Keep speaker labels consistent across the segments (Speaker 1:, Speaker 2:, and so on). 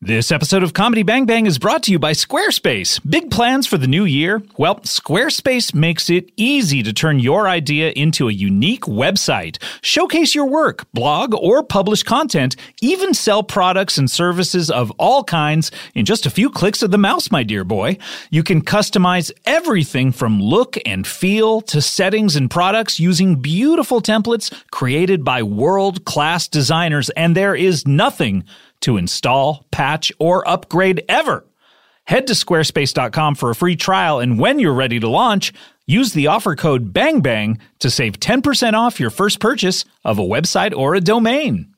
Speaker 1: This episode of Comedy Bang Bang is brought to you by Squarespace. Big plans for the new year? Well, Squarespace makes it easy to turn your idea into a unique website. Showcase your work, blog, or publish content, even sell products and services of all kinds in just a few clicks of the mouse, my dear boy. You can customize everything from look and feel to settings and products using beautiful templates created by world class designers, and there is nothing to install, patch, or upgrade ever. Head to squarespace.com for a free trial, and when you're ready to launch, use the offer code BANGBANG to save 10% off your first purchase of a website or a domain.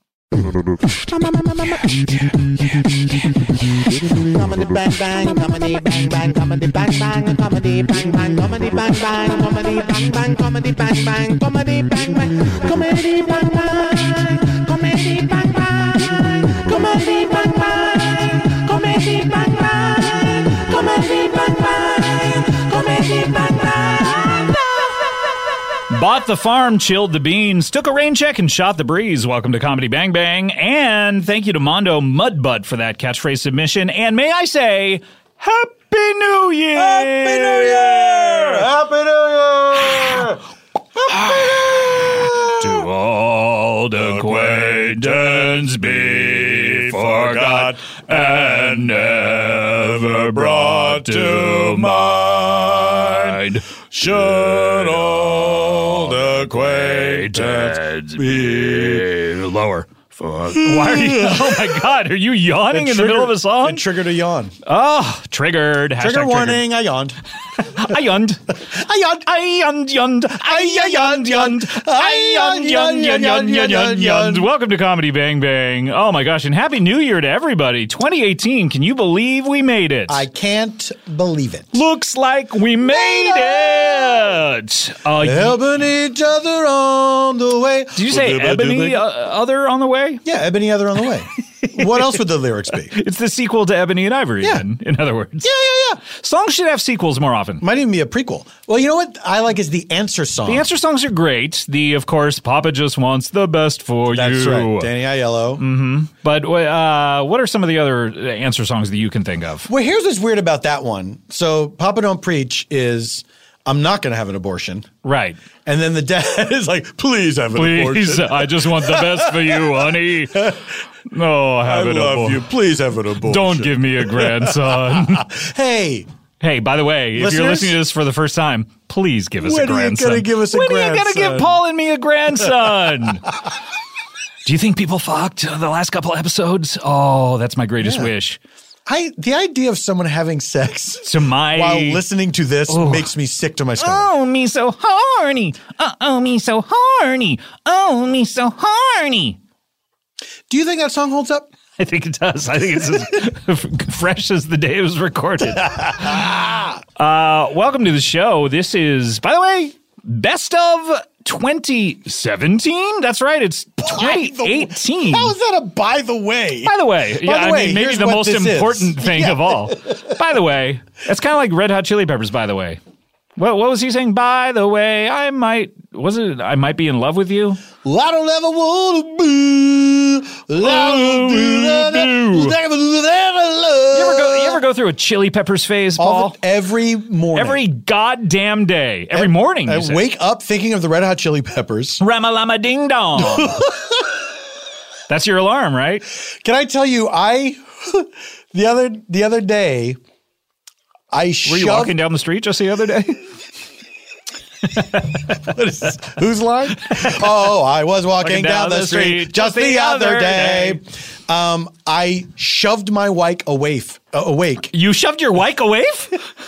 Speaker 2: Comedy bang bang, comedy bang bang, comedy bang bang, comedy bang bang, comedy bang bang, comedy bang bang, comedy bang bang, comedy bang bang, comedy bang bang, comedy bang bang, comedy bang bang, comedy bang bang, comedy bang bang, comedy bang bang.
Speaker 1: Bought the farm, chilled the beans, took a rain check, and shot the breeze. Welcome to Comedy Bang Bang. And thank you to Mondo Mudbutt for that catchphrase submission. And may I say, Happy New Year! Happy New Year!
Speaker 3: Happy New Year!
Speaker 1: To old acquaintance be forgot and never brought to mind.
Speaker 3: Should old acquaintance be lower? Fuck.
Speaker 1: Why are you? Oh my God! Are you yawning in the middle of a song?
Speaker 3: It triggered a yawn.
Speaker 1: oh, triggered. Hashtag
Speaker 3: Trigger
Speaker 1: triggered.
Speaker 3: warning. I yawned.
Speaker 1: I yawned. I yawned. I yawned. Yawned. I yawned. Yawned. I yawned. Yawned. Yawned. Yawned. Yawned. Yawned. Yawned. Welcome to Comedy Bang Bang. Oh my gosh! And happy New Year to everybody. 2018. Can you believe we made it?
Speaker 4: I can't believe it.
Speaker 1: Looks like we made it. Uh,
Speaker 4: Helping each other on the way.
Speaker 1: Did you say Ebony uh, Other on the way?
Speaker 4: Yeah, Ebony Other on the way. what else would the lyrics be? Yeah,
Speaker 1: It's the sequel to Ebony and Ivory.
Speaker 4: Yeah.
Speaker 1: Then, in other words,
Speaker 4: yeah, yeah.
Speaker 1: songs should have sequels more often.
Speaker 4: Might even be a prequel. Well, you know what I like is the answer song.
Speaker 1: The answer songs are great. The, of course, Papa just wants the best for
Speaker 4: That's
Speaker 1: you. Mm-hmm.
Speaker 4: right. Danny Aiello.
Speaker 1: But uh, what are some of the other answer songs that you can think of?
Speaker 4: Well, here's what's weird about that one. So, Papa Don't Preach is I'm not going to have an abortion.
Speaker 1: Right.
Speaker 4: And then the dad is like, please have an
Speaker 1: Please,
Speaker 4: abortion.
Speaker 1: I just want the best for you, honey. No,
Speaker 4: I
Speaker 1: have it
Speaker 4: love
Speaker 1: abor-
Speaker 4: you. Please have an abortion.
Speaker 1: Don't give me a grandson.
Speaker 4: Hey,
Speaker 1: Hey, by the way, if you're
Speaker 4: Listeners?
Speaker 1: listening to this for the first time, please give us
Speaker 4: When
Speaker 1: a
Speaker 4: are you
Speaker 1: grandson.
Speaker 4: gonna give us a
Speaker 1: when are you going to give
Speaker 4: grandson?
Speaker 1: Paul and me a grandson? Do you think people fucked the last couple episodes? Oh, that's my greatest
Speaker 4: Yeah.
Speaker 1: wish.
Speaker 4: I the idea of someone having sex
Speaker 1: To my
Speaker 4: while listening to this makes me sick to my stomach.
Speaker 1: Oh, me so horny. Uh oh, me so horny. Oh, me so horny.
Speaker 4: Do you think that song holds up?
Speaker 1: I think it does. I think it's as fresh as the day it was recorded. Uh, welcome to the show. This is, by the way, best of 2017. That's right. It's
Speaker 4: By the-
Speaker 1: 2018.
Speaker 4: How is that a by the way?
Speaker 1: By the way, yeah,
Speaker 4: the
Speaker 1: I
Speaker 4: way,
Speaker 1: mean, maybe
Speaker 4: here's
Speaker 1: the
Speaker 4: what
Speaker 1: most
Speaker 4: this is.
Speaker 1: important thing of all. By the way, it's kind of like Red Hot Chili Peppers. By the way, what what was he saying? By the way, I might was it I might be in love with you.
Speaker 4: Well, I don't ever want to be. I
Speaker 1: Oh,
Speaker 4: don't do that. Never do that.
Speaker 1: You ever go,
Speaker 4: I
Speaker 1: you ever
Speaker 4: love.
Speaker 1: go through a Chili Peppers phase,
Speaker 4: All
Speaker 1: Paul?
Speaker 4: the- every morning.
Speaker 1: every goddamn day, every morning.
Speaker 4: I
Speaker 1: you say.
Speaker 4: wake up thinking of the Red Hot Chili Peppers.
Speaker 1: Rama Lama Ding Dong. That's your alarm, right?
Speaker 4: Can I tell you? I the other the other day, I
Speaker 1: Were you
Speaker 4: shoved.
Speaker 1: walking down the street just the other day?
Speaker 4: Whose line? oh, I was walking
Speaker 1: Walking
Speaker 4: down, the street, just the other day. Um, I shoved my wike awake. Uh, awake.
Speaker 1: You shoved your wike away?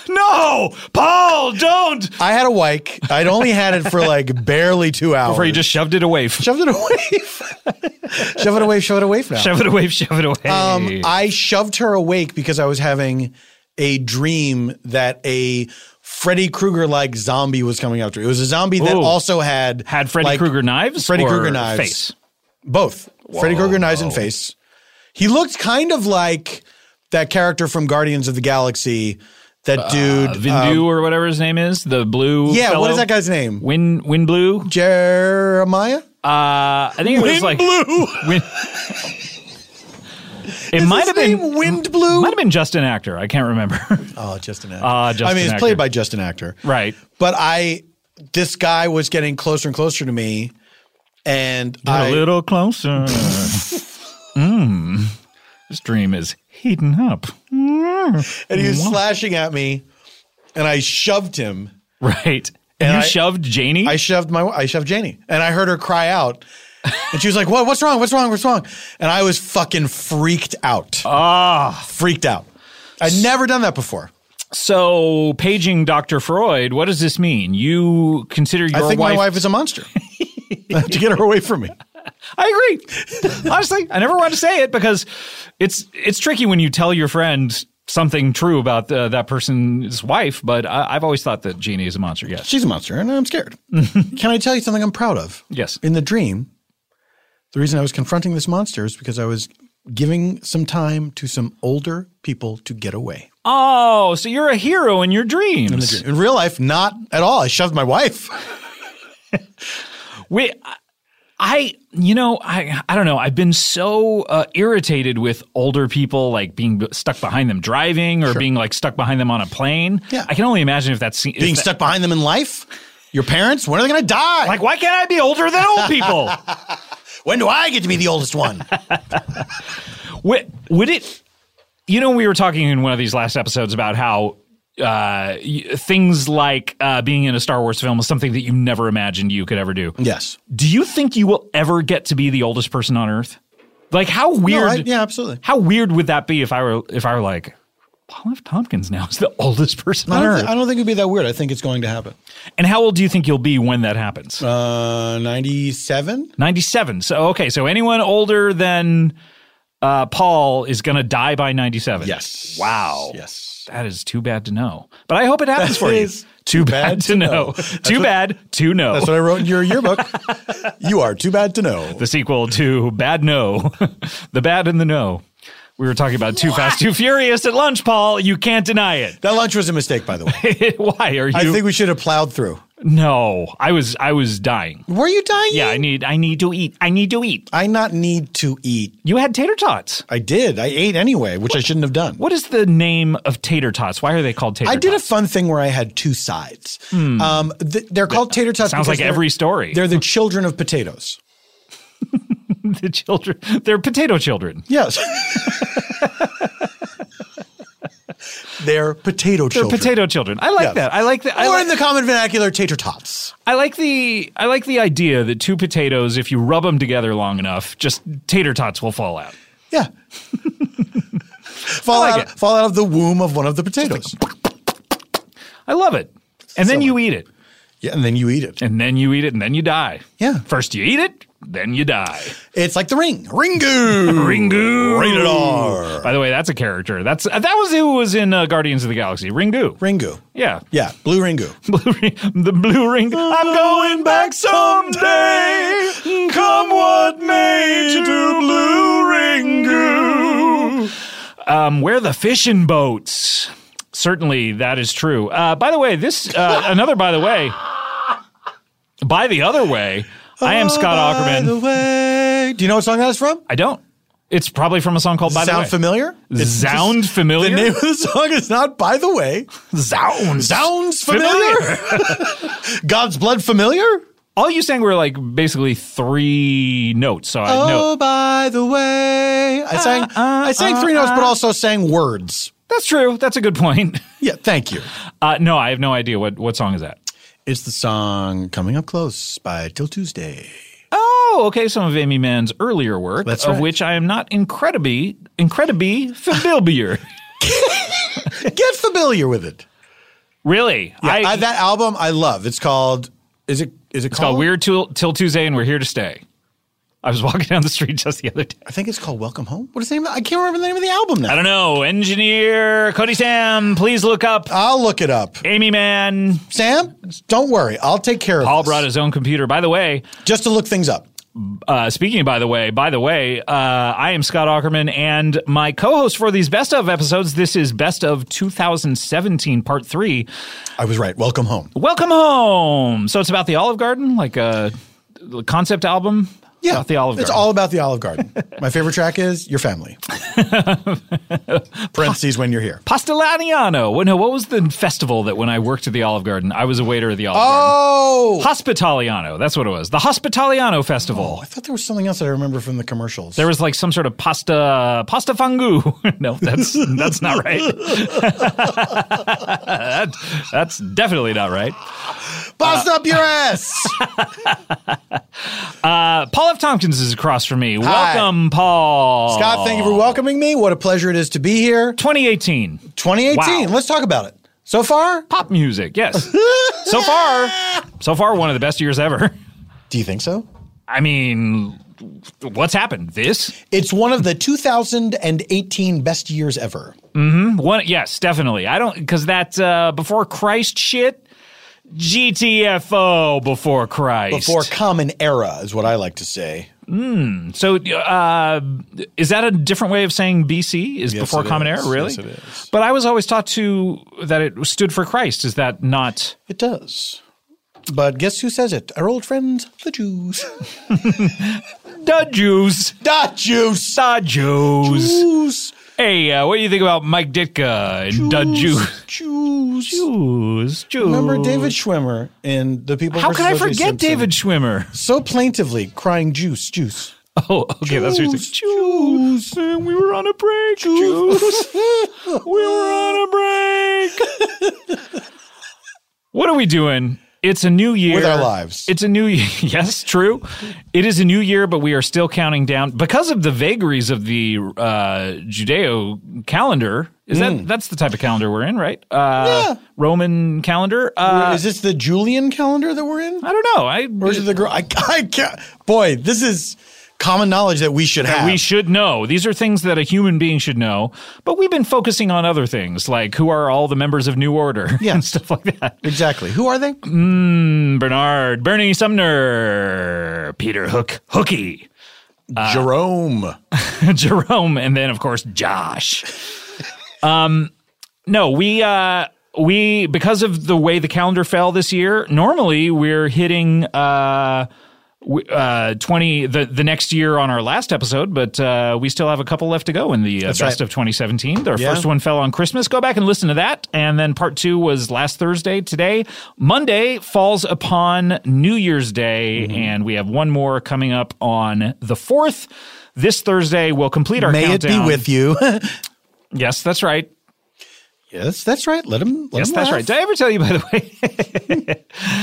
Speaker 1: no, Paul, don't.
Speaker 4: I had a wike. I'd only had it for like barely two hours.
Speaker 1: Or you just shoved it away.
Speaker 4: shoved it away. shove it away. Shove it away. Now.
Speaker 1: Shove it away, shove it away.
Speaker 4: Um, I shoved her awake because I was having a dream that a Freddy Krueger like zombie was coming after. me. It was a zombie that
Speaker 1: Ooh.
Speaker 4: also had
Speaker 1: Had Freddy
Speaker 4: like,
Speaker 1: Krueger knives?
Speaker 4: Freddy
Speaker 1: or
Speaker 4: Krueger knives.
Speaker 1: Face.
Speaker 4: both Freddy Krueger knives and face. He looked kind of like that character from Guardians of the Galaxy. That
Speaker 1: Uh,
Speaker 4: dude, um,
Speaker 1: Vindu or whatever his name is, the blue.
Speaker 4: yeah. What
Speaker 1: fellow?
Speaker 4: is that guy's name?
Speaker 1: Win Win Blue. Uh,
Speaker 4: Jeremiah.
Speaker 5: Uh,
Speaker 1: I think it was like
Speaker 4: Blue.
Speaker 1: Win. it might have been
Speaker 4: Wind Blue.
Speaker 1: might have been just an actor. I can't remember.
Speaker 4: Oh, Justin Actor.
Speaker 1: Ah, Justin
Speaker 4: I mean,
Speaker 1: Actor.
Speaker 4: it's played by Justin Actor.
Speaker 1: Right.
Speaker 4: But I, this guy was getting closer and closer to me, and I,
Speaker 1: a little closer. mm. This dream is heating up.
Speaker 4: and he was slashing at me, and I shoved him.
Speaker 1: Right. And
Speaker 4: And
Speaker 1: you
Speaker 4: I-
Speaker 1: shoved Janie?
Speaker 4: I shoved my, I shoved Janie, and I heard her cry out, and she was like, "What? What's wrong? What's wrong? What's wrong?" And I was fucking freaked out. Ah, freaked out. I'd never done that before.
Speaker 1: so, paging Dr. Freud, what does this mean? You consider your
Speaker 4: I think
Speaker 1: wife.
Speaker 4: my wife is a monster. I have to get her away from me.
Speaker 1: I agree. Honestly, I never want to say it because it's it's tricky when you tell your friend something true about uh, that person's wife, but I, I've always thought that Jeannie is a monster. Yes.
Speaker 4: She's a monster, and I'm scared. Can I tell you something I'm proud of?
Speaker 1: Yes.
Speaker 4: In the dream, the reason I was confronting this monster is because I was giving some time to some older people to get away.
Speaker 1: Oh, so you're a hero in your dreams.
Speaker 4: In real life, not at all. I shoved my wife.
Speaker 1: We, I, you know, I, I don't know. I've been so uh, irritated with older people like being b- stuck behind them driving or being like stuck behind them on a plane.
Speaker 4: Yeah.
Speaker 1: I can only imagine if that's
Speaker 4: Being stuck behind them in life. Your parents, when are they going to die?
Speaker 1: Like, why can't I be older than old people?
Speaker 4: when do I get to be the oldest one?
Speaker 1: Would, would it? You know, we were talking in one of these last episodes about how uh, y- things like uh, being in a Star Wars film is something that you never imagined you could ever do.
Speaker 4: yes.
Speaker 1: Do you think you will ever get to be the oldest person on Earth? Like, how
Speaker 4: No,
Speaker 1: weird?
Speaker 4: I- yeah, absolutely.
Speaker 1: How weird would that be if I were if I were like Paul F. Tompkins now is the oldest person
Speaker 4: I
Speaker 1: on
Speaker 4: don't,
Speaker 1: Earth?
Speaker 4: thi- I don't think it'd be that weird. I think it's going to happen.
Speaker 1: and how old do you think you'll be when that happens?
Speaker 4: Uh, 97?
Speaker 1: Ninety seven. So okay, so anyone older than uh, Paul is going to die by ninety seven.
Speaker 4: Yes.
Speaker 1: Wow.
Speaker 4: Yes.
Speaker 1: That is too bad to know. But I hope it happens
Speaker 4: That
Speaker 1: for you.
Speaker 4: is
Speaker 1: Too bad, to know. Too bad to know.
Speaker 4: That's what I wrote in your yearbook. you are too bad to know.
Speaker 1: the sequel to Bad No, the Bad and the No. We were talking about Too Fast, Too Furious at lunch, Paul. You can't deny it.
Speaker 4: That lunch was a mistake, by the way.
Speaker 1: Why are you?
Speaker 4: I think we should have plowed through.
Speaker 1: no, I was I was dying.
Speaker 4: Were you dying?
Speaker 1: Yeah, I need I need to eat. I need to eat.
Speaker 4: I not need to eat.
Speaker 1: You had tater tots.
Speaker 4: I did. I ate anyway, which I shouldn't have done.
Speaker 1: What is the name of tater tots? Why are they called tater?
Speaker 4: I did a
Speaker 1: tots? Hmm.
Speaker 4: fun thing where I had two sides. Um, th- they're called tater tots.
Speaker 1: sounds
Speaker 4: because
Speaker 1: like
Speaker 4: they're-
Speaker 1: every story.
Speaker 4: They're the children of potatoes.
Speaker 1: the children. They're potato children.
Speaker 4: Yes. they're potato
Speaker 1: They're
Speaker 4: children.
Speaker 1: potato children. I like
Speaker 4: Yes.
Speaker 1: that. I like that. I
Speaker 4: or
Speaker 1: like,
Speaker 4: in the common vernacular, tater tots.
Speaker 1: I like the I like the idea that two potatoes, if you rub them together long enough, just tater tots will fall out.
Speaker 4: Yeah. fall
Speaker 1: I like
Speaker 4: out
Speaker 1: it.
Speaker 4: fall out of the womb of one of the potatoes.
Speaker 1: I love it. And then you eat it.
Speaker 4: Yeah, and then you eat it.
Speaker 1: And then you eat it and then you die.
Speaker 4: Yeah.
Speaker 1: First you eat it, then you die.
Speaker 4: It's like the ring. Ringu.
Speaker 1: Ringu.
Speaker 4: Hmm. Rated R.
Speaker 1: By the way, that's a character. That's that was who was in uh, Guardians of the Galaxy. Ringu.
Speaker 4: Ringu.
Speaker 1: Yeah.
Speaker 4: Yeah, blue Ringu.
Speaker 1: Blue ring, the blue ring. I'm going back someday. Come what may to blue Ringu. Um, where the fishing boats. Certainly, that is true. Uh, by the way, this uh, another. By the way, by the other way, I am Scott
Speaker 4: Oh, By
Speaker 1: Ackerman.
Speaker 4: the way, do you know what song that is from?
Speaker 1: I don't. It's probably from a song called "By
Speaker 4: Sound
Speaker 1: the Way."
Speaker 4: familiar?
Speaker 1: Sound familiar.
Speaker 4: The name of the song is not By the Way.
Speaker 1: Sound.
Speaker 4: Sounds familiar. God's blood familiar?
Speaker 1: All you sang were like basically three notes. So I know
Speaker 4: Oh, by the way. I sang I sang three notes, but also sang words.
Speaker 1: that's true. That's a good point.
Speaker 4: Yeah, thank you.
Speaker 1: Uh, no, I have no idea what what song is that.
Speaker 4: It's the song Coming Up Close by Till Tuesday.
Speaker 1: Oh, okay. Some of Amy Mann's earlier work,
Speaker 4: That's
Speaker 1: of
Speaker 4: right.
Speaker 1: which I am not incredibly incredibly familiar.
Speaker 4: Get familiar with it.
Speaker 1: really, I,
Speaker 4: I, that album I love. It's called is it is it
Speaker 1: it's called Weird Till, Till Tuesday, and we're here to stay. I was walking down the street just the other day.
Speaker 4: I think it's called Welcome Home. What is the name? Of, I can't remember the name of the album
Speaker 1: I
Speaker 4: now.
Speaker 1: don't know, engineer Cody Sam. Please look up
Speaker 4: I'll look it up.
Speaker 1: Amy Mann.
Speaker 4: Sam, don't worry. I'll take care of
Speaker 1: Paul
Speaker 4: this.
Speaker 1: brought his own computer. By the way,
Speaker 4: just to look things up.
Speaker 1: Uh, speaking, by the way, by the way, uh, I am Scott Ackerman, and my co-host for these best of episodes. This is best of 2017, part three.
Speaker 4: I was right. Welcome home.
Speaker 1: Welcome home. So it's about the Olive Garden, like a concept album. about the Olive
Speaker 4: It's
Speaker 1: Garden.
Speaker 4: all about the Olive Garden. My favorite track is Your Family. Parentheses when you're here.
Speaker 1: Pastellaniano. Well, no, what was the festival that when I worked at the Olive Garden, I was a waiter at the Olive
Speaker 4: Oh,
Speaker 1: Garden? Hospitaliano. That's what it was. The Hospitaliano Festival.
Speaker 4: I thought there was something else that I remember from the commercials.
Speaker 1: There was like some sort of pasta pasta fangu. no, that's that's not right. That- that's definitely not right.
Speaker 4: Bust up your ass.
Speaker 1: Uh, Paul F. Tompkins is across from me. Welcome, Paul.
Speaker 4: Scott, thank you for welcoming me. What a pleasure it is to be here.
Speaker 1: 2018
Speaker 4: 2018.
Speaker 1: Wow.
Speaker 4: Let's talk about it. So far,
Speaker 1: pop music. Yes. so far, so far, one of the best years ever.
Speaker 4: do you think so?
Speaker 1: I mean, what's happened? This
Speaker 4: It's one of the 2018 best years ever.
Speaker 1: mm-hmm. one? Yes, definitely. I don't because that uh, before Christ shit. GTFO before Christ.
Speaker 4: Before common era is what I like to say.
Speaker 1: Hmm. So, uh, is that a different way of saying BC? Is before
Speaker 4: it
Speaker 1: Common
Speaker 4: is.
Speaker 1: Era, really?
Speaker 4: Yes, it is.
Speaker 1: But I was always taught to that it stood for Christ. Is that not?
Speaker 4: It does. But guess who says it? Our old friends, the Jews.
Speaker 1: The Jews.
Speaker 4: Not Jews.
Speaker 1: The Jews.
Speaker 4: Jews.
Speaker 1: Hey, uh, what do you think about Mike Ditka and the Jews?
Speaker 4: Jews.
Speaker 1: Jews. Jews.
Speaker 4: Remember David Schwimmer in The People
Speaker 1: How
Speaker 4: versus
Speaker 1: could I
Speaker 4: O.J.
Speaker 1: forget
Speaker 4: Simpson?
Speaker 1: David Schwimmer?
Speaker 4: So plaintively crying juice, juice.
Speaker 1: Oh, okay, that's what you're saying.
Speaker 4: Jews.
Speaker 1: And we were on a break. Jews. we were on a break. what are we doing? It's a new year.
Speaker 4: With our lives.
Speaker 1: It's a new year. Yes, true. It is a new year, but we are still counting down because of the vagaries of the uh, Judeo calendar. Is that that's the type of calendar we're in, right? Uh,
Speaker 4: Hmm. Yeah.
Speaker 1: Roman calendar. Uh,
Speaker 4: is this the Julian calendar that we're in?
Speaker 1: I don't know. I
Speaker 4: Or is it the girl? I, I can't. Boy, this is common knowledge that we should have.
Speaker 1: we should know. These are things that a human being should know, but we've been focusing on other things like who are all the members of New Order
Speaker 4: Yeah.
Speaker 1: and stuff like that. Hmm,
Speaker 4: exactly. Who are they?
Speaker 1: Bernard, Bernie Sumner, Peter Hook, Hooky,
Speaker 4: Jerome.
Speaker 1: Uh, Jerome, and then of course Josh. Um, no, we uh, we because of the way the calendar fell this year. Normally, we're hitting uh, w- uh, twenty the the next year on our last episode, but uh, we still have a couple left to go in the uh, best
Speaker 4: right.
Speaker 1: of 2017. Our
Speaker 4: Yeah.
Speaker 1: first one fell on Christmas. Go back and listen to that, and then part two was last Thursday. Today, Monday falls upon New Year's Day,
Speaker 4: Mm-hmm.
Speaker 1: and we have one more coming up on the fourth. This Thursday, we'll complete our
Speaker 4: May it
Speaker 1: countdown.
Speaker 4: be with you.
Speaker 1: Yes, that's right.
Speaker 4: Yes, that's right. Let him. Let
Speaker 1: Yes,
Speaker 4: him
Speaker 1: that's
Speaker 4: laugh.
Speaker 1: right. Did I ever tell you, by the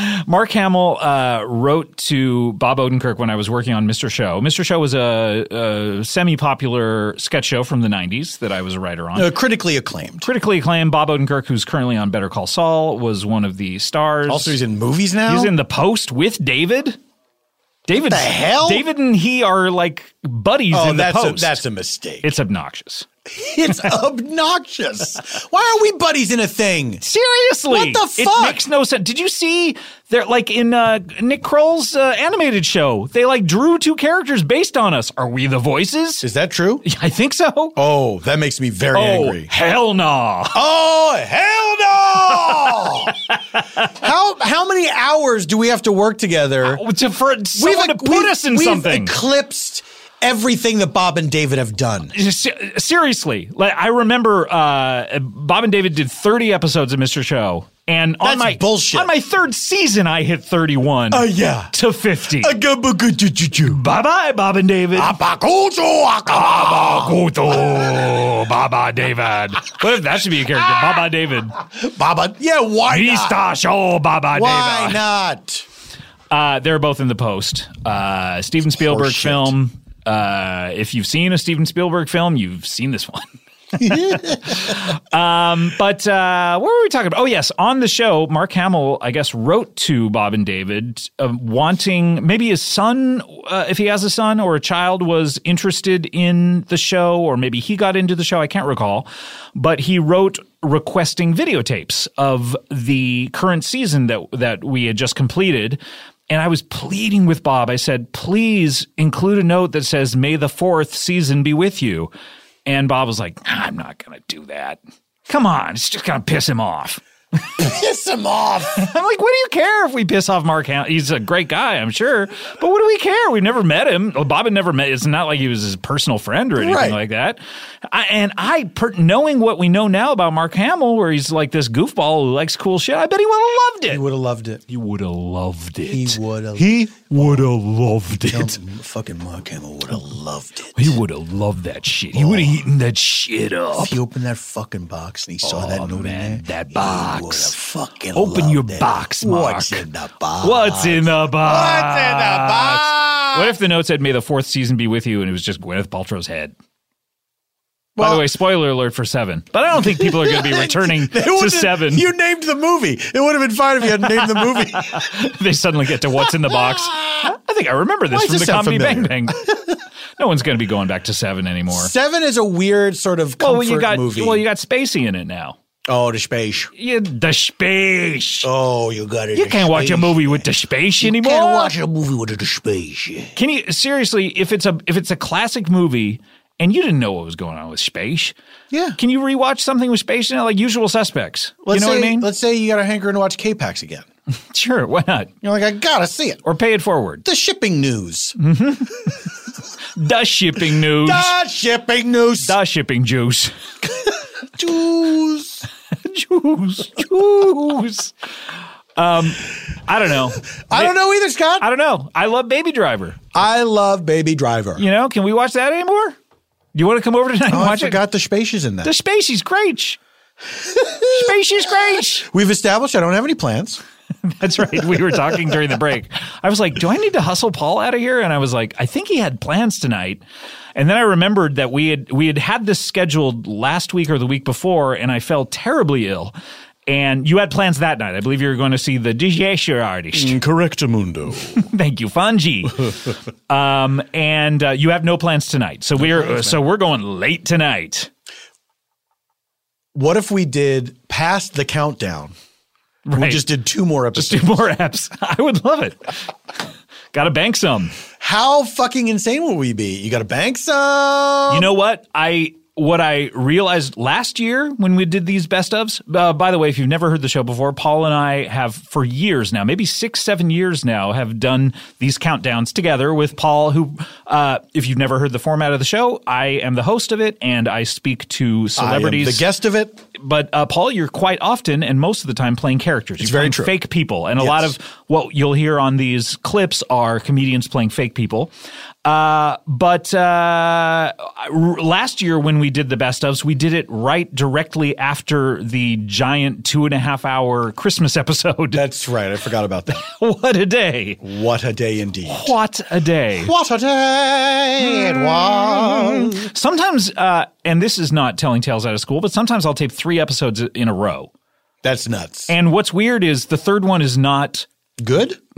Speaker 1: way? Mark Hamill uh, wrote to Bob Odenkirk when I was working on Mr. Show. Mr. Show was a, a semi popular sketch show from the 90s that I was a writer on.
Speaker 4: Uh, critically acclaimed.
Speaker 1: Critically acclaimed, Bob Odenkirk, who's currently on Better Call Saul, was one of the stars.
Speaker 4: Also, he's in movies now.
Speaker 1: He's in the post with David. David
Speaker 4: the hell?
Speaker 1: David and he are like buddies
Speaker 4: Oh,
Speaker 1: in the
Speaker 4: that's a,
Speaker 1: post.
Speaker 4: that's a mistake.
Speaker 1: it's obnoxious.
Speaker 4: It's obnoxious. Why are we buddies in a thing?
Speaker 1: Seriously,
Speaker 4: What the fuck?
Speaker 1: It makes no sense. Did you see? They're like in uh, Nick Kroll's uh, animated show. They like drew two characters based on us. Are we the voices?
Speaker 4: Is that true?
Speaker 1: I think so.
Speaker 4: Oh, that makes me very angry.
Speaker 1: hell no!
Speaker 4: Oh, hell no! how how many hours do we have to work together?
Speaker 1: Uh, To, for someone to put
Speaker 4: we've-
Speaker 1: us in
Speaker 4: we've
Speaker 1: something.
Speaker 4: eclipsed everything that Bob and David have done.
Speaker 1: Se- Seriously, like I remember uh, Bob and David did 30 episodes of Mr. Show, and on
Speaker 4: That's
Speaker 1: my
Speaker 4: bullshit.
Speaker 1: on my third season, I hit 31
Speaker 4: Oh yeah.
Speaker 1: to 50.
Speaker 4: Agabugujujuju.
Speaker 1: bye bye, Bob and David.
Speaker 4: Apakuzu akaba.
Speaker 1: Kuto, Baba David. What if that should be a character? Baba David.
Speaker 4: Baba. Yeah, why not?
Speaker 1: Vista show, Baba
Speaker 4: Why
Speaker 1: David.
Speaker 4: not?
Speaker 1: Oh, Uh, they're both in the post. Uh, Steven Spielberg
Speaker 4: Horseshit.
Speaker 1: film. Uh, if you've seen a Steven Spielberg film, you've seen this one. um, but uh, what were we talking about? Oh, yes. On the show, Mark Hamill, I guess, wrote to Bob and David uh, wanting maybe his son, uh, if he has a son or a child, was interested in the show, or maybe he got into the show. I can't recall. But he wrote requesting videotapes of the current season that, that we had just completed. And I was pleading with Bob. I said, please include a note that says, May the fourth season be with you. And Bob was like, "Nah, I'm not going to do that. Come on, it's just going to piss him off.
Speaker 4: Piss him off.
Speaker 1: I'm like, what do you care if we piss off Mark Hamill? He's a great guy, I'm sure. But what do we care? We've never met him. Well, Bob had never met. It's not like he was his personal friend or anything
Speaker 4: Right.
Speaker 1: like that. I, and I, per, knowing what we know now about Mark Hamill, where he's like this goofball who likes cool shit, I bet he would have loved it.
Speaker 4: He would have loved it.
Speaker 1: He would have loved it.
Speaker 4: He would've-
Speaker 1: He would have loved it.
Speaker 4: Fucking Mark Hamill would have loved it.
Speaker 1: He would have loved that shit. He would have eaten that shit up. Oh,
Speaker 4: If he opened that fucking box and he saw that note
Speaker 1: man,
Speaker 4: in there,
Speaker 1: that
Speaker 4: he
Speaker 1: box.
Speaker 4: would've fucking
Speaker 1: Open
Speaker 4: loved
Speaker 1: your
Speaker 4: it.
Speaker 1: box,
Speaker 4: What's
Speaker 1: Mark.
Speaker 4: in the box?
Speaker 1: What's in the box?
Speaker 4: What's in the box?
Speaker 1: What if the note said, May the fourth season be with you, and it was just Gwyneth Paltrow's head? By the
Speaker 4: Well-
Speaker 1: way, spoiler alert for seven. But I don't think people are going to be returning
Speaker 4: They
Speaker 1: to
Speaker 4: would've-
Speaker 1: seven.
Speaker 4: You named the movie. It would have been fine if you hadn't named the movie.
Speaker 1: they suddenly get to what's in the box. I think I remember this
Speaker 4: Why does
Speaker 1: from
Speaker 4: this
Speaker 1: the
Speaker 4: sound
Speaker 1: comedy
Speaker 4: familiar?
Speaker 1: Bang Bang. no one's going to be going back to seven anymore.
Speaker 4: Seven is a weird sort of comfort
Speaker 1: well, you got
Speaker 4: movie.
Speaker 1: well, you got Spacey in it now.
Speaker 4: oh, the space.
Speaker 1: You, the space.
Speaker 4: Oh, you got it.
Speaker 1: you can't watch a movie with the space anymore.
Speaker 4: Can't watch a movie with the space.
Speaker 1: Can you seriously? If it's a if it's a classic movie and you didn't know what was going on with space,
Speaker 4: Yeah.
Speaker 1: Can you rewatch something with space in it, like Usual Suspects?
Speaker 4: Let's
Speaker 1: you know
Speaker 4: say,
Speaker 1: what I mean?
Speaker 4: Let's say you got a hankering to watch K-Pax again.
Speaker 1: Sure, why not?
Speaker 4: You're like, I gotta see it.
Speaker 1: Or pay it forward.
Speaker 4: The shipping news.
Speaker 1: The shipping news.
Speaker 4: The shipping news.
Speaker 1: The shipping juice.
Speaker 4: Jews.
Speaker 1: juice. Juice. Um, I don't know.
Speaker 4: I don't know either, Scott.
Speaker 1: I don't know. I love Baby Driver.
Speaker 4: I love Baby Driver.
Speaker 1: You know, can we watch that anymore? You want to come over tonight and
Speaker 4: Oh, I
Speaker 1: watch it?
Speaker 4: forgot the spaces in that.
Speaker 1: The Spacey's great. Spacey's great.
Speaker 4: We've established I don't have any plans.
Speaker 1: That's right. We were talking during the break. I was like, "Do I need to hustle Paul out of here?" And I was like, "I think he had plans tonight." And then I remembered that we had we had had this scheduled last week or the week before, and I fell terribly ill. And you had plans that night. I believe you were going to see the Digesher artist.
Speaker 3: Correctamundo.
Speaker 1: Thank you, Fungi. um, and uh, you have no plans tonight, so we're so we're going late tonight.
Speaker 4: What if we did past the countdown? We
Speaker 1: Right.
Speaker 4: just did two more episodes.
Speaker 1: do more apps. I would love it. Got to bank some.
Speaker 4: How fucking insane will we be? You got to bank some.
Speaker 1: You know what? I what I realized last year when we did these best ofs. Uh, by the way, if you've never heard the show before, Paul and I have for years now, maybe six, seven years now, have done these countdowns together with Paul. Who, uh, if you've never heard the format of the show, I am the host of it, and I speak to
Speaker 4: I am
Speaker 1: celebrities.
Speaker 4: the guest of it.
Speaker 1: but uh, Paul, you're quite often and most of the time playing characters. It's you're
Speaker 4: very
Speaker 1: playing
Speaker 4: true.
Speaker 1: Fake people, and a lot
Speaker 4: Yes.
Speaker 1: of what you'll hear on these clips are comedians playing fake people. Uh, but uh, r- last year when we did the best ofs, we did it right directly after the giant two and a half hour Christmas episode.
Speaker 4: That's right. I forgot about that.
Speaker 1: what a day!
Speaker 4: what a day indeed.
Speaker 1: What a day!
Speaker 4: What a day it was.
Speaker 1: Sometimes, uh, and this is not telling tales out of school, but sometimes I'll tape three episodes in a row.
Speaker 4: That's nuts.
Speaker 1: And what's weird is the third one is not.
Speaker 4: Good?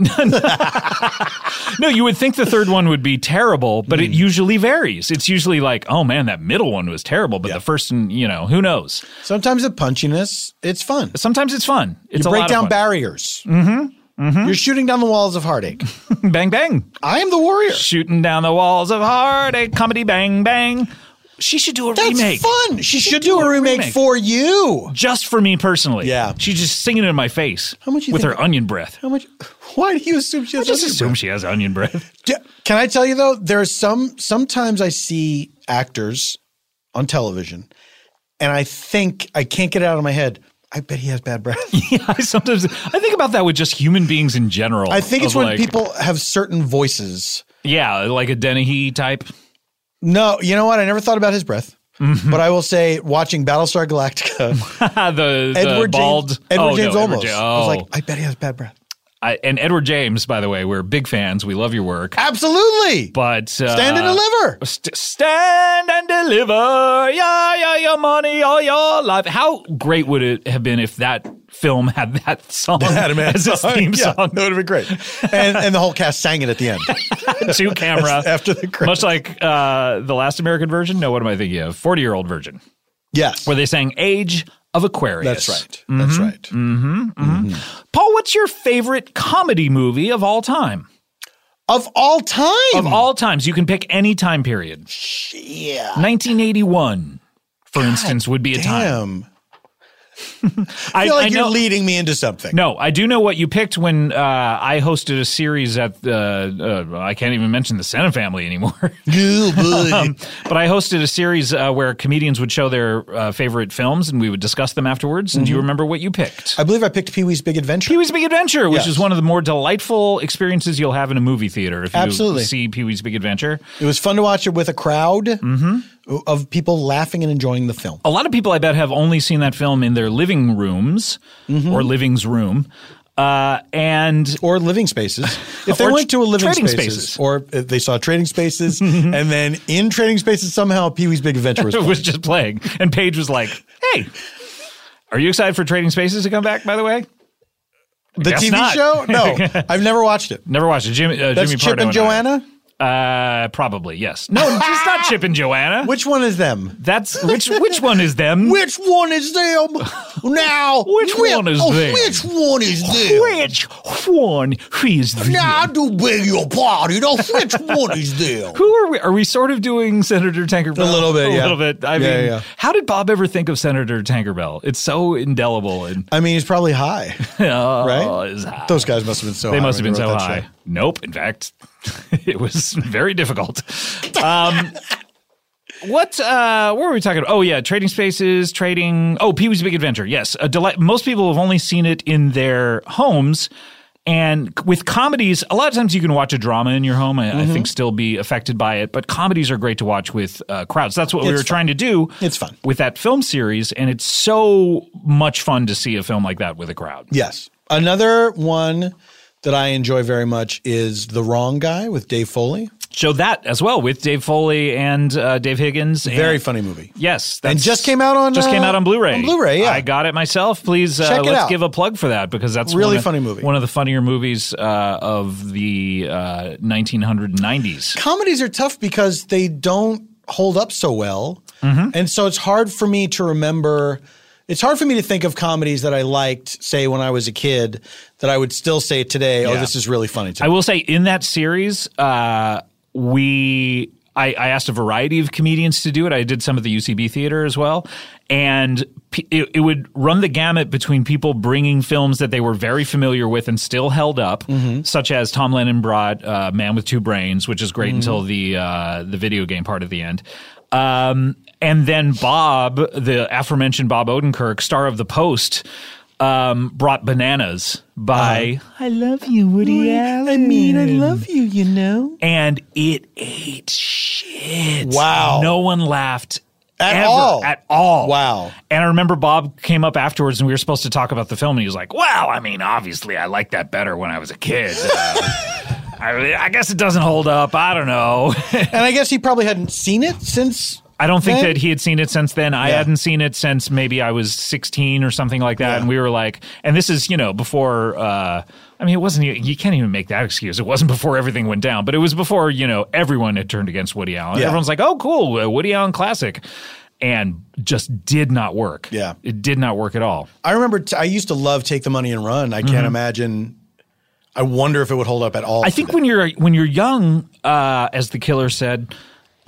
Speaker 1: No, you would think the third one would be terrible, but
Speaker 4: Hmm.
Speaker 1: it usually varies. It's usually like, oh man, that middle one was terrible, but the first one, you know, who knows?
Speaker 4: Sometimes the punchiness, it's fun.
Speaker 1: Sometimes it's fun. It's
Speaker 4: You
Speaker 1: a
Speaker 4: break
Speaker 1: lot
Speaker 4: down
Speaker 1: of fun. Mm-hmm.
Speaker 4: barriers. You're shooting down the walls of heartache.
Speaker 1: Hmm? bang bang,
Speaker 4: I am the warrior.
Speaker 1: shooting down the walls of heartache. Comedy bang bang. She should do a
Speaker 4: That's
Speaker 1: remake
Speaker 4: fun. She should do a remake,
Speaker 1: remake.
Speaker 4: for you.
Speaker 1: just for me personally.
Speaker 4: Yeah.
Speaker 1: she's just singing it in my face How
Speaker 4: much you
Speaker 1: with
Speaker 4: think-
Speaker 1: her onion breath.
Speaker 4: How much? Why do you assume she has
Speaker 1: Mm-hmm. Just
Speaker 4: onion
Speaker 1: assume she has onion breath.
Speaker 4: Yeah, Can I tell you though? There's some. Sometimes I see actors on television, and I think I can't get it out of my head. I bet he has bad breath.
Speaker 1: I sometimes I think about that with just human beings in general.
Speaker 4: I think it's
Speaker 1: of
Speaker 4: when
Speaker 1: like-
Speaker 4: people have certain voices.
Speaker 1: yeah, like a Dennehy type.
Speaker 4: No, you know what? I never thought about his breath.
Speaker 1: Mm-hmm.
Speaker 4: But I will say, watching Battlestar Galactica,
Speaker 1: the, the
Speaker 4: Edward
Speaker 1: bald
Speaker 4: James, Edward
Speaker 1: oh,
Speaker 4: James
Speaker 1: no,
Speaker 4: almost.
Speaker 1: Edward, Ja-
Speaker 4: I was like,
Speaker 1: oh.
Speaker 4: I bet he has bad breath.
Speaker 1: I, and Edward James, by the way, we're big fans. We love your work,
Speaker 4: Absolutely.
Speaker 1: but uh,
Speaker 4: Stand and deliver.
Speaker 1: St- stand and deliver. Yeah, yeah, your money, all your life. How great would it have been if that film had that song as its theme
Speaker 4: Yeah,
Speaker 1: song?
Speaker 4: that would have been great. And, and the whole cast sang it at the end.
Speaker 1: to camera
Speaker 4: After the credits.
Speaker 1: much like uh, the last American version. No, what am I thinking of? Forty-year-old version,
Speaker 4: Yes.
Speaker 1: where they sang "Age of Aquarius."
Speaker 4: That's right.
Speaker 1: Mm-hmm.
Speaker 4: That's right. Mm-hmm.
Speaker 1: Paul, what's your favorite comedy movie of all time?
Speaker 4: Of all time.
Speaker 1: Of all times, you can pick any time period.
Speaker 4: yeah.
Speaker 1: 1981, for instance, would be a time.
Speaker 4: Damn. I feel like you're
Speaker 1: know,
Speaker 4: leading me into something.
Speaker 1: No, I do know what you picked when uh, I hosted a series at the. Uh, I can't even mention the Senna family anymore. Um,
Speaker 4: Ooh, boy.
Speaker 1: but I hosted a series uh, where comedians would show their uh, favorite films and we would discuss them afterwards. And do you remember what you picked?
Speaker 4: Mm-hmm. I believe I picked Pee Wee's Big Adventure.
Speaker 1: Pee Wee's Big Adventure, which
Speaker 4: Yes.
Speaker 1: is one of the more delightful experiences you'll have in a movie theater. If you
Speaker 4: Absolutely.
Speaker 1: see Pee Wee's Big Adventure,
Speaker 4: It was fun to watch it with a crowd
Speaker 1: Mm-hmm.
Speaker 4: of people laughing and enjoying the film.
Speaker 1: a lot of people I bet have only seen that film in their living rooms or living's room. Uh, and
Speaker 4: Mm-hmm. Or living spaces. If they
Speaker 1: Or
Speaker 4: went to a living
Speaker 1: trading
Speaker 4: spaces,
Speaker 1: spaces.
Speaker 4: or if they saw trading spaces, and then in trading spaces somehow Pee Wee's Big Adventure was.
Speaker 1: It
Speaker 4: playing.
Speaker 1: was just playing. And Paige was like, hey, are you excited for Trading Spaces to come back, by the way?
Speaker 4: the
Speaker 1: guess
Speaker 4: TV
Speaker 1: not.
Speaker 4: show? No, I've never watched it.
Speaker 1: Never watched it. Jimmy, uh,
Speaker 4: That's
Speaker 1: Jimmy
Speaker 4: Chip
Speaker 1: Pardo
Speaker 4: and Joanna.
Speaker 1: I. Uh, probably, yes. No, it's not Chip and Joanna.
Speaker 4: Which one is them?
Speaker 1: That's which which one is them?
Speaker 4: Which one is them? Now,
Speaker 1: Which one is them?
Speaker 4: Which one is them?
Speaker 1: Which one is them?
Speaker 4: Now, I do beg your pardon. Oh, which one is them?
Speaker 1: Who are we? Are we sort of doing Senator Tankerbell?
Speaker 4: A little bit,
Speaker 1: A
Speaker 4: yeah.
Speaker 1: little bit. I
Speaker 4: Yeah,
Speaker 1: mean,
Speaker 4: yeah.
Speaker 1: how did Bob ever think of Senator Tankerbell? It's so indelible and
Speaker 4: I mean, he's probably high,
Speaker 1: uh,
Speaker 4: right?
Speaker 1: it's high.
Speaker 4: Those guys must have been so.
Speaker 1: They
Speaker 4: high
Speaker 1: must have
Speaker 4: when
Speaker 1: been so
Speaker 4: wrote that
Speaker 1: high.
Speaker 4: show.
Speaker 1: Nope. In fact, it was very difficult. Um, what uh, what were we talking about? Oh yeah, trading spaces, trading. Oh, Pee Wee's Big Adventure. Yes, a delight. Most people have only seen it in their homes. And with comedies, a lot of times you can watch a drama in your home. I, I
Speaker 4: Mm-hmm.
Speaker 1: think still be affected by it, but comedies are great to watch with uh, crowds. That's what we
Speaker 4: It's
Speaker 1: were
Speaker 4: fun.
Speaker 1: trying to do.
Speaker 4: It's fun.
Speaker 1: with that film series, and it's so much fun to see a film like that with a crowd.
Speaker 4: Yes. Another one that I enjoy very much is The Wrong Guy with Dave Foley.
Speaker 1: So that as well with Dave Foley and uh, Dave Higgins. and-
Speaker 4: Very funny movie.
Speaker 1: Yes,
Speaker 4: And
Speaker 1: that's-
Speaker 4: just came out on,
Speaker 1: just
Speaker 4: uh,
Speaker 1: came out on Blu-ray.
Speaker 4: on Blu-ray, yeah.
Speaker 1: I got it myself. Please uh,
Speaker 4: Check it
Speaker 1: let's
Speaker 4: out.
Speaker 1: give a plug for that because that's
Speaker 4: Really
Speaker 1: one of-
Speaker 4: funny movie.
Speaker 1: One of the funnier movies uh, of the uh, 1990s.
Speaker 4: Comedies are tough because they don't hold up so well,
Speaker 1: Mm-hmm.
Speaker 4: and so it's hard for me to remember. It's hard for me to think of comedies that I liked, say when I was a kid, that I would still say today, "Oh,
Speaker 1: Yeah.
Speaker 4: this is really funny." Today.
Speaker 1: I will say in that series, uh, we I, I asked a variety of comedians to do it. I did some at the UCB theater as well, and p- it, it would run the gamut between people bringing films that they were very familiar with and still held up, such as Tom Lennon brought uh, Man with Two Brains, which is great until the uh, the video game part at the end. Um, and then Bob, the aforementioned Bob Odenkirk, star of The Post, um, brought Bananas by I Love You, Woody Allen.
Speaker 4: I mean, I love you, you know?
Speaker 1: and it ate shit.
Speaker 4: Wow.
Speaker 1: No one laughed
Speaker 4: At
Speaker 1: ever,
Speaker 4: all.
Speaker 1: At all.
Speaker 4: Wow.
Speaker 1: And I remember Bob came up afterwards and we were supposed to talk about the film and he was like, "Wow, I mean, obviously I liked that better when I was a kid." Uh, I, mean, I guess it doesn't hold up. I don't know.
Speaker 4: And I guess he probably hadn't seen it since.
Speaker 1: I don't think
Speaker 4: Then-
Speaker 1: that he had seen it since then. I
Speaker 4: Yeah.
Speaker 1: hadn't seen it since maybe I was 16 or something like that.
Speaker 4: Yeah.
Speaker 1: And we were like, and this is, you know, before, uh, I mean, it wasn't, e- you can't even make that excuse. It wasn't before everything went down, but it was before, you know, everyone had turned against Woody Allen.
Speaker 4: Yeah.
Speaker 1: Everyone's like, oh, cool, uh, Woody Allen classic. And just did not work.
Speaker 4: Yeah.
Speaker 1: It did not work at all.
Speaker 4: I remember t- I used to love Take the Money and Run. I can't imagine. I wonder if it would hold up at all.
Speaker 1: Mm-hmm. I think when you're when you're young, uh, as the killer said,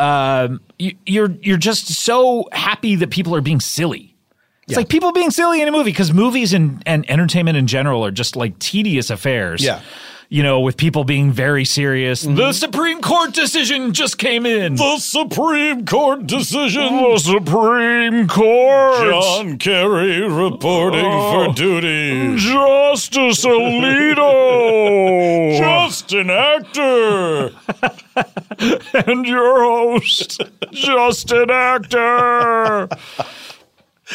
Speaker 1: um, you, you're you're just so happy that people are being silly. It's
Speaker 4: Yeah.
Speaker 1: like people being silly in a movie because movies and, and entertainment in general are just like tedious affairs.
Speaker 4: Yeah. Mm-hmm.
Speaker 1: You know, with people being very serious. The Supreme Court decision just came in.
Speaker 3: The Supreme Court decision.
Speaker 1: Supreme Court.
Speaker 3: John Kerry reporting
Speaker 1: Oh.
Speaker 3: for duty.
Speaker 1: Justice Alito.
Speaker 3: Just an actor.
Speaker 1: and your host, Justin Actor.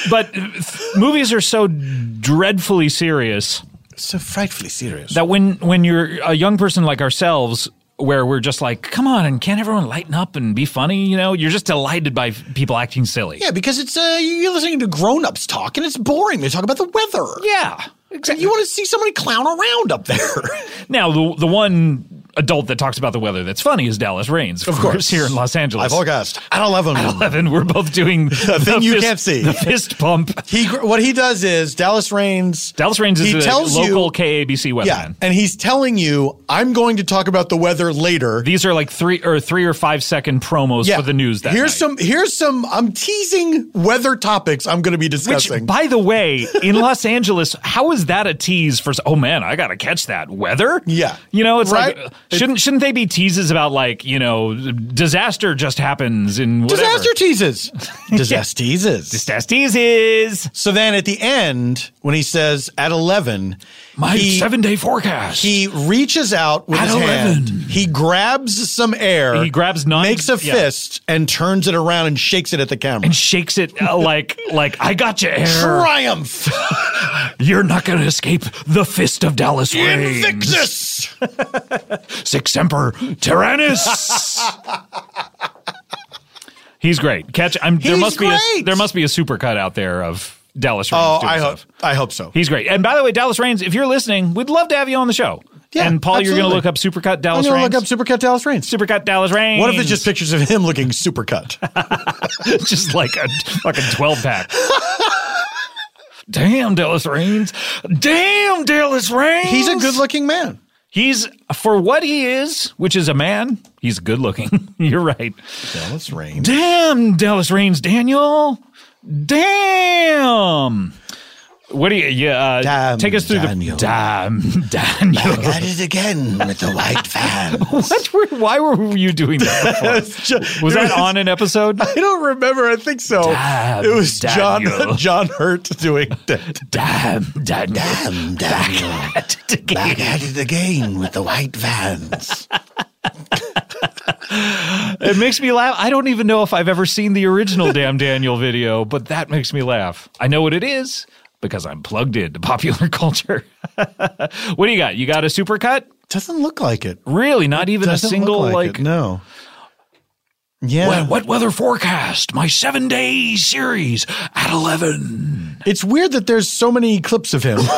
Speaker 1: But th- movies are so dreadfully serious
Speaker 4: so frightfully serious.
Speaker 1: that when when you're a young person like ourselves, where we're just like, come on, and can't everyone lighten up and be funny? You know, you're just delighted by f- people acting silly.
Speaker 4: yeah, because it's uh, you're listening to grown ups talk and it's boring. They talk about the weather.
Speaker 1: Yeah.
Speaker 4: And you want to see somebody clown around up there.
Speaker 1: Now the the one adult that talks about the weather that's funny is Dallas Raines, of, here in Los Angeles. Uh,
Speaker 4: I forecast. I don't love him.
Speaker 1: Eleven, we're both doing the
Speaker 4: thing you can't see.
Speaker 1: the fist pump.
Speaker 4: He gr- what he does is Dallas Reigns.
Speaker 1: Dallas Raines is
Speaker 4: He
Speaker 1: a
Speaker 4: tells you-
Speaker 1: local KABC weatherman.
Speaker 4: yeah, and he's telling you, I'm going to talk about the weather later.
Speaker 1: These are like three or three or five second promos for the news that
Speaker 4: here's
Speaker 1: night.
Speaker 4: some. Here's some. I'm teasing weather topics. I'm going to be discussing.
Speaker 1: Which, by the way, in Los Angeles, how is that a tease for? s- Oh man, I gotta catch that weather.
Speaker 4: Yeah.
Speaker 1: you know, it's
Speaker 4: Right?
Speaker 1: like uh, shouldn't shouldn't they be teases about like you know disaster just happens in whatever.
Speaker 4: Disaster teases. Disaster teases.
Speaker 1: Disaster teases.
Speaker 4: So then at the end, when he says at 11,
Speaker 1: My
Speaker 4: he,
Speaker 1: seven day forecast.
Speaker 4: he reaches out with
Speaker 1: At
Speaker 4: his
Speaker 1: 11.
Speaker 4: hand. He grabs some air.
Speaker 1: He grabs nine-
Speaker 4: Makes a
Speaker 1: yeah.
Speaker 4: fist and turns it around and shakes it at the camera.
Speaker 1: and shakes it uh, like like I got you, air.
Speaker 4: Triumph.
Speaker 1: You're not gonna escape the fist of Dallas Raines.
Speaker 4: Invictus.
Speaker 1: Six Emperor Tyrannus. He's great. Catch. I'm, there
Speaker 4: He's
Speaker 1: must be a,
Speaker 4: great.
Speaker 1: there must be a super cut out there of Dallas Reigns.
Speaker 4: Oh,
Speaker 1: doing
Speaker 4: I hope.
Speaker 1: stuff.
Speaker 4: I hope so.
Speaker 1: He's great. And by the way, Dallas Reigns, if you're listening, we'd love to have you on the show.
Speaker 4: Yeah,
Speaker 1: and Paul, you're
Speaker 4: absolutely.
Speaker 1: going to look up Supercut
Speaker 4: I'm
Speaker 1: Dallas
Speaker 4: gonna
Speaker 1: Reigns.
Speaker 4: look up Supercut Dallas Reigns.
Speaker 1: Supercut Dallas Reigns.
Speaker 4: What if it's just pictures of him looking supercut?
Speaker 1: just like a like a 12 pack? Damn Dallas Reigns. Damn Dallas Reigns.
Speaker 4: He's a good-looking man.
Speaker 1: He's for what he is, which is a man. He's good looking. you're right.
Speaker 4: Dallas Reigns.
Speaker 1: Damn, Dallas Reigns, Daniel. Damn. What do you? Yeah, uh,
Speaker 4: Damn,
Speaker 1: take us through
Speaker 4: Daniel.
Speaker 1: the damn Daniel.
Speaker 4: At it again with the white van.
Speaker 1: What were, why were you doing that? before? Was that on an episode?
Speaker 4: I don't remember. I think so.
Speaker 1: Damn,
Speaker 4: it was
Speaker 1: Daniel.
Speaker 4: John John Hurt doing that.
Speaker 1: Damn, Daniel.
Speaker 4: Damn, Daniel. Back at it again with the white vans.
Speaker 1: It makes me laugh. I don't even know if I've ever seen the original Damn Daniel video, but that makes me laugh. I know what it is because I'm plugged into popular culture. what do you got? You got a supercut?
Speaker 4: Doesn't look like it.
Speaker 1: Really? Not even a
Speaker 4: Doesn't
Speaker 1: single
Speaker 4: look like,
Speaker 1: like
Speaker 4: it. No. Yeah,
Speaker 1: Wet, wet weather forecast, my seven day series at 11.
Speaker 4: it's weird that there's so many clips of him.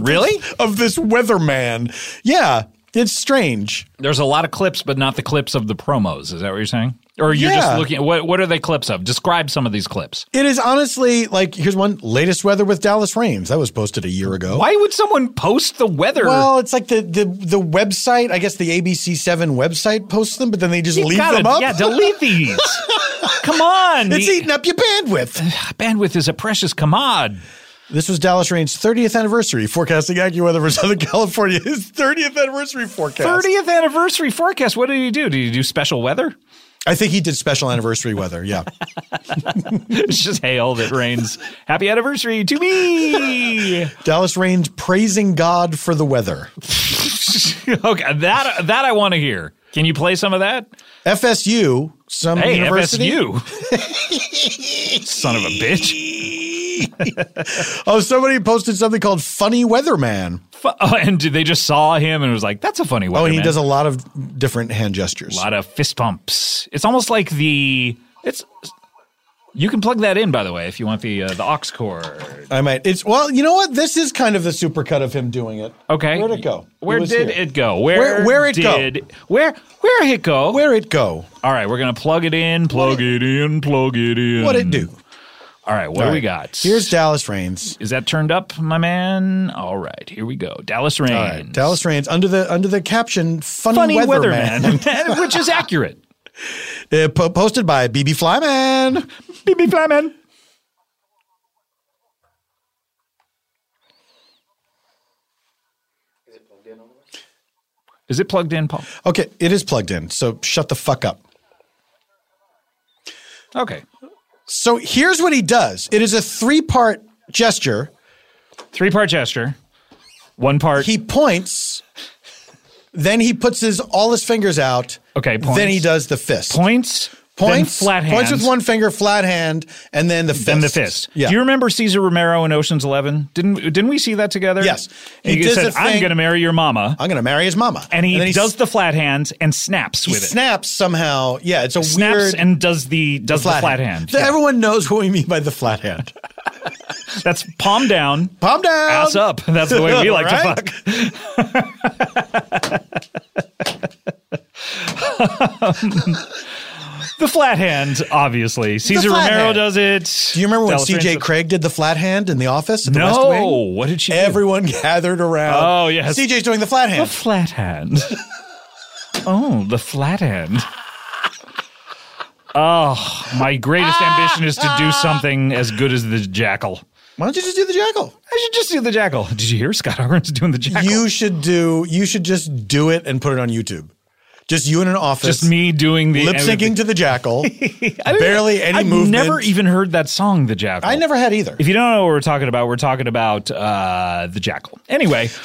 Speaker 1: Really?
Speaker 4: of this weatherman. Yeah, it's strange.
Speaker 1: There's a lot of clips, but not the clips of the promos. Is that what you're saying? Or you're just
Speaker 4: Yeah.
Speaker 1: looking what, what are they clips of? Describe some of these clips.
Speaker 4: It is honestly like here's one latest weather with Dallas Rains that was posted a year ago.
Speaker 1: Why would someone post the weather?
Speaker 4: Well, it's like the, the the website. I guess the ABC Seven website posts them, but then they just
Speaker 1: You
Speaker 4: leave
Speaker 1: gotta-
Speaker 4: them up.
Speaker 1: Yeah, delete these. Come on.
Speaker 4: it's
Speaker 1: the-
Speaker 4: eating up your bandwidth.
Speaker 1: bandwidth is a precious commod.
Speaker 4: This was Dallas Rain's 30th anniversary forecasting AccuWeather for Southern California. His 30th anniversary forecast.
Speaker 1: 30th anniversary forecast. What did he do? Did he do special weather?
Speaker 4: I think he did special anniversary weather. Yeah.
Speaker 1: It's just hail that rains. Happy anniversary to me.
Speaker 4: Dallas Rains praising God for the weather.
Speaker 1: okay, that that I want to hear. Can you play some of that?
Speaker 4: FSU, some
Speaker 1: Hey,
Speaker 4: university.
Speaker 1: FSU. Son of a bitch.
Speaker 4: Oh, somebody posted something called Funny Weatherman.
Speaker 1: Fu- Oh, and they just saw him and was like, "That's a funny one."
Speaker 4: Oh, and he does a lot of different hand gestures.
Speaker 1: a lot of fist pumps. It's almost like the it's. You can plug that in, by the way, if you want the uh, the aux cord.
Speaker 4: I might. It's well, you know what? This is kind of the supercut of him doing it.
Speaker 1: Okay,
Speaker 4: Where'd it go?
Speaker 1: Where
Speaker 4: was
Speaker 1: did
Speaker 4: here.
Speaker 1: it go? Where
Speaker 4: Where- where it go?
Speaker 1: did, Where where it go?
Speaker 4: Where it go?
Speaker 1: All right, we're gonna plug it in. Plug it, in. Plug it in.
Speaker 4: What it do?
Speaker 1: All right, what do
Speaker 4: All
Speaker 1: we
Speaker 4: right.
Speaker 1: got?
Speaker 4: Here's Dallas Rains.
Speaker 1: Is that turned up, my man? All right, here we go. Dallas Rain.
Speaker 4: All right, Dallas Rains under the under the caption "Funny,
Speaker 1: Funny
Speaker 4: Weatherman,"
Speaker 1: weatherman, which is accurate.
Speaker 4: Uh, po- posted by BB Flyman.
Speaker 1: BB Flyman. Is it plugged in, Paul?
Speaker 4: Okay, it is plugged in, so shut the fuck up.
Speaker 1: Okay.
Speaker 4: So here's what he does. It is a three part gesture.
Speaker 1: Three part gesture. One part.
Speaker 4: He points, then he puts his all his fingers out.
Speaker 1: Okay, points.
Speaker 4: Then he does the fist.
Speaker 1: points. then
Speaker 4: points,
Speaker 1: flat hands.
Speaker 4: points with one finger, flat hand, and then the fist.
Speaker 1: Then the fist.
Speaker 4: Yeah.
Speaker 1: Do you remember Caesar Romero in Ocean's Eleven? Didn't didn't we see that together?
Speaker 4: Yes.
Speaker 1: He,
Speaker 4: He does
Speaker 1: said,
Speaker 4: the
Speaker 1: "I'm
Speaker 4: thing-
Speaker 1: going to marry your mama,"
Speaker 4: I'm gonna marry his mama.
Speaker 1: and he
Speaker 4: then
Speaker 1: does
Speaker 4: s-
Speaker 1: the flat hands and snaps
Speaker 4: he
Speaker 1: with it.
Speaker 4: snaps somehow. Yeah, it's a
Speaker 1: snaps
Speaker 4: weird
Speaker 1: and does the does the flat hand.
Speaker 4: So Everyone knows what we mean by the flat hand.
Speaker 1: That's palm down,
Speaker 4: Palm down.
Speaker 1: ass up. That's the way we like
Speaker 4: Right?
Speaker 1: to fuck. the flat hand, obviously. Caesar
Speaker 4: flat
Speaker 1: Romero
Speaker 4: hand.
Speaker 1: does it.
Speaker 4: Do you remember when
Speaker 1: Dallas
Speaker 4: C.J.
Speaker 1: Raines-
Speaker 4: Craig did the flat hand in the office at the West
Speaker 1: No,
Speaker 4: Wing?
Speaker 1: what did she do?
Speaker 4: Everyone gathered around.
Speaker 1: Oh, yes.
Speaker 4: CJ's doing the flat
Speaker 1: The
Speaker 4: hand.
Speaker 1: flat hand. oh, the flat hand. Oh, my greatest ambition is to do something as good as the jackal.
Speaker 4: Why don't you just do the jackal?
Speaker 1: I should just do the jackal. Did you hear Scott Arons doing the jackal?
Speaker 4: You should do. You should just do it and put it on YouTube. Just you in an office.
Speaker 1: just me doing the
Speaker 4: Lip syncing to the jackal.
Speaker 1: I don't-
Speaker 4: barely any
Speaker 1: I've
Speaker 4: movement.
Speaker 1: never e- even heard that song, the jackal.
Speaker 4: I never had either.
Speaker 1: If you don't know what we're talking about, we're talking about uh, the jackal. Anyway,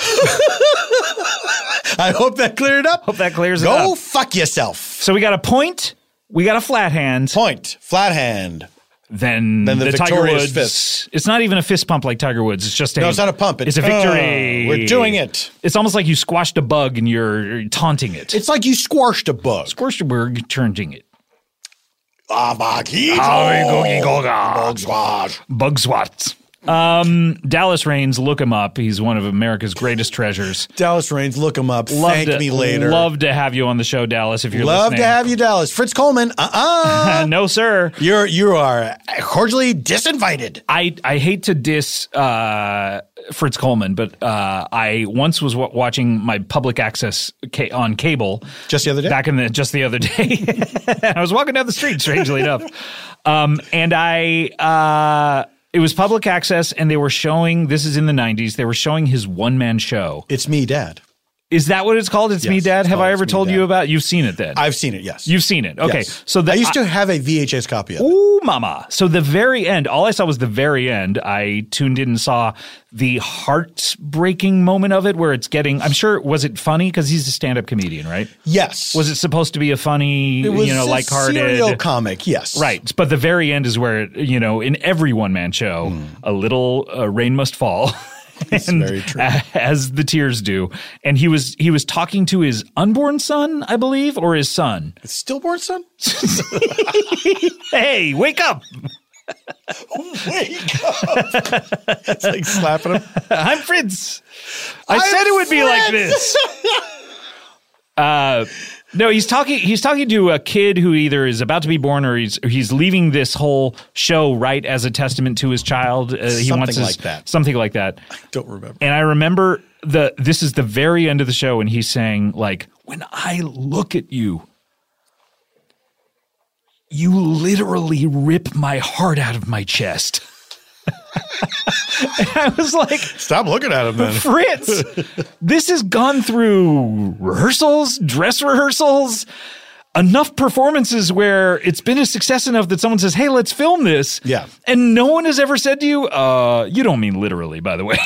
Speaker 4: I hope that cleared it up.
Speaker 1: hope that clears it
Speaker 4: Go
Speaker 1: up.
Speaker 4: fuck yourself.
Speaker 1: So we got a point, we got a flat hand,
Speaker 4: Point. Flat hand.
Speaker 1: then,
Speaker 4: Then the
Speaker 1: Tiger
Speaker 4: victorious
Speaker 1: Woods.
Speaker 4: fist.
Speaker 1: It's not even a fist pump like Tiger Woods. It's just a.
Speaker 4: No, it's not a pump.
Speaker 1: It's,
Speaker 4: It's,
Speaker 1: a victory.
Speaker 4: "Oh, we're doing it."
Speaker 1: It's almost like you squashed a bug and you're taunting it.
Speaker 4: It's like you squashed a bug.
Speaker 1: squashed a bug, turnting it.
Speaker 4: Bug squash.
Speaker 1: Bug swat. Um, Dallas Rains, look him up. He's one of America's greatest treasures.
Speaker 4: Dallas Rains, look him up.
Speaker 1: Love
Speaker 4: Thank
Speaker 1: to,
Speaker 4: me later.
Speaker 1: Love to have you on the show, Dallas. If you're
Speaker 4: Love
Speaker 1: listening.
Speaker 4: to have you, Dallas. Fritz Coleman. Uh uh-uh.
Speaker 1: Uh, no, sir.
Speaker 4: You're you are cordially disinvited.
Speaker 1: I, I hate to diss uh, Fritz Coleman, but uh, I once was w- watching my public access ca- on cable
Speaker 4: Just the other day.
Speaker 1: back in the just the other day. I was walking down the street, strangely enough, um, and I uh, it was public access, and they were showing this is in the '90s. They were showing his one man show.
Speaker 4: It's me, Dad.
Speaker 1: Is that what it's called? It's me,
Speaker 4: Yes,
Speaker 1: Dad.
Speaker 4: it's
Speaker 1: Have
Speaker 4: called
Speaker 1: I
Speaker 4: It's
Speaker 1: ever
Speaker 4: Me,
Speaker 1: told
Speaker 4: Dad.
Speaker 1: you about? You've seen it then.
Speaker 4: I've seen it. Yes.
Speaker 1: You've seen it. Okay,
Speaker 4: Yes.
Speaker 1: so the,
Speaker 4: I used to have a VHS copy of it.
Speaker 1: Ooh, mama. So the very end, all I saw was the very end. I tuned in and saw the heartbreaking moment of it where it's getting, I'm sure, was it funny? Because he's a stand up comedian, right?
Speaker 4: Yes.
Speaker 1: Was it supposed to be a funny,
Speaker 4: It was
Speaker 1: you
Speaker 4: a
Speaker 1: know, like
Speaker 4: serial
Speaker 1: hearted?
Speaker 4: comic. Yes.
Speaker 1: Right, but the very end is where it, you know, in every one man show, a little uh, rain must fall,
Speaker 4: It's
Speaker 1: and
Speaker 4: Hmm. very true.
Speaker 1: a- as the tears do. And he was he was talking to his unborn son, I believe, or his son.
Speaker 4: Stillborn son.
Speaker 1: Hey, wake up!
Speaker 4: Wake up! it's like slapping him.
Speaker 1: I'm Fritz. I
Speaker 4: I'm
Speaker 1: said it would be like
Speaker 4: Fritz.
Speaker 1: this. Uh, no, he's talking. He's talking to a kid who either is about to be born or he's he's leaving this whole show right as a testament to his child. Uh, he
Speaker 4: Something
Speaker 1: wants his,
Speaker 4: like that.
Speaker 1: Something like that.
Speaker 4: Don't remember.
Speaker 1: And I remember the this is the very end of the show, and he's saying like, "When I look at you, you literally rip my heart out of my chest." and I was like,
Speaker 4: Stop looking at him then.
Speaker 1: Fritz, this has gone through rehearsals, dress rehearsals. enough performances where it's been a success enough that someone says, "Hey, let's film this."
Speaker 4: Yeah.
Speaker 1: And no one has ever said to you, "Uh, you don't mean literally, by the way."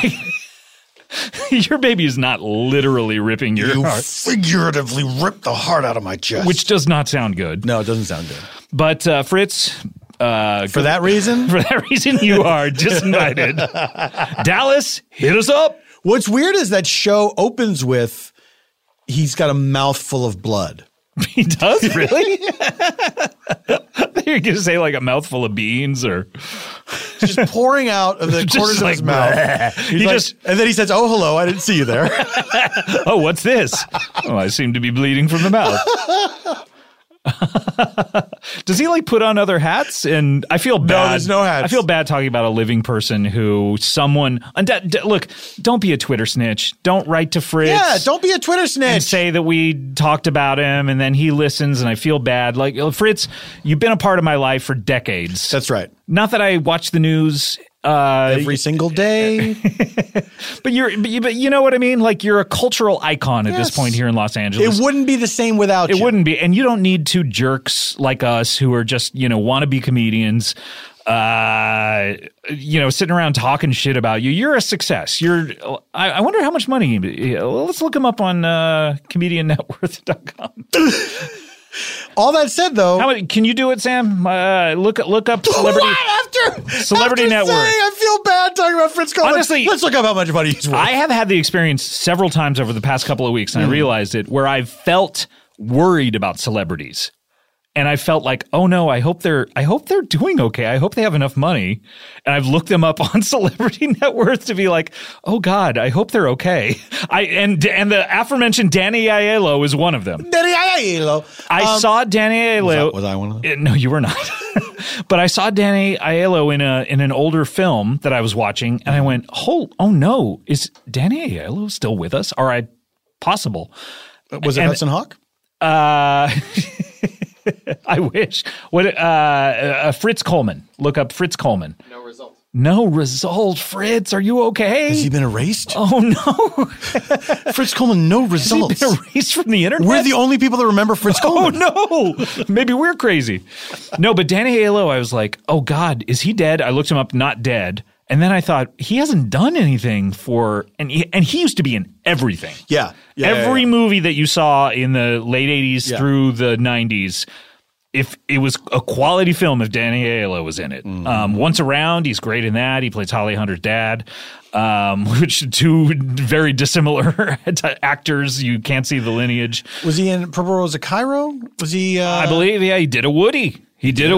Speaker 1: your baby is not literally ripping your
Speaker 4: You
Speaker 1: heart,
Speaker 4: figuratively ripped the heart out of my chest.
Speaker 1: which does not sound good.
Speaker 4: no, it doesn't sound good.
Speaker 1: But uh, Fritz, uh,
Speaker 4: For that reason,
Speaker 1: for that reason, you are disinvited. Dallas, hit us up.
Speaker 4: what's weird is that show opens with he's got a mouthful of blood.
Speaker 1: He does really. You're gonna say like a mouthful of beans, or
Speaker 4: It's just pouring out of the
Speaker 1: Just
Speaker 4: corners
Speaker 1: like,
Speaker 4: of his mouth. He's
Speaker 1: he
Speaker 4: like-
Speaker 1: just
Speaker 4: and then he says, "Oh, hello, I didn't see you there."
Speaker 1: oh, what's this? Oh, I seem to be bleeding from the mouth. Does he like put on other hats? And I feel bad.
Speaker 4: there's no hats.
Speaker 1: I feel bad talking about a living person who someone. and that- d- look, don't be a Twitter snitch. Don't write to Fritz.
Speaker 4: yeah, don't be a Twitter
Speaker 1: and
Speaker 4: snitch.
Speaker 1: say that we talked about him, and then he listens, and I feel bad. Like uh, Fritz, you've been a part of my life for decades.
Speaker 4: That's right.
Speaker 1: Not that I watch the news. Uh,
Speaker 4: Every single day.
Speaker 1: but you're, but you, but you know what I mean. Like you're a cultural icon at
Speaker 4: Yes.
Speaker 1: this point here in Los
Speaker 4: It
Speaker 1: Angeles.
Speaker 4: wouldn't be the same without
Speaker 1: It
Speaker 4: you.
Speaker 1: wouldn't be. And you don't need two jerks like us who are just, you know, wannabe comedians, uh, you know, sitting around talking shit about you. You're a success. You're, I, I wonder how much money. he- Let's look him up on uh, comediannetworth.com.
Speaker 4: All that said, though,
Speaker 1: How much, can you do it, Sam? Uh, look, look up celebrity.
Speaker 4: What? After
Speaker 1: Celebrity
Speaker 4: after
Speaker 1: net worth.
Speaker 4: saying I feel bad talking about Fritz Coleman.
Speaker 1: Honestly-
Speaker 4: let's look up how much money he's worth. Hmm.
Speaker 1: I have had the experience several times over the past couple of weeks, and I realized it where I've felt worried about celebrities, and I felt like, oh no, I hope they're, I hope they're doing okay. I hope they have enough money, and I've looked them up on Celebrity Net Worth to be like, oh god, I hope they're okay. I and and the aforementioned Danny Aiello is one of them.
Speaker 4: Danny Aiello.
Speaker 1: I
Speaker 4: Um,
Speaker 1: saw Danny Aiello.
Speaker 4: that- was I one of them?
Speaker 1: Uh, No, you were not. but I saw Danny Aiello in a in an older film that I was watching, and I
Speaker 4: Mm-hmm.
Speaker 1: went, "Oh, oh no! Is Danny Aiello still with us? Are I possible?"
Speaker 4: was it
Speaker 1: and-
Speaker 4: Hudson Hawk?
Speaker 1: Uh, I wish. What? Uh, uh, Fritz Coleman. Look up Fritz Coleman. No result. No result. Fritz, are you okay?
Speaker 4: Has he been erased?
Speaker 1: oh no!
Speaker 4: Fritz Coleman, no
Speaker 1: He's
Speaker 4: results.
Speaker 1: been erased from the internet.
Speaker 4: We're the only people that remember Fritz
Speaker 1: Oh
Speaker 4: Coleman.
Speaker 1: no! Maybe we're crazy. No, but Danny Aiello, I was like, oh god, is he dead? I looked him up, not dead. And then I thought he hasn't done anything for, and he, and he used to be in everything.
Speaker 4: Yeah. Yeah, yeah,
Speaker 1: every
Speaker 4: yeah.
Speaker 1: movie that you saw in the late '80s
Speaker 4: Yeah.
Speaker 1: through the '90s, if it was a quality film, if Danny Aiello was in it.
Speaker 4: Mm-hmm.
Speaker 1: Um, Once around, he's great in that. He plays Holly Hunter's dad, um, which two very dissimilar actors. You can't see the lineage.
Speaker 4: Was he in Purple Rose of Cairo? Was he? Uh,
Speaker 1: I believe, yeah, he did a Woody. He did a
Speaker 4: a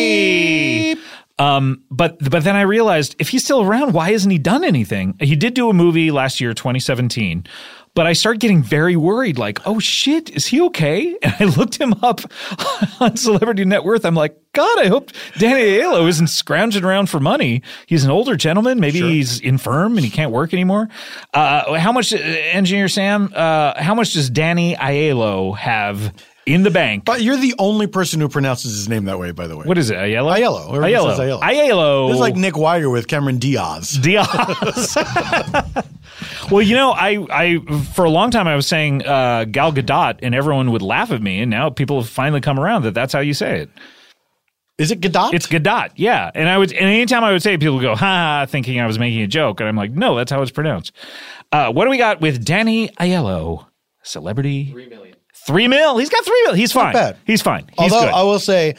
Speaker 1: Woody. Um, but but then I realized if he's still around, why hasn't he done anything? He did do a movie last year, 2017. But I started getting very worried, like, oh shit, is he okay? And I looked him up on Celebrity Net Worth. I'm like, God, I hope Danny Aiello isn't scrounging around for money. He's an older gentleman. Maybe he's infirm and he can't work anymore. Uh, how much, uh, Engineer Sam, uh, how much does Danny Aiello have in the bank?
Speaker 4: But you're the only person who pronounces his name that way. By the way,
Speaker 1: What is it? Aiello?
Speaker 4: Aiello. Everyone
Speaker 1: Aiello.
Speaker 4: says Aiello.
Speaker 1: Aiello.
Speaker 4: This is like Nick Wire with Cameron Diaz.
Speaker 1: Diaz. well, you know, I, I for a long time I was saying uh, Gal Gadot, and everyone would laugh at me, and now people have finally come around that that's how you say it.
Speaker 4: Is it Gadot?
Speaker 1: It's Gadot, yeah. And I would, and anytime I would say, it, people would go, "Ha," ha," thinking I was making a joke, and I'm like, no, that's how it's pronounced. Uh, what do we got with Danny Aiello, celebrity? Three million. Three mil. He's got three mil. He's fine.
Speaker 4: bad.
Speaker 1: He's fine. He's
Speaker 4: Although
Speaker 1: good.
Speaker 4: I will say,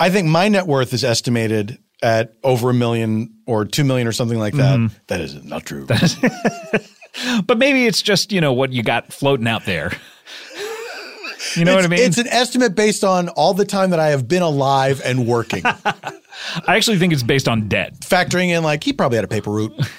Speaker 4: I think my net worth is estimated at over a million or two million or something like that.
Speaker 1: Mm-hmm.
Speaker 4: That is not true.
Speaker 1: but maybe it's just you know what you got floating out there. You know what I mean?
Speaker 4: It's an estimate based on all the time that I have been alive and working,
Speaker 1: I actually think it's based on debt.
Speaker 4: factoring in like he probably had a paper route.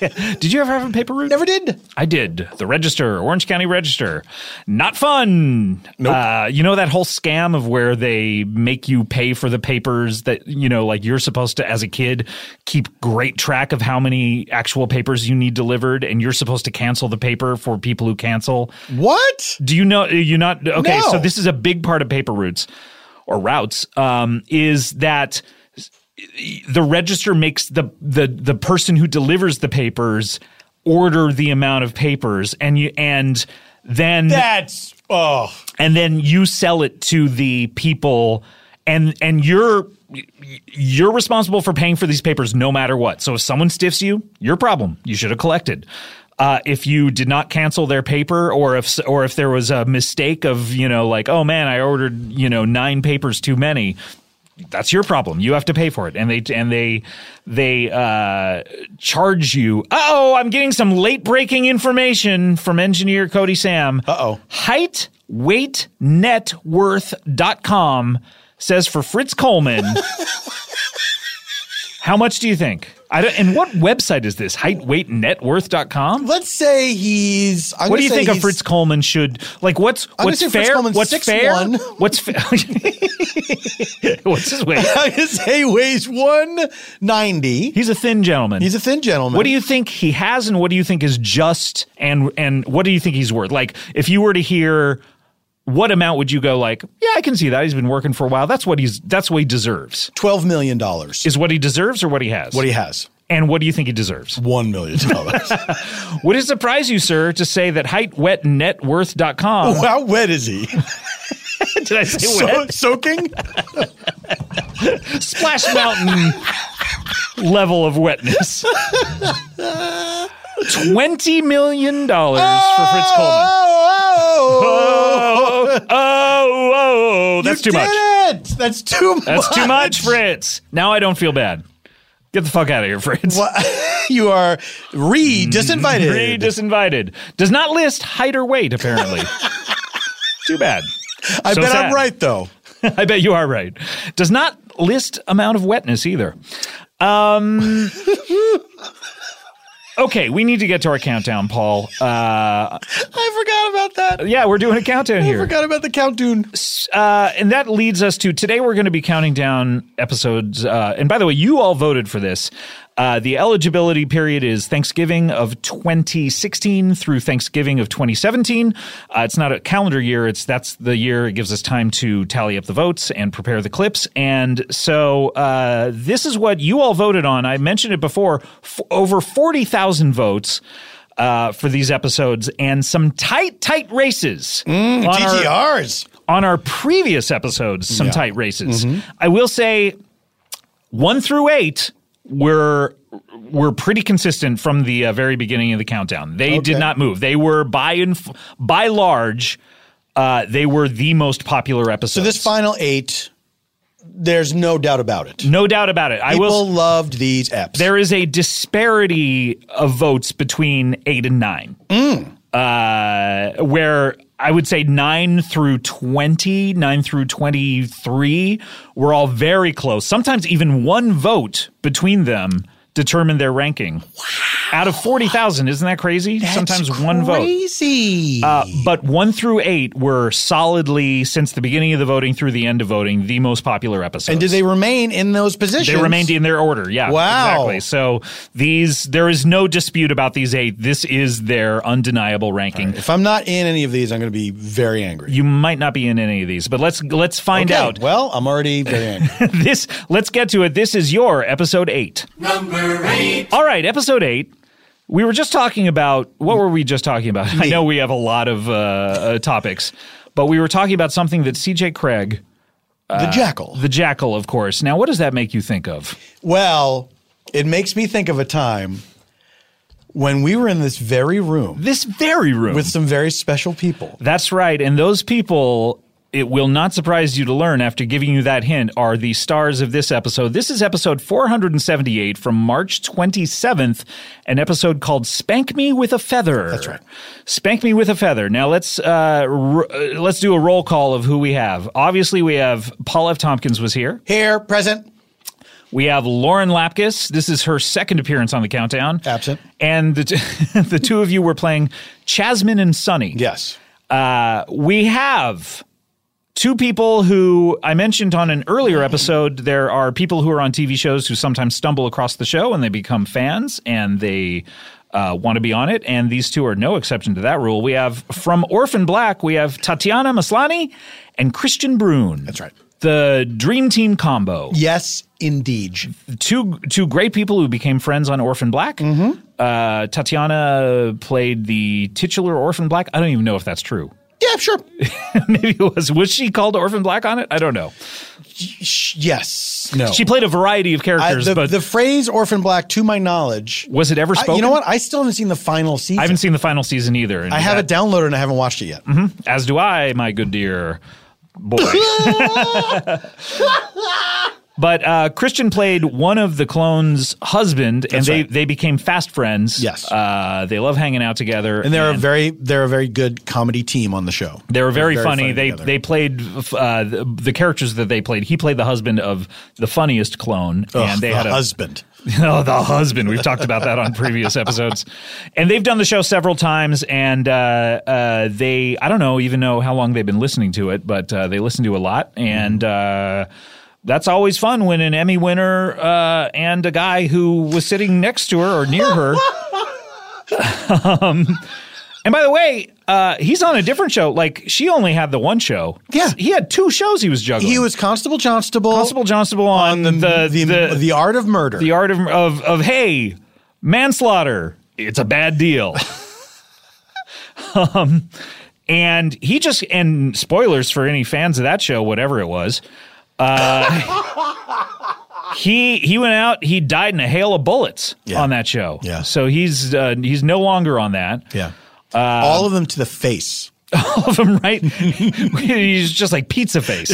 Speaker 1: Did you ever have a paper route?
Speaker 4: Never did.
Speaker 1: I did. The Register, Orange County Register. Not fun.
Speaker 4: Nope.
Speaker 1: Uh, you know that whole scam of where they make you pay for the papers that, you know, like you're supposed to, as a kid, keep great track of how many actual papers you need delivered, and you're supposed to cancel the paper for people who cancel.
Speaker 4: What?
Speaker 1: Do you know? You not okay?
Speaker 4: No.
Speaker 1: So this is a big part of paper routes or routes. Um, is that the register makes the the the person who delivers the papers order the amount of papers and you and then
Speaker 4: That's oh.
Speaker 1: and then you sell it to the people and and you're you're responsible for paying for these papers no matter what so if someone stiffs you your problem you should have collected uh, if you did not cancel their paper or if or if there was a mistake of you know like oh man i ordered you know nine papers too many that's your problem. You have to pay for it, and they and they they uh, charge you. Oh, I'm getting some late breaking information from engineer Cody Sam. Uh
Speaker 4: Uh-oh.
Speaker 1: Height, weight, net worth dot com says for Fritz Coleman. how much do you think? I don't, and what website is this? Height, weight, net worth dot com.
Speaker 4: Let's say he's. I'm
Speaker 1: What
Speaker 4: gonna
Speaker 1: do you
Speaker 4: say
Speaker 1: think of
Speaker 4: he's-
Speaker 1: Fritz Coleman should like? What's
Speaker 4: gonna
Speaker 1: what's
Speaker 4: say Fritz
Speaker 1: fair?
Speaker 4: Coleman's
Speaker 1: What's
Speaker 4: 6'1".
Speaker 1: fair? What's fair? what's his weight?
Speaker 4: I'm gonna say he weighs one ninety.
Speaker 1: He's a thin gentleman.
Speaker 4: He's a thin gentleman.
Speaker 1: what do you think he has, and what do you think is just, and and what do you think he's worth? Like, if you were to hear, what amount would you go? Like, yeah, I can see that he's been working for a while. That's what he's. That's what he deserves.
Speaker 4: Twelve million dollars.
Speaker 1: Is what he deserves, or what he has?
Speaker 4: What he has.
Speaker 1: and what do you think he deserves?
Speaker 4: One million dollars.
Speaker 1: Would it surprise you, sir, to say that heightwetnetworth.com?
Speaker 4: How wet is he?
Speaker 1: Did I say
Speaker 4: So,
Speaker 1: wet?
Speaker 4: soaking?
Speaker 1: Splash Mountain level of wetness. Twenty million dollars for Fritz Coleman.
Speaker 4: Oh,
Speaker 1: oh, oh, oh, oh, that's
Speaker 4: you
Speaker 1: too
Speaker 4: did
Speaker 1: much.
Speaker 4: It. That's too much.
Speaker 1: That's too much, Fritz. Now I don't feel bad. Get the fuck out of here, Fritz.
Speaker 4: What- you are re disinvited.
Speaker 1: Free disinvited. Does not list height or weight, apparently. too bad.
Speaker 4: I
Speaker 1: So
Speaker 4: bet
Speaker 1: sad.
Speaker 4: I'm right though.
Speaker 1: I bet you are right. Does not list amount of wetness either. Um, okay, we need to get to our countdown, Paul.
Speaker 4: I
Speaker 1: Uh,
Speaker 4: forgot about that.
Speaker 1: yeah, we're doing a countdown
Speaker 4: I
Speaker 1: here.
Speaker 4: forgot about the countdown.
Speaker 1: uh, and that leads us to today. We're going to be counting down episodes. Uh, and by the way, you all voted for this. Uh, the eligibility period is Thanksgiving of 2016 through Thanksgiving of 2017. Uh, it's not a calendar year. It's that's the year it gives us time to tally up the votes and prepare the clips. And so uh, this is what you all voted on. I mentioned it before. F- over 40,000 votes. Uh, for these episodes and some tight, tight races on our-
Speaker 4: TTRs.
Speaker 1: on our previous episodes some tight races. I will say one through eight were were pretty consistent from the uh, very beginning of the countdown. They did
Speaker 4: Okay.
Speaker 1: not move. They were by and f- by large. Uh, they were the most popular episodes.
Speaker 4: So this final eight, there's no doubt about it.
Speaker 1: no doubt about it. I
Speaker 4: People
Speaker 1: will.
Speaker 4: loved these apps.
Speaker 1: There is a disparity of votes between eight and nine,
Speaker 4: Mm.
Speaker 1: uh, where I would say nine through 20, nine through 23 were all very close. Sometimes even one vote between them determined their ranking. Out of 40,000, isn't that crazy? Sometimes one vote.
Speaker 4: Crazy.
Speaker 1: Uh, but one through eight were solidly, since the beginning of the voting through the end of voting, the most popular episodes.
Speaker 4: and did they remain in those positions?
Speaker 1: They remained in their order. Yeah.
Speaker 4: Wow.
Speaker 1: Exactly. So these, there is no dispute about these eight. This is their undeniable ranking.
Speaker 4: If I'm not in any of these, I'm going to be very angry.
Speaker 1: You might not be in any of these, but let's let's find
Speaker 4: Okay,
Speaker 1: out.
Speaker 4: Well, I'm already very angry.
Speaker 1: this let's get to it. This is your episode eight. Number eight. All right, episode eight. We were just talking about what were we just talking about? I know we have a lot of uh, uh, topics, but we were talking about something that C.J. Craig, uh,
Speaker 4: the jackal.
Speaker 1: the Jackal, of course. Now, what does that make you think of?
Speaker 4: Well, it makes me think of a time when we were in this very room
Speaker 1: This very room
Speaker 4: with some very special people.
Speaker 1: That's right. And those people, it will not surprise you to learn after giving you that hint, are the stars of this episode. This is episode 478 from March 27th, an episode called Spank Me with a Feather. That's
Speaker 4: right.
Speaker 1: Spank Me with a Feather. Now let's uh, r- uh, let's do a roll call of who we have. Obviously, we have Paul F. Tompkins was here.
Speaker 4: Here, present.
Speaker 1: We have Lauren Lapkus. This is her second appearance on the countdown.
Speaker 4: Absent.
Speaker 1: And the, t- the two of you were playing Chasmin and Sunny.
Speaker 4: Yes.
Speaker 1: Uh, we have two people who I mentioned on an earlier episode. There are people who are on TV shows who sometimes stumble across the show and they become fans and they uh, want to be on it. And these two are no exception to that rule. We have from Orphan Black, we have Tatiana Maslani and Christian Brune.
Speaker 4: That's right.
Speaker 1: the Dream Team combo.
Speaker 4: Yes, indeed.
Speaker 1: two two great people who became friends on Orphan Black.
Speaker 4: Mm-hmm.
Speaker 1: Uh, Tatiana played the titular Orphan Black. I don't even know if that's true.
Speaker 4: Yeah, sure.
Speaker 1: Maybe it was was she called Orphan Black on it? I don't know.
Speaker 4: Sh- yes. No.
Speaker 1: She played a variety of
Speaker 4: I,
Speaker 1: characters,
Speaker 4: the,
Speaker 1: but
Speaker 4: the phrase "Orphan Black," to my knowledge,
Speaker 1: was it ever
Speaker 4: I-
Speaker 1: spoken?
Speaker 4: you know what? I still haven't seen the final season.
Speaker 1: I haven't seen the final season either. and
Speaker 4: I have it downloaded and I haven't watched it yet.
Speaker 1: that- Mm-hmm. As do I, my good dear boy. But uh, Christian played one of the clones' husband, and
Speaker 4: That's
Speaker 1: they,
Speaker 4: right.
Speaker 1: they became fast friends.
Speaker 4: Yes.
Speaker 1: uh, they love hanging out together,
Speaker 4: And they're a very they're a very good comedy team on the show.
Speaker 1: They were very,
Speaker 4: very
Speaker 1: funny.
Speaker 4: funny
Speaker 1: They
Speaker 4: together.
Speaker 1: they played uh, the, the characters that they played. He played the husband of the funniest clone,
Speaker 4: Ugh,
Speaker 1: and they
Speaker 4: the
Speaker 1: had a
Speaker 4: husband.
Speaker 1: oh the husband. We've talked about that on previous episodes, and they've done the show several times. And uh, uh, they I don't know even know how long they've been listening to it, but uh, they listen to a lot and.
Speaker 4: Mm-hmm.
Speaker 1: Uh, that's always fun when an Emmy winner uh, and a guy who was sitting next to her or near her and by the way, uh, he's on a different show. Like she only had the one show.
Speaker 4: Yeah.
Speaker 1: he had two shows. He was juggling.
Speaker 4: He was Constable Johnstable
Speaker 1: Constable Johnstable on,
Speaker 4: the the,
Speaker 1: the, the,
Speaker 4: the art of murder.
Speaker 1: the art of, of of hey manslaughter it's a bad deal um and he just and spoilers for any fans of that show whatever it was uh he he went out he died in a hail of bullets
Speaker 4: Yeah.
Speaker 1: on that show
Speaker 4: Yeah.
Speaker 1: so he's uh, he's no longer on that Uh,
Speaker 4: yeah, all of them to the face.
Speaker 1: all of them right he's just like pizza face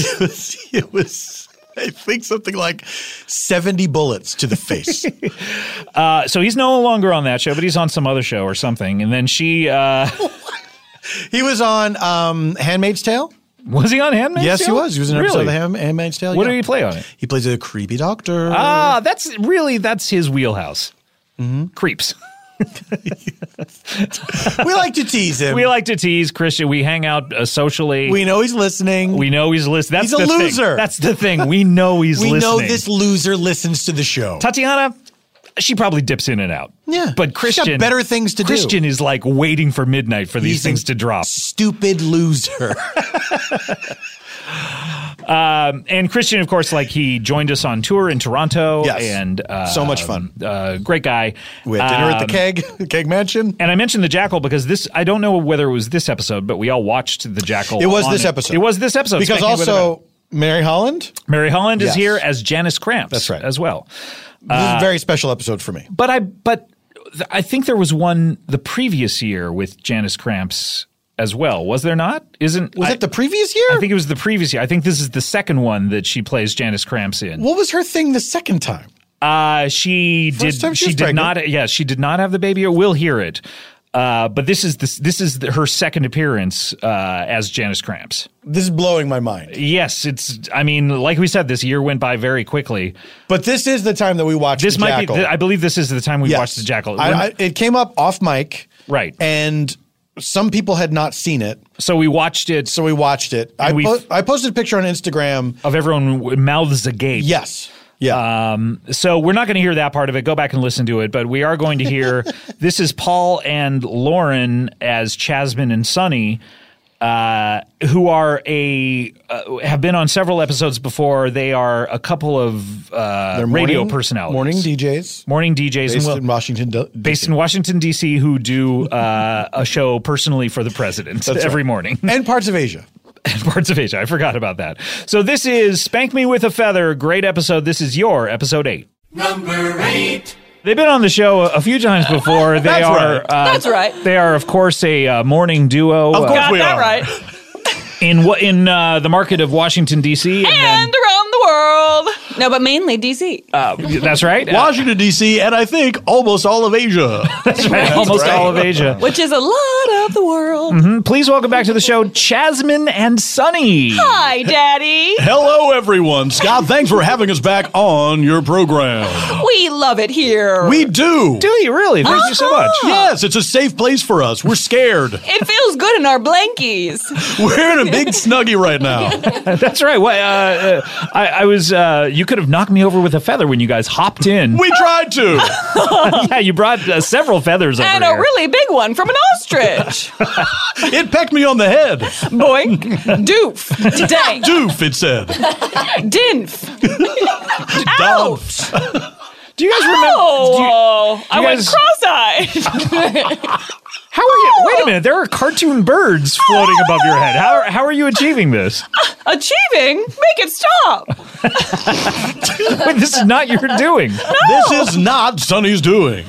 Speaker 4: it was. I think something like 70 bullets to the face.
Speaker 1: uh, so he's no longer on that show but he's on some other show or something and then she uh
Speaker 4: he was on um, Handmaid's Tale.
Speaker 1: was he on Handmaid's
Speaker 4: Yes, he
Speaker 1: Tale?
Speaker 4: was. He was in an episode of
Speaker 1: Really?
Speaker 4: the Ham- Handmaid's Tale.
Speaker 1: What
Speaker 4: yeah.
Speaker 1: did he play on it?
Speaker 4: He plays a creepy doctor.
Speaker 1: Ah, that's really that's his wheelhouse.
Speaker 4: Mm-hmm.
Speaker 1: Creeps.
Speaker 4: we like to tease him.
Speaker 1: We like to tease Christian. We hang out uh, socially.
Speaker 4: We know he's listening.
Speaker 1: We know he's listening. That's
Speaker 4: He's a
Speaker 1: the thing.
Speaker 4: loser.
Speaker 1: That's the thing. We know he's
Speaker 4: We
Speaker 1: listening.
Speaker 4: know this loser listens to the show.
Speaker 1: Tatiana. She probably dips in and out.
Speaker 4: Yeah.
Speaker 1: but
Speaker 4: She's got
Speaker 1: Christian
Speaker 4: better things to do.
Speaker 1: Christian is like waiting for midnight for these
Speaker 4: He's
Speaker 1: things
Speaker 4: in-
Speaker 1: to drop.
Speaker 4: Stupid loser.
Speaker 1: Um, and Christian, of course, like he joined us on tour in Toronto.
Speaker 4: Yes.
Speaker 1: and uh,
Speaker 4: So much fun.
Speaker 1: Uh, great guy.
Speaker 4: We had dinner at
Speaker 1: Um,
Speaker 4: the Keg, the Keg Mansion.
Speaker 1: And I mentioned the Jackal because this, I don't know whether it was this episode, but we all watched the Jackal.
Speaker 4: It was
Speaker 1: Oh, on
Speaker 4: this episode.
Speaker 1: It was this episode.
Speaker 4: Because
Speaker 1: Speaking of whether-
Speaker 4: also, Mary Holland,
Speaker 1: Mary Holland is
Speaker 4: Yes.
Speaker 1: here as Janice Cramps.
Speaker 4: That's right.
Speaker 1: As well.
Speaker 4: this is a very special episode for me.
Speaker 1: But I, but th- I think there was one the previous year with Janice Cramps as well. Was there not? Isn't,
Speaker 4: Was
Speaker 1: I,
Speaker 4: that the previous year?
Speaker 1: I think it was the previous year. I think this is the second one that she plays Janice Cramps in.
Speaker 4: what was her thing the second time?
Speaker 1: Uh, she did.
Speaker 4: First time she
Speaker 1: she
Speaker 4: was
Speaker 1: did
Speaker 4: pregnant.
Speaker 1: not. Yeah, she did not have the baby. Or we'll hear it. Uh, but this is this this is the, her second appearance uh, as Janice Cramps.
Speaker 4: This is blowing my mind.
Speaker 1: Yes, it's. I mean, like we said, this year went by very quickly.
Speaker 4: But this is the time that we watched
Speaker 1: This
Speaker 4: the
Speaker 1: might
Speaker 4: Jackal.
Speaker 1: be. I believe this is the time we
Speaker 4: Yes.
Speaker 1: watched the Jackal.
Speaker 4: I-
Speaker 1: When-
Speaker 4: I- it came up off mic.
Speaker 1: Right.
Speaker 4: And some people had not seen it.
Speaker 1: so we watched it.
Speaker 4: So we watched it. I,
Speaker 1: we-
Speaker 4: po- I posted a picture on Instagram.
Speaker 1: of everyone w- mouths agape. Um,
Speaker 4: Yes. Yeah.
Speaker 1: So we're not going to hear that part of it. Go back and listen to it. But we are going to hear this is Paul and Lauren as Chasmin and Sonny, uh, who are a uh, have been on several episodes before. They are a couple of uh,
Speaker 4: They're
Speaker 1: radio
Speaker 4: morning-
Speaker 1: personalities,
Speaker 4: Morning DJs.
Speaker 1: morning DJs, and
Speaker 4: Based
Speaker 1: we'll-
Speaker 4: in Washington. Uh, D-
Speaker 1: based in Washington D.C. who do uh, a show personally for the president every morning
Speaker 4: and parts of Asia.
Speaker 1: in parts of Asia. I forgot about that. So this is Spank Me with a Feather. Great episode. This is your episode eight.
Speaker 6: Number eight.
Speaker 1: They've been on the show a, a few times before. They
Speaker 4: That's
Speaker 1: are
Speaker 4: right.
Speaker 1: uh,
Speaker 7: That's right.
Speaker 1: They are of course a uh, morning duo uh,
Speaker 4: course.
Speaker 7: Got
Speaker 4: we
Speaker 7: that
Speaker 4: are.
Speaker 7: right.
Speaker 1: in what in uh, the market of Washington D.C.
Speaker 7: And around the world. No, but mainly DC.
Speaker 1: then- that's right. Uh,
Speaker 8: Washington, D.C., and I think almost all of Asia.
Speaker 1: Almost all of Asia. Mm-hmm.
Speaker 7: which is a lot of the world.
Speaker 1: Please welcome back to the show, Chasmin and Sunny.
Speaker 7: Hi, Daddy.
Speaker 8: Hello, everyone. Scott, thanks for having us back on your program.
Speaker 7: We love it here.
Speaker 8: We do.
Speaker 1: Do Ah. you really? Thank you so much.
Speaker 8: Yes, it's a safe place for us. We're scared.
Speaker 7: it feels good in our blankies.
Speaker 8: We're in a big snuggie right now.
Speaker 1: That's right. Well, uh, uh, I, I was uh, uh, you could have knocked me over with a feather when you guys hopped in.
Speaker 4: We tried to.
Speaker 1: yeah, you brought uh, several feathers over
Speaker 7: And a
Speaker 1: here.
Speaker 7: really big one from an ostrich.
Speaker 4: It pecked me on the head.
Speaker 7: Boink, doof, dank,
Speaker 4: Doof, it said.
Speaker 7: dinf.
Speaker 4: Doof.
Speaker 1: Do you guys remember? do you-
Speaker 7: Oh, I went
Speaker 1: guys-
Speaker 7: cross-eyed.
Speaker 1: how are you?
Speaker 7: Oh.
Speaker 1: Wait a minute. There are cartoon birds floating above your head. How, how are you achieving this?
Speaker 7: Achieving, make it stop.
Speaker 1: Wait, this is not your doing.
Speaker 4: This is not Sunny's doing.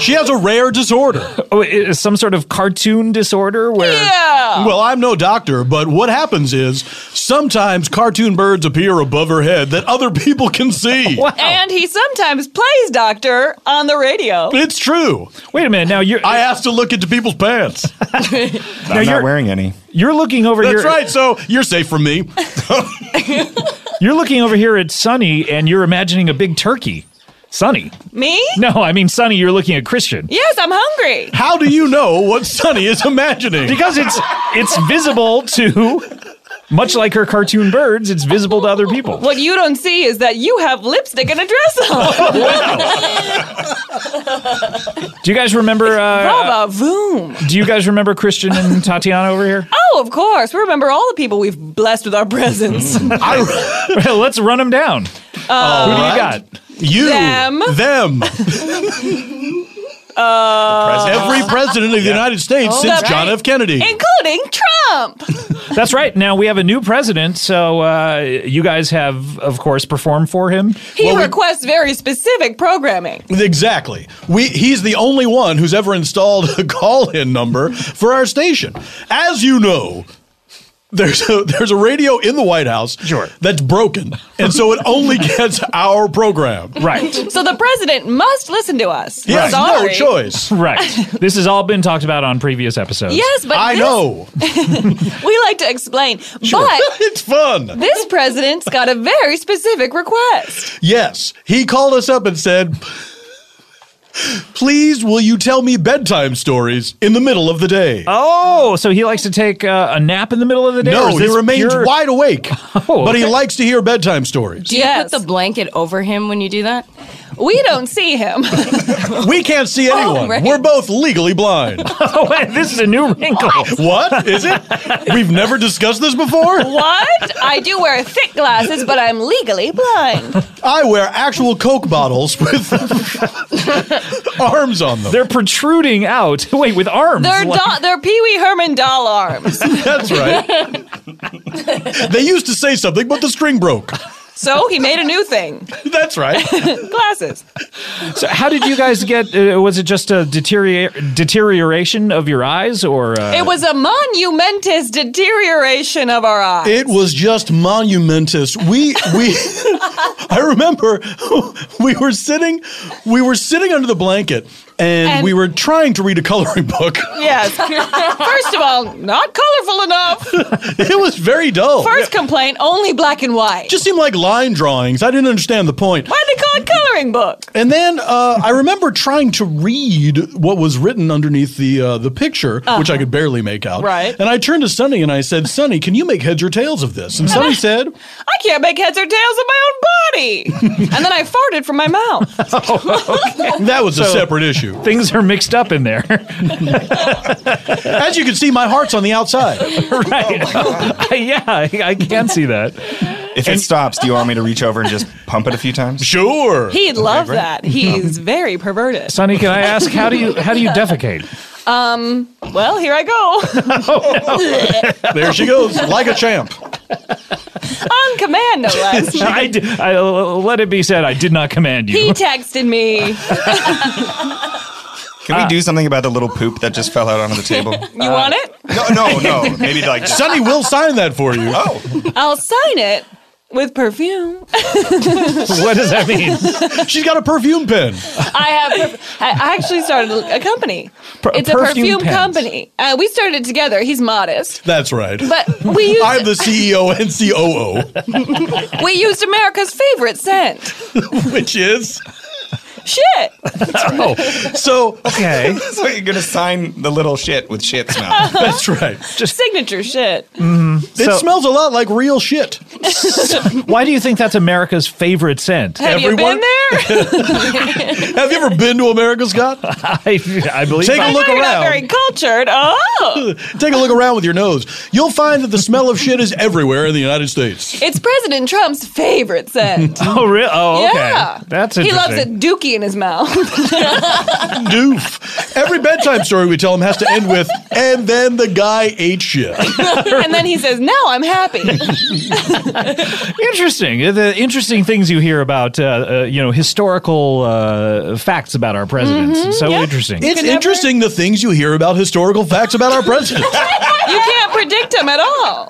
Speaker 4: She has a rare disorder.
Speaker 1: Oh, it is some sort of cartoon disorder where.
Speaker 7: Yeah.
Speaker 4: Well, I'm no doctor, but what happens is sometimes cartoon birds appear above her head that other people can see.
Speaker 1: Wow.
Speaker 7: And he sometimes plays doctor on the radio.
Speaker 4: It's true.
Speaker 1: Wait a minute. Now you're
Speaker 4: I asked to look into people's pants.
Speaker 1: now
Speaker 8: I'm
Speaker 1: you're,
Speaker 8: not wearing any.
Speaker 1: you're looking over
Speaker 4: That's
Speaker 1: here.
Speaker 4: right. So you're safe from me.
Speaker 1: You're looking over here at Sunny, and you're imagining a big turkey. Sunny.
Speaker 7: Me?
Speaker 1: No, I mean Sunny. You're looking at Christian
Speaker 7: Yes, I'm hungry.
Speaker 4: How do you know what Sunny is imagining?
Speaker 1: because it's it's visible to, much like her cartoon birds, it's visible to other people.
Speaker 7: What you don't see is that you have lipstick and a dress on.
Speaker 1: Do you guys remember? Uh,
Speaker 7: Bravo, voom.
Speaker 1: do you guys remember Christian and Tatiana over here?
Speaker 7: Oh, of course. We remember all the people we've blessed with our presence. Uh,
Speaker 4: I,
Speaker 1: Mm. Well, Let's run them down. Who do you got?
Speaker 4: you,
Speaker 7: Them.
Speaker 4: them.
Speaker 7: Uh,
Speaker 4: Every president of the United States since
Speaker 7: Right.
Speaker 4: John F. Kennedy.
Speaker 7: Including Trump.
Speaker 1: That's right. Now we have a new president, so uh, you guys have, of course, performed for him.
Speaker 7: He
Speaker 4: Well, we-
Speaker 7: requests very specific programming.
Speaker 4: Exactly. We he's the only one who's ever installed a call-in number for our station. As you know, there's a there's a radio in the White House
Speaker 1: Sure.
Speaker 4: that's broken. And so it only gets our program.
Speaker 1: Right.
Speaker 7: So the president must listen to us.
Speaker 4: He has no
Speaker 7: Sorry.
Speaker 4: choice.
Speaker 1: Right. This has all been talked about on previous episodes.
Speaker 7: Yes, but
Speaker 4: I
Speaker 7: this-
Speaker 4: know.
Speaker 7: we like to explain. But
Speaker 4: it's fun.
Speaker 7: this president's got a very specific request.
Speaker 4: Yes. He called us up and said, "Please will you tell me bedtime stories in the middle of the day?"
Speaker 1: Oh, so he likes to take uh, a nap in the middle of the day? or
Speaker 4: no,
Speaker 1: is
Speaker 4: he
Speaker 1: this
Speaker 4: remains
Speaker 1: pure- Oh,
Speaker 4: wide awake. But he
Speaker 1: okay.
Speaker 4: likes to hear bedtime stories.
Speaker 9: Do you
Speaker 7: Yes.
Speaker 9: put the blanket over him when you do that?
Speaker 7: We don't see him.
Speaker 4: We can't see
Speaker 7: Oh,
Speaker 4: anyone.
Speaker 9: right.
Speaker 4: We're both legally blind.
Speaker 1: Oh, wait, this is a new wrinkle.
Speaker 4: what is it? We've never discussed this before.
Speaker 7: what? I do wear thick glasses, but I'm legally blind.
Speaker 4: I wear actual Coke bottles with arms on them.
Speaker 1: They're protruding out. Wait, with arms.
Speaker 7: They're
Speaker 1: Like-
Speaker 7: doll they're Pee Wee Herman doll arms.
Speaker 4: That's right. they used to say something, but the string broke.
Speaker 7: So he made a new thing.
Speaker 4: That's right.
Speaker 7: Glasses.
Speaker 1: so how did you guys get? Uh, was it just a deteriora- deterioration of your eyes, or uh,
Speaker 7: It was a monumentous deterioration of our eyes.
Speaker 4: It was just monumentous. We we I remember we were sitting we were sitting under the blanket and,
Speaker 7: And-
Speaker 4: we were trying to read a coloring book.
Speaker 7: Yes. First of all, not colorful enough.
Speaker 4: It was very dull.
Speaker 7: First complaint, only black and white.
Speaker 4: just seemed like line drawings. I didn't understand the point.
Speaker 7: Why they call it coloring book?
Speaker 4: And then uh, I remember trying to read what was written underneath the uh, the picture, which I could barely make out.
Speaker 7: Uh-huh. Right.
Speaker 4: And I turned to Sonny and I said, "Sonny, can you make heads or tails of this?" And
Speaker 7: Uh-huh.
Speaker 4: Sonny said,
Speaker 7: I can't make heads or tails of my own body. and then I farted from my mouth.
Speaker 4: Oh, "That was a separate issue."
Speaker 1: things are mixed up in there?
Speaker 4: As you can see, my heart's on the outside.
Speaker 7: Oh,
Speaker 1: right. yeah, I, I can see that.
Speaker 8: If it stops, do you want me to reach over and just pump it a few times?
Speaker 4: Sure.
Speaker 7: He'd love that. He's very perverted.
Speaker 1: Sonny, can I ask how do you how do you defecate?
Speaker 7: Um, Well, here I go.
Speaker 1: Oh,
Speaker 4: There she goes, like a champ.
Speaker 7: On command, no less.
Speaker 1: I, d- I- let it be said, I did not command you.
Speaker 7: He texted me.
Speaker 8: Can
Speaker 1: Uh,
Speaker 8: we do something about the little poop that just fell out onto the table?
Speaker 7: You want it?
Speaker 8: Uh, No, no, no. Maybe like just-
Speaker 4: Sonny will sign that for you.
Speaker 8: oh,
Speaker 7: I'll sign it with perfume.
Speaker 1: what does that mean?
Speaker 4: She's got a perfume pen.
Speaker 7: I have. perf- I I actually started a company. it's a
Speaker 1: perfume
Speaker 7: perfume
Speaker 1: pens.
Speaker 7: company. Uh, we started it together. He's modest,
Speaker 4: That's right.
Speaker 7: but we used
Speaker 4: I'm the CEO and COO,
Speaker 7: we used America's favorite scent.
Speaker 4: which is
Speaker 7: Shit.
Speaker 4: so.
Speaker 1: Oh. Okay.
Speaker 8: so you're gonna sign the little shit with shit smell.
Speaker 4: That's right.
Speaker 7: Signature shit.
Speaker 1: mm,
Speaker 4: It smells a lot like real shit.
Speaker 1: Why do you think that's America's favorite scent?
Speaker 7: Have
Speaker 4: Everyone-
Speaker 7: you been there?
Speaker 4: Have you ever been to America, Scott?
Speaker 1: I, I believe.
Speaker 4: Take a
Speaker 1: I-
Speaker 7: I know
Speaker 4: look
Speaker 7: you're
Speaker 4: around.
Speaker 7: not very cultured. Oh,
Speaker 4: Take a look around with your nose. You'll find that the smell of shit is everywhere in the United States.
Speaker 7: it's President Trump's favorite scent.
Speaker 1: Oh, really? Oh, okay.
Speaker 7: Yeah,
Speaker 1: That's
Speaker 7: he loves
Speaker 1: interesting.
Speaker 7: a dookie in his mouth.
Speaker 4: Doof. Every bedtime story we tell him has to end with, and then the guy ate shit.
Speaker 7: and then he says, "Now I'm happy."
Speaker 1: Interesting. The interesting things you hear about, uh, uh, you know, historical uh, facts about our presidents. So interesting.
Speaker 4: It's
Speaker 7: never-
Speaker 4: interesting the things you hear about historical facts about our president.
Speaker 7: You can't predict him at all.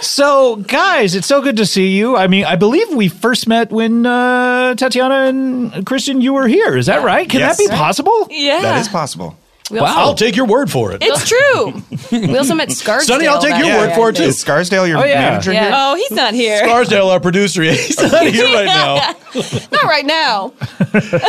Speaker 1: so, guys, it's so good to see you. I mean, I believe we first met when uh, Tatiana and Christian, you were here. Is that right? Can
Speaker 10: Yes.
Speaker 1: that be possible?
Speaker 7: Yeah,
Speaker 10: That is possible.
Speaker 8: We also,
Speaker 4: I'll take your word for it.
Speaker 7: it's true.
Speaker 8: we also met Scarsdale.
Speaker 4: Sonny, I'll take
Speaker 8: that
Speaker 4: your
Speaker 8: year,
Speaker 4: word
Speaker 8: I
Speaker 4: for it
Speaker 8: think.
Speaker 4: too.
Speaker 10: Is Scarsdale your
Speaker 1: Oh, yeah.
Speaker 10: manager
Speaker 8: Yeah.
Speaker 10: here?
Speaker 7: Oh, he's not here.
Speaker 4: Scarsdale, our producer, he's not here right now.
Speaker 7: Not right now.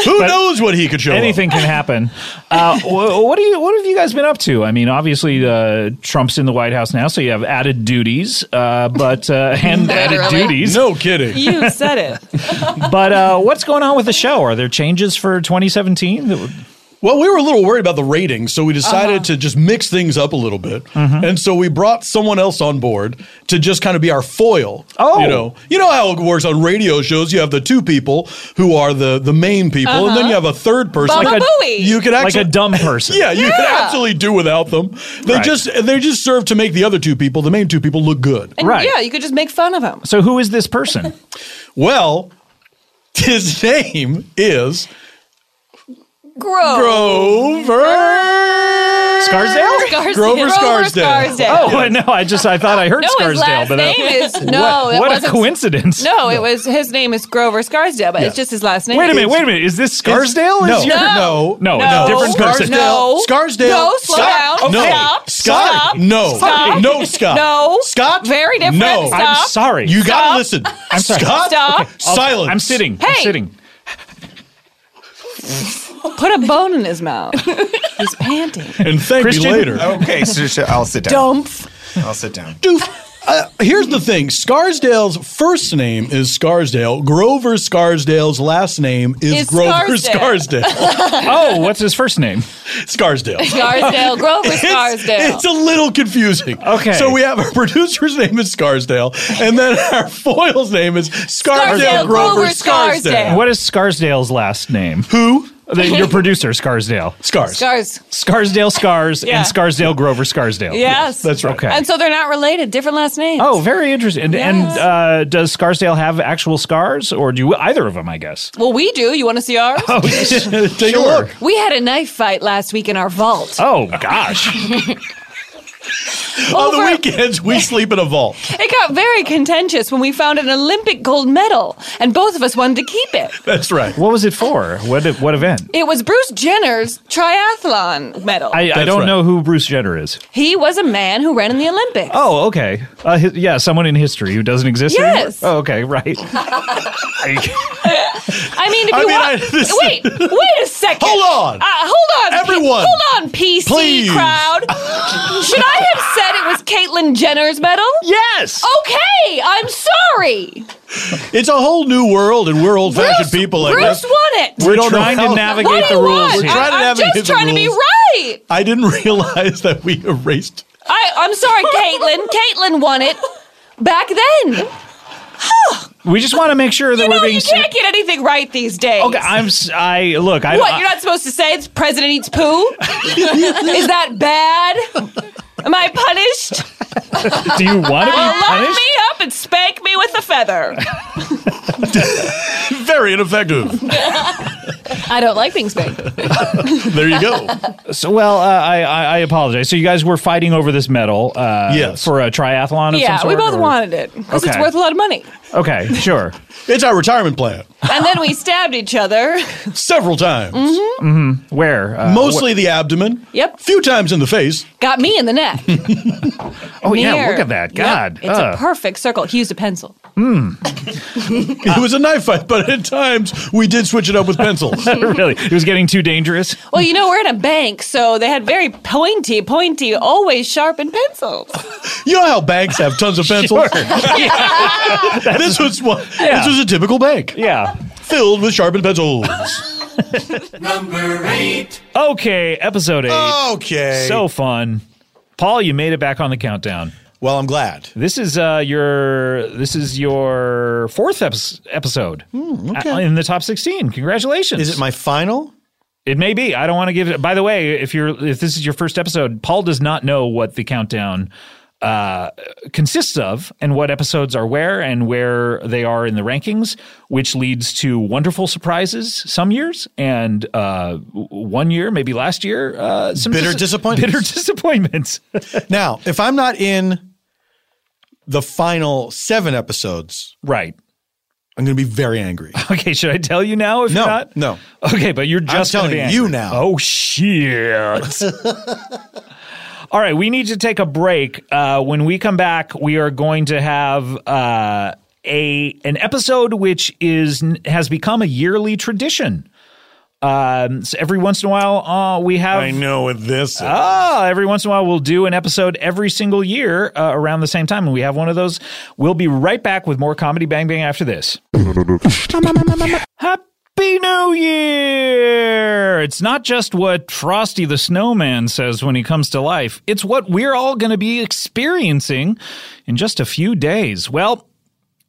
Speaker 4: Who knows what he could show
Speaker 1: Anything can happen. Uh, wh- what do you? What have you guys been up to? I mean, obviously, uh, Trump's in the White House now, so you have added duties, uh, but uh, and added
Speaker 8: Literally.
Speaker 1: duties.
Speaker 4: up? No kidding.
Speaker 7: You said it.
Speaker 1: But uh, what's going on with the show? Are there changes for 2017? that would- Uh-huh.
Speaker 4: Well, we were a little worried about the ratings, so we decided to just mix things up a little bit,
Speaker 1: Mm-hmm.
Speaker 4: and so we brought someone else on board to just kind of be our foil.
Speaker 1: Oh.
Speaker 4: you know, you know how it works on radio shows. You have the two people who are the the main people, and then you have a third person.
Speaker 7: Baba
Speaker 1: Uh-huh. Like a-
Speaker 7: Booey.
Speaker 4: you can
Speaker 1: Like
Speaker 4: actually
Speaker 1: a dumb person.
Speaker 4: Yeah, you can
Speaker 7: Yeah.
Speaker 4: absolutely do without them. They
Speaker 1: Right.
Speaker 4: just they just serve to make the other two people, the main two people, look good.
Speaker 7: And
Speaker 1: Right.
Speaker 7: Yeah, you could just make fun of him.
Speaker 1: So who is this person?
Speaker 4: Well, his name is
Speaker 7: Grow.
Speaker 4: Grover
Speaker 1: Scarsdale?
Speaker 8: Scarsdale.
Speaker 4: Grover Scarsdale.
Speaker 1: Oh no, I just I thought I heard
Speaker 7: no, his
Speaker 1: Scarsdale,
Speaker 7: last
Speaker 1: but uh,
Speaker 7: name is no.
Speaker 1: what,
Speaker 7: that
Speaker 1: what a
Speaker 7: wasn't-
Speaker 1: coincidence!
Speaker 7: No, it was his name is Grover Scarsdale, but
Speaker 4: Yeah.
Speaker 7: it's just his last name.
Speaker 1: wait a minute, wait a minute. Is this Scarsdale?
Speaker 4: No,
Speaker 1: Is your-
Speaker 4: no,
Speaker 1: no,
Speaker 7: No.
Speaker 1: different person.
Speaker 4: Scarsdale.
Speaker 7: No.
Speaker 4: Scarsdale.
Speaker 7: No, slow
Speaker 4: Scott.
Speaker 7: down.
Speaker 4: No.
Speaker 7: Stop.
Speaker 4: Scott.
Speaker 7: Stop.
Speaker 4: No.
Speaker 7: Stop.
Speaker 4: No, Scott.
Speaker 7: No.
Speaker 4: Scott.
Speaker 7: Very different.
Speaker 4: No.
Speaker 7: Stop.
Speaker 1: I'm sorry.
Speaker 4: You
Speaker 7: Stop.
Speaker 4: gotta listen. I'm sorry. Scott.
Speaker 7: Stop. Okay,
Speaker 1: I'll-
Speaker 4: Silence.
Speaker 1: I'm sitting. I'm
Speaker 7: Hey.
Speaker 1: sitting.
Speaker 7: Put a bone in his mouth. He's panting.
Speaker 4: And thank me
Speaker 1: Christian?
Speaker 4: later.
Speaker 10: Okay, so, so I'll sit down.
Speaker 7: Dumpf.
Speaker 10: I'll sit down.
Speaker 4: Doof. Uh, here's the thing Scarsdale's first name is Scarsdale. Grover Scarsdale's last name is,
Speaker 7: Is
Speaker 4: Grover
Speaker 7: Scarsdale.
Speaker 4: Scarsdale.
Speaker 1: Oh, what's his first name?
Speaker 4: Scarsdale.
Speaker 8: Scarsdale, Grover Scarsdale.
Speaker 4: It's a little confusing.
Speaker 1: Okay.
Speaker 4: So we have our producer's name is Scarsdale, and then our foil's name is Scarsdale,
Speaker 8: Scarsdale,
Speaker 4: Grover,
Speaker 8: Grover
Speaker 4: Scarsdale.
Speaker 8: Scarsdale.
Speaker 1: What is Scarsdale's last name?
Speaker 4: Who?
Speaker 1: The- your producer, Scarsdale.
Speaker 4: Scars.
Speaker 7: Scars.
Speaker 1: Scarsdale Scars
Speaker 7: Yeah.
Speaker 1: and Scarsdale Grover Scarsdale.
Speaker 7: Yes.
Speaker 4: That's right.
Speaker 1: Okay.
Speaker 7: And so they're not related, different last names.
Speaker 1: Oh, very interesting. And, and uh, does Scarsdale have actual scars, or do either of them? I guess.
Speaker 7: Well, we do. You want to see ours?
Speaker 1: Oh,
Speaker 4: Take a look.
Speaker 7: We had a knife fight last week in our vault.
Speaker 1: Oh gosh.
Speaker 4: On the
Speaker 7: Over-
Speaker 4: weekends, we sleep in a vault.
Speaker 7: It got very contentious when we found an Olympic gold medal, and both of us wanted to keep it.
Speaker 4: That's right.
Speaker 1: What was it for? What what event?
Speaker 7: It was Bruce Jenner's triathlon medal.
Speaker 1: I, I
Speaker 4: That's
Speaker 1: don't
Speaker 4: right.
Speaker 1: know who Bruce Jenner is.
Speaker 7: he was a man who ran in the Olympics.
Speaker 1: Oh, okay. Uh, hi- yeah, someone in history who doesn't exist. anymore?
Speaker 7: Yes.
Speaker 1: Oh, okay. Right.
Speaker 7: I mean, if
Speaker 4: I
Speaker 7: you
Speaker 4: mean, I-
Speaker 7: want,
Speaker 4: this-
Speaker 7: wait, wait a second.
Speaker 4: Hold on.
Speaker 7: uh, hold on,
Speaker 4: Everyone.
Speaker 7: P- hold on, PC
Speaker 4: Please.
Speaker 7: crowd. Should I have said it was Caitlyn Jenner's medal?
Speaker 1: yes.
Speaker 7: Okay, I'm sorry.
Speaker 4: It's a whole new world, and we're old-fashioned
Speaker 7: Bruce,
Speaker 4: people. I
Speaker 7: Bruce
Speaker 4: guess.
Speaker 7: won it.
Speaker 1: We're
Speaker 4: We don't know
Speaker 1: trying
Speaker 4: how-
Speaker 1: to
Speaker 7: what
Speaker 1: navigate
Speaker 7: do
Speaker 1: the
Speaker 7: you
Speaker 1: rules
Speaker 7: want?
Speaker 1: here.
Speaker 4: Trying to
Speaker 7: I, am
Speaker 4: navigate
Speaker 7: just
Speaker 4: the
Speaker 7: trying to be
Speaker 4: rules.
Speaker 7: right.
Speaker 4: I didn't realize that we erased.
Speaker 7: I, I'm sorry, Caitlyn. Caitlyn won it back then.
Speaker 1: We just want to make sure that
Speaker 7: You
Speaker 1: we're
Speaker 7: know,
Speaker 1: being.
Speaker 7: you
Speaker 1: ser-
Speaker 7: can't get anything right these days.
Speaker 1: okay. I'm. s- I look. I.
Speaker 7: What,
Speaker 1: I-
Speaker 7: you're not supposed to say it's president eats poo? Is that bad? Am I punished?
Speaker 1: do you want to be
Speaker 7: Well, lock
Speaker 1: punished?
Speaker 7: me up and spank me with a feather.
Speaker 4: Very ineffective.
Speaker 7: I don't like being spanked.
Speaker 4: there you go.
Speaker 1: So, well, uh, I, I I apologize. So you guys were fighting over this medal, uh,
Speaker 4: Yes.
Speaker 1: for a triathlon. Of
Speaker 7: Yeah,
Speaker 1: some
Speaker 7: we
Speaker 1: sort,
Speaker 7: both
Speaker 1: or-
Speaker 7: wanted it because it's
Speaker 1: Okay.
Speaker 7: worth a lot of money.
Speaker 1: Okay, sure.
Speaker 4: It's our retirement plan.
Speaker 7: And then we stabbed each other.
Speaker 4: Several times.
Speaker 1: Where? Uh,
Speaker 4: Mostly the abdomen.
Speaker 7: Yep.
Speaker 4: Few times in the face.
Speaker 7: Got me in the neck.
Speaker 1: oh yeah,
Speaker 7: Here.
Speaker 1: look at
Speaker 7: Yep,
Speaker 1: that. God,
Speaker 7: it's
Speaker 1: uh.
Speaker 7: a perfect circle. He used a pencil.
Speaker 1: Hmm.
Speaker 4: it was a knife fight, but at times we did switch it up with pencils.
Speaker 1: really, it was getting too dangerous.
Speaker 7: Well, you know, we're in a bank, so they had very pointy, pointy, always sharpened pencils.
Speaker 8: You know how banks have tons of pencils. this was one,
Speaker 1: Yeah.
Speaker 8: this was a typical bank
Speaker 1: Yeah.
Speaker 8: filled with sharpened pencils.
Speaker 6: number eight,
Speaker 1: Okay, episode eight.
Speaker 4: Okay.
Speaker 1: So fun. Paul, you made it back on the countdown.
Speaker 4: well, I'm glad.
Speaker 1: This is uh, your this is your fourth epis episode
Speaker 7: Hmm.
Speaker 1: uh, in the top sixteen. Congratulations!
Speaker 4: Mm-hmm. Is it my final?
Speaker 1: It may be. I don't want to give it. By the way, if you're if this is your first episode, Paul does not know what the countdown uh, consists of and what episodes are where and where they are in the rankings, which leads to wonderful surprises some years and uh, w- one year, maybe last year, uh, some
Speaker 4: Bitter disappointments.
Speaker 1: Bitter disappointments.
Speaker 4: Now, if I'm not in the final seven episodes,
Speaker 1: right.
Speaker 4: I'm going to be very angry.
Speaker 1: Okay. Should I tell you now? If
Speaker 4: No,
Speaker 1: you're not,
Speaker 4: no.
Speaker 1: Okay, but you're just gonna
Speaker 4: telling
Speaker 1: be
Speaker 4: you
Speaker 1: angry.
Speaker 4: now.
Speaker 1: Oh shit. All right, we need to take a break. Uh, when we come back, we are going to have uh, a an episode which is has become a yearly tradition. Um, so every once in a while, uh, we have
Speaker 3: I know what this is.
Speaker 1: Ah, every once in a while we'll do an episode every single year uh, around the same time, and we have one of those. We'll be right back with more comedy bang bang after this. Happy New Year! It's not just what Frosty the Snowman says when he comes to life, it's what we're all going to be experiencing in just a few days. Well,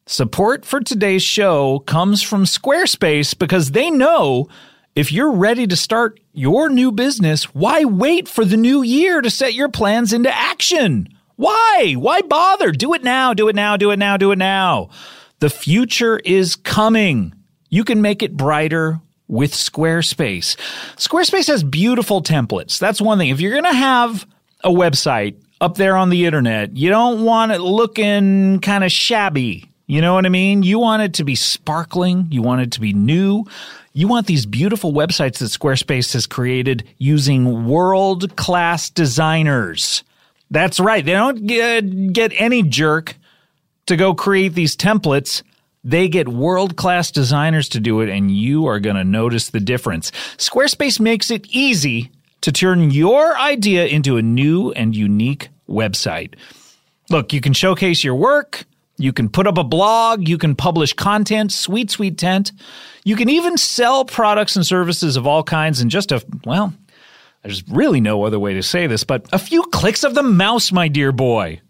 Speaker 1: Support for today's show comes from Squarespace because they know if you're ready to start your new business, why wait for the new year to set your plans into action? Why? Why bother? Do it now, do it now, do it now, do it now. The future is coming. You can make it brighter with Squarespace. Squarespace has beautiful templates. That's one thing. If you're going to have a website up there on the internet, you don't want it looking kind of shabby. You know what I mean? You want it to be sparkling, you want it to be new. You want these beautiful websites that Squarespace has created using world class designers. That's right. They don't get, get any jerk to go create these templates. They get world class designers to do it, and you are going to notice the difference. Squarespace makes it easy to turn your idea into a new and unique website. Look, you can showcase your work. You can put up a blog. You can publish content, sweet, sweet tent. You can even sell products and services of all kinds in just a, well, there's really no other way to say this, but a few clicks of the mouse, my dear boy.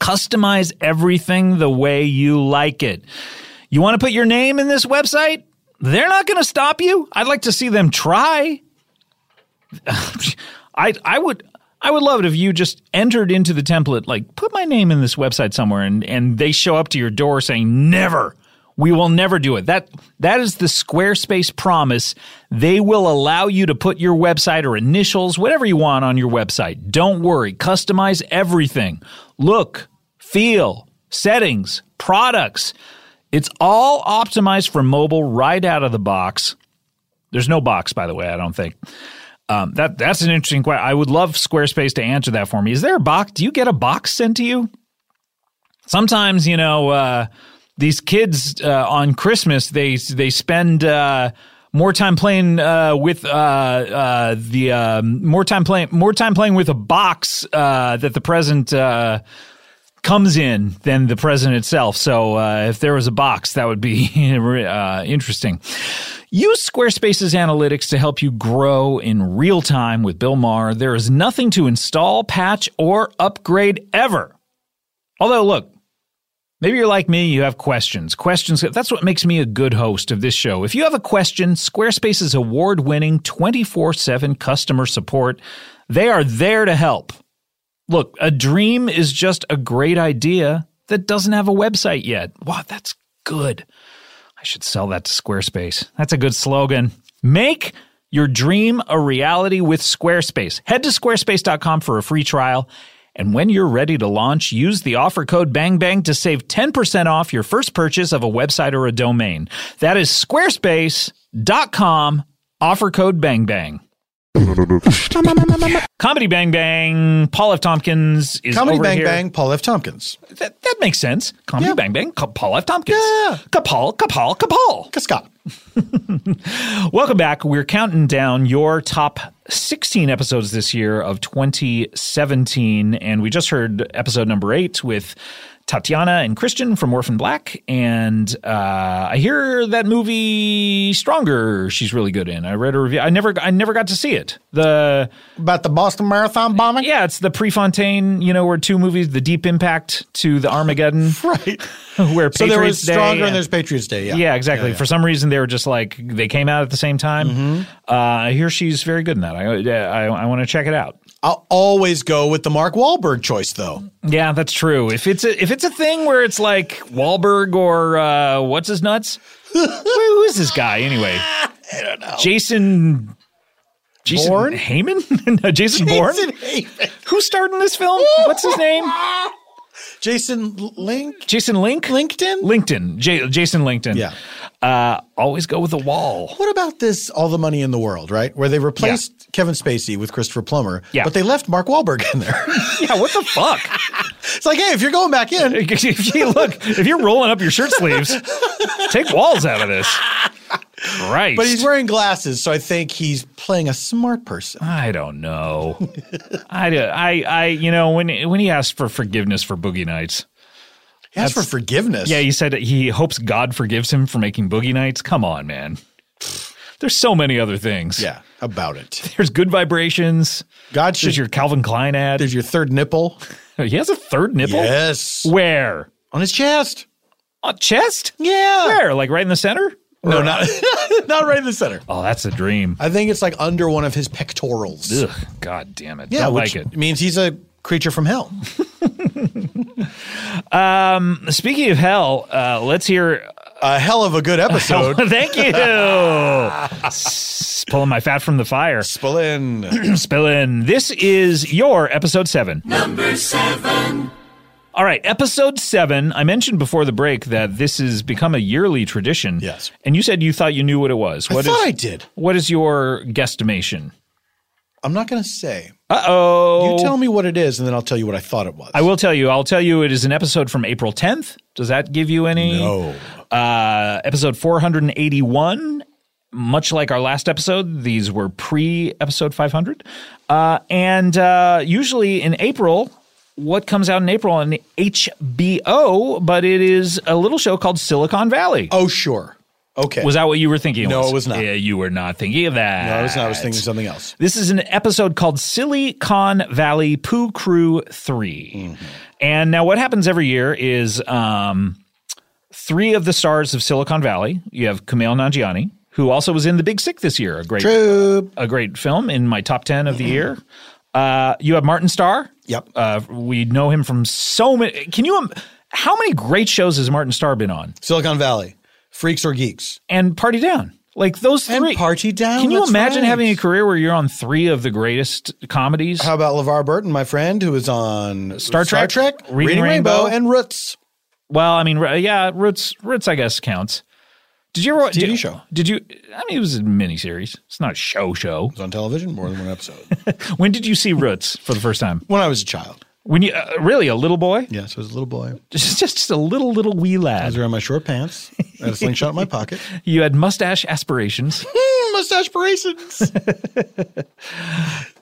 Speaker 1: Customize everything the way you like it. You want to put your name in this website? They're not going to stop you. I'd like to see them try. I I would I would love it if you just entered into the template like put my name in this website somewhere and and they show up to your door saying never. We will never do it. That that is the Squarespace promise. They will allow you to put your website or initials, whatever you want on your website. Don't worry. Customize everything. Look, feel, settings, products. It's all optimized for mobile right out of the box. There's no box, by the way, I don't think. Um, that that's an interesting question. I would love Squarespace to answer that for me. Is there a box? Do you get a box sent to you? Sometimes you know uh, these kids uh, on Christmas they they spend uh, more time playing uh, with uh, uh, the um more time playing more time playing with a box uh, that the present. Uh, comes in than the present itself. So uh, if there was a box, that would be uh, interesting. Use Squarespace's analytics to help you grow in real time with Bill Maher. There is nothing to install, patch, or upgrade ever. Although, look, Maybe you're like me, you have questions. Questions, that's what makes me a good host of this show. If you have a question, Squarespace's award winning 24 7 customer support, they are there to help. Look, a dream is just a great idea that doesn't have a website yet. Wow, that's good. I should sell that to Squarespace. That's a good slogan. Make your dream a reality with Squarespace. Head to squarespace.com for a free trial. And when you're ready to launch, use the offer code BANGBANG to save 10% off your first purchase of a website or a domain. That is squarespace.com, offer code BANGBANG. Comedy Bang Bang, Paul F. Tompkins is
Speaker 4: Comedy
Speaker 1: over
Speaker 4: Bang
Speaker 1: here.
Speaker 4: Bang, Paul F. Tompkins.
Speaker 1: That, that makes sense. Comedy
Speaker 4: Yeah.
Speaker 1: Bang Bang, Ka- Paul F. Tompkins.
Speaker 4: Yeah.
Speaker 1: Kapal, Kapal, Kapal.
Speaker 4: Scott.
Speaker 1: Welcome back. We're counting down your top 16 episodes this year of 2017. And we just heard episode number eight with Tatiana and Christian from Orphan Black. And uh, I hear that movie Stronger, she's really good in. I read a review. I never I never got to see it. The
Speaker 4: About the Boston Marathon bombing?
Speaker 1: yeah, it's the Prefontaine, you know, where two movies, the deep impact to the Armageddon.
Speaker 4: Right.
Speaker 1: Where Patriots
Speaker 4: so there was
Speaker 1: Day
Speaker 4: Stronger and
Speaker 1: and-
Speaker 4: there's Patriots Day. Yeah.
Speaker 1: yeah, exactly. For some reason, they were just like they came out at the same time. Uh, I hear she's very good in that. I I, I want to check it out.
Speaker 4: I'll always go with the Mark Wahlberg choice, though.
Speaker 1: Yeah, that's true. If it's a, if it's a thing where it's like Wahlberg or uh, what's his nuts, who is this guy anyway? I don't know. Jason. Jason
Speaker 4: Bourne?
Speaker 1: Heyman? no, Jason, Bourne?
Speaker 4: Jason Heyman.
Speaker 1: Who starred in this film? What's his name?
Speaker 4: Jason L- Link?
Speaker 1: Jason Link?
Speaker 4: LinkedIn?
Speaker 1: LinkedIn. J- Jason LinkedIn.
Speaker 4: Yeah.
Speaker 1: Uh, always go with the wall.
Speaker 4: What about this All the Money in the World, right? Where they replaced Kevin Spacey with Christopher Plummer,
Speaker 1: Yeah.
Speaker 4: but they left Mark Wahlberg in there.
Speaker 1: Yeah, what the fuck?
Speaker 4: it's like, hey, if you're going back in,
Speaker 1: if you look, if you're rolling up your shirt sleeves, take walls out of this. Right.
Speaker 4: but he's wearing glasses, so I think he's playing a smart person.
Speaker 1: I don't know. I, do- I, I, you know, when when he asked for forgiveness for Boogie Nights,
Speaker 4: He asked for forgiveness.
Speaker 1: yeah, he said that he hopes God forgives him for making Boogie Nights. Come on, man. There's so many other things.
Speaker 4: yeah, about it.
Speaker 1: There's good vibrations.
Speaker 4: God should
Speaker 1: There's your Calvin Klein ad.
Speaker 4: There's your third nipple.
Speaker 1: He has a third nipple.
Speaker 4: Yes.
Speaker 1: Where?
Speaker 4: On his chest.
Speaker 1: On chest?
Speaker 4: Yeah.
Speaker 1: Where? Like right in the center?
Speaker 4: No, not not right in the center.
Speaker 1: Oh, that's a dream.
Speaker 4: I think it's like under one of his pectorals.
Speaker 1: Ugh, God damn it.
Speaker 4: Yeah,
Speaker 1: Don't
Speaker 4: which
Speaker 1: like it.
Speaker 4: means he's a creature from hell.
Speaker 1: Um, Speaking of hell, uh, let's hear.
Speaker 4: a hell of a good episode.
Speaker 1: Thank you. S- Pulling my fat from the fire.
Speaker 4: Spillin.
Speaker 1: Spilling. This is your episode seven. Number seven. All right, episode seven. I mentioned before the break that this has become a yearly tradition.
Speaker 4: Yes.
Speaker 1: And you said you thought you knew what it was.
Speaker 4: I
Speaker 1: What is?
Speaker 4: thought I did.
Speaker 1: What is your guesstimation?
Speaker 4: I'm not going to say.
Speaker 1: Uh oh.
Speaker 4: You tell me what it is, and then I'll tell you what I thought it was.
Speaker 1: I will tell you. I'll tell you. It is an episode from April 10th. Does that give you any?
Speaker 4: No.
Speaker 1: Uh, episode 481. Much like our last episode, these were pre episode 500. Uh, and uh, usually in April, what comes out in April on HBO, but it is a little show called Silicon Valley.
Speaker 4: Oh, sure. Okay.
Speaker 1: Was that what you were thinking?
Speaker 4: No, it was not.
Speaker 1: Yeah, you were not thinking of that.
Speaker 4: No, I was, I was thinking something else.
Speaker 1: This is an episode called Silly Con Valley Poo Crew 3.
Speaker 4: Mm-hmm.
Speaker 1: And now, what happens every year is um, three of the stars of Silicon Valley. You have Kumail Nanjiani, who also was in The Big Sick this year, a great,
Speaker 4: Boop.
Speaker 1: a great film in my top 10 of the year. Uh, you have Martin Starr.
Speaker 4: Mm-hmm. Yep.
Speaker 1: Uh, we know him from so many. Can you? im- How many great shows has Martin Starr been on?
Speaker 4: Silicon Valley, Freaks or Geeks,
Speaker 1: and Party Down. Like those
Speaker 4: And
Speaker 1: three.
Speaker 4: Party Down,
Speaker 1: Can you
Speaker 4: that's
Speaker 1: imagine
Speaker 4: right.
Speaker 1: having a career where you're on three of the greatest comedies?
Speaker 4: How about LeVar Burton, my friend, who was on
Speaker 1: Star Trek,
Speaker 4: Star Trek
Speaker 1: Reading Rainbow,
Speaker 4: and Roots?
Speaker 1: well, I mean, r- yeah, Roots, Roots, I guess counts. Did you ever
Speaker 4: TV
Speaker 1: did,
Speaker 4: show.
Speaker 1: Did you? I mean, it was a miniseries. It's not a show. Show.
Speaker 4: It was on television, more than one episode.
Speaker 1: When did you see Roots for the first time?
Speaker 4: when I was a child.
Speaker 1: When you uh, really a little boy,
Speaker 4: Yes, I was a little boy.
Speaker 1: just, just a little little wee
Speaker 4: I was
Speaker 1: lad.
Speaker 4: wearing my short pants. I had a slingshot in my pocket.
Speaker 1: You had mustache aspirations.
Speaker 4: Mm, mustache aspirations.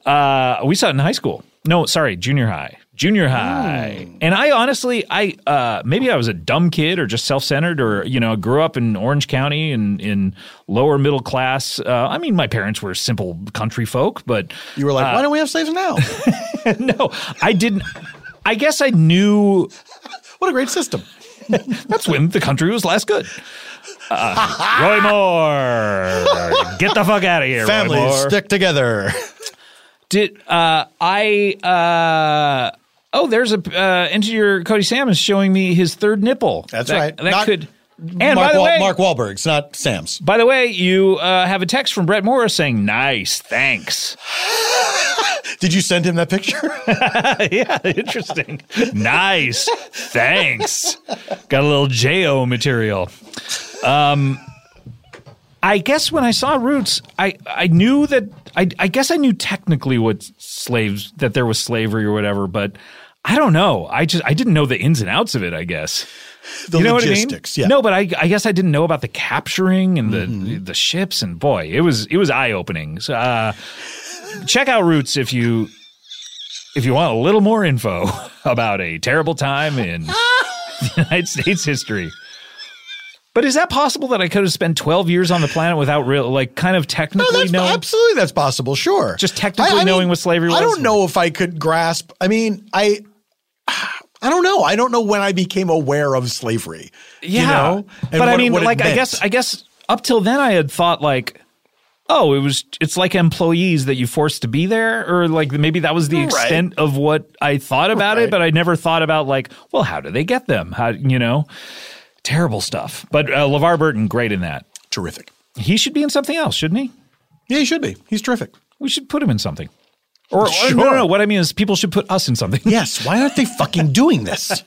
Speaker 1: Uh, we saw it in high school. No, sorry, junior high. Junior high.
Speaker 4: Hmm.
Speaker 1: And I honestly, I uh, maybe I was a dumb kid or just self centered or, you know, grew up in Orange County and in lower middle class. Uh, I mean, my parents were simple country folk, but
Speaker 4: You were like,
Speaker 1: Uh.
Speaker 4: why don't we have slaves now?
Speaker 1: no, I didn't. I guess I knew
Speaker 4: What a great system.
Speaker 1: that's when the country was last good. Uh, Roy Moore, get the fuck out of here, Roy
Speaker 4: Families
Speaker 1: Moore.
Speaker 4: stick together.
Speaker 1: Did uh, I? Uh, oh, there's a uh, engineer Cody Salmon showing me his third nipple.
Speaker 4: That's
Speaker 1: That-
Speaker 4: right.
Speaker 1: That
Speaker 4: Not
Speaker 1: could. And
Speaker 4: Mark,
Speaker 1: by the
Speaker 4: Wa-
Speaker 1: way,
Speaker 4: Mark Wahlberg's, not Sam's.
Speaker 1: by the way, you uh, have a text from Brett Morris saying, "Nice, thanks."
Speaker 4: Did you send him that picture?
Speaker 1: yeah, interesting. nice, thanks. Got a little Jo material. Um, I guess when I saw Roots, I I knew that I, I guess I knew technically what slaves that there was slavery or whatever, but I don't know. I just I didn't know the ins and outs of it. I guess
Speaker 4: The
Speaker 1: you know
Speaker 4: logistics.
Speaker 1: what I
Speaker 4: Yeah. Mm-hmm.
Speaker 1: mean? No, but I, I guess I didn't know about the capturing and the the ships and boy, it was it was eye opening. So, uh, check out Roots if you if you want a little more info about a terrible time in United States history. But is that possible that I could have spent 12 years on the planet without real, like, kind of technically
Speaker 4: No, that's
Speaker 1: knowing?
Speaker 4: absolutely that's possible. Sure,
Speaker 1: Just technically knowing what slavery
Speaker 4: I
Speaker 1: was?
Speaker 4: don't know if I could grasp. I mean, I, I don't know. I don't know when I became aware of slavery.
Speaker 1: yeah.
Speaker 4: you know, and
Speaker 1: but I
Speaker 4: what-
Speaker 1: mean,
Speaker 4: what it
Speaker 1: like, I
Speaker 4: meant.
Speaker 1: guess, I guess up till then I had thought, like, oh, it was, it's like employees that you forced to be there, or like maybe that was the extent of what I thought about it, but I never thought about, like, well, how do they get them? How, you know, terrible stuff. But uh, LeVar Burton, great in that.
Speaker 4: terrific.
Speaker 1: He should be in something else, shouldn't he?
Speaker 4: Yeah, he should be. He's terrific.
Speaker 1: We should put him in something. Or, or-
Speaker 4: Sure.
Speaker 1: no, no, no. What I mean is, people should put us in something.
Speaker 4: Yes. Why aren't they fucking doing this?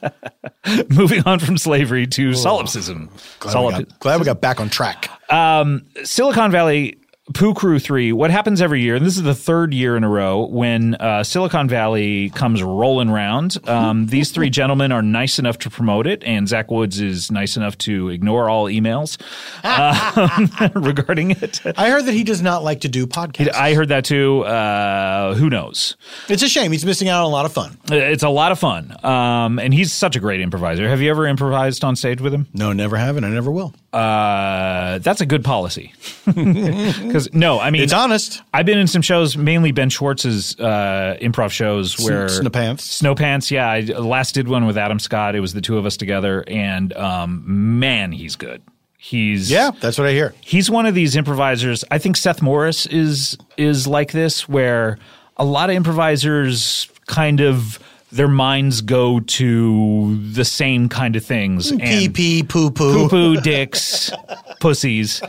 Speaker 1: Moving on from slavery to solipsism.
Speaker 4: glad, we
Speaker 1: Solip-
Speaker 4: got, glad we got back on track.
Speaker 1: Um, Silicon Valley Poo Crew 3, what happens every year, and this is the third year in a row when uh, Silicon Valley comes rolling round. Um, these three gentlemen are nice enough to promote it, and Zach Woods is nice enough to ignore all emails um, regarding it.
Speaker 4: I heard that he does not like to do podcasts.
Speaker 1: I heard that too. Uh, who knows?
Speaker 4: it's a shame. He's missing out on a lot of fun.
Speaker 1: It's a lot of fun. Um, and he's such a great improviser. Have you ever improvised on stage with him?
Speaker 4: No, never have, and I never will.
Speaker 1: Uh, that's a good policy. Because, no, I mean,
Speaker 4: it's honest.
Speaker 1: I've been in some shows, mainly Ben Schwartz's uh, improv shows where
Speaker 4: Snowpants.
Speaker 1: Snowpants, yeah. I last did one with Adam Scott. It was the two of us together, and um, man, he's good. He's
Speaker 4: Yeah, that's what I hear.
Speaker 1: he's one of these improvisers. I think Seth Morris is is like this, where a lot of improvisers kind of their minds go to the same kind of things. and-
Speaker 4: Pee pee poo
Speaker 1: poo
Speaker 4: poo.
Speaker 1: poo dicks, pussies.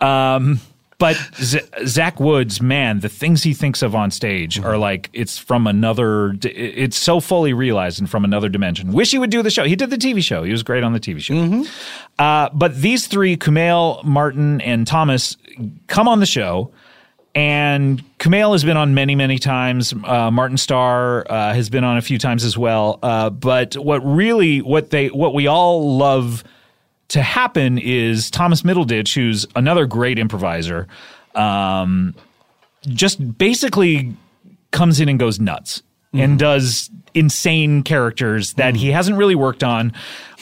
Speaker 1: Um, but Z- Zach Woods, man, the things he thinks of on stage are like it's from another. d- It's so fully realized and from another dimension. Wish he would do the show. He did the TV show. He was great on the TV show. Uh, but these three, Kumail, Martin, and Thomas, come on the show. And Kumail has been on many, many times. Uh, Martin Starr uh, has been on a few times as well. Uh, but what really, what they, what we all love to happen is Thomas Middleditch, who's another great improviser, um, just basically comes in and goes nuts and does insane characters that he hasn't really worked on.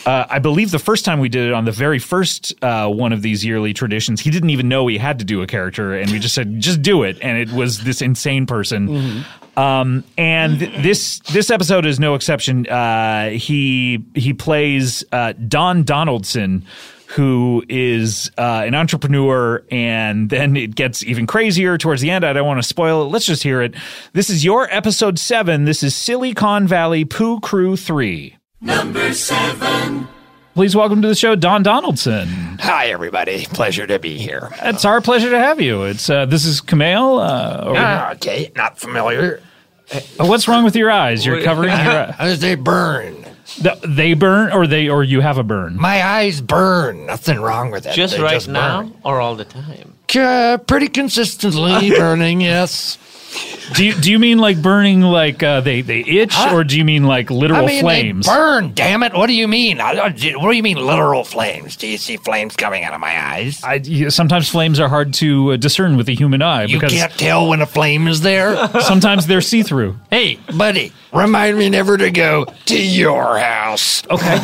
Speaker 1: Uh, I believe the first time we did it on the very first uh, one of these yearly traditions, he didn't even know he had to do a character, and we just said, "Just do it," and it was this insane person. Um, and th- this this episode is no exception. Uh, he he plays uh, Don Donaldson, who is uh, an entrepreneur, and then it gets even crazier towards the end. I don't want to spoil it. Let's just hear it. This is your episode seven. This is Silicon Valley Poo Crew three.
Speaker 6: Number seven.
Speaker 1: Please welcome to the show, Don Donaldson.
Speaker 5: Hi, everybody. Pleasure to be here.
Speaker 1: It's our pleasure to have you. It's uh, this is Camille. Uh, over
Speaker 5: Ah, okay, not familiar.
Speaker 1: here. What's wrong with your eyes? You're covering your. eye-
Speaker 5: As they burn.
Speaker 1: Th- They burn, or they, or you have a burn.
Speaker 5: My eyes burn. Nothing wrong with that.
Speaker 11: Just
Speaker 5: They
Speaker 11: right
Speaker 5: burn.
Speaker 11: now or all the time?
Speaker 5: Uh, pretty consistently burning, yes.
Speaker 1: Do you, do you mean like burning like uh, they they itch,
Speaker 5: Huh?
Speaker 1: or do you mean like literal
Speaker 5: I mean,
Speaker 1: flames?
Speaker 5: they burn, damn it. What do you mean? I, I- what do you mean, literal flames? Do you see flames coming out of my eyes?
Speaker 1: I, yeah, sometimes flames are hard to uh, discern with the human eye
Speaker 5: you
Speaker 1: because
Speaker 5: can't tell when a flame is there.
Speaker 1: sometimes they're see through.
Speaker 5: hey, buddy, remind me never to go to your house.
Speaker 1: Okay.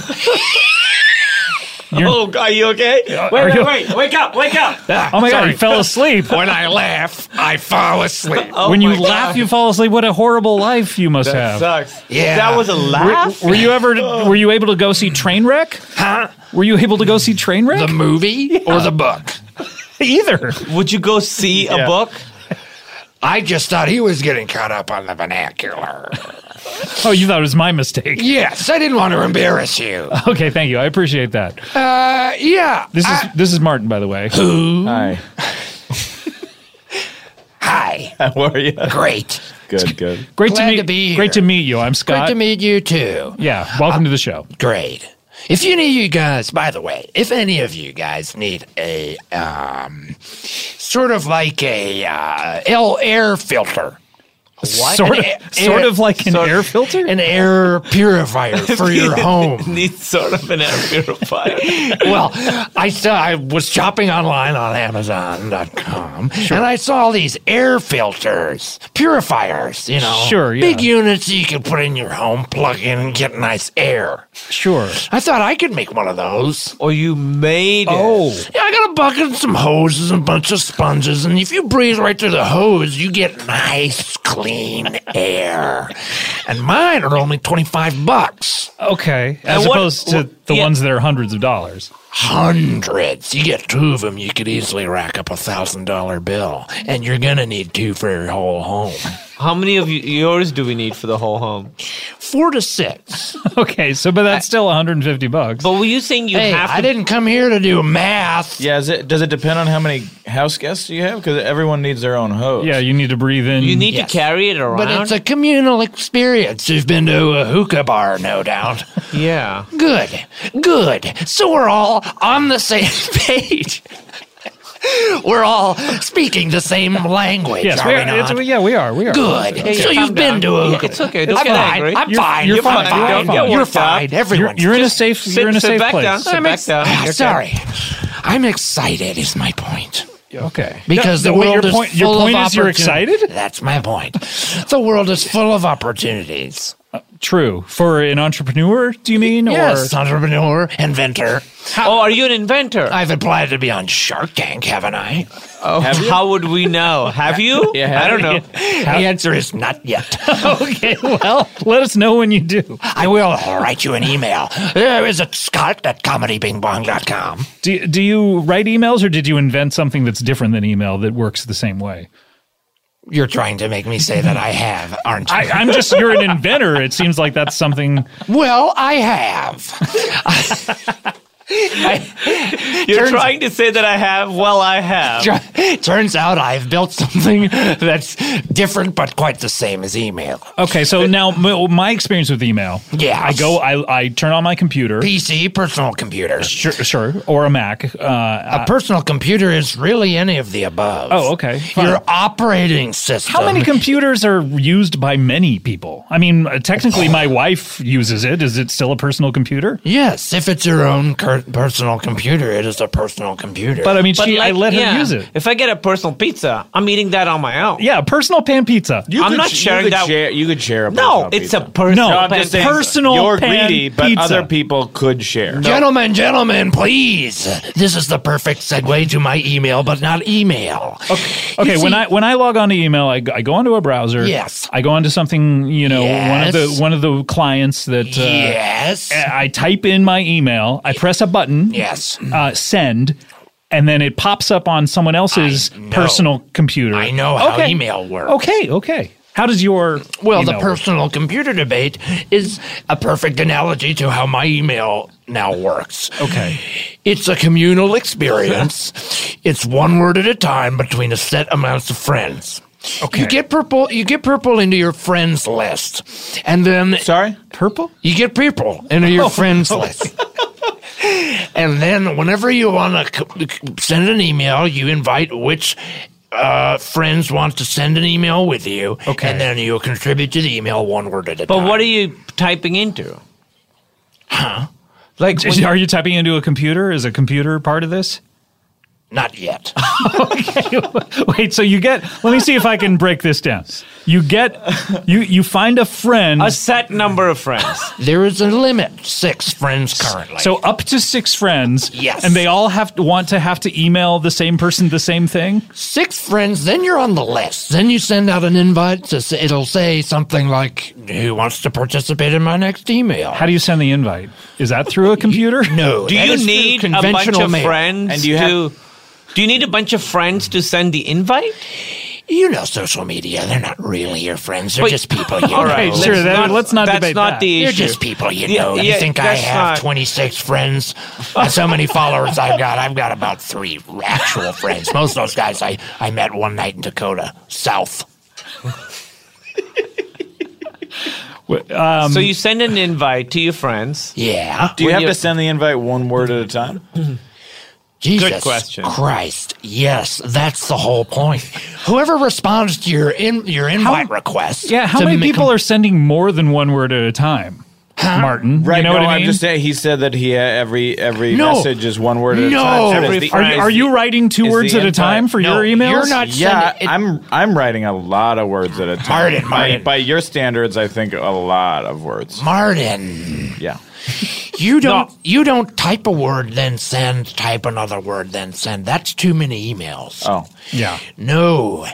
Speaker 11: Oh, are you okay? Wait,
Speaker 1: are
Speaker 11: wait,
Speaker 1: you-
Speaker 11: wait. Wake up, wake up.
Speaker 1: Oh my god, you fell asleep.
Speaker 5: When I laugh, I fall asleep.
Speaker 12: Oh
Speaker 1: when you
Speaker 11: oh my
Speaker 1: laugh,
Speaker 11: God.
Speaker 1: you fall asleep. What a horrible life you must have.
Speaker 11: Sucks.
Speaker 5: Yeah.
Speaker 11: That was a laugh? Oh.
Speaker 1: Were you ever were you able to go see Trainwreck? Huh? Were you able to go see
Speaker 5: the
Speaker 1: Trainwreck?
Speaker 5: movie or the book?
Speaker 1: Either.
Speaker 11: Would you go see a book?
Speaker 5: I just thought he was getting caught up on the vernacular.
Speaker 1: Oh, you thought it was my mistake.
Speaker 5: yes, I didn't want to embarrass you. Uh,
Speaker 1: Okay, thank you. I appreciate that.
Speaker 5: yeah.
Speaker 1: This is
Speaker 5: I-
Speaker 1: this is Martin, by the way.
Speaker 11: Hi.
Speaker 5: hi.
Speaker 11: How are you?
Speaker 5: Great.
Speaker 13: Good, good.
Speaker 1: Great
Speaker 5: Glad
Speaker 1: meet.
Speaker 5: to be here.
Speaker 1: Great to meet you. I'm
Speaker 5: Good
Speaker 1: Scott.
Speaker 5: to meet you too.
Speaker 1: yeah, welcome to the show.
Speaker 5: Great. If you need you guys, by the way, if any of you guys need a um, sort of like a uh, L air filter.
Speaker 1: What? Sort of- sort of like an air filter,
Speaker 5: an air purifier for your home.
Speaker 11: Needs sort of an air purifier.
Speaker 5: well, I saw I was shopping online on Amazon.com, and I saw all these air filters, purifiers. You know,
Speaker 1: Sure, yeah.
Speaker 5: big units that you can put in your home, plug in, and get nice air.
Speaker 1: Sure.
Speaker 5: I thought I could make one of those.
Speaker 11: Or Oh, you made
Speaker 5: oh. Yeah, I got a bucket and some hoses and a bunch of sponges, and if you breathe right through the hose, you get nice, clean air. And mine are only 25 bucks.
Speaker 1: Okay.
Speaker 5: And
Speaker 1: As
Speaker 5: what-
Speaker 1: opposed to
Speaker 5: what-
Speaker 1: the
Speaker 5: yeah.
Speaker 1: ones that are hundreds of dollars.
Speaker 5: Hundreds. You get two of them, you could easily rack up a thousand dollar bill, and you're gonna need two for your whole home.
Speaker 11: How many of you, yours do we need for the whole home?
Speaker 5: Four to six.
Speaker 1: Okay, so but that's still 150 bucks.
Speaker 11: But were you saying you
Speaker 5: Hey,
Speaker 11: have to?
Speaker 5: I didn't come here to do math.
Speaker 12: Yeah, is it, does it depend on how many house guests you have? Because everyone needs their own hose.
Speaker 1: Yeah, you need to breathe in.
Speaker 11: You need to carry it around.
Speaker 5: But it's a communal experience. You've been to a hookah bar, no doubt.
Speaker 11: yeah.
Speaker 5: Good, good. So we're all on the same page. We're all speaking the same language.
Speaker 1: Yes,
Speaker 5: are
Speaker 1: we
Speaker 5: we
Speaker 1: are.
Speaker 5: not?
Speaker 1: It's- yeah, we are. We are.
Speaker 5: Good.
Speaker 1: Okay.
Speaker 5: so you've been to a.
Speaker 11: It's okay. Don't
Speaker 5: I'm
Speaker 11: get
Speaker 5: fine.
Speaker 11: angry.
Speaker 5: I'm
Speaker 11: You're-
Speaker 5: fine.
Speaker 1: you're
Speaker 5: You're
Speaker 1: fine.
Speaker 5: fine.
Speaker 1: Don't get
Speaker 5: You're
Speaker 11: worked up.
Speaker 5: fine. Everyone's
Speaker 1: You're in a safe.
Speaker 11: Sit-
Speaker 1: you're in a
Speaker 11: sit
Speaker 1: safe
Speaker 11: back
Speaker 1: place.
Speaker 11: down. Sit
Speaker 1: I'm
Speaker 11: back
Speaker 1: ex-
Speaker 11: down. You're okay.
Speaker 5: sorry. I'm excited. Is my point.
Speaker 1: Okay.
Speaker 5: Because
Speaker 1: No,
Speaker 5: the
Speaker 1: wait,
Speaker 5: world
Speaker 1: your
Speaker 5: is
Speaker 1: point,
Speaker 5: full
Speaker 1: your point
Speaker 5: of
Speaker 1: is you're
Speaker 5: opportunity-
Speaker 1: excited.
Speaker 5: That's my point. the world is full of opportunities.
Speaker 1: Uh, True for an entrepreneur. Do you mean?
Speaker 5: Yes,
Speaker 1: Or
Speaker 5: entrepreneur, inventor.
Speaker 11: Oh, are you an inventor?
Speaker 5: I've applied to be on Shark Tank, haven't I?
Speaker 11: oh, how would we know? Have you?
Speaker 12: Yeah, have
Speaker 11: I don't
Speaker 12: you?
Speaker 11: know.
Speaker 5: The answer is not yet.
Speaker 1: okay. Well, let us know when you do.
Speaker 5: I will write you an email. Uh, Is it scott at comedybingbong.com?
Speaker 1: Do do you write emails or did you invent something that's different than email that works the same way?
Speaker 5: You're trying to make me say that I have, aren't you?
Speaker 1: I, I'm just you're an inventor. It seems like that's something.
Speaker 5: well, I have.
Speaker 11: You're
Speaker 5: Turns-
Speaker 11: trying to say that I have. Well, I have.
Speaker 5: Tur- Turns out I've built something that's different but quite the same as email.
Speaker 1: Okay, so now my, my experience with email.
Speaker 5: Yes.
Speaker 1: I go. I I turn on my computer.
Speaker 5: PC, personal computer.
Speaker 1: Sure, sure, or a Mac. Uh,
Speaker 5: A personal computer is really any of the above.
Speaker 1: oh, okay. fine.
Speaker 5: Your operating system.
Speaker 1: How many computers are used by many people? I mean, uh, technically, my wife uses it. Is it still a personal computer?
Speaker 5: Yes, if it's your own cur- personal computer, it is a personal computer.
Speaker 1: But I mean,
Speaker 11: But
Speaker 1: she, I
Speaker 11: like,
Speaker 1: let her
Speaker 11: yeah,
Speaker 1: use it.
Speaker 11: If I get a personal pizza, I'm eating that on my own.
Speaker 1: Yeah, personal pan pizza.
Speaker 12: You
Speaker 11: I'm
Speaker 12: could
Speaker 11: not
Speaker 12: sh-
Speaker 11: sharing
Speaker 12: you could
Speaker 11: that-
Speaker 12: Share, you could share. A
Speaker 11: No,
Speaker 12: personal
Speaker 11: it's
Speaker 12: pizza.
Speaker 11: a personal.
Speaker 1: No,
Speaker 12: I'm
Speaker 11: pan
Speaker 12: just saying,
Speaker 11: pizza.
Speaker 1: personal
Speaker 12: You're
Speaker 1: pan
Speaker 12: greedy, but
Speaker 1: pizza.
Speaker 12: other people could share.
Speaker 5: Gentlemen, gentlemen, please. This is the perfect segue to my email, but not email. Okay,
Speaker 1: Okay, when I when I log on to email, I, go- I go onto a browser.
Speaker 5: Yes.
Speaker 1: I go onto something. You know, one
Speaker 5: Yes.
Speaker 1: of the one of the clients that. Uh,
Speaker 5: yes,
Speaker 1: I I type in my email. I press a button.
Speaker 5: yes,
Speaker 1: Uh, send. And then it pops up on someone else's
Speaker 5: I know.
Speaker 1: personal computer.
Speaker 5: I know how
Speaker 1: Okay.
Speaker 5: email works.
Speaker 1: Okay, okay. How does your
Speaker 5: Well, the
Speaker 1: email work?
Speaker 5: personal computer debate is a perfect analogy to how my email now works.
Speaker 1: Okay.
Speaker 5: It's a communal experience. it's one word at a time between a set amounts of friends.
Speaker 1: Okay.
Speaker 5: You get purple. You get purple into your friends list, and then
Speaker 12: Sorry,
Speaker 1: purple?
Speaker 5: you get people into
Speaker 1: Oh.
Speaker 5: your friends list. and then whenever you want to send an email, you invite which uh, friends want to send an email with you.
Speaker 1: Okay.
Speaker 5: And then you contribute to the email one word at a
Speaker 11: But
Speaker 5: time.
Speaker 11: what are you typing into? Huh? Like, when
Speaker 1: Are you typing into a computer? Is a computer part of this?
Speaker 5: Not yet.
Speaker 1: Wait, so you get let me see if I can break this down. You get you you find a friend
Speaker 11: a set number of friends.
Speaker 5: there is a limit. Six friends currently.
Speaker 1: so up to 6 friends
Speaker 5: Yes.
Speaker 1: and they all have to want to have to email the same person the same thing?
Speaker 5: six friends, then you're on the list. Then you send out an invite. To, s- it'll say something like, Who wants to participate in my next email?
Speaker 1: How do you send the invite? Is that through a computer?
Speaker 5: no.
Speaker 11: Do
Speaker 5: that
Speaker 11: you
Speaker 5: is through
Speaker 11: need a bunch
Speaker 5: conventional
Speaker 11: of
Speaker 5: mail.
Speaker 11: friends
Speaker 12: And do you
Speaker 11: to? Do you need a bunch of friends to send the invite?
Speaker 5: You know social media. They're not really your friends. They're
Speaker 11: Wait.
Speaker 5: just people you know.
Speaker 1: right, sure.
Speaker 11: Let's
Speaker 1: that- let's not
Speaker 11: that's
Speaker 1: debate
Speaker 11: not
Speaker 1: that.
Speaker 11: the
Speaker 5: They're
Speaker 11: issue.
Speaker 5: just people you
Speaker 11: Yeah,
Speaker 5: know. you
Speaker 11: yeah,
Speaker 5: think I
Speaker 11: that's
Speaker 5: have
Speaker 11: not-
Speaker 5: 26 friends? That's how many followers I've got. I've got about three actual friends. Most of those guys I, I met one night in Dakota South.
Speaker 1: Um,
Speaker 11: so you send an invite to your friends.
Speaker 5: Yeah.
Speaker 12: Do you have to send the invite one word at a time?
Speaker 5: Jesus
Speaker 12: Good question.
Speaker 5: Christ. Yes, that's the whole point. Whoever responds to your in, your invite request.
Speaker 1: Yeah, how
Speaker 5: to
Speaker 1: many
Speaker 5: ma-
Speaker 1: people are sending more than one word at a time? Martin,
Speaker 12: Right.
Speaker 1: You know
Speaker 12: no,
Speaker 1: what I
Speaker 12: am
Speaker 1: mean?
Speaker 12: just saying. He said that he uh, every every
Speaker 1: No.
Speaker 12: message is one word at a
Speaker 1: No.
Speaker 12: time.
Speaker 1: Every Are you- are you writing two words at a time for No, your emails? you're not
Speaker 12: Yeah,
Speaker 1: sending it-
Speaker 12: I'm I'm writing a lot of words at a time.
Speaker 5: Martin,
Speaker 12: By-
Speaker 5: Martin.
Speaker 12: By, your standards, I think a lot of words.
Speaker 5: Martin.
Speaker 12: Yeah.
Speaker 5: You don't you don't type a word then send, type another word then send. That's too many emails.
Speaker 12: Oh.
Speaker 1: Yeah.
Speaker 5: No.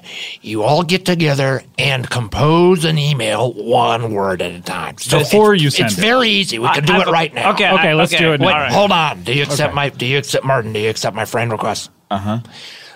Speaker 5: You all get together and compose an email one word at a time. So
Speaker 1: Before
Speaker 5: it's-
Speaker 1: you send
Speaker 5: It's
Speaker 1: it.
Speaker 5: very easy. We
Speaker 1: I-
Speaker 5: can do
Speaker 1: I-
Speaker 5: it right now.
Speaker 1: okay, I- okay,
Speaker 5: Wait,
Speaker 1: all right.
Speaker 5: Hold on. Do you accept
Speaker 1: Okay.
Speaker 5: my do you accept Martin? Do you accept my friend request? Uh-huh.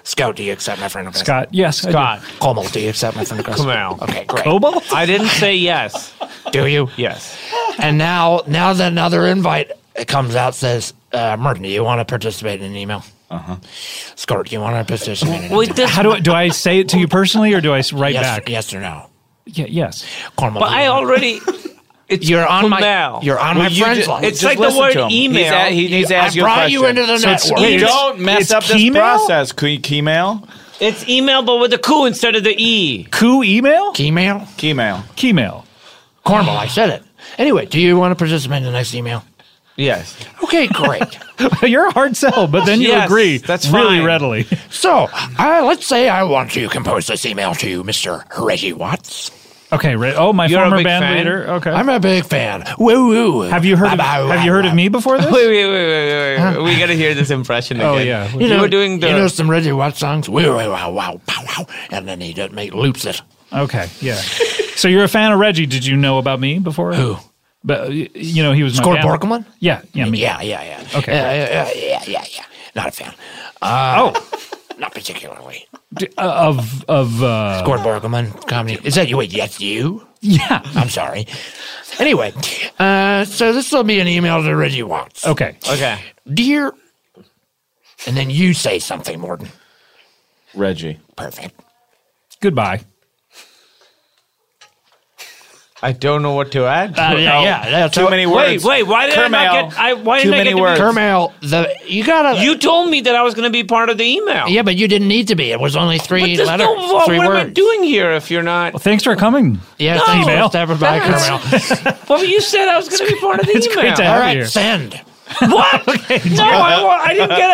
Speaker 5: Scott, do you accept my friend request?
Speaker 1: Scott, yes, I do.
Speaker 5: Scott. Como, do you accept my friend request?
Speaker 11: Como.
Speaker 5: Okay, great.
Speaker 1: Cobalt?
Speaker 11: I didn't say yes.
Speaker 5: Do you?
Speaker 11: Yes.
Speaker 5: And now, now that another invite comes out says, uh, Merton, do you want to participate in an email? Uh
Speaker 1: Uh-huh.
Speaker 5: huh. Scott, do you want to participate in an email?
Speaker 1: How do I, do I say it to you personally, or do I s- write
Speaker 5: yes,
Speaker 1: back?
Speaker 5: yes or no?
Speaker 1: Yeah, yes.
Speaker 5: Cornwall,
Speaker 11: But
Speaker 5: do you
Speaker 11: I
Speaker 5: want-
Speaker 11: already. It's
Speaker 5: You're on my-
Speaker 11: Kumail.
Speaker 5: you're on my Well, you friends ju- list.
Speaker 11: It's
Speaker 5: just
Speaker 11: like the
Speaker 5: listen
Speaker 11: word
Speaker 5: to him.
Speaker 11: email.
Speaker 12: He's at- he needs to ask
Speaker 5: I
Speaker 12: you a
Speaker 5: brought
Speaker 12: question.
Speaker 5: you into the
Speaker 1: So it's-
Speaker 5: network.
Speaker 1: wait, it's-
Speaker 12: Don't mess
Speaker 1: it's
Speaker 12: up this
Speaker 1: Keymail?
Speaker 12: process. Key, keymail?
Speaker 11: It's email, but with a ku instead of the e.
Speaker 1: Coup email?
Speaker 5: Email?
Speaker 12: Keymail.
Speaker 1: Keymail.
Speaker 5: Cornwall, I said it. Anyway, do you want to participate in the next email?
Speaker 12: Yes.
Speaker 5: Okay, great.
Speaker 1: You're a hard sell, but then you
Speaker 11: Yes,
Speaker 1: agree
Speaker 11: that's
Speaker 1: really
Speaker 11: fine.
Speaker 1: readily.
Speaker 5: so, uh, let's say I want to compose this email to Mr. Reggie Watts.
Speaker 1: Okay, right. Oh, my
Speaker 11: You're a
Speaker 1: former
Speaker 11: big
Speaker 1: band
Speaker 11: fan?
Speaker 1: leader. Okay.
Speaker 5: I'm a big fan. Woo woo.
Speaker 1: have you heard? Of,
Speaker 5: Bye-bye,
Speaker 1: have you heard of me before this?
Speaker 11: Wait, wait, wait, wait, wait, wait. We gotta hear this impression again.
Speaker 1: Oh, yeah.
Speaker 11: You, were doing the.
Speaker 5: you know some Reggie Watts songs. Wow, wow, wow, wow, wow, and then he just make loops it.
Speaker 1: Okay, yeah. so you're a fan of Reggie. Did you know about me before?
Speaker 5: Who?
Speaker 1: But uh, y- you know he was my
Speaker 5: Score
Speaker 1: band-
Speaker 5: Borkelman?
Speaker 1: Yeah, yeah, me.
Speaker 5: Yeah, yeah, yeah.
Speaker 1: Okay,
Speaker 5: yeah, yeah, yeah, yeah, yeah. Not a fan. Uh, oh, not particularly.
Speaker 1: D- uh, of of uh,
Speaker 5: Gord Borgelman comedy. Is that you? Wait, that's you.
Speaker 1: yeah.
Speaker 5: I'm sorry. Anyway, uh, so this will be an email to Reggie Watts.
Speaker 1: Okay,
Speaker 11: okay.
Speaker 5: Dear, and then you say something, Morton.
Speaker 12: Reggie.
Speaker 5: Perfect.
Speaker 1: goodbye.
Speaker 11: I don't know what to add.
Speaker 5: Uh, yeah, yeah. That's
Speaker 12: Too many
Speaker 11: wait,
Speaker 12: words.
Speaker 11: wait. Why did I
Speaker 12: Kumail.
Speaker 11: not get? I, why
Speaker 12: Too
Speaker 11: didn't I
Speaker 12: many
Speaker 11: get to be-
Speaker 12: words.
Speaker 5: Kermail, the you gotta.
Speaker 11: You told me that I was gonna be part of the email.
Speaker 5: Yeah, but you didn't need to be. It was only
Speaker 11: But
Speaker 5: three
Speaker 11: there's
Speaker 5: letters,
Speaker 11: no, what
Speaker 5: three
Speaker 11: what am
Speaker 5: words.
Speaker 11: I doing here if you're not?
Speaker 1: Well, thanks for coming.
Speaker 5: Yeah,
Speaker 11: No.
Speaker 5: thanks
Speaker 1: Email.
Speaker 5: for stopping by, Carmel.
Speaker 11: Well, you said I was going to be part of the
Speaker 1: It's
Speaker 11: email.
Speaker 1: great to have
Speaker 5: All
Speaker 1: you.
Speaker 5: right, send.
Speaker 11: What? no, I, wa- I didn't get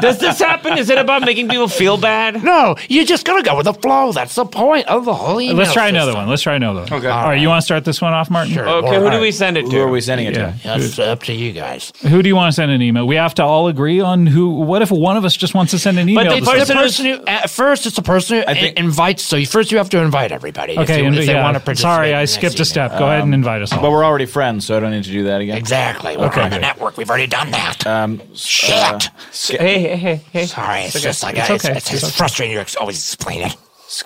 Speaker 11: a. Does this happen? Is it about making people feel bad?
Speaker 5: No, you just gotta go with the flow. That's the point of the whole email.
Speaker 1: Let's try
Speaker 5: system.
Speaker 1: another one. Let's try another one.
Speaker 12: Okay.
Speaker 1: All right, you want to start this one off, Martin?
Speaker 5: Sure.
Speaker 11: Okay,
Speaker 5: All
Speaker 11: who do
Speaker 5: right.
Speaker 11: we send it to?
Speaker 12: Who are we sending it
Speaker 1: Yeah.
Speaker 12: to?
Speaker 5: That's up to you guys.
Speaker 1: Who do you want to send an email? We have to all agree on who. What if one of us just wants to send an email?
Speaker 11: they
Speaker 1: to
Speaker 11: first-
Speaker 1: someone?
Speaker 5: The person who at first it's the person who
Speaker 12: think-
Speaker 5: in- invites. So you first you have to invite everybody. if
Speaker 1: okay,
Speaker 5: you-
Speaker 1: and-
Speaker 5: if they
Speaker 1: yeah.
Speaker 5: want to participate
Speaker 1: sorry,
Speaker 5: in
Speaker 1: I
Speaker 5: this
Speaker 1: skipped a
Speaker 5: email.
Speaker 1: step. Go ahead and invite us all.
Speaker 12: Um, But we're already friends, so I don't need to do that again.
Speaker 5: Exactly. We're
Speaker 1: Okay,
Speaker 5: on the
Speaker 1: good.
Speaker 5: network. We've already done that. Um, Shit.
Speaker 11: uh, Hey, hey, hey, hey.
Speaker 5: sorry, it's just like
Speaker 1: It's
Speaker 5: it's,
Speaker 1: okay.
Speaker 5: it's,
Speaker 1: It's
Speaker 5: it's
Speaker 1: okay.
Speaker 5: frustrating. You ex- always explain it.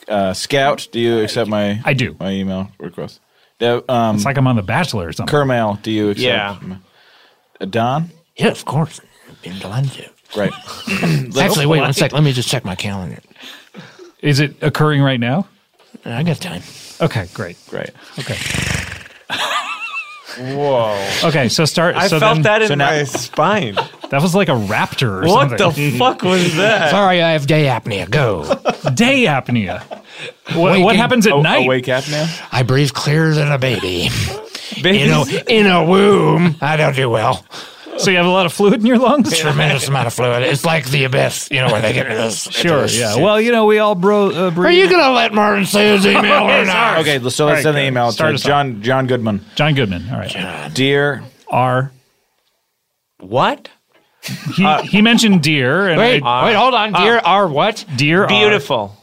Speaker 12: Uh, Scout, do you accept my
Speaker 1: I do.
Speaker 12: my email request? Do- um,
Speaker 1: it's like I'm on The Bachelor or something.
Speaker 12: Kermail, do you accept?
Speaker 11: Yeah.
Speaker 12: Uh, Don?
Speaker 5: Yeah, of course. Been done to.
Speaker 12: Great.
Speaker 5: Actually, wait one sec. Let me just check my calendar.
Speaker 1: Is it occurring right now?
Speaker 5: I got time.
Speaker 1: Okay, great.
Speaker 12: Great.
Speaker 1: Okay,
Speaker 11: Whoa.
Speaker 1: okay. So start.
Speaker 11: I
Speaker 1: so
Speaker 11: felt
Speaker 1: then-
Speaker 11: that in
Speaker 12: so now-
Speaker 11: my spine.
Speaker 1: That was like a raptor or
Speaker 11: What
Speaker 1: something.
Speaker 11: the fuck was that?
Speaker 5: Sorry, I have day apnea. Go.
Speaker 1: day apnea. What, what
Speaker 5: Waking-
Speaker 1: happens at
Speaker 12: Oh,
Speaker 1: night?
Speaker 12: Awake app now?
Speaker 5: I breathe clearer than a baby.
Speaker 11: Babies-
Speaker 5: You know, in a womb, I don't do well.
Speaker 1: So you have a lot of fluid in your lungs?
Speaker 5: Tremendous amount of fluid. It's like the abyss, you know, when they get into this. into
Speaker 1: Sure.
Speaker 5: this
Speaker 1: Yeah.
Speaker 5: shit.
Speaker 1: Well, you know, we all bro. Uh,
Speaker 5: Are
Speaker 1: breathe.
Speaker 5: you gonna let Martin say his email or not?
Speaker 12: Okay, so
Speaker 1: All
Speaker 12: let's
Speaker 1: right,
Speaker 12: send the
Speaker 1: good.
Speaker 12: email
Speaker 1: Start
Speaker 12: to
Speaker 1: us off.
Speaker 12: John John Goodman.
Speaker 1: John Goodman. All right.
Speaker 12: Dear
Speaker 1: R.
Speaker 11: What?
Speaker 1: He,
Speaker 12: Uh,
Speaker 1: he mentioned deer and
Speaker 5: Wait,
Speaker 1: I- Ah.
Speaker 5: wait, hold on. Dear R, what?
Speaker 1: deer.
Speaker 11: Beautiful.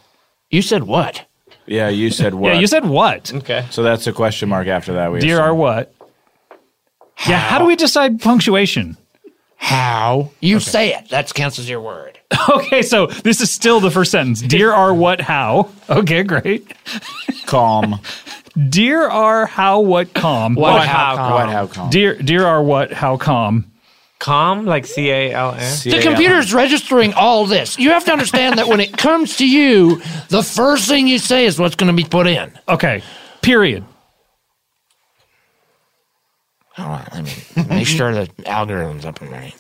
Speaker 5: You said what?
Speaker 12: Yeah, you said
Speaker 1: R.
Speaker 12: what?
Speaker 1: Yeah. You said what?
Speaker 11: Okay.
Speaker 12: so that's a question mark after that. We
Speaker 1: Deer
Speaker 12: assume.
Speaker 1: R. What? Yeah. How do we decide punctuation?
Speaker 5: How? You say it. That counts as your word.
Speaker 1: Okay. So this is still the first sentence. Deer R. What? How? Okay. Great.
Speaker 12: calm.
Speaker 1: Deer R. How? What? Calm.
Speaker 5: What?
Speaker 11: What,
Speaker 5: how
Speaker 11: how?
Speaker 5: come?
Speaker 12: what? How calm?
Speaker 1: Deer Deer R. What? How? Calm.
Speaker 11: Calm, like C A L M.
Speaker 5: The
Speaker 12: Yeah.
Speaker 5: computer's registering all this. You have to understand that when it comes to you, the first thing you say is what's going to be put in.
Speaker 1: Okay. Period.
Speaker 5: Hold on, let me make sure the algorithm's up and running.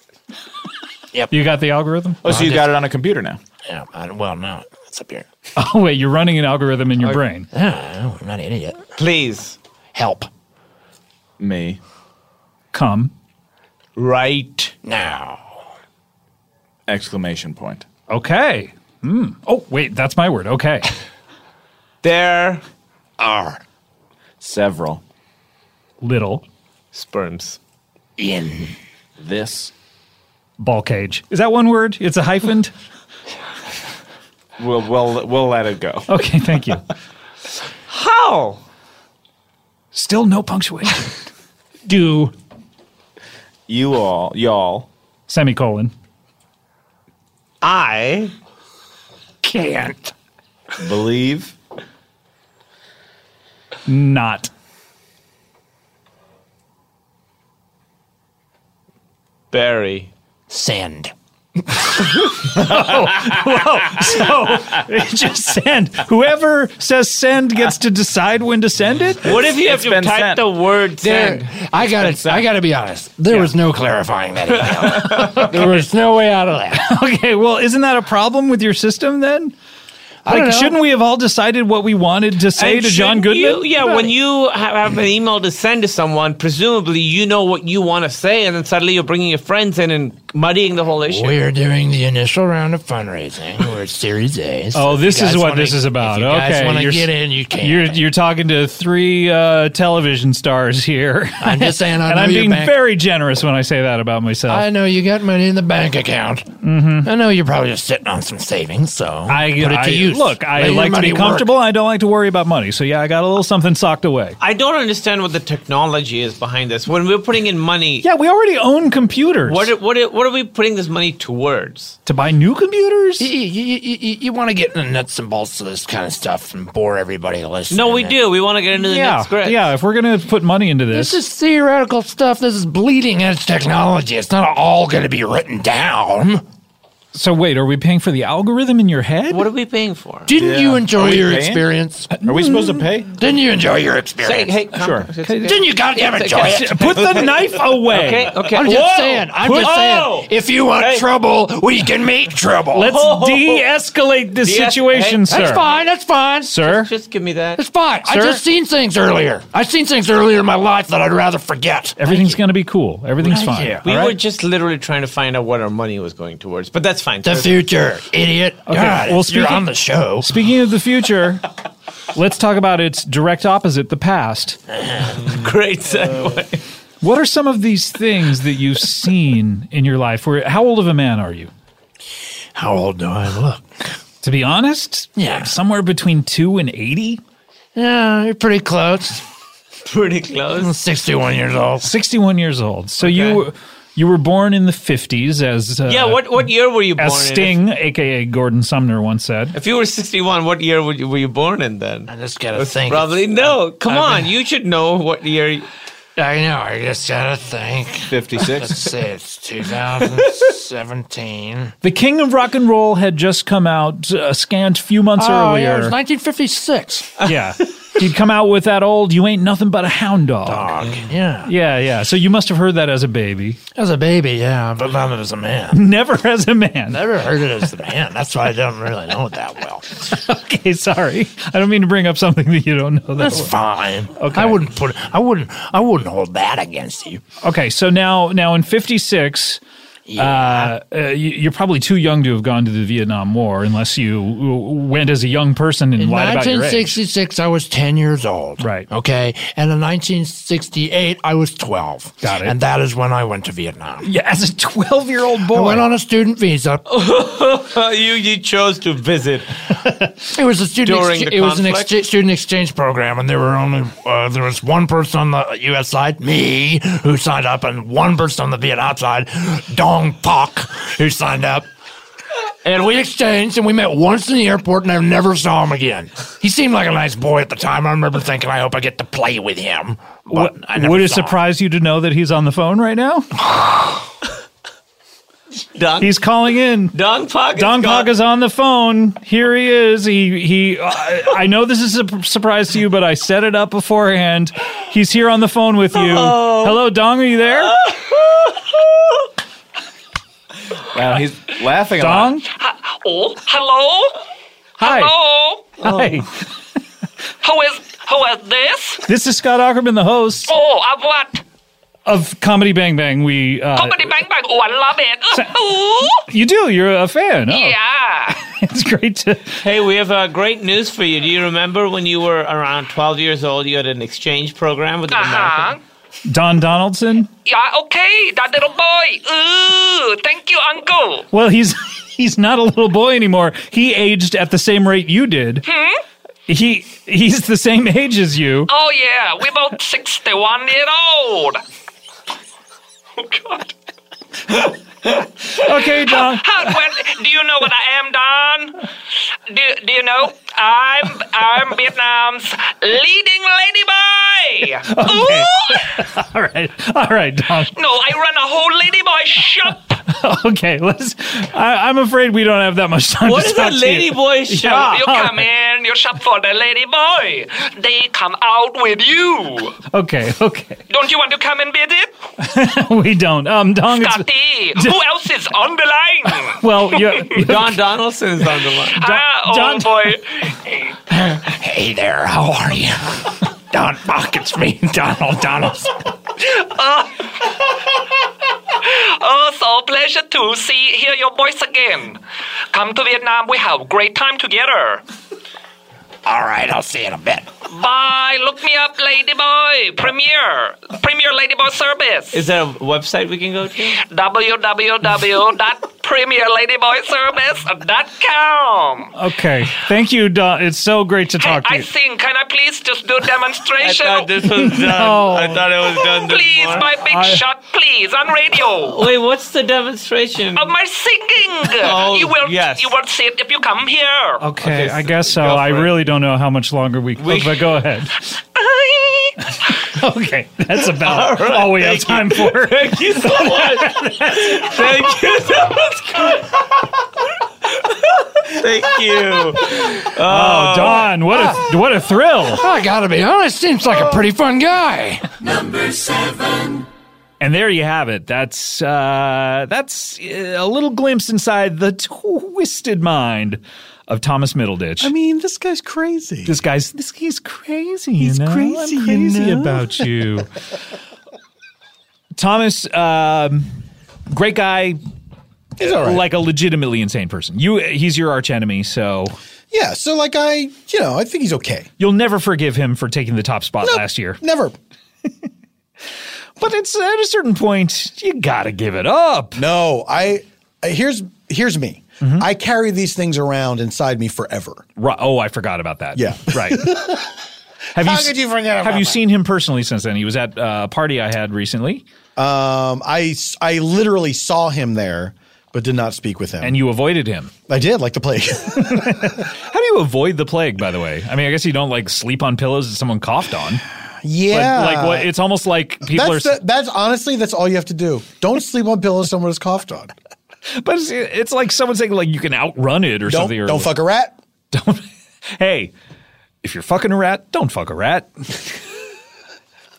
Speaker 5: Yep.
Speaker 1: You got the algorithm?
Speaker 5: Oh, so you got it on
Speaker 12: a computer now?
Speaker 5: Yeah. I, well, no, it's up here.
Speaker 1: Oh, wait, you're running an algorithm in your brain.
Speaker 5: Oh, I'm not an idiot.
Speaker 12: Please
Speaker 5: help
Speaker 12: me
Speaker 1: come
Speaker 12: right
Speaker 5: now!
Speaker 12: Exclamation point.
Speaker 1: Okay. Hmm. Oh, wait, that's my word. Okay.
Speaker 12: There
Speaker 5: are
Speaker 12: several
Speaker 1: little
Speaker 12: sperms
Speaker 5: in
Speaker 12: this
Speaker 1: ball cage. Is that one word? It's a hyphened?
Speaker 12: We'll we'll we'll let it go.
Speaker 1: Okay, thank you.
Speaker 11: How?
Speaker 1: Still no punctuation. Do
Speaker 12: You all, y'all,
Speaker 1: semicolon.
Speaker 12: I
Speaker 5: can't
Speaker 12: believe
Speaker 1: Not.
Speaker 12: Barry
Speaker 5: send.
Speaker 1: Whoa, whoa. So it just send. Whoever says send gets to decide when to send it?
Speaker 11: What if you have to type the word send?
Speaker 5: There, I got it. I got to be honest. There was no clarifying that email. there was no way out of that.
Speaker 1: Okay, well, isn't that a problem with your system then?
Speaker 5: I don't
Speaker 1: Like,
Speaker 5: know.
Speaker 1: shouldn't we have all decided what we wanted to say
Speaker 11: And
Speaker 1: to John
Speaker 11: shouldn't you-
Speaker 1: Goodman?
Speaker 11: yeah, when you ha- have an email to send to someone, presumably you know what you want to say, and then suddenly you're bringing your friends in and muddying the whole issue.
Speaker 5: We're doing the initial round of fundraising. We're at Series A.
Speaker 1: Oh,
Speaker 5: if
Speaker 1: this
Speaker 5: you
Speaker 1: is
Speaker 5: guys
Speaker 1: what
Speaker 5: wanna-
Speaker 1: this is about.
Speaker 5: If you
Speaker 1: okay,
Speaker 5: guys want to
Speaker 1: you're s-
Speaker 5: get in, you can.
Speaker 1: You're you're talking to three uh, television stars here.
Speaker 5: I'm just saying, I
Speaker 1: and
Speaker 5: know
Speaker 1: I'm
Speaker 5: your
Speaker 1: being
Speaker 5: bank-
Speaker 1: very generous when I say that about myself.
Speaker 5: I know you got money in the bank account. Mm-hmm. I know you're probably just sitting on some savings, so
Speaker 1: I,
Speaker 5: put it
Speaker 1: I-
Speaker 5: to use.
Speaker 1: Look, I
Speaker 5: Let your
Speaker 1: like to
Speaker 5: money
Speaker 1: be
Speaker 5: work.
Speaker 1: comfortable. I don't like to worry about money. So yeah, I got a little something socked away.
Speaker 11: I don't understand what the technology is behind this. When we're putting in money,
Speaker 1: Yeah, we already own computers.
Speaker 11: what, are- what, are- what are we putting this money towards?
Speaker 1: to buy new computers?
Speaker 5: You, want to get in the nuts and bolts of this kind of stuff and bore everybody listening.
Speaker 11: No, we do. We want to get into the
Speaker 1: Yeah,
Speaker 11: next script.
Speaker 1: yeah. If we're gonna put money into
Speaker 5: This
Speaker 1: this,
Speaker 5: is theoretical stuff. This is bleeding edge technology. It's not all going to be written down.
Speaker 1: so wait, are we paying for the algorithm in your head?
Speaker 11: What are we paying for?
Speaker 5: Didn't you
Speaker 12: Yeah. Are
Speaker 5: enjoy
Speaker 12: we
Speaker 5: your
Speaker 12: paying?
Speaker 5: experience?
Speaker 12: Are we supposed to pay?
Speaker 5: Didn't you enjoy your
Speaker 11: Say,
Speaker 5: experience?
Speaker 11: hey, come-
Speaker 12: Sure.
Speaker 11: it's-
Speaker 5: Didn't you goddamn
Speaker 11: It's-
Speaker 5: enjoy it?
Speaker 1: Put the knife away.
Speaker 11: Okay, okay.
Speaker 5: I'm
Speaker 11: Whoa!
Speaker 5: just saying. I'm
Speaker 1: Put-
Speaker 5: just
Speaker 11: Oh!
Speaker 5: saying. If you want
Speaker 11: Hey.
Speaker 5: trouble, we can make trouble.
Speaker 1: Let's
Speaker 11: Oh.
Speaker 1: de-escalate this
Speaker 11: De-escalate.
Speaker 1: situation,
Speaker 11: That's
Speaker 1: sir.
Speaker 5: that's fine. That's fine.
Speaker 1: Sir,
Speaker 11: Just give me that.
Speaker 5: It's fine. I
Speaker 1: Sir?
Speaker 5: just seen things earlier. I seen things earlier in my life that I'd rather forget.
Speaker 1: everything's gonna be cool. Everything's fine.
Speaker 5: you.
Speaker 11: Uh, We
Speaker 1: all right?
Speaker 11: were just literally trying to find out what our money was going towards, but that's fine.
Speaker 5: The future, idiot. Okay. God,
Speaker 1: well,
Speaker 5: well,
Speaker 1: speaking-
Speaker 5: you're on the show.
Speaker 1: Speaking of the future, let's talk about its direct opposite, the past.
Speaker 11: Great segue.
Speaker 1: What are some of these things that you've seen in your life? Where how old of a man are you?
Speaker 5: How old do I look?
Speaker 1: To be honest,
Speaker 5: Yeah.
Speaker 1: somewhere between two and eighty.
Speaker 5: Yeah, you're pretty close.
Speaker 11: Pretty close.
Speaker 5: I'm 61 years old.
Speaker 1: Sixty-one years old. So you you were born in the fifties, as uh,
Speaker 11: Yeah, what, what year were you born
Speaker 1: as
Speaker 11: in?
Speaker 1: Sting, aka Gordon Sumner, once said.
Speaker 11: If you were 61, what year were you, were you born in then?
Speaker 5: I just gotta think. Uh,
Speaker 11: Probably no. Come on, you should know what year.
Speaker 5: I know. I just gotta think. Let's
Speaker 12: 56.
Speaker 5: see. It's 2017.
Speaker 1: The King of Rock and Roll had just come out uh, a scant few months
Speaker 5: oh, yeah, it was
Speaker 1: earlier.
Speaker 5: 1956.
Speaker 1: Yeah, he'd come out with that old "You ain't nothing but a hound dog."
Speaker 5: Yeah.
Speaker 1: Yeah, yeah. So you must have heard that as a baby.
Speaker 5: As a baby, yeah, but not as a man.
Speaker 1: Never as a man.
Speaker 5: Never heard it as a man. That's why I don't really know it that well.
Speaker 1: Okay, sorry. I don't mean to bring up something that you don't know. That
Speaker 5: That's
Speaker 1: well.
Speaker 5: fine. Okay. I wouldn't put. I wouldn't. I wouldn't hold that against you.
Speaker 1: Okay, so now, now in '56, uh, uh, you- you're probably too young to have gone to the Vietnam War unless you w- went as a young person and
Speaker 5: In
Speaker 1: lied about your age.
Speaker 5: 1966, I was 10 years old.
Speaker 1: Right.
Speaker 5: Okay. And in 1968, I was 12.
Speaker 1: Got it.
Speaker 5: And that is when I went to Vietnam.
Speaker 1: Yeah, as a 12 year old
Speaker 5: I
Speaker 1: boy.
Speaker 5: went on a student visa.
Speaker 11: you you chose to visit.
Speaker 5: It was a student.
Speaker 11: During
Speaker 5: excha-
Speaker 11: the
Speaker 5: it was an
Speaker 11: conflict?
Speaker 5: excha- student exchange program, and there were only uh, there was one person on the U.S. side, me, who signed up, and one person on the Vietnam side, Dong Pak, who signed up. And we exchanged, and we met once in the airport, and I never saw him again. He seemed like a nice boy at the time. I remember thinking, I hope I get to play with him. But I never
Speaker 1: Would it
Speaker 5: saw him.
Speaker 1: surprise you to know that he's on the phone right now?
Speaker 11: Dong-
Speaker 1: He's calling in.
Speaker 11: Dong Pog. is
Speaker 1: Dong
Speaker 11: gone.
Speaker 1: Pog is on the phone. Here he is. He he. I I know this is a surprise to you, but I set it up beforehand. He's here on the phone with you. Hello, Dong. Are you there?
Speaker 12: Wow, he's laughing. a lot.
Speaker 1: Dong.
Speaker 14: Oh, hello?
Speaker 1: Hi. Oh.
Speaker 14: Hello?
Speaker 1: Hi.
Speaker 14: Who is who is this?
Speaker 1: This is Scott Ackerman, the host
Speaker 14: Oh, of what?
Speaker 1: of Comedy Bang Bang. We. Uh,
Speaker 14: Comedy Bang Bang. Oh, I love it. Ooh.
Speaker 1: You do. You're a fan. Oh.
Speaker 14: Yeah.
Speaker 1: It's great to.
Speaker 11: Hey, we have uh, great news for you. Do you remember when you were around 12 years old? You had an exchange program with an
Speaker 14: Uh-huh.
Speaker 11: American.
Speaker 1: Don Donaldson.
Speaker 14: Yeah, okay. That little boy. Ooh. Thank you, Uncle.
Speaker 1: Well, he's he's not a little boy anymore. He aged at the same rate you did.
Speaker 14: Hmm?
Speaker 1: He he's the same age as you.
Speaker 14: Oh, yeah. We're both 61 year old. Oh,
Speaker 1: Okay, Don.
Speaker 14: How, well, do you know what I am, Don? Do, do you know? I'm I'm Vietnam's leading ladyboy.
Speaker 1: Okay.
Speaker 14: Ooh.
Speaker 1: all right, all right, Don.
Speaker 14: No, I run a whole ladyboy shop.
Speaker 1: Okay, let's. I, I'm afraid we don't have that much time.
Speaker 14: What
Speaker 1: to
Speaker 14: is
Speaker 1: talk
Speaker 14: a
Speaker 1: to you.
Speaker 14: ladyboy
Speaker 1: Yeah,
Speaker 14: You
Speaker 1: all
Speaker 14: come in, you shop for the ladyboy. They come out with you.
Speaker 1: right. Okay, okay.
Speaker 14: Don't you want to come and visit?
Speaker 1: we don't. Um, Dong. it's-
Speaker 14: Scotty, who else is on the line?
Speaker 1: Well, you
Speaker 11: Don Donaldson is on the line.
Speaker 14: Ah, oh
Speaker 11: Don-
Speaker 14: boy.
Speaker 5: Hey there, how are you? Don Fuck, it's me, Donald Donaldson.
Speaker 14: Oh. oh, so pleasure to see hear your voice again. Come to Vietnam, we have great time together.
Speaker 5: All right, I'll see you in a bit.
Speaker 14: Bye. Look me up, Ladyboy. Premier. Premier Ladyboy service.
Speaker 11: Is there a website we can go to?
Speaker 14: www.premierladyboyservice.com.
Speaker 1: Okay. Thank you, Don. It's so great to talk to
Speaker 14: I
Speaker 1: you.
Speaker 14: sing. Can I please just do demonstration?
Speaker 1: No.
Speaker 11: I thought it was done.
Speaker 14: Please, my big
Speaker 11: I-
Speaker 14: shot, please, on radio.
Speaker 11: Wait, what's the demonstration?
Speaker 14: Of my singing.
Speaker 11: Oh,
Speaker 14: you will
Speaker 11: yes.
Speaker 14: you will see it if you come here.
Speaker 1: Okay, I guess so. I really don't know how much longer we, but go ahead. okay, that's about all, we have time for.
Speaker 11: Thank you so much. Thank you. That was good. Thank you.
Speaker 1: Oh, Don, what a what a thrill!
Speaker 5: I gotta be honest, seems like a pretty fun guy.
Speaker 6: Number seven.
Speaker 1: And there you have it. That's uh, that's uh, a little glimpse inside the twisted mind of Thomas Middleditch.
Speaker 4: I mean, this guy's crazy.
Speaker 1: this guy's this he's crazy.
Speaker 4: He's
Speaker 1: you know?
Speaker 4: crazy,
Speaker 1: I'm
Speaker 4: you
Speaker 1: crazy
Speaker 4: know?
Speaker 1: about you, Thomas. Um, great guy.
Speaker 4: He's all right.
Speaker 1: Like a legitimately insane person. You, he's your archenemy, so
Speaker 4: Yeah, so like I, you know, I think he's okay.
Speaker 1: you'll never forgive him for taking the top spot
Speaker 4: Nope,
Speaker 1: last year.
Speaker 4: Never.
Speaker 1: But it's at a certain point, you gotta give it up.
Speaker 4: No, I I- here's here's me. I carry these things around inside me forever.
Speaker 1: Right. Oh, I forgot about that.
Speaker 4: Yeah.
Speaker 1: Right. Have
Speaker 4: How
Speaker 1: s-
Speaker 4: could you forget
Speaker 1: Have
Speaker 4: about
Speaker 1: you
Speaker 4: that?
Speaker 1: seen him personally since then? He was at uh, a party I had recently,
Speaker 4: Um, I s- I literally saw him there, but did not speak with him.
Speaker 1: and you avoided him.
Speaker 4: I did like the plague.
Speaker 1: How do you avoid the plague? By the way, I mean, I guess you don't like sleep on pillows that someone coughed on. But,
Speaker 4: yeah,
Speaker 1: like what? It's almost like people
Speaker 4: that's,
Speaker 1: are.
Speaker 4: the- that's honestly that's all you have to do. Don't sleep on pillows someone has coughed on.
Speaker 1: but it's, it's like someone saying like you can outrun it or
Speaker 4: Don't
Speaker 1: something. Or,
Speaker 4: don't fuck a rat.
Speaker 1: Hey, if you're fucking a rat, don't fuck a rat.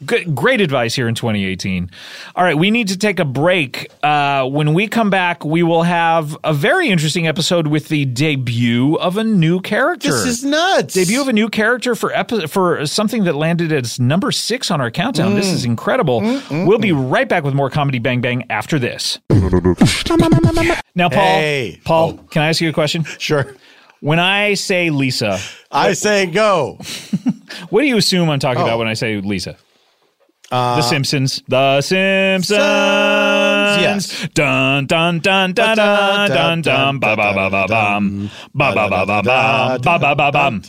Speaker 1: Good, great advice here in 2018. All right, we need to take a break. Uh, when we come back, we will have a very interesting episode with the debut of a new character.
Speaker 4: This is nuts.
Speaker 1: debut of a new character for epi- for something that landed as number six on our countdown.
Speaker 4: Mm.
Speaker 1: This is incredible. We'll be right back with more comedy bang bang after this. Now, Paul,
Speaker 4: Hey. Oh.
Speaker 1: Paul, can I ask you a question?
Speaker 4: Sure.
Speaker 1: When I say Lisa,
Speaker 4: I say go. Oh.
Speaker 1: what do you assume I'm talking about when I say Lisa?
Speaker 4: Uh,
Speaker 1: the Simpsons. The Simpsons.
Speaker 4: yes.
Speaker 1: Dun dun dun dun dun dun dun ba ba ba ba bum ba ba ba ba bum ba ba ba bum.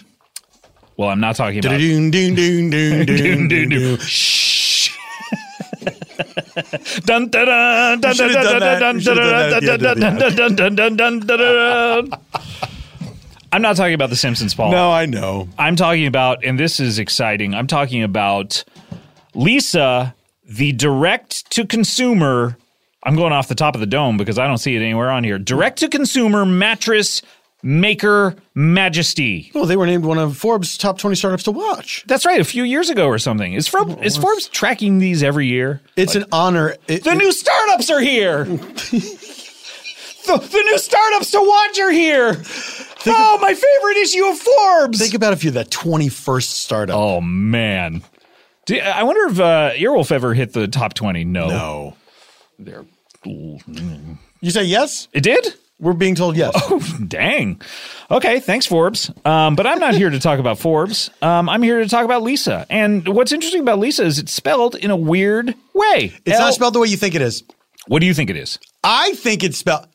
Speaker 1: Well, I'm not talking about
Speaker 4: Doon, doon, doon, doon, doon, doon, doon.
Speaker 1: Dun, dun, dun, dun, dun,
Speaker 4: should've done that.
Speaker 1: dun, dun,
Speaker 4: You should've done that at the
Speaker 1: dun,
Speaker 4: end of the
Speaker 1: dun, dun, dun, dun, dun, dun, dun, dun. I'm not talking about The Simpsons, Paul.
Speaker 4: No, I know.
Speaker 1: I'm talking about, and this is exciting, I'm talking about Lisa, the direct to consumer I'm going off the top of the dome because I don't see it anywhere on here. Direct to consumer mattress maker Majesty.
Speaker 4: Well, they were named one of Forbes' top 20 startups to watch.
Speaker 1: That's right, a few years ago or something. Is from is Forbes tracking these every year?
Speaker 4: It's an honor.
Speaker 1: the new startups are here. the, the new startups to watch are here. oh, my favorite issue of Forbes.
Speaker 4: Think about if you're the 21st startup.
Speaker 1: Oh man, Do, I wonder if uh, Earwolf ever hit the top twenty. No,
Speaker 4: no.
Speaker 1: They're
Speaker 4: You say yes?
Speaker 1: It did?
Speaker 4: We're being told yes.
Speaker 1: Oh, dang. Okay, thanks, Forbes. Um, but I'm not here to talk about Forbes. Um, I'm here to talk about Lisa. And what's interesting about Lisa is it's spelled in a weird way.
Speaker 4: It's not spelled the way you think it is.
Speaker 1: What do you think it is?
Speaker 4: I think it's spelled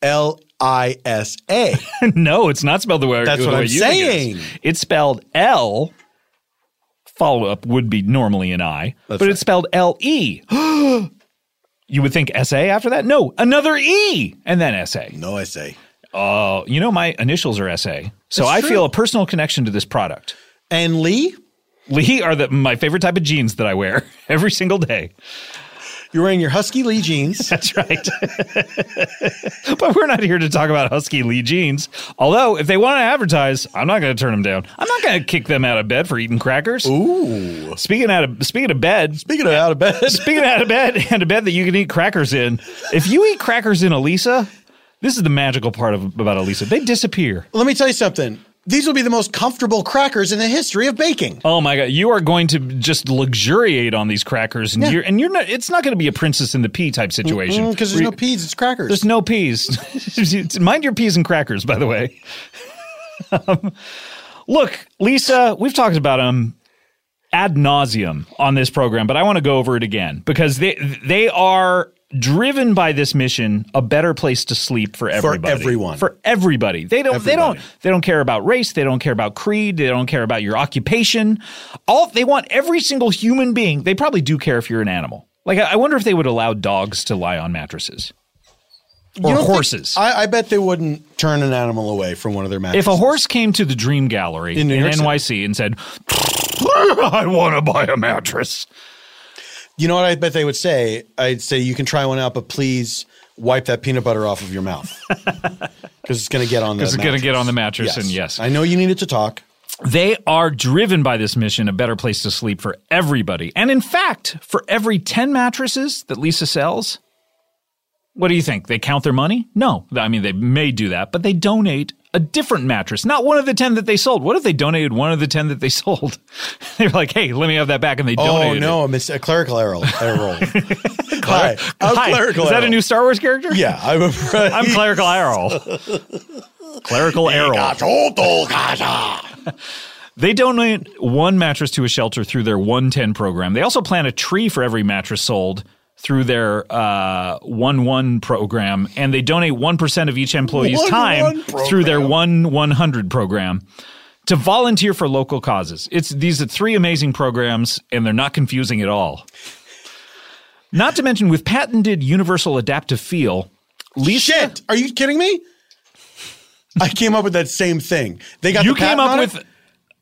Speaker 4: L I S A.
Speaker 1: no, Oh, it's not spelled the way
Speaker 4: That's
Speaker 1: the
Speaker 4: what
Speaker 1: way
Speaker 4: I'm
Speaker 1: you think it is.
Speaker 4: saying.
Speaker 1: It's spelled L. Follow up would be normally an I, but it's spelled L E. you would think SA after that? No, another E and then SA.
Speaker 4: No SA.
Speaker 1: Oh, you know my initials are SA, so
Speaker 4: That's
Speaker 1: I
Speaker 4: true.
Speaker 1: feel a personal connection to this product.
Speaker 4: And Lee,
Speaker 1: Lee are the my favorite type of jeans that I wear every single day.
Speaker 4: You're wearing your Husky Lee jeans.
Speaker 1: That's right. but we're not here to talk about Husky Lee jeans. Although, if they want to advertise, I'm not going to turn them down. I'm not going to kick them out of bed for eating crackers.
Speaker 4: Ooh.
Speaker 1: Speaking out of speaking of bed.
Speaker 4: Speaking of out of bed.
Speaker 1: speaking out of bed and a bed that you can eat crackers in. If you eat crackers in Elisa, this is the magical part of about Elisa. They disappear.
Speaker 4: Let me tell you something. These will be the most comfortable crackers in the history of baking.
Speaker 1: Oh my god, you are going to just luxuriate on these crackers, and you're and you're not. It's not going to be a princess in the pea type situation
Speaker 4: Because there's no
Speaker 1: Where you-
Speaker 4: peas, it's crackers.
Speaker 1: There's no peas. Mind your peas and crackers, by the way. Um, look, Lisa, we've talked about them ad nauseum on this program, but I want to go over it again because they they are driven by this mission a better place to sleep for everybody
Speaker 4: everyone.
Speaker 1: for everybody they don't they don't they don't care about race they don't care about creed they don't care about your occupation all they want every single human being they probably do care if you're an animal like i, I wonder if they would allow dogs to lie on mattresses
Speaker 4: You
Speaker 1: or
Speaker 4: don't think-
Speaker 1: horses
Speaker 4: I, I bet they wouldn't turn an animal away from one of their mattresses.
Speaker 1: if a horse came to the dream gallery in,
Speaker 4: In New York City.
Speaker 1: nyc and said i want to buy a mattress
Speaker 4: You know what I bet they would say? I'd say you can try one out, but please wipe that peanut butter off of your mouth because it's going to get on the.
Speaker 1: because it's going to get on the mattress and yes
Speaker 4: I know you needed to talk.
Speaker 1: They are driven by this mission a better place to sleep for everybody. And in fact, for every 10 mattresses that Lisa sells, what do you think? They count their money? No. I mean, they may do that, but they donate a different mattress, not one of the 10 that they sold. What if they donated one of the 10 that they sold? they were like, hey, let me have that back. And they
Speaker 4: Oh
Speaker 1: donated.
Speaker 4: no, I missed a clerical error. error. Hi, I'm
Speaker 1: Hi,
Speaker 4: clerical.
Speaker 1: is that a
Speaker 4: Errol.
Speaker 1: new Star Wars character?
Speaker 4: Yeah, I'm afraid.
Speaker 1: I'm Clerical Errol. Clerical Errol.
Speaker 4: ah.
Speaker 1: They donate one mattress to a shelter through their 110 program. They also plant a tree for every mattress sold through their uh, 1 1 program. And they donate 1% of each employee's
Speaker 15: 1-1
Speaker 1: time
Speaker 15: program.
Speaker 1: through their 1 100 program to volunteer for local causes. It's These are three amazing programs, and they're not confusing at all. Not to mention, with patented universal adaptive feel, Lisa. Shit!
Speaker 4: Are you kidding me? I came up with that same thing. They got
Speaker 1: You
Speaker 4: the
Speaker 1: came
Speaker 4: patent
Speaker 1: up
Speaker 4: on it?
Speaker 1: with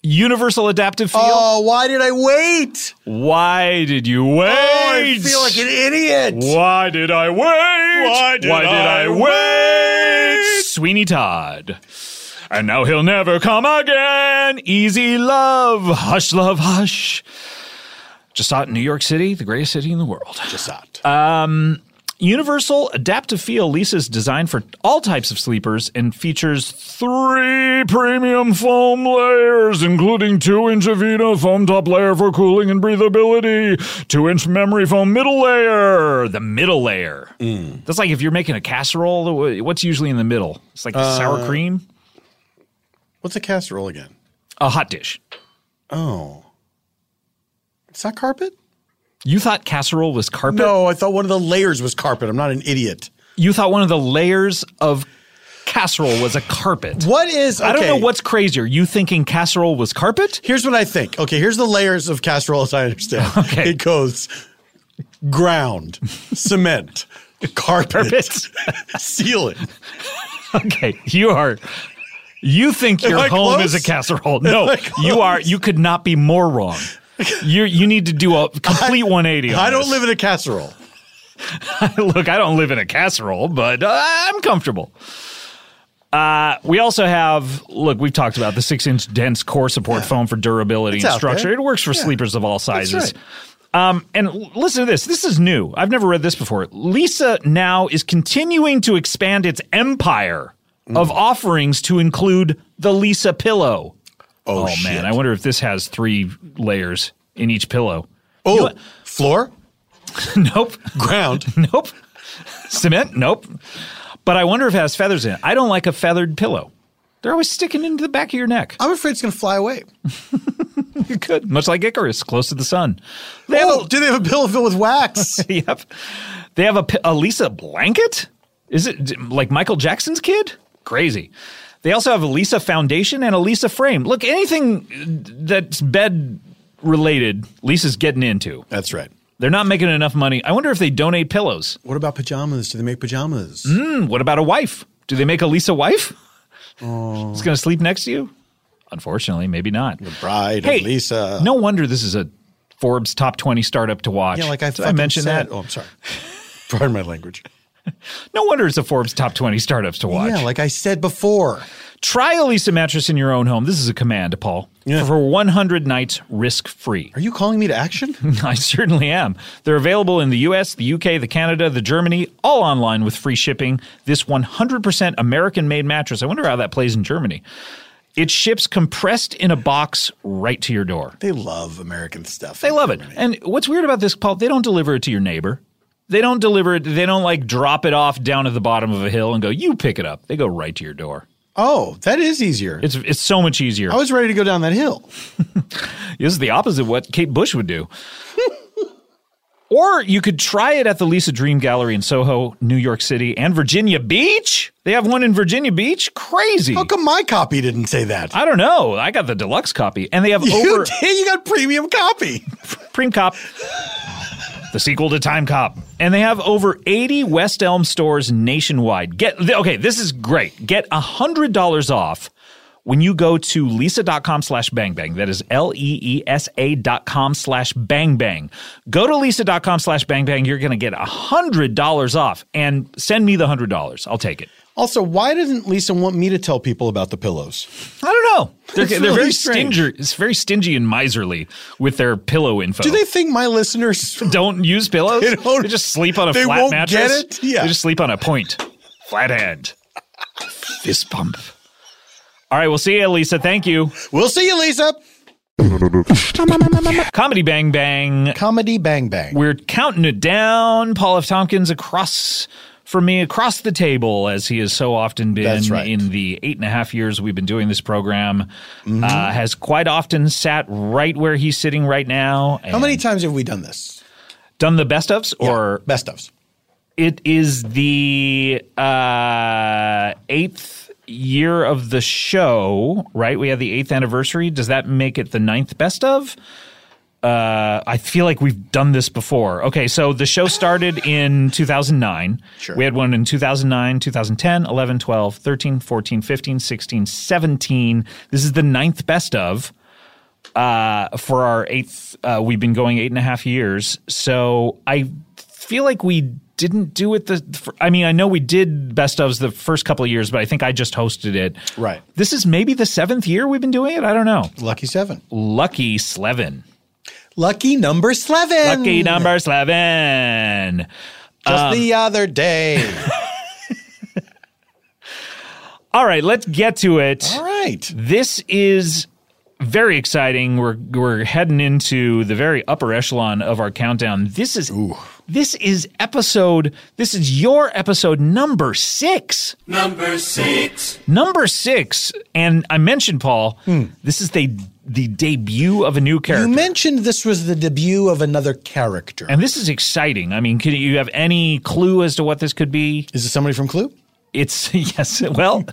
Speaker 1: universal adaptive feel.
Speaker 4: Oh, why did I wait?
Speaker 1: Why did you wait?
Speaker 4: Oh, I feel like an idiot.
Speaker 1: Why did I wait? Why
Speaker 4: did
Speaker 1: I, wait? Sweeney Todd. And now he'll never come again. Easy love. Hush, love, hush. Just out in New York City, the greatest city in the world.
Speaker 4: Just out.
Speaker 1: Um, Universal Adaptive Feel Lisa's designed for all types of sleepers and features three premium foam layers, including two inch Avena foam top layer for cooling and breathability, two inch memory foam middle layer. The middle layer.
Speaker 4: Mm.
Speaker 1: That's like if you're making a casserole, wh- what's usually in the middle? It's like
Speaker 4: Uh,
Speaker 1: sour cream,
Speaker 4: What's a casserole again?
Speaker 1: a hot dish.
Speaker 4: Oh, it's not carpet.
Speaker 1: You thought casserole was carpet?
Speaker 4: No, I thought one of the layers was carpet. I'm not an idiot.
Speaker 1: You thought one of the layers of casserole was a carpet.
Speaker 4: What is?
Speaker 1: I don't
Speaker 4: okay.
Speaker 1: know what's crazier. You thinking casserole was carpet?
Speaker 4: Here's what I think. Okay, here's the layers of casserole as I understand. It goes ground, cement, carpet, ceiling.
Speaker 1: Okay, you are. You think
Speaker 4: Am
Speaker 1: your
Speaker 4: I
Speaker 1: home
Speaker 4: close?
Speaker 1: is a casserole?
Speaker 4: Am
Speaker 1: No,
Speaker 4: I close?
Speaker 1: you are. You could not be more wrong. You you need to do a complete 180. on
Speaker 4: I don't
Speaker 1: this.
Speaker 4: live in a casserole.
Speaker 1: Look, I don't live in a casserole, but uh, I'm comfortable. Uh, we also have, look, we've talked about the six inch dense core support foam for durability
Speaker 15: It's
Speaker 1: and
Speaker 15: out
Speaker 1: structure.
Speaker 15: there.
Speaker 1: It works for
Speaker 15: Yeah.
Speaker 1: sleepers of all sizes.
Speaker 15: right.
Speaker 1: Um, and l- listen to this. This is new. I've never read this before. Lisa now is continuing to expand its empire
Speaker 4: Mm.
Speaker 1: of offerings to include the Lisa pillow.
Speaker 4: Oh,
Speaker 1: man,
Speaker 4: shit.
Speaker 1: I wonder if this has three layers in each pillow.
Speaker 4: Oh, floor?
Speaker 1: nope.
Speaker 4: Ground?
Speaker 1: nope. Cement? Nope. But I wonder if it has feathers in it. I don't like a feathered pillow. They're always sticking into the back of your neck.
Speaker 4: I'm afraid it's going to fly away.
Speaker 1: you could, much like Icarus, close to the sun. They have a,
Speaker 4: Oh, do they have a pillow filled with wax?
Speaker 1: yep. They have a, pi- a Lisa blanket? Is it d- like Michael Jackson's kid? Crazy. They also have a Lisa foundation and a Lisa frame. Look, anything uh, that's bed related, Lisa's getting into.
Speaker 4: That's right.
Speaker 1: They're not making enough money. I wonder if they donate pillows.
Speaker 4: What about pajamas? Do they make pajamas?
Speaker 1: Mm, what about a wife? Do they make a Lisa wife? It's going to sleep next to you? Unfortunately, maybe not. The
Speaker 4: bride
Speaker 1: hey,
Speaker 4: of Lisa.
Speaker 1: No wonder this is a Forbes top 20 startup to watch.
Speaker 4: Yeah, like I,
Speaker 1: Did I mentioned that.
Speaker 4: Oh, I'm sorry. Pardon my language.
Speaker 1: No wonder it's a Forbes top 20 startups to watch.
Speaker 4: Yeah, like I said before.
Speaker 1: Try a Lisa mattress in your own home. This is a command, Paul. For 100 nights risk free.
Speaker 4: Are you calling me to action?
Speaker 1: I certainly am. They're available in the US, the UK, the Canada, the Germany, all online with free shipping. This 100% American made mattress. I wonder how that plays in Germany. It ships compressed in a box right to your door.
Speaker 4: They love American stuff.
Speaker 1: They love it. And what's weird about this, Paul, they don't deliver it to your neighbor. They don't deliver it. They don't like drop it off down at the bottom of a hill and go, you pick it up. They go right to your door.
Speaker 4: Oh, that is easier.
Speaker 1: It's, it's so much easier.
Speaker 4: I was ready to go down that hill.
Speaker 1: This is the opposite of what Kate Bush would do. or you could try it at the Lisa Dream Gallery in Soho, New York City, and Virginia Beach. They have one in Virginia Beach. Crazy. How
Speaker 4: come my copy didn't say that?
Speaker 1: I don't know. I got the deluxe copy, and they have
Speaker 4: You
Speaker 1: over.
Speaker 4: did? You got premium copy.
Speaker 1: Preem cop. The sequel to Time Cop. And they have over 80 West Elm stores nationwide. Get th- okay, this is great. Get $100 off when you go to lisa.com slash bang bang. That is L E E S A dot com slash bang bang. Go to lisa.com slash bang bang. You're going to get $100 off and send me the $100. I'll take it.
Speaker 4: Also, why doesn't Lisa want me to tell people about the pillows?
Speaker 1: I don't know. They're,
Speaker 4: It's
Speaker 1: they're
Speaker 4: Oh, really
Speaker 1: very
Speaker 4: strange.
Speaker 1: stingy. It's very stingy and miserly with their pillow info.
Speaker 4: Do they think my listeners
Speaker 1: don't use pillows? They, just sleep on a
Speaker 4: they
Speaker 1: flat
Speaker 4: won't
Speaker 1: mattress.
Speaker 4: get it? Yeah.
Speaker 1: They just sleep on a point. Flat hand. Fist pump. All right, we'll see you, Lisa. Thank you.
Speaker 4: We'll see you, Lisa.
Speaker 1: Comedy Bang Bang.
Speaker 4: Comedy Bang Bang.
Speaker 1: We're counting it down. Paul F. Tompkins across from me, across the table, as he has so often been
Speaker 4: That's right.
Speaker 1: in the eight and a half years we've been doing this program,
Speaker 4: Mm-hmm.
Speaker 1: uh, has quite often sat right where he's sitting right now.
Speaker 4: How many times have we done this?
Speaker 1: Done the best ofs or
Speaker 4: best ofs?
Speaker 1: It is the uh, eighth year of the show, right? We have the eighth anniversary. Does that make it the ninth best of? Uh, I feel like we've done this before. Okay, so the show started in 2009. Sure. We had one in 2009, 2010, 11, 12, 13, 14, 15, 16, 17. This is the ninth best of uh, for our eighth. Uh, we've been going eight and a half years, so I feel like we didn't do it. The fir- I mean, I know we did best ofs the first couple of years, but I think I just hosted it.
Speaker 4: Right.
Speaker 1: This is maybe the seventh year we've been doing it. I don't know.
Speaker 4: Lucky seven.
Speaker 1: Lucky Slevin.
Speaker 4: Lucky number seven.
Speaker 1: Lucky number Slevin.
Speaker 4: Just
Speaker 1: Um,
Speaker 4: the other day.
Speaker 1: All right, let's get to it. All
Speaker 4: right.
Speaker 1: This is very exciting. We're we're heading into the very upper echelon of our countdown. This is this is episode this is your episode number 6.
Speaker 6: Number six.
Speaker 1: Number 6. And I mentioned Paul, this is the the debut of a new character.
Speaker 4: Hmm. you mentioned this was the debut of another character.
Speaker 1: And this is exciting. I mean, can you have any clue as to what this could be?
Speaker 4: Is it somebody from Clue?
Speaker 1: It's yes. Well,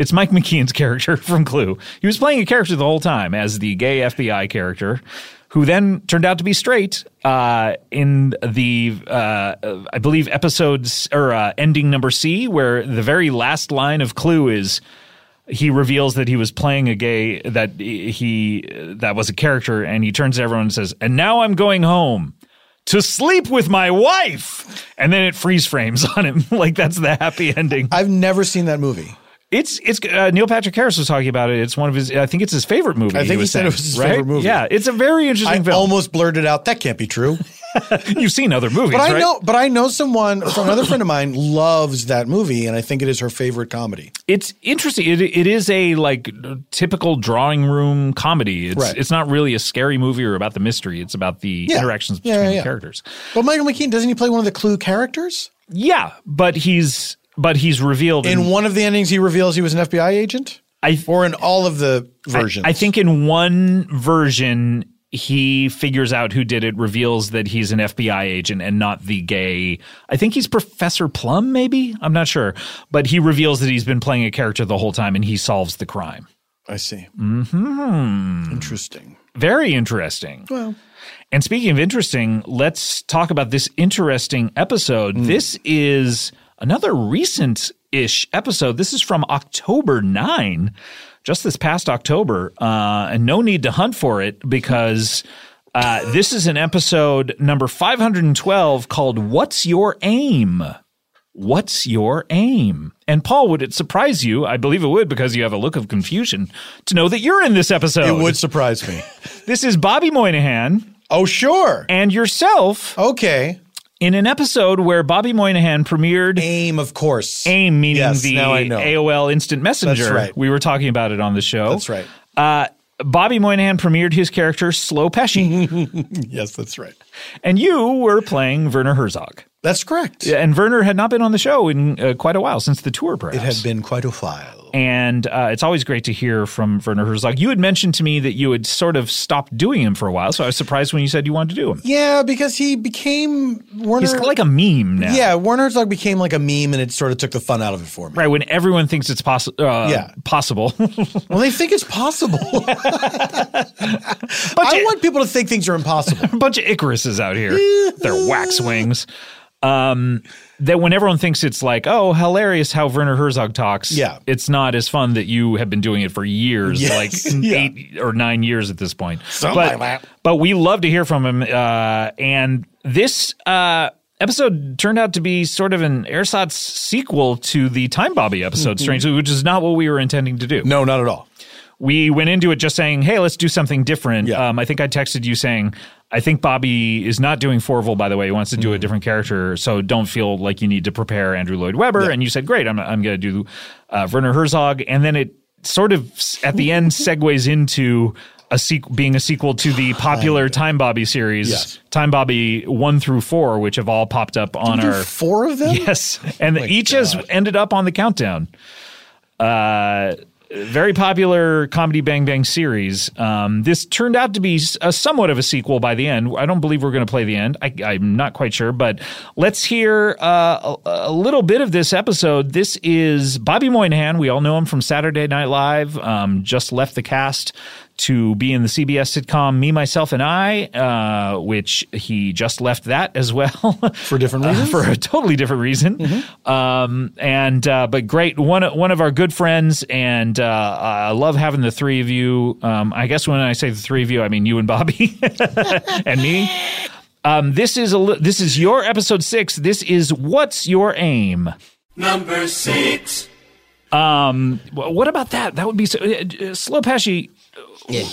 Speaker 1: it's Mike McKean's character from Clue. He was playing a character the whole time as the gay FBI character, who then turned out to be straight uh, in the uh, I believe episodes or uh, ending number C, where the very last line of Clue is he reveals that he was playing a gay that he that was a character, and he turns to everyone and says, "And now I'm going home." to sleep with my wife. And then it freeze frames on him. like that's the happy ending.
Speaker 4: I've never seen that movie.
Speaker 1: It's it's uh, Neil Patrick Harris was talking about it. It's one of his. I think it's his favorite movie.
Speaker 4: I think he,
Speaker 1: was
Speaker 4: said it
Speaker 1: saying,
Speaker 4: was his
Speaker 1: right?
Speaker 4: favorite movie.
Speaker 1: Yeah, it's a very interesting
Speaker 4: I
Speaker 1: film.
Speaker 4: almost blurted out that can't be true.
Speaker 1: You've seen other movies,
Speaker 4: But I
Speaker 1: right?
Speaker 4: know, but I know someone, another friend of mine, loves that movie, and I think it is her favorite comedy.
Speaker 1: It's interesting. It, it is a like typical drawing room comedy. It's
Speaker 4: Right.
Speaker 1: it's not really a scary movie or about the mystery. It's about the
Speaker 4: Yeah.
Speaker 1: interactions
Speaker 4: Yeah,
Speaker 1: between
Speaker 4: yeah,
Speaker 1: the
Speaker 4: yeah.
Speaker 1: characters.
Speaker 4: But Michael McKean doesn't he play one of the Clue characters?
Speaker 1: Yeah, but he's but he's revealed
Speaker 4: In one of the endings, he reveals he was an FBI agent.
Speaker 1: I
Speaker 4: or in all of the
Speaker 1: I-
Speaker 4: versions.
Speaker 1: I, think in one version he figures out who did it, reveals that he's an FBI agent and not the gay. I think he's Professor Plum, maybe. I'm not sure, but he reveals that he's been playing a character the whole time and he solves the crime.
Speaker 4: I see.
Speaker 1: Hmm.
Speaker 4: Interesting.
Speaker 1: Very interesting.
Speaker 4: Well,
Speaker 1: And speaking of interesting, let's talk about this interesting episode. This is another recent ish episode. This is from October 9, just this past October. Uh, and no need to hunt for it because uh, this is an episode number 512 called What's Your Aim? What's your aim? And Paul, would it surprise you? I believe it would because you have a look of confusion to know that you're in this episode.
Speaker 4: it would surprise me.
Speaker 1: This is Bobby Moynihan.
Speaker 4: Oh, sure.
Speaker 1: And yourself.
Speaker 4: Okay.
Speaker 1: In an episode where Bobby Moynihan premiered
Speaker 4: AIM, of course.
Speaker 1: AIM meaning
Speaker 4: Yes,
Speaker 1: the
Speaker 4: now I know.
Speaker 1: AOL Instant Messenger.
Speaker 4: right.
Speaker 1: We were talking about it on the show.
Speaker 4: That's right.
Speaker 1: Uh, Bobby Moynihan premiered his character Slow Pesci.
Speaker 4: yes, that's right.
Speaker 1: And you were playing Werner Herzog.
Speaker 4: That's correct.
Speaker 1: Yeah, and Werner had not been on the show in uh, quite a while since the tour, perhaps.
Speaker 4: It had been quite a while.
Speaker 1: and uh, it's always great to hear from Werner Herzog. You had mentioned to me that you had sort of stopped doing him for a while, so I was surprised when you said you wanted to do him.
Speaker 4: Yeah, because he became Werner.
Speaker 1: He's like a meme now.
Speaker 4: Yeah, Werner Herzog became like a meme, and it sort of took the fun out of it for me.
Speaker 1: Right when everyone thinks it's possi- uh,
Speaker 4: Yeah.
Speaker 1: possible.
Speaker 4: Well, they think it's possible. I want people to think things are impossible.
Speaker 1: a bunch of Icaruses out here. They're wax wings. Um, that when everyone thinks it's like, oh, hilarious how Werner Herzog talks.
Speaker 4: Yeah.
Speaker 1: it's not as fun that you have been doing it for years,
Speaker 4: Yes,
Speaker 1: like
Speaker 4: yeah.
Speaker 1: eight or nine years at this point.
Speaker 4: Something
Speaker 1: but,
Speaker 4: like that.
Speaker 1: But we love to hear from him. Uh, and this uh, episode turned out to be sort of an ersatz sequel to the Time Bobby episode,
Speaker 16: Mm-hmm.
Speaker 4: Mhm.
Speaker 1: strangely, which is not what we were intending to do.
Speaker 4: No, not at all.
Speaker 1: We went into it just saying, hey, let's do something different. Um, I think I texted you saying, I think Bobby is not doing Forville, by the way. He wants to do a different character. So don't feel like you need to prepare Andrew Lloyd Webber. And you said, great, I'm, I'm going to do uh, Werner Herzog. And then it sort of s- at the end segues into a sequ- being a sequel to the popular Time Bobby series,
Speaker 4: Yes.
Speaker 1: Time Bobby 1 through 4, which have all popped up on
Speaker 4: There
Speaker 1: our.
Speaker 4: are four of them. Oh
Speaker 1: Yes, and each has ended up on the countdown. Uh, very popular comedy Bang Bang series. Um, this turned out to be s- a somewhat of a sequel by the end. I don't believe we're going to play the end. I, I'm not quite sure, but let's hear uh, a, a little bit of this episode. This is Bobby Moynihan. We all know him from Saturday Night Live. Um, just left the cast to be in the CBS sitcom Me, Myself, and I, uh, which he just left that as well for
Speaker 4: different
Speaker 1: reasons, for a totally different reason. Um, and uh, but great one one of our good friends, and uh, I love having the three of you. Um, I guess when I say the three of you, I mean you and Bobby and me. Um, this is a li- this is your episode six. This is what's your aim.
Speaker 6: Number six.
Speaker 1: Um, wh- what about that? That would be so, uh, uh, slow, Pesci.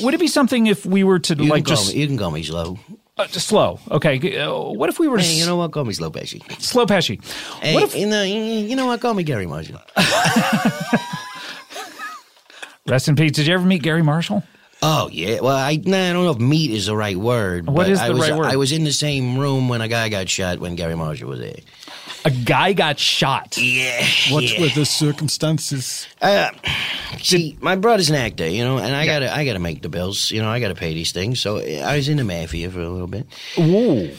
Speaker 1: Would it be something if we were to
Speaker 15: You
Speaker 1: like
Speaker 15: can call
Speaker 1: just
Speaker 15: me, you can call me slow.
Speaker 1: uh, just slow? Okay, g- uh, what if we were to
Speaker 15: Hey, you
Speaker 1: s-
Speaker 15: know what? Call me slow, Pesci.
Speaker 1: slow Pesci?
Speaker 15: Hey,
Speaker 1: what if
Speaker 15: you know? You know what? Call me Gary Marshall.
Speaker 1: rest in peace? Did you ever meet Gary Marshall?
Speaker 15: Oh yeah. Well, I nah, I don't know if meat is the right word.
Speaker 1: What
Speaker 15: but
Speaker 1: is
Speaker 15: I
Speaker 1: the
Speaker 15: was,
Speaker 1: right word?
Speaker 15: I was in the same room when a guy got shot when Gary Marshall was there.
Speaker 1: A guy got shot.
Speaker 15: Yeah.
Speaker 16: What
Speaker 15: yeah.
Speaker 16: were the circumstances?
Speaker 15: Uh, see, my brother's an actor, you know, and I gotta, I gotta make the bills, you know, I gotta pay these things. So uh, I was in the mafia for a little bit.
Speaker 1: Whoa!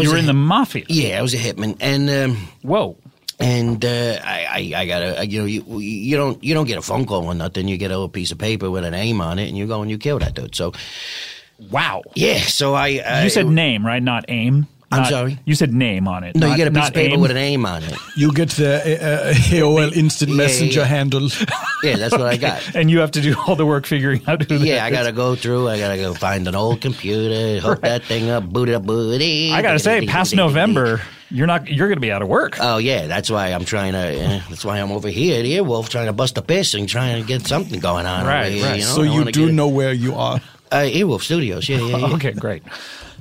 Speaker 1: You were in the mafia.
Speaker 15: Yeah, I was a hitman, and um,
Speaker 1: whoa.
Speaker 15: And uh, I, I, I gotta, I, you know, you, you don't, you don't get a phone call or nothing. You get a little piece of paper with a name on it, and you go and you kill that dude. So,
Speaker 1: wow.
Speaker 15: Yeah. So I, I
Speaker 1: you said name, right? Not aim.
Speaker 15: I'm
Speaker 1: not-
Speaker 15: sorry?
Speaker 1: You said name on it.
Speaker 15: No, you
Speaker 1: not-
Speaker 15: got a piece
Speaker 1: not
Speaker 15: of paper
Speaker 1: aim.
Speaker 15: with an aim on it.
Speaker 16: You get the uh, uh, AOL Instant
Speaker 15: Yeah,
Speaker 16: Messenger
Speaker 15: yeah.
Speaker 16: handle.
Speaker 15: Yeah, that's what I got.
Speaker 1: And you have to do all the work figuring out who.
Speaker 15: Yeah,
Speaker 1: that
Speaker 15: I
Speaker 1: is.
Speaker 15: gotta go through. I gotta go find an old computer, hook that thing up, boot it up, booty.
Speaker 1: I gotta say, past November, you're not you're gonna be out of work.
Speaker 15: Oh yeah, that's why I'm trying to. yeah, that's why I'm over here at Earwolf trying to bust a piss and trying to get something going on. over
Speaker 1: Right,
Speaker 15: here,
Speaker 1: right.
Speaker 15: You know?
Speaker 16: so
Speaker 15: I
Speaker 16: you
Speaker 15: wanna
Speaker 16: do
Speaker 15: get-
Speaker 16: know where you are.
Speaker 15: uh, Earwolf Studios. Yeah, yeah. yeah.
Speaker 1: okay, great.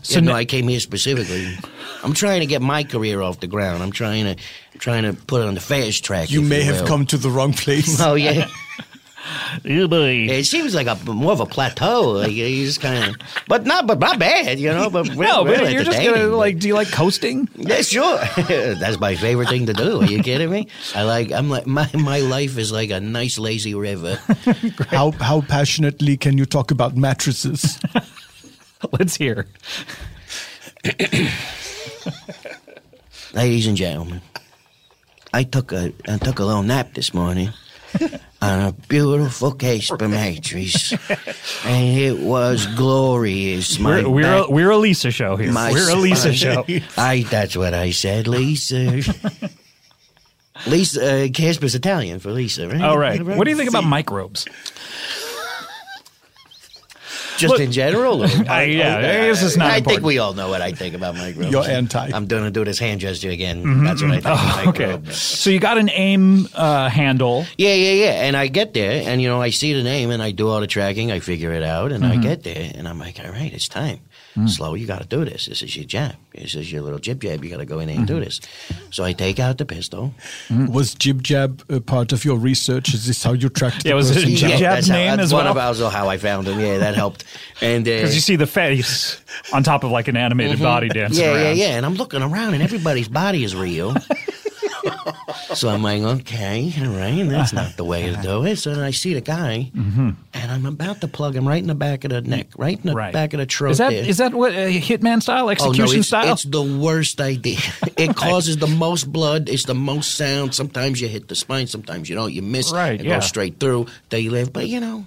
Speaker 15: So no, I came here specifically. I'm trying to get my career off the ground. I'm trying to trying to put it on the fast track.
Speaker 16: You
Speaker 15: if
Speaker 16: may have
Speaker 15: will.
Speaker 16: come to the wrong place.
Speaker 15: Oh yeah. It seems like a more of a plateau. Like you just kind of, but not, but not bad, you know. But
Speaker 1: No, but you're just gonna, like,
Speaker 15: Do
Speaker 1: you like coasting?
Speaker 15: Yeah, sure. That's my favorite thing to do. Are you kidding me? I like. I'm like my my life is like a nice lazy river.
Speaker 16: How how passionately can you talk about mattresses?
Speaker 1: Let's hear.
Speaker 15: Ladies and gentlemen, I took a I took a little nap this morning on a beautiful case of mattress, and it was glorious. My
Speaker 1: We're we're
Speaker 15: back
Speaker 1: a, we're a Lisa show here.
Speaker 15: My
Speaker 1: we're a Lisa show.
Speaker 15: spine. I that's what I said, Lisa. Lisa uh, Casper's Italian for Lisa, right?
Speaker 1: All right. What do you think about microbes?
Speaker 15: Just in general? Or,
Speaker 1: I- yeah, this is not
Speaker 15: I think
Speaker 1: important.
Speaker 15: we all know what I think about microbes.
Speaker 1: You're anti.
Speaker 15: I'm going to do this hand gesture again.
Speaker 1: Mhm,
Speaker 15: That's what I think.
Speaker 1: mhm.
Speaker 15: of
Speaker 1: Oh, okay.
Speaker 15: microbes.
Speaker 1: So you got an aim uh, handle.
Speaker 15: Yeah, yeah, yeah. And I get there, and you know, I see the name, and I do all the tracking, I figure it out, and
Speaker 1: Mhm.
Speaker 15: I get there, and I'm like, all right, it's time.
Speaker 1: Mm.
Speaker 15: Slow, you got to do this. This is your jab. This is your little jib jab. You got to go in there and
Speaker 1: Mm-hmm.
Speaker 15: do this. So I take out the pistol.
Speaker 16: Was Jib Jab a part of your research? Is this how you tracked? the person down?
Speaker 15: Yeah, that's how, that's one of also how I found him. Yeah, that helped. And
Speaker 1: Because you see the face on top of like an animated
Speaker 15: Mhm.
Speaker 1: body dancing
Speaker 15: Yeah,
Speaker 1: around.
Speaker 15: yeah, yeah. And I'm looking around, and everybody's body is real. so I'm like, okay, all right, that's
Speaker 1: Uh-huh.
Speaker 15: not the way to do it. So then I see the guy,
Speaker 1: Mm-hmm.
Speaker 15: and I'm about to plug him right in the back of the neck, right in the back of the throat.
Speaker 1: Is that
Speaker 15: there.
Speaker 1: is that what uh, hitman style,
Speaker 15: Oh, no,
Speaker 1: execution
Speaker 15: it's-
Speaker 1: style?
Speaker 15: It's the worst idea. It causes the most blood. It's the most sound. Sometimes you hit the spine. Sometimes you don't. You miss.
Speaker 1: Right,
Speaker 15: It
Speaker 1: yeah.
Speaker 15: goes straight through. They live, but you know.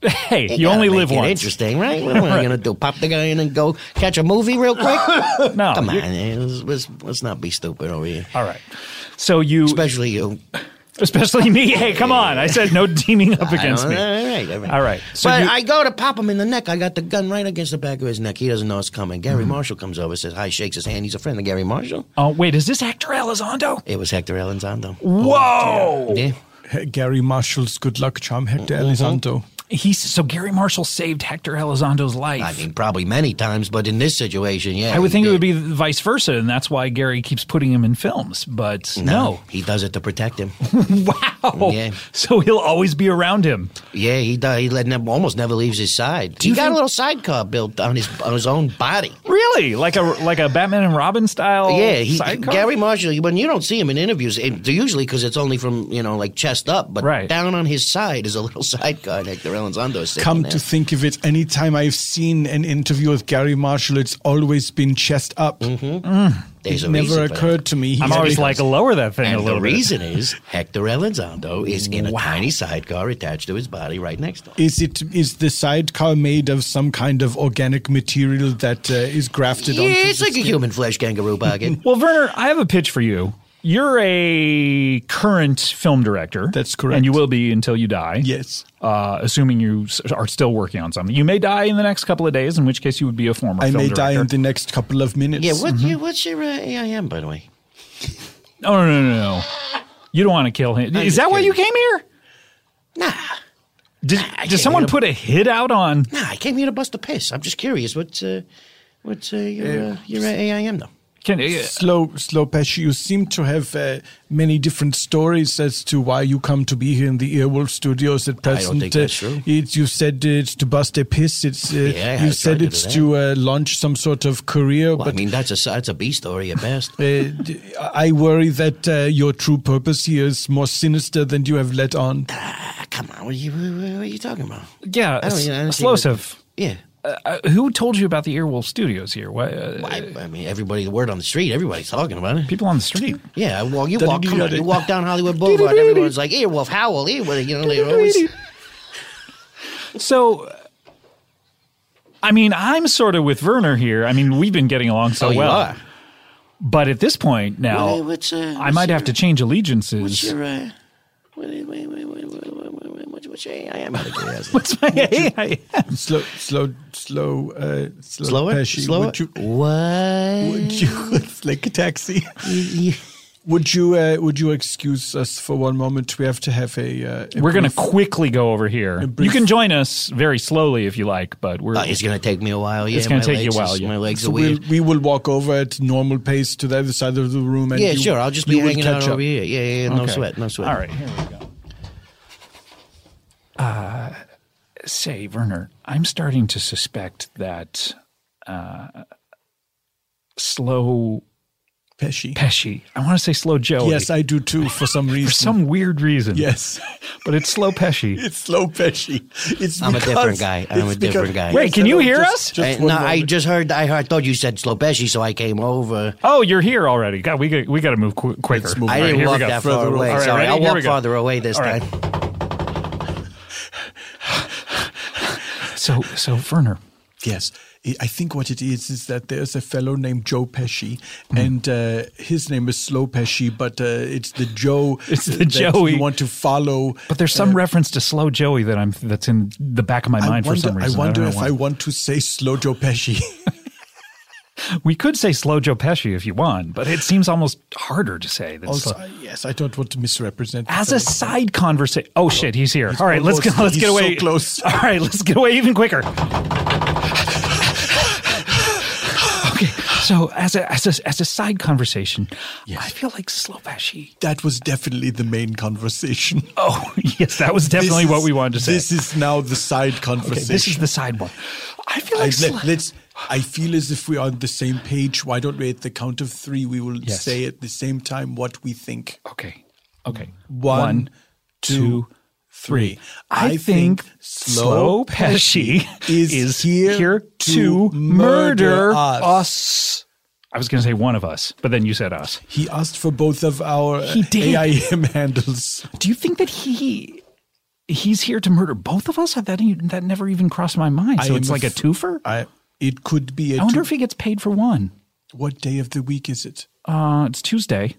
Speaker 1: Hey,
Speaker 15: they
Speaker 1: you
Speaker 15: gotta
Speaker 1: only
Speaker 15: make
Speaker 1: live
Speaker 15: it
Speaker 1: once.
Speaker 15: Interesting, right? What am I
Speaker 1: Right.
Speaker 15: gonna do? Pop the guy in and go catch a movie real quick?
Speaker 1: no,
Speaker 15: come on.
Speaker 1: you-
Speaker 15: man. Let's, let's- let's not be stupid over here.
Speaker 1: All right. So you,
Speaker 15: especially you,
Speaker 1: especially me. Hey, come on! I said no teaming up
Speaker 15: I
Speaker 1: against
Speaker 15: don't-
Speaker 1: me.
Speaker 15: all right, all right.
Speaker 1: All right. So
Speaker 15: but
Speaker 1: you-
Speaker 15: I go to pop him in the neck. I got the gun right against the back of his neck. He doesn't know it's coming. Gary Marshall comes over, says hi, shakes his hand. He's a friend of Gary Marshall.
Speaker 1: Mm-hmm. Oh wait, is this Hector Elizondo?
Speaker 15: It was Hector Elizondo.
Speaker 1: Whoa!
Speaker 15: Yeah.
Speaker 16: Hey, Gary Marshall's good luck charm, Hector
Speaker 4: Mm-hmm.
Speaker 16: Elizondo.
Speaker 1: He's so Gary Marshall saved Hector Elizondo's life.
Speaker 15: I mean, probably many times, but in this situation, yeah.
Speaker 1: I would think it would be vice versa, and that's why Gary keeps putting him in films. But no,
Speaker 15: he does it to protect him.
Speaker 1: wow!
Speaker 15: Yeah.
Speaker 1: So he'll always be around him.
Speaker 15: Yeah, he does. He let never, almost never leaves his side. he got a little sidecar built on his on his own body.
Speaker 1: Really, like a like a Batman and Robin style.
Speaker 15: yeah, he,
Speaker 1: sidecar?
Speaker 15: Gary Marshall. When you don't see him in interviews, it, usually because it's only from you know like chest up, but down on his side is a little sidecar. Like the Elizondo is sitting
Speaker 16: Come
Speaker 15: there.
Speaker 16: to think of it, any time I've seen an interview with Gary Marshall, it's always been chest up.
Speaker 15: Mm-hmm. There's
Speaker 16: It
Speaker 15: a reason
Speaker 16: never
Speaker 15: for
Speaker 16: occurred
Speaker 15: that.
Speaker 16: to me.
Speaker 1: I'm always like lower that thing
Speaker 15: and
Speaker 1: a little
Speaker 15: the
Speaker 1: bit.
Speaker 15: reason is Hector Elizondo is in a tiny sidecar attached to his body right next to him.
Speaker 16: Is it is the sidecar made of some kind of organic material that uh, is grafted
Speaker 15: Yeah,
Speaker 16: onto?
Speaker 15: it's
Speaker 16: the
Speaker 15: like a
Speaker 16: skin?
Speaker 15: human flesh kangaroo pocket.
Speaker 1: Well, Werner, I have a pitch for you. You're a current film director. That's correct. And you will be until you die.
Speaker 16: Yes.
Speaker 1: Uh, assuming you s- are still working on something. You may die in the next couple of days, in which case you would be a former
Speaker 16: I
Speaker 1: film
Speaker 16: may die
Speaker 1: director.
Speaker 16: in the next couple of minutes.
Speaker 15: yeah, what,
Speaker 1: Mm-hmm.
Speaker 15: you, what's your uh, AIM by the way?
Speaker 1: Oh, no, no, no, no. You don't want to kill him.
Speaker 15: I'm
Speaker 1: Is
Speaker 15: just
Speaker 1: that why you
Speaker 15: kidding.
Speaker 1: came here? Did, did someone put a hit out on.
Speaker 15: Nah, I came here to bust a piss. I'm just curious. What, uh, what uh, your, uh, your AIM though?
Speaker 1: Can, uh,
Speaker 16: slow, slow Pesci, you seem to have uh, many different stories as to why you come to be here in the Earwolf Studios at present.
Speaker 15: think that's true.
Speaker 16: It, you said it's to bust a piss. It's uh,
Speaker 15: Yeah, I
Speaker 16: you
Speaker 15: tried
Speaker 16: said
Speaker 15: to do
Speaker 16: it's
Speaker 15: that.
Speaker 16: to uh, launch some sort of career,
Speaker 15: Well,
Speaker 16: but
Speaker 15: I mean, that's a that's a B story at best.
Speaker 16: Uh, d- I worry that uh, your true purpose here is more sinister than you have let on.
Speaker 15: Come on, what are you, what are you talking about?
Speaker 1: Yeah,
Speaker 15: I don't- you know, I don't see what-
Speaker 1: Explosive.
Speaker 15: Yeah.
Speaker 1: Uh, uh, who told you about the Earwolf Studios here? Why, uh,
Speaker 15: I, I mean, everybody, the word on the street, everybody's talking about it.
Speaker 1: People on the street.
Speaker 15: Yeah, well, you walk, come on, you walk down Hollywood Boulevard, everyone's like, Earwolf Howell, Earwolf, you know, they're always.
Speaker 1: So, I mean, I'm sort of with Werner here. I mean, we've been getting along so
Speaker 15: Oh, you
Speaker 1: well.
Speaker 15: are.
Speaker 1: But at this point now,
Speaker 15: Wait, what's, uh,
Speaker 1: I might
Speaker 15: what's
Speaker 1: have to change allegiances.
Speaker 15: What's your uh, what, what, what, what, what, what, what, what's- what's your AI?
Speaker 1: What's my AI?
Speaker 16: slow, slow, slow, uh, slow,
Speaker 15: Slow it?
Speaker 16: Pesci,
Speaker 15: Slow
Speaker 16: would
Speaker 15: it?
Speaker 16: You, what? Would you? It's like a taxi. would you? Uh, would you excuse us for one moment? We have to have a. Uh, a
Speaker 1: We're going to
Speaker 16: brief-
Speaker 1: quickly go over here. You
Speaker 16: brief-
Speaker 1: can join us very slowly if you like, but we're. it's
Speaker 15: going to Oh, take me a while.
Speaker 1: It's
Speaker 15: yeah,
Speaker 1: going
Speaker 15: my
Speaker 1: to take you a
Speaker 15: legs
Speaker 1: while.
Speaker 15: is-
Speaker 1: yeah.
Speaker 15: my legs
Speaker 16: So we'll, we will walk over at normal pace to the other side of the room. And
Speaker 15: yeah,
Speaker 16: you-
Speaker 15: sure. I'll just be
Speaker 16: you will
Speaker 15: hanging out
Speaker 16: catch up.
Speaker 15: over here. Yeah, yeah, yeah, no
Speaker 16: Okay.
Speaker 15: sweat, no sweat.
Speaker 1: All right, here we go. Uh, say, Werner, I'm starting to suspect that uh, slow
Speaker 16: Pesci.
Speaker 1: Pesci. I want to say slow Joey.
Speaker 16: Yes, I do too. For some reason. for
Speaker 1: some weird reason.
Speaker 16: Yes,
Speaker 1: but it's slow Pesci.
Speaker 16: it's slow Pesci. It's
Speaker 15: I'm a
Speaker 16: because-
Speaker 15: different guy. I'm
Speaker 16: it's
Speaker 15: a different
Speaker 16: because-
Speaker 15: guy.
Speaker 1: Wait, can you hear us?
Speaker 15: Uh, no, I just heard. I, heard- I thought you said Slopeshi, so I came over.
Speaker 1: Oh, you're here already. God, we got, we got to move qu- quicker. All
Speaker 15: I
Speaker 1: right,
Speaker 15: didn't
Speaker 1: here we
Speaker 15: walk
Speaker 1: go.
Speaker 15: that far
Speaker 1: Further
Speaker 15: away.
Speaker 1: All right,
Speaker 15: Sorry,
Speaker 1: ready?
Speaker 15: I'll
Speaker 1: Here we
Speaker 15: walk
Speaker 1: go.
Speaker 15: farther away this
Speaker 1: All right.
Speaker 15: time.
Speaker 1: So, so Werner,
Speaker 16: Yes. I- I think what it is is that there's a fellow named Joe Pesci,
Speaker 1: Hmm.
Speaker 16: and uh, his name is Slow Pesci, but uh, it's the Joe.
Speaker 1: It's the
Speaker 16: that
Speaker 1: Joey.
Speaker 16: you want to follow.
Speaker 1: But there's some reference to slow Joey that I'm that's in the back of my
Speaker 16: Uh, I
Speaker 1: mind
Speaker 16: wonder,
Speaker 1: for some reason.
Speaker 16: I wonder
Speaker 1: don't
Speaker 16: if
Speaker 1: know
Speaker 16: I
Speaker 1: why.
Speaker 16: want to say Slow Joe Pesci.
Speaker 1: we could say slow Joe Pesci if you want, but it seems almost harder to say than
Speaker 16: also,
Speaker 1: slow.
Speaker 16: I- yes, I don't want to misrepresent. the
Speaker 1: As a
Speaker 16: fellow.
Speaker 1: side conversation. Oh shit, he's here. All right, let's
Speaker 16: almost-
Speaker 1: go. Let's
Speaker 16: he's
Speaker 1: get away.
Speaker 16: so close.
Speaker 1: All right, let's get away even quicker. okay, so as a as a as a side conversation, I feel like slow Pesci.
Speaker 16: that was definitely the main conversation.
Speaker 1: Oh yes, that was definitely what we wanted to say.
Speaker 16: This is now the side
Speaker 1: Okay,
Speaker 16: conversation.
Speaker 1: this is the side one. I feel like
Speaker 16: I, let,
Speaker 1: sli-
Speaker 16: us I feel as if we are on the same page. Why don't we, at the count of three, we will
Speaker 1: Yes.
Speaker 16: say at the same time what we think.
Speaker 1: Okay. Okay.
Speaker 16: One,
Speaker 1: One,
Speaker 16: two,
Speaker 1: two,
Speaker 16: three.
Speaker 1: I think Slow Pesci
Speaker 16: is,
Speaker 1: is
Speaker 16: here,
Speaker 1: here to murder us. I was going to say one of us, but then you said us.
Speaker 16: He asked for both of our uh,
Speaker 1: He did.
Speaker 16: AIM handles.
Speaker 1: Do you think that he he's here to murder both of us? That that never even crossed my mind. So
Speaker 16: I
Speaker 1: it's
Speaker 16: am
Speaker 1: like a
Speaker 16: af-
Speaker 1: twofer.
Speaker 16: I, it could be a.
Speaker 1: I wonder
Speaker 16: two-
Speaker 1: if he gets paid for one.
Speaker 16: what day of the week is it?
Speaker 1: Uh, it's Tuesday.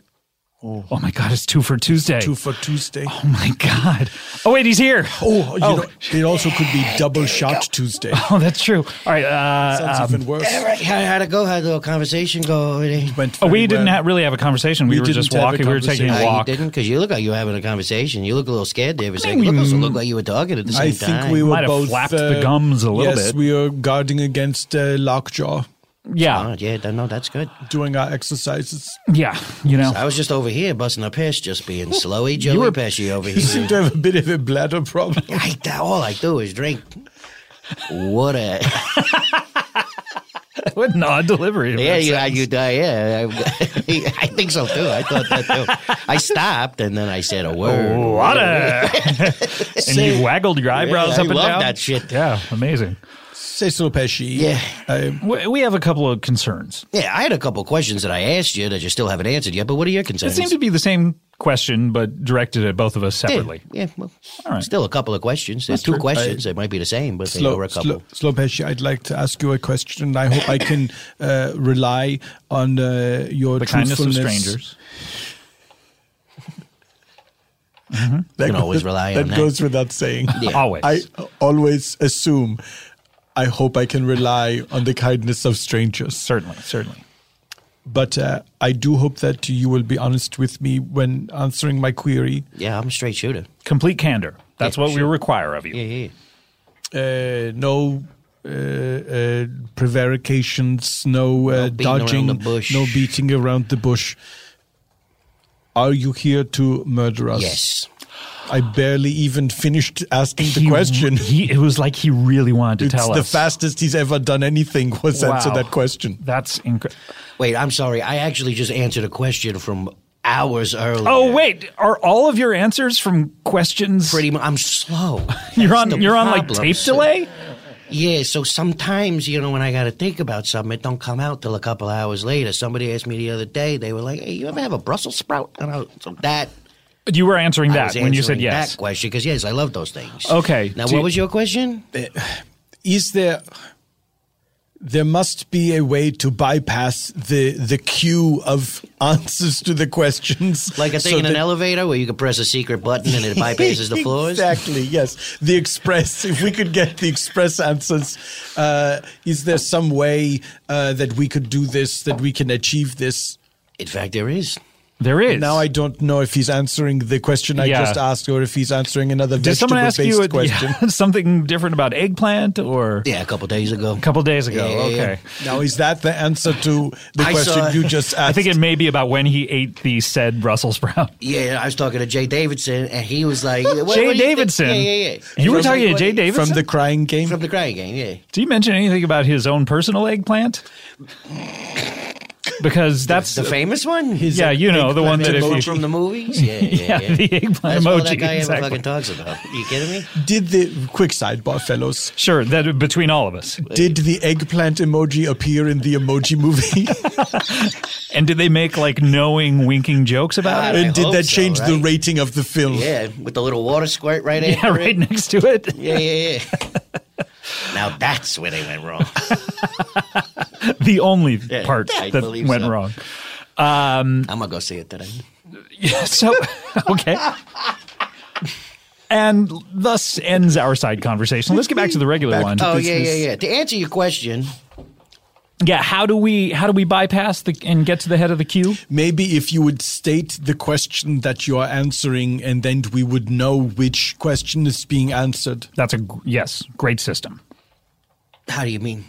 Speaker 1: Oh. my God! It's two for Tuesday.
Speaker 16: Two for Tuesday.
Speaker 1: oh my God! Oh wait, he's here.
Speaker 16: Oh, you
Speaker 1: Oh.
Speaker 16: know, it also could be double shot Tuesday.
Speaker 1: Oh, that's true. All right. Uh,
Speaker 16: Sounds
Speaker 1: um,
Speaker 16: even worse.
Speaker 15: All right, how, how'd it go? How'd the little conversation go? Already?
Speaker 16: Went
Speaker 1: oh,
Speaker 16: very
Speaker 1: we didn't
Speaker 16: well.
Speaker 1: ha- really have a conversation. We,
Speaker 16: We
Speaker 1: were
Speaker 16: didn't
Speaker 1: just
Speaker 16: have a
Speaker 1: walking. We were taking
Speaker 15: Uh,
Speaker 1: a
Speaker 15: you
Speaker 1: walk.
Speaker 15: didn't, because you look like you were having a conversation. You look a little scared there for a second. Look, also look like you were talking at the same
Speaker 16: I
Speaker 15: time.
Speaker 16: think we were
Speaker 1: Might have
Speaker 16: both uh,
Speaker 1: flapped the gums a little
Speaker 16: yes,
Speaker 1: bit.
Speaker 16: we are guarding against uh, lockjaw,
Speaker 1: Yeah,
Speaker 15: Oh, yeah, th- no, that's good.
Speaker 16: doing our exercises.
Speaker 1: yeah. You know,
Speaker 15: I was just over here busting a piss, just being slowy Joey
Speaker 1: were-
Speaker 15: Pesci over
Speaker 16: You seem
Speaker 15: here.
Speaker 16: to have a bit of a bladder problem.
Speaker 15: I, all I do is drink water.
Speaker 1: what an odd delivery. of
Speaker 15: Yeah,
Speaker 1: that
Speaker 15: you,
Speaker 1: sentence.
Speaker 15: you die. Yeah, I, I think so too. I thought that too. I stopped and then I said a word.
Speaker 1: Water. Oh, and you waggled your eyebrows
Speaker 15: I
Speaker 1: up and
Speaker 15: love
Speaker 1: down.
Speaker 15: that shit.
Speaker 1: Yeah, amazing.
Speaker 16: Cecil Pesci. Um,
Speaker 15: Yeah.
Speaker 16: I,
Speaker 1: We we have a couple of concerns.
Speaker 15: Yeah, I had a couple questions that I asked you that you still haven't answered yet. But what are your
Speaker 1: It
Speaker 15: concerns?
Speaker 1: seemed to be the same question, but directed at both of us
Speaker 15: yeah,
Speaker 1: separately.
Speaker 15: yeah, well,
Speaker 1: All right.
Speaker 15: still a couple of questions. There's two questions. they might be the same, but they were
Speaker 16: slow,
Speaker 15: a couple.
Speaker 16: slow, slow Pesci, I'd like to ask you a question. I hope I can uh, rely on uh, your
Speaker 1: The kindness of
Speaker 16: truthfulness.
Speaker 1: strangers.
Speaker 16: That
Speaker 15: can always
Speaker 16: goes-
Speaker 15: rely on that.
Speaker 16: goes without saying.
Speaker 1: Always.
Speaker 16: I always assume. I hope I can rely on the kindness of strangers.
Speaker 1: certainly, certainly.
Speaker 16: but uh, I do hope that you will be honest with me when answering my query.
Speaker 15: Yeah, I'm a straight shooter.
Speaker 1: Complete candor. That's
Speaker 15: Yeah,
Speaker 1: what
Speaker 15: sure.
Speaker 1: we require of you.
Speaker 15: Yeah, yeah.
Speaker 16: Uh, no uh, uh, prevarications, no, uh,
Speaker 15: beating
Speaker 16: dodging,
Speaker 15: around the bush.
Speaker 16: no beating around the bush. Are you here to murder us?
Speaker 15: Yes.
Speaker 16: I barely even finished asking the
Speaker 1: He-
Speaker 16: question.
Speaker 1: He, it was like he really wanted to
Speaker 16: It's
Speaker 1: tell
Speaker 16: the
Speaker 1: us.
Speaker 16: fastest he's ever done anything was answer
Speaker 1: Wow.
Speaker 16: that question.
Speaker 1: That's incredible.
Speaker 15: Wait, I'm sorry. I actually just answered a question from hours earlier.
Speaker 1: Oh wait, are all of your answers from questions?
Speaker 15: pretty much. I'm slow.
Speaker 1: you're
Speaker 15: That's
Speaker 1: on.
Speaker 15: the
Speaker 1: You're on like
Speaker 15: problem,
Speaker 1: tape
Speaker 15: sir.
Speaker 1: delay.
Speaker 15: Yeah, so sometimes, you know, when I got to think about something, it don't come out till a couple hours later. Somebody asked me the other day, they were like, hey, you ever have a Brussels sprout? And I, so that,
Speaker 1: You were answering
Speaker 15: I
Speaker 1: that
Speaker 15: was
Speaker 1: when you
Speaker 15: answering
Speaker 1: said yes.
Speaker 15: that question, because yes, I love those things.
Speaker 1: Okay,
Speaker 15: Now,
Speaker 1: do
Speaker 15: what
Speaker 1: you-
Speaker 15: was your question?
Speaker 16: Is there There must be a way to bypass the the queue of answers to the questions.
Speaker 15: Like a
Speaker 16: so
Speaker 15: thing in an
Speaker 16: that-
Speaker 15: elevator where you could press a secret button and it bypasses the floors.
Speaker 16: Exactly. Yes. The express. If we could get the express answers, uh, is there some way uh, that we could do this? That we can achieve this?
Speaker 15: In fact, there is.
Speaker 1: There is.
Speaker 16: Now I don't know if he's answering the question I
Speaker 1: Yeah.
Speaker 16: just asked, or if he's answering another
Speaker 1: Did
Speaker 16: vegetable-based
Speaker 1: someone ask you a,
Speaker 16: question.
Speaker 1: yeah, something different about eggplant or?
Speaker 15: Yeah, a couple days ago. A
Speaker 1: couple days ago.
Speaker 16: Yeah, yeah, yeah.
Speaker 1: okay.
Speaker 16: Now is that the answer to the
Speaker 15: I
Speaker 16: question
Speaker 15: saw-
Speaker 16: you just asked?
Speaker 1: I think it may be about when he ate the said Brussels sprout.
Speaker 15: Yeah, I was talking to Jay Davidson, and he was like, what- what do
Speaker 1: Jay
Speaker 15: you think?
Speaker 1: Davidson.
Speaker 15: Yeah, yeah, yeah.
Speaker 1: You were
Speaker 15: From-
Speaker 1: talking to Jay
Speaker 15: what-
Speaker 1: Davidson
Speaker 16: from the crying game.
Speaker 15: From the crying game, yeah.
Speaker 1: Do you mention anything about his own personal eggplant? Because that's
Speaker 15: The famous one?
Speaker 16: uh,
Speaker 1: yeah, you know the one that if you,
Speaker 15: emoji from the movies. Yeah, yeah,
Speaker 1: Yeah,
Speaker 15: yeah.
Speaker 1: the eggplant
Speaker 15: That's all that
Speaker 1: emoji,
Speaker 15: guy ever
Speaker 1: exactly.
Speaker 15: fucking talks about. you kidding me?
Speaker 16: Did the quick sidebar, fellows?
Speaker 1: Sure, that between all of us.
Speaker 16: Did the eggplant emoji appear in the emoji movie?
Speaker 1: and did they make like knowing winking jokes about it?
Speaker 16: and did that change the rating of the film?
Speaker 15: Yeah, with the little water squirt right
Speaker 1: Yeah,
Speaker 15: after
Speaker 1: right
Speaker 15: it.
Speaker 1: next to it.
Speaker 15: Yeah, yeah, yeah. now that's where they went wrong.
Speaker 1: the only
Speaker 15: Yeah,
Speaker 1: part
Speaker 15: I
Speaker 1: that
Speaker 15: believe
Speaker 1: went
Speaker 15: so.
Speaker 1: wrong. Um,
Speaker 15: I'm gonna go see it today.
Speaker 1: Yeah, so okay. And thus ends our side conversation. Let's get back to the regular one.
Speaker 15: Oh yeah, yeah, yeah. To answer your question,
Speaker 1: Yeah, how do we how do we bypass the and get to the head of the queue?
Speaker 16: Maybe if you would state the question that you are answering, and then we would know which question is being answered.
Speaker 1: That's a yes, great system.
Speaker 15: how do you mean?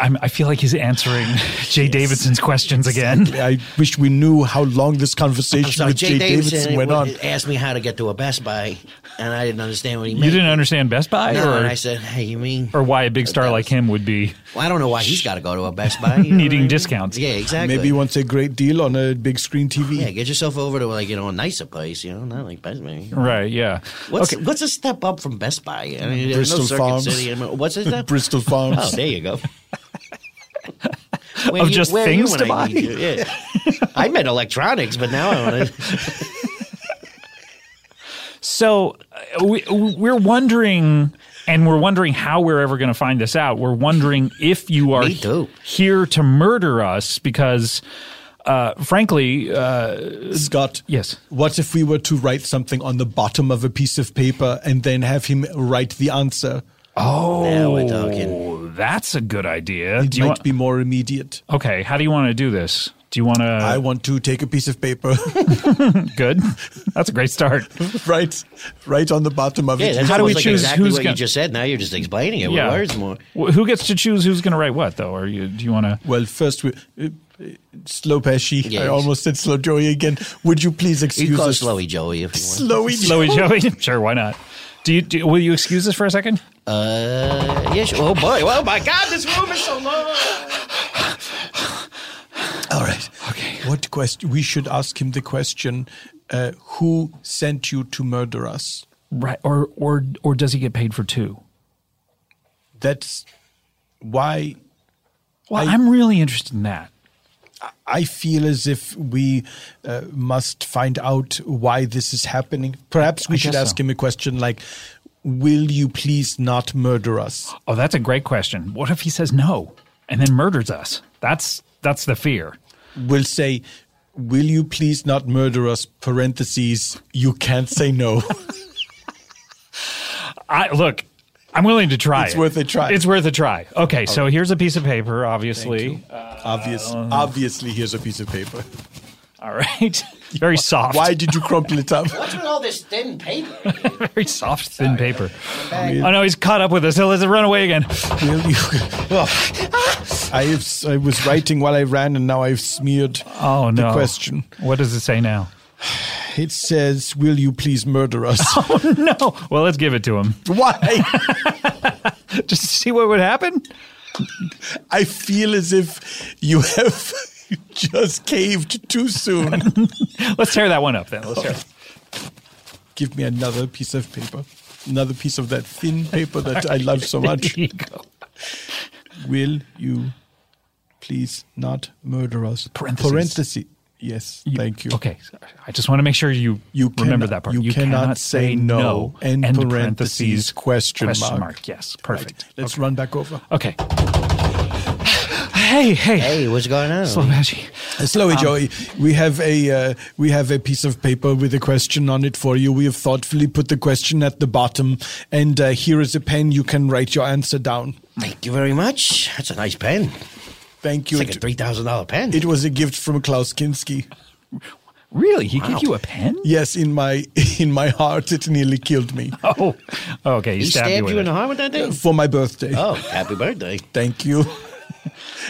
Speaker 1: I'm, I feel like he's answering Jay Davidson's questions again.
Speaker 16: I wish we knew how long this
Speaker 15: I'm
Speaker 16: conversation
Speaker 15: sorry,
Speaker 16: with Jay, Davidson, went on.
Speaker 15: w- asked me how to get to a Best Buy, and I didn't understand what he meant.
Speaker 1: You didn't understand Best Buy,
Speaker 15: No,
Speaker 1: or
Speaker 15: and I said, "Hey, you mean?"
Speaker 1: or why a big star like him would be
Speaker 15: Well, I don't know why he's got to go to a Best Buy. you know what I
Speaker 1: needing
Speaker 15: mean?
Speaker 1: discounts.
Speaker 15: Yeah, exactly.
Speaker 16: Maybe he wants a great deal on a big screen TV.
Speaker 15: Yeah, get yourself over to like you know a nicer place. You know, not like Best Buy.
Speaker 1: Right. Yeah.
Speaker 15: What's what's a step up from Best Buy? I mean, there's
Speaker 16: Bristol
Speaker 15: no Circuit
Speaker 16: Farms.
Speaker 15: City. I mean, What's it? step?
Speaker 16: Bristol Farms.
Speaker 15: Oh, there you go.
Speaker 1: Of just
Speaker 15: where are
Speaker 1: things
Speaker 15: when
Speaker 1: to
Speaker 15: I
Speaker 1: buy?
Speaker 15: need you? Yeah. I meant electronics, but now I want to.
Speaker 1: So uh, we, we're wondering, and we're wondering how we're ever going to find this out. We're wondering if you are
Speaker 15: Me too.
Speaker 1: here to murder us because, uh, frankly, uh,
Speaker 16: Scott.
Speaker 1: Yes.
Speaker 16: What if we were to write something on the bottom of a piece of paper and then have him write the answer?
Speaker 15: Now we're
Speaker 1: oh,
Speaker 15: talking.
Speaker 1: that's a good idea.
Speaker 16: It
Speaker 1: Do you
Speaker 16: might
Speaker 1: want-
Speaker 16: be more immediate.
Speaker 1: okay, how do you want to do this? Do you want to?
Speaker 16: I want to take a piece of paper,
Speaker 1: good. That's a great start.
Speaker 16: right, right on the bottom of
Speaker 15: Yeah,
Speaker 16: it.
Speaker 15: that's
Speaker 1: How do we
Speaker 15: almost like
Speaker 1: choose
Speaker 15: exactly
Speaker 1: who's
Speaker 15: what
Speaker 1: gonna-
Speaker 15: you just said. Now you're just explaining it with words more.
Speaker 1: Wh- Who gets to choose who's going to write what, though? Or you, do you want to?
Speaker 16: Well, first we. Uh, uh, Slow Pesci. I
Speaker 15: Yes.
Speaker 16: almost said Slow Joey again. Would you please
Speaker 15: You can
Speaker 16: excuse
Speaker 15: call
Speaker 16: us?
Speaker 15: Slowy Joey if you want.
Speaker 16: Slowy
Speaker 1: Slowy
Speaker 16: Joey.
Speaker 1: E Joey. Sure, why not? Do you, do, will you excuse us for a second?
Speaker 15: Uh, yeah, sure. Oh boy! Oh my God! This room is so long.
Speaker 16: All right. Okay. What question? We should ask him the question uh, Who sent you to murder us?
Speaker 1: Right, or or or does he get paid for two?
Speaker 16: That's why
Speaker 1: Well, I, am really interested in that.
Speaker 16: I feel as if we uh, must find out why this is happening. Perhaps we
Speaker 1: I
Speaker 16: should
Speaker 1: guess
Speaker 16: ask
Speaker 1: so.
Speaker 16: him a question like, Will you please not murder us?
Speaker 1: Oh, that's a great question. What if he says no and then murders us? That's that's the fear.
Speaker 16: We'll say, Will you please not murder us? Parentheses, you can't say no.
Speaker 1: I look. I'm willing to try.
Speaker 16: It's
Speaker 1: it.
Speaker 16: worth a try.
Speaker 1: It's worth a try. Okay, so here's a piece of paper. Obviously, Uh,
Speaker 16: Obvious, obviously, here's a piece of paper.
Speaker 1: all right. Very soft.
Speaker 16: Why did you crumple it up?
Speaker 15: What's with all this thin paper?
Speaker 1: Very soft, thin paper.
Speaker 15: Bag.
Speaker 1: Oh no, he's caught up with us. He'll let us run away again. Oh.
Speaker 16: Will you? I, have, s- I was writing while I ran, and now I've smeared
Speaker 1: Oh no.
Speaker 16: the question.
Speaker 1: What does it say now?
Speaker 16: It says, "Will you please murder us?"
Speaker 1: Oh, No. Well, let's give it to him.
Speaker 16: Why?
Speaker 1: Just to see what would happen.
Speaker 16: I feel as if you have just caved too soon.
Speaker 1: Let's tear that one up then. Let's tear. it.
Speaker 16: Give me another piece of paper, another piece of that thin paper that I love so much.
Speaker 1: There you go.
Speaker 16: Will you please not murder us?
Speaker 1: Parentheses.
Speaker 16: Parentheses. Yes, thank you.
Speaker 1: Okay, sorry. I just want to make sure you,
Speaker 16: You
Speaker 1: remember
Speaker 16: cannot-
Speaker 1: that part.
Speaker 16: you cannot say no, end parentheses, question mark.
Speaker 1: Yes, perfect.
Speaker 16: Let's run back over.
Speaker 1: Okay. Hey, hey.
Speaker 15: Hey, what's going on?
Speaker 16: Slovashi. Slowy Joey,
Speaker 15: Um,
Speaker 16: we have a uh, we have a piece of paper with a question on it for you. We have thoughtfully put the question at the bottom, and uh, here is a pen. You can write your answer down.
Speaker 15: Thank you very much. That's a nice pen.
Speaker 16: Thank you.
Speaker 15: It's like a three thousand dollar pen.
Speaker 16: It was a gift from Klaus Kinski.
Speaker 1: Really, he gave you a pen?
Speaker 16: Yes, in my in my heart, it nearly killed me.
Speaker 1: Oh, okay.
Speaker 15: He stabbed you,
Speaker 16: with
Speaker 15: in
Speaker 16: it.
Speaker 15: the heart with that thing.
Speaker 16: for my birthday.
Speaker 15: Oh, happy birthday!
Speaker 16: Thank you.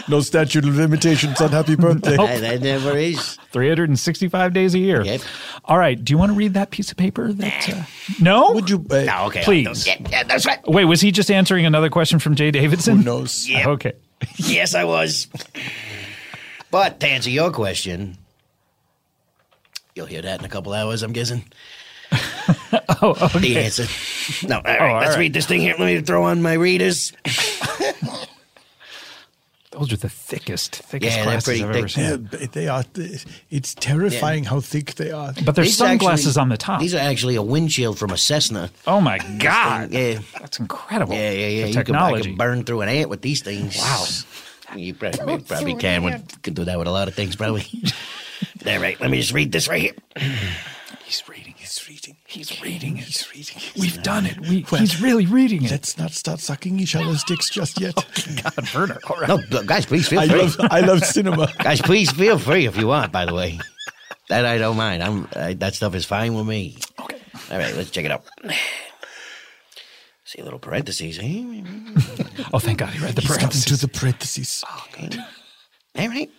Speaker 16: No statute of limitations on happy birthday.
Speaker 15: That, that never is.
Speaker 1: 365 days a year. All right. Do you want to read that piece of paper? That uh, no. Would
Speaker 16: you?
Speaker 15: no. Okay.
Speaker 1: Please.
Speaker 15: Yeah, yeah, that's right.
Speaker 1: Wait, was he just answering another question from Jay Davidson? Who
Speaker 16: knows?
Speaker 15: Yeah.
Speaker 1: Okay.
Speaker 15: yes, I was. But to answer your question, you'll hear that in a couple hours, I'm guessing.
Speaker 1: oh, okay. Oh,
Speaker 15: The answer. No, all right,
Speaker 1: all
Speaker 15: let's
Speaker 1: right.
Speaker 15: read this thing here. Let me throw on my readers.
Speaker 1: Those are the thickest, thickest
Speaker 15: Yeah, they're
Speaker 1: glasses
Speaker 15: pretty
Speaker 1: I've ever
Speaker 15: thick.
Speaker 1: seen.
Speaker 16: Yeah, but they are. It's terrifying how thick they are.
Speaker 1: But there's
Speaker 15: These
Speaker 1: sunglasses
Speaker 15: actually-
Speaker 1: on the top.
Speaker 15: These are actually a windshield from a Cessna.
Speaker 1: Oh my
Speaker 15: God. yeah.
Speaker 1: That's incredible.
Speaker 15: Yeah, yeah, yeah.
Speaker 1: The
Speaker 15: You
Speaker 1: technology.
Speaker 15: Could, I could burn through an ant with these things. Wow. You probably, probably can. We could do that with a lot of things, probably. All right, let me just read this right here.
Speaker 1: He's reading.
Speaker 16: He's reading.
Speaker 1: He's reading it.
Speaker 16: He's reading. it.
Speaker 1: We've done it. We, he's really reading it.
Speaker 16: Let's not start sucking each other's dicks just yet.
Speaker 1: God, Werner. All right.
Speaker 15: No, look, guys, please feel
Speaker 16: I
Speaker 15: free.
Speaker 16: love, I love cinema.
Speaker 15: guys, please feel free if you want. By the way, that I don't mind. I'm I, that stuff is fine with me. Okay. All right, let's check it out. See a little parentheses. eh?
Speaker 1: Oh, thank God he read the
Speaker 16: He's gotten
Speaker 1: parentheses.
Speaker 16: to the parentheses.
Speaker 15: All right.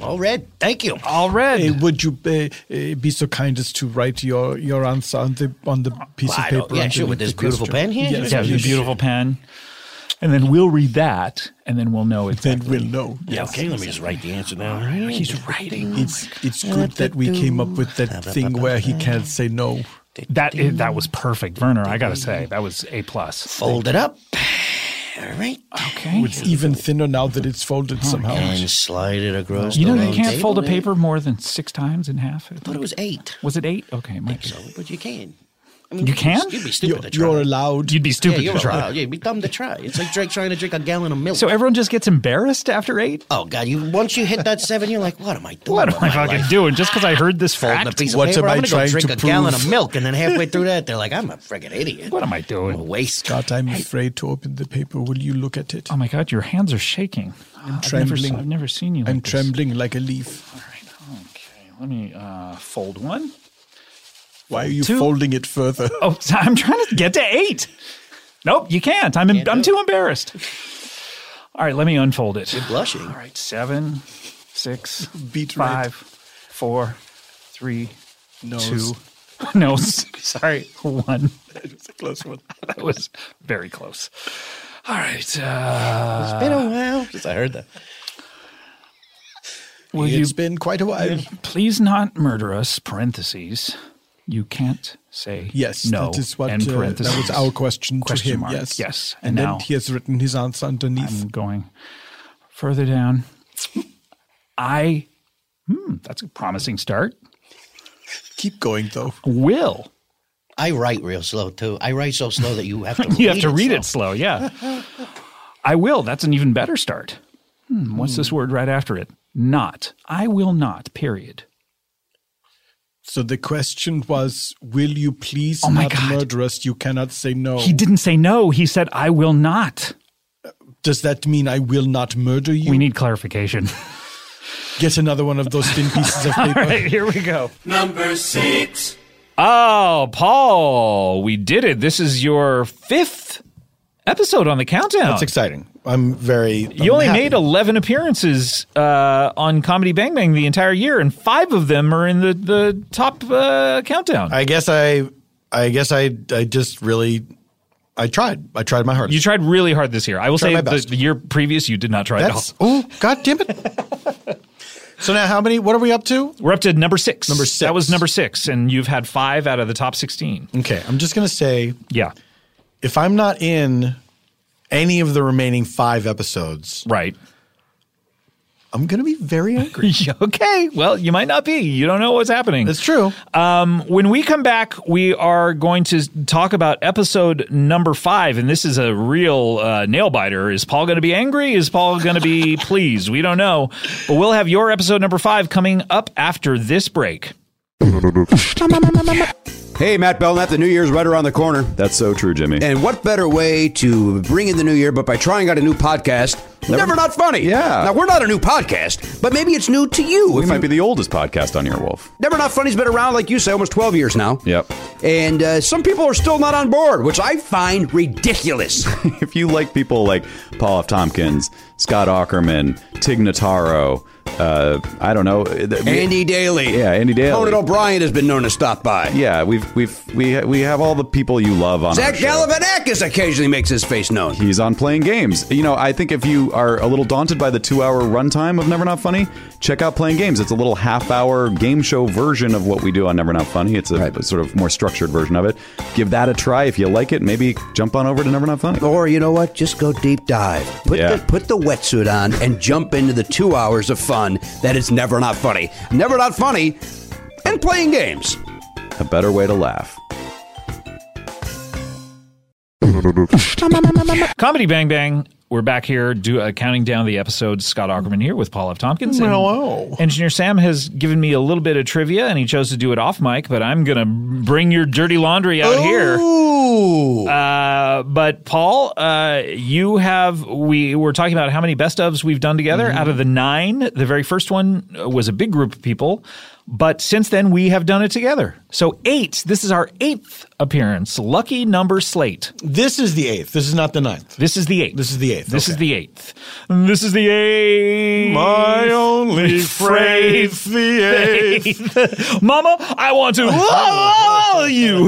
Speaker 15: All red. Thank you.
Speaker 1: All red.
Speaker 16: Hey, would you uh, uh, be so kind as to write your, your answer on the on the piece
Speaker 15: Well,
Speaker 16: of
Speaker 15: I
Speaker 16: paper?
Speaker 15: don't- yeah,
Speaker 16: underneath
Speaker 15: sure, with this
Speaker 16: the
Speaker 15: beautiful
Speaker 16: question?
Speaker 15: pen here?
Speaker 16: Yes,
Speaker 1: yeah, with
Speaker 16: yes.
Speaker 1: a beautiful pen. And then we'll read that, and then we'll know exactly.
Speaker 16: Then we'll know.
Speaker 15: Yeah, okay, let me just write the answer down. All right.
Speaker 1: He's writing.
Speaker 16: It's it's good that we came up with that thing where he can't say no.
Speaker 1: That i- that was perfect, Werner. I gotta say, that was a plus.
Speaker 15: Fold it up. All right.
Speaker 1: Okay.
Speaker 16: It's even thinner now that it's folded
Speaker 1: Oh
Speaker 16: somehow.
Speaker 15: And slide it across.
Speaker 1: You
Speaker 15: the
Speaker 1: know you
Speaker 15: round
Speaker 1: can't
Speaker 15: table
Speaker 1: fold a
Speaker 15: there.
Speaker 1: paper more than six times in half. I
Speaker 15: I thought
Speaker 1: think.
Speaker 15: it was eight.
Speaker 1: Was it eight? Okay, it might be.
Speaker 15: So, but you can. I mean,
Speaker 1: You can?
Speaker 15: You'd be
Speaker 16: You're,
Speaker 15: stupid to try.
Speaker 16: you're allowed.
Speaker 1: You'd be
Speaker 15: yeah,
Speaker 1: stupid
Speaker 15: you're
Speaker 1: to try.
Speaker 15: allowed. Yeah, you'd be dumb to try. It's like drink, trying to drink a gallon of milk.
Speaker 1: So everyone just gets embarrassed after eight.
Speaker 15: oh god, you once you hit that seven, you're like, what am I doing?
Speaker 1: What am
Speaker 15: with
Speaker 1: I
Speaker 15: my
Speaker 1: fucking
Speaker 15: life?
Speaker 1: doing? Just because I heard this
Speaker 15: Folding a
Speaker 1: fact?
Speaker 15: piece of
Speaker 16: What
Speaker 15: paper.
Speaker 16: am I
Speaker 15: I'm gonna go
Speaker 16: trying
Speaker 15: drink
Speaker 16: to
Speaker 15: a gallon
Speaker 16: prove?
Speaker 15: of milk, and then halfway through that, they're like, I'm a friggin' idiot.
Speaker 1: What am I
Speaker 15: I'm a
Speaker 1: doing?
Speaker 15: waste.
Speaker 16: God, I'm afraid to open the paper. Will you look at it?
Speaker 1: Oh my god, your hands are shaking. I'm I've
Speaker 16: trembling.
Speaker 1: never, seen you.
Speaker 16: I'm
Speaker 1: like this.
Speaker 16: trembling like a leaf.
Speaker 1: All right. Okay, let me uh, fold one.
Speaker 16: Why are you
Speaker 1: Two-
Speaker 16: folding it further?
Speaker 1: Oh, so I'm trying to get to eight. Nope, you can't. I'm I'm too embarrassed. All right, let me unfold it.
Speaker 15: You're blushing.
Speaker 1: All right, seven, six,
Speaker 16: Beat
Speaker 1: five, four, three,
Speaker 16: Nose.
Speaker 1: two. No, s- sorry, one.
Speaker 16: It's a close one.
Speaker 1: That was very close. All right. Uh,
Speaker 15: It's been a while since I heard that.
Speaker 1: will you
Speaker 16: It's been quite a while.
Speaker 1: please not murder us? Parentheses. You can't say
Speaker 16: Yes,
Speaker 1: No.
Speaker 16: that is what
Speaker 1: and
Speaker 16: uh, that
Speaker 1: parentheses.
Speaker 16: was our question,
Speaker 1: Question
Speaker 16: to him.
Speaker 1: mark,
Speaker 16: Yes,
Speaker 1: yes.
Speaker 16: and,
Speaker 1: And
Speaker 16: then
Speaker 1: now-
Speaker 16: he has written his answer underneath.
Speaker 1: I'm going further down. I, hmm, that's a promising start.
Speaker 16: Keep going though.
Speaker 1: Will.
Speaker 15: I write real slow too. I write so slow that you have to.
Speaker 1: You have to read it slow. Yeah. I will. That's an even better start. Hmm, what's this word right after it? Not. I will not, period.
Speaker 16: So the question was, "Will you please
Speaker 1: Oh my
Speaker 16: not
Speaker 1: God.
Speaker 16: murder us? You cannot say no."
Speaker 1: He didn't say no. He said, I will not.
Speaker 16: Does that mean I will not murder you?
Speaker 1: We need clarification.
Speaker 16: Get another one of those thin pieces of paper.
Speaker 1: Hey, here we go.
Speaker 6: Number six.
Speaker 1: Oh, Paul, we did it. This is your fifth episode on the countdown.
Speaker 13: That's exciting. I'm very.
Speaker 1: You only made 11 appearances uh, on Comedy Bang Bang the entire year, and five of them are in the, the top uh, countdown.
Speaker 13: I guess I. I guess I. I just really. I tried. I tried my hardest.
Speaker 1: you tried really hard this year. I will
Speaker 13: Tried
Speaker 1: say
Speaker 13: my
Speaker 1: the,
Speaker 13: best.
Speaker 1: the year previous, you did not try
Speaker 13: That's
Speaker 1: at all.
Speaker 13: oh god damn it. so now how many? What are we up to?
Speaker 1: We're up to number six.
Speaker 13: Number six.
Speaker 1: That was number six, and you've had five out of the top 16.
Speaker 13: Okay, I'm just gonna say
Speaker 1: Yeah.
Speaker 13: if I'm not in any of the remaining five episodes,
Speaker 1: Right. I'm going to be very angry. okay. Well, you might not be. You don't know what's happening. That's true. Um, when we come back, we are going to talk about episode number five. And this is a real uh, nail biter. Is Paul going to be angry? Is Paul going to be pleased? We don't know. But we'll have your episode number five coming up after this break.
Speaker 17: Hey, Matt Belknap, the New Year's right around the corner.
Speaker 18: That's so true, Jimmy.
Speaker 17: And what better way to bring in the new year but by trying out a new podcast? Never, not funny. Yeah. Now we're not a new podcast, but maybe it's new to you.
Speaker 18: We
Speaker 17: If
Speaker 18: might
Speaker 17: you-
Speaker 18: be the oldest podcast on Earwolf.
Speaker 17: Never Not Funny's been around, like you say, almost 12 years now.
Speaker 18: Yep.
Speaker 17: And uh, some people are still not on board, which I find ridiculous.
Speaker 18: if you like people like Paul F. Tompkins, Scott Ackerman, Tig Notaro, uh, I don't know.
Speaker 17: Andy Daly.
Speaker 18: Yeah, Andy Daly.
Speaker 17: Conan O'Brien has been known to stop by.
Speaker 18: Yeah, we've we've we ha- we have all the people you love on our
Speaker 17: Zach
Speaker 18: show.
Speaker 17: Galifianakis occasionally makes his face known.
Speaker 18: He's on playing games. You know, I think if you are a little daunted by the two-hour runtime of Never Not Funny, check out playing games. It's a little half-hour game show version of what we do on Never Not Funny. It's a sort of more structured version of it. Give that a try if you like it. Maybe jump on over to Never Not Funny.
Speaker 17: Or you know what? Just go deep dive. Put the put the wetsuit on and jump into the two hours of fun that is never not funny. Never not funny and playing games.
Speaker 18: A better way to laugh.
Speaker 1: Comedy Bang Bang. We're back here do, uh, counting down the episodes. Scott Ackerman here with Paul F. Tompkins. and
Speaker 16: Hello.
Speaker 1: Engineer Sam has given me a little bit of trivia, and he chose to do it off mic, but I'm going to bring your dirty laundry out here. Uh, but, Paul, uh, you have, we were talking about how many best ofs we've done together.
Speaker 4: Mm-hmm.
Speaker 1: Out of the nine, the very first one uh, was a big group of people. But since then, we have done it together. So, eight. This is our eighth appearance. Lucky number slate.
Speaker 4: This is the eighth. This is not the ninth.
Speaker 1: This is the eighth.
Speaker 4: This is the eighth.
Speaker 1: This is the eighth. This is the eighth.
Speaker 4: My
Speaker 1: only
Speaker 4: phrase, the
Speaker 1: eighth. Mama, I want to love you.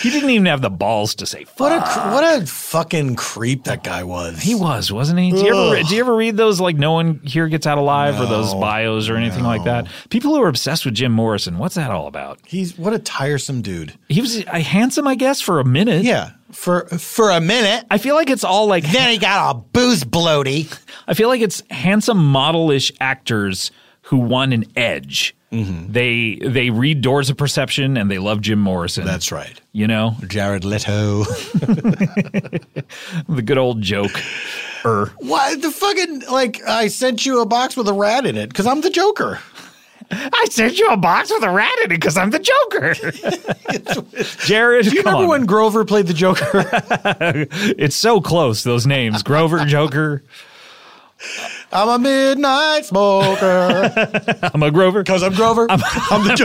Speaker 1: He didn't even have the balls to say.
Speaker 4: What a cr- what a fucking creep that guy was. He
Speaker 1: was, wasn't he? Do you, ever, do you ever read those like no one here gets out alive or those
Speaker 4: No,
Speaker 1: bios or anything like that? People who are obsessed with Jim Morrison, what's that all about?
Speaker 4: He's what a tiresome dude.
Speaker 1: He was uh, handsome, I guess, for a minute.
Speaker 4: Yeah, for for a minute.
Speaker 1: I feel like it's all like
Speaker 4: then he got a booze bloaty.
Speaker 1: I feel like it's handsome modelish actors who want an edge.
Speaker 4: Mm-hmm.
Speaker 1: They they read Doors of Perception and they love Jim Morrison. That's
Speaker 4: right.
Speaker 1: You know
Speaker 4: Jared Leto,
Speaker 1: the good old joke. Er.
Speaker 4: Why the fucking like I sent you a box with a rat in it because I'm the Joker.
Speaker 1: I sent you a box with a rat in it because I'm the Joker. Jared, do
Speaker 4: you remember when Grover played the Joker?
Speaker 1: it's so close those names, Grover Joker.
Speaker 4: I'm a midnight smoker.
Speaker 1: I'm a Grover
Speaker 4: because I'm Grover. I'm, the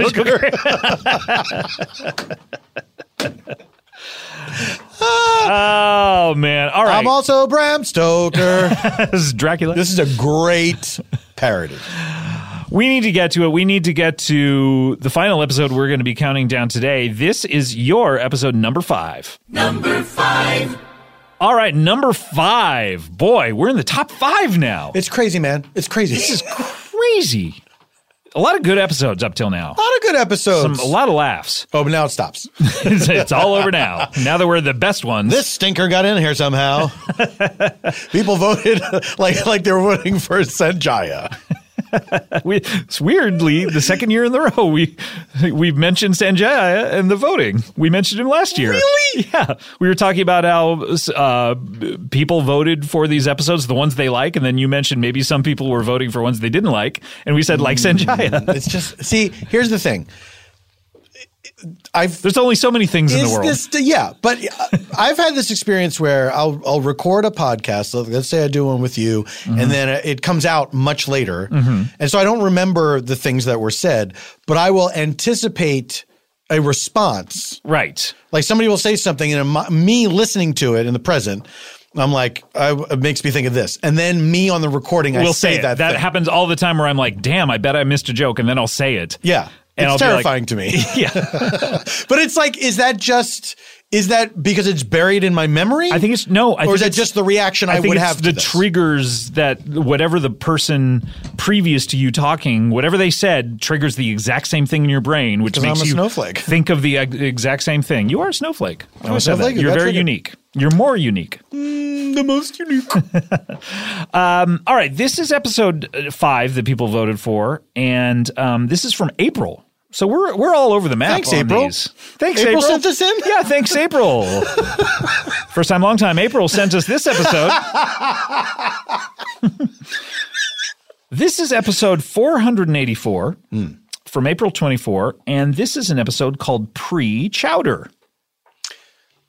Speaker 4: Joker.
Speaker 1: oh man! All right.
Speaker 4: I'm also Bram Stoker.
Speaker 1: this is Dracula.
Speaker 4: This is a great parody.
Speaker 1: We need to get to it. We need to get to the final episode we're going to be counting down today. This is your episode number five.
Speaker 6: Number five.
Speaker 1: All right, number five. Boy, we're in the top five now.
Speaker 4: It's crazy, man. It's crazy. This is
Speaker 1: crazy. A lot of good episodes up till now. A
Speaker 4: lot of good episodes.
Speaker 1: a lot of laughs.
Speaker 4: Oh, but now it stops.
Speaker 1: it's, it's all over now. Now that we're the best ones.
Speaker 4: This stinker got in here somehow. People voted like like they were voting for Sanjaya.
Speaker 1: we, it's weirdly the second year in the row we we've mentioned Sanjay in the voting. We mentioned him last year. Really? Yeah. We were talking about how uh, people voted for these episodes, the ones they like, and then you mentioned maybe some people were voting for ones they didn't like, and we said like Sanjaya.
Speaker 4: Mm, It's just see. Here's the thing. I've
Speaker 1: there's only so many things in the
Speaker 4: Is
Speaker 1: world.
Speaker 4: this- yeah, but uh, I've had this experience where I'll I'll record a podcast. so Let's say I do one with you,
Speaker 1: Mm-hmm.
Speaker 4: and then it comes out much later,
Speaker 2: Mhm.
Speaker 4: and so I don't remember the things that were said, but I will anticipate a response.
Speaker 1: Right,
Speaker 4: like somebody will say something, and my, me listening to it in the present. I'm like, I, it makes me think of this, and then me on the recording, I
Speaker 1: we'll
Speaker 4: say,
Speaker 1: it.
Speaker 4: that.
Speaker 1: that
Speaker 4: thing.
Speaker 1: happens all the time where I'm like, damn, I bet I missed a joke, and then I'll say it.
Speaker 4: Yeah.
Speaker 1: And
Speaker 4: it's
Speaker 1: I'll be
Speaker 4: terrifying
Speaker 1: like-
Speaker 4: to me.
Speaker 1: yeah.
Speaker 4: but it's like, is that just is that because it's buried in my memory? I
Speaker 1: think it's no. I
Speaker 4: or is
Speaker 1: think
Speaker 4: that
Speaker 1: it's-
Speaker 4: just the reaction I,
Speaker 1: think
Speaker 4: would
Speaker 1: it's
Speaker 4: have?
Speaker 1: the
Speaker 4: to this?
Speaker 1: triggers that whatever the person previous to you talking, whatever they said, triggers the exact same thing in your brain, which
Speaker 4: Because I'm
Speaker 1: makes
Speaker 4: a
Speaker 1: you
Speaker 4: snowflake.
Speaker 1: think of the ex- exact same thing. You are a snowflake.
Speaker 4: I'm a snowflake.
Speaker 1: You're
Speaker 4: That's
Speaker 1: very
Speaker 4: right.
Speaker 1: unique. You're more unique. am Mm, the most unique. um, all right, this is episode uh, five that people voted for, and um, this is from April. So we're we're all over the map.
Speaker 4: Thanks,
Speaker 1: on
Speaker 4: April.
Speaker 1: these. Thanks,
Speaker 4: April
Speaker 1: April.
Speaker 4: sent this in?
Speaker 1: Yeah, thanks, April. First time, long time. April sent us this episode. This is episode 484
Speaker 4: Hmm.
Speaker 1: from April 24, and this is an episode called Pre Chowder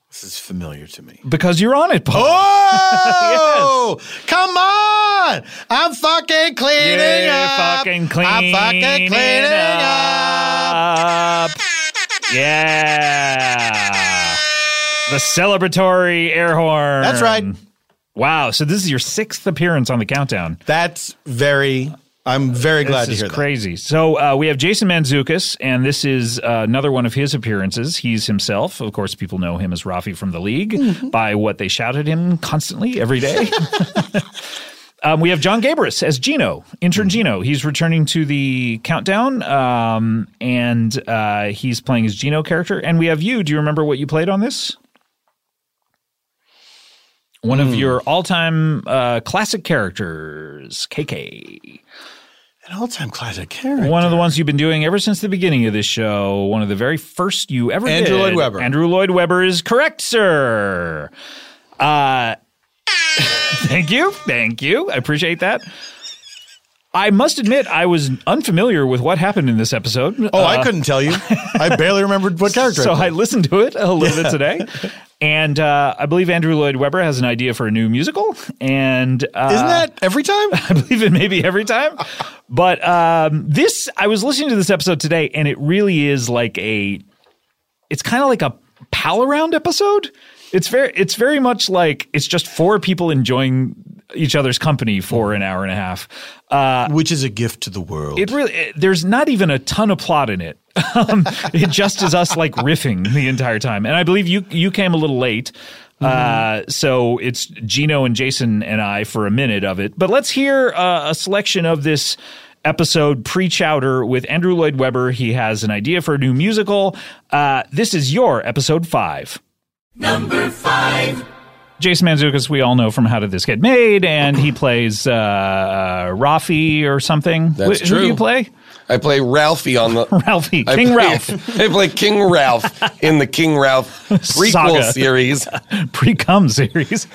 Speaker 13: This is familiar to me.
Speaker 1: because you're on it, Paul.
Speaker 4: Oh, come on! I'm fucking cleaning
Speaker 1: You're
Speaker 4: up.
Speaker 1: fucking
Speaker 4: I'm fucking
Speaker 1: cleaning
Speaker 4: cleaning up.
Speaker 1: Up. Yeah. The celebratory air horn.
Speaker 4: That's right.
Speaker 1: Wow. So this is your sixth appearance on the countdown.
Speaker 4: That's very. I'm very glad to
Speaker 1: this
Speaker 4: hear
Speaker 1: is
Speaker 4: that.
Speaker 1: crazy. So uh, we have Jason Manzukis, and this is uh, another one of his appearances. He's himself, of course. People know him as Rafi from the league by what they shout at him constantly every day. Um, we have John Gabris as Gino, intern Gino. He's returning to the countdown, um, and uh, he's playing his Gino character. And we have you. Do you remember what you played on this? One
Speaker 19: Hmm.
Speaker 1: of your all-time uh, classic characters, KK.
Speaker 4: An all-time classic character.
Speaker 1: One of the ones you've been doing ever since the beginning of this show. One of the very first you ever
Speaker 4: Andrew
Speaker 1: did.
Speaker 4: Lloyd Webber.
Speaker 1: Andrew Lloyd Webber is correct, sir. Uh, thank you, thank you. I appreciate that. I must admit, I was unfamiliar with what happened in this episode. Uh,
Speaker 4: Oh, I couldn't tell you. I barely remembered what character.
Speaker 1: So
Speaker 4: I
Speaker 1: I
Speaker 4: played.
Speaker 1: listened to it a little
Speaker 4: Yeah.
Speaker 1: bit today, and uh, I believe Andrew Lloyd Webber has an idea for a new musical. And uh,
Speaker 4: Isn't that every time?
Speaker 1: I believe it may be every time. But um, this, I was listening to this episode today, and it really is like a. It's kind of like a pal around episode. It's very, it's very much like it's just four people enjoying each other's company for an hour and a half. Uh,
Speaker 4: Which is a gift to the world.
Speaker 1: it really, it- there's not even a ton of plot in it. um, it just is us like riffing the entire time. And I believe you you came a little late, uh, so it's Gino and Jason and I for a minute of it. But let's hear uh, a selection of this episode pre-chowder with Andrew Lloyd Webber. He has an idea for a new musical. Uh, this is your episode five.
Speaker 6: Number five.
Speaker 1: Jason Manzukis, we all know from How Did This Get Made, and he plays uh, uh, Rafi or something.
Speaker 20: That's
Speaker 1: Wh- Who do
Speaker 20: true.
Speaker 1: you play?
Speaker 20: I play Ralphie on the
Speaker 1: Ralphie
Speaker 20: I
Speaker 1: King
Speaker 20: play-
Speaker 1: Ralph.
Speaker 20: I play King Ralph in the King Ralph prequel
Speaker 1: Saga.
Speaker 20: series.
Speaker 1: Pre-cum series.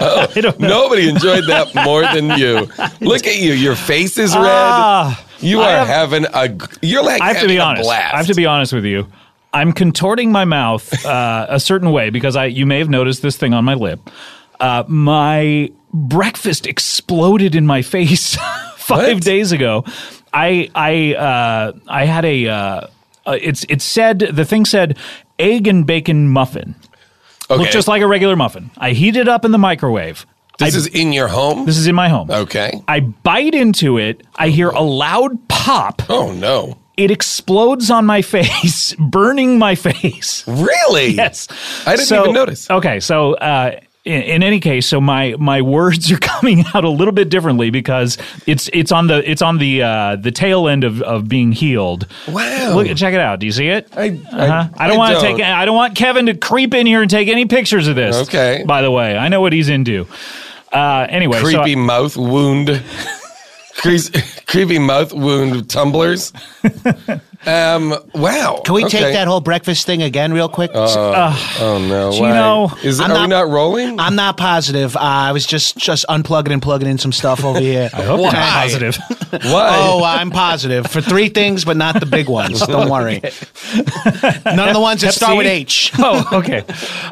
Speaker 20: Oh, nobody enjoyed that more than you. Look at you. Your face is red.
Speaker 1: Ah,
Speaker 20: you
Speaker 1: I
Speaker 20: are
Speaker 1: have-
Speaker 20: having a. g- You're like
Speaker 1: I have to
Speaker 20: having
Speaker 1: be
Speaker 20: a
Speaker 1: honest.
Speaker 20: blast.
Speaker 1: I have to be honest with you. I'm contorting my mouth uh, a certain way because I you may have noticed this thing on my lip. Uh, my breakfast exploded in my face five days ago. I I uh, I had a uh, uh, it's it said the thing said egg and bacon muffin.
Speaker 20: Okay.
Speaker 1: Looked just like a regular muffin. I heat it up in the microwave.
Speaker 20: This
Speaker 1: I-
Speaker 20: is in your home.
Speaker 1: This is in my home.
Speaker 20: Okay.
Speaker 1: I bite into it. I hear a loud pop.
Speaker 20: Oh no.
Speaker 1: It explodes on my face, burning my face.
Speaker 20: Really?
Speaker 1: Yes.
Speaker 20: I didn't
Speaker 1: So-
Speaker 20: even notice.
Speaker 1: Okay, so uh in, in any case, so my my words are coming out a little bit differently because it's it's on the it's on the uh the tail end of of being healed.
Speaker 20: Wow.
Speaker 1: Look check it out. Do you see it? I uh-huh. I,
Speaker 20: I
Speaker 1: don't want to
Speaker 20: don't.
Speaker 1: take I don't want Kevin to creep in here and take any pictures of this.
Speaker 20: Okay.
Speaker 1: By the way, I know what he's into. Uh anyway, so I-
Speaker 20: creepy mouth wound. Creas- creepy mouth wound tumblers. Um. Wow.
Speaker 19: Can we
Speaker 20: Okay.
Speaker 19: take that whole breakfast thing again, real quick?
Speaker 20: Uh, oh no! Why? is are we not rolling?
Speaker 19: I'm not positive. Uh, I was just just unplugging and plugging in some stuff over here. I
Speaker 1: hope you're not positive.
Speaker 20: Why?
Speaker 19: Oh, I'm positive for three things, but not the big ones. Don't worry. None of the ones that start with H.
Speaker 1: oh, okay.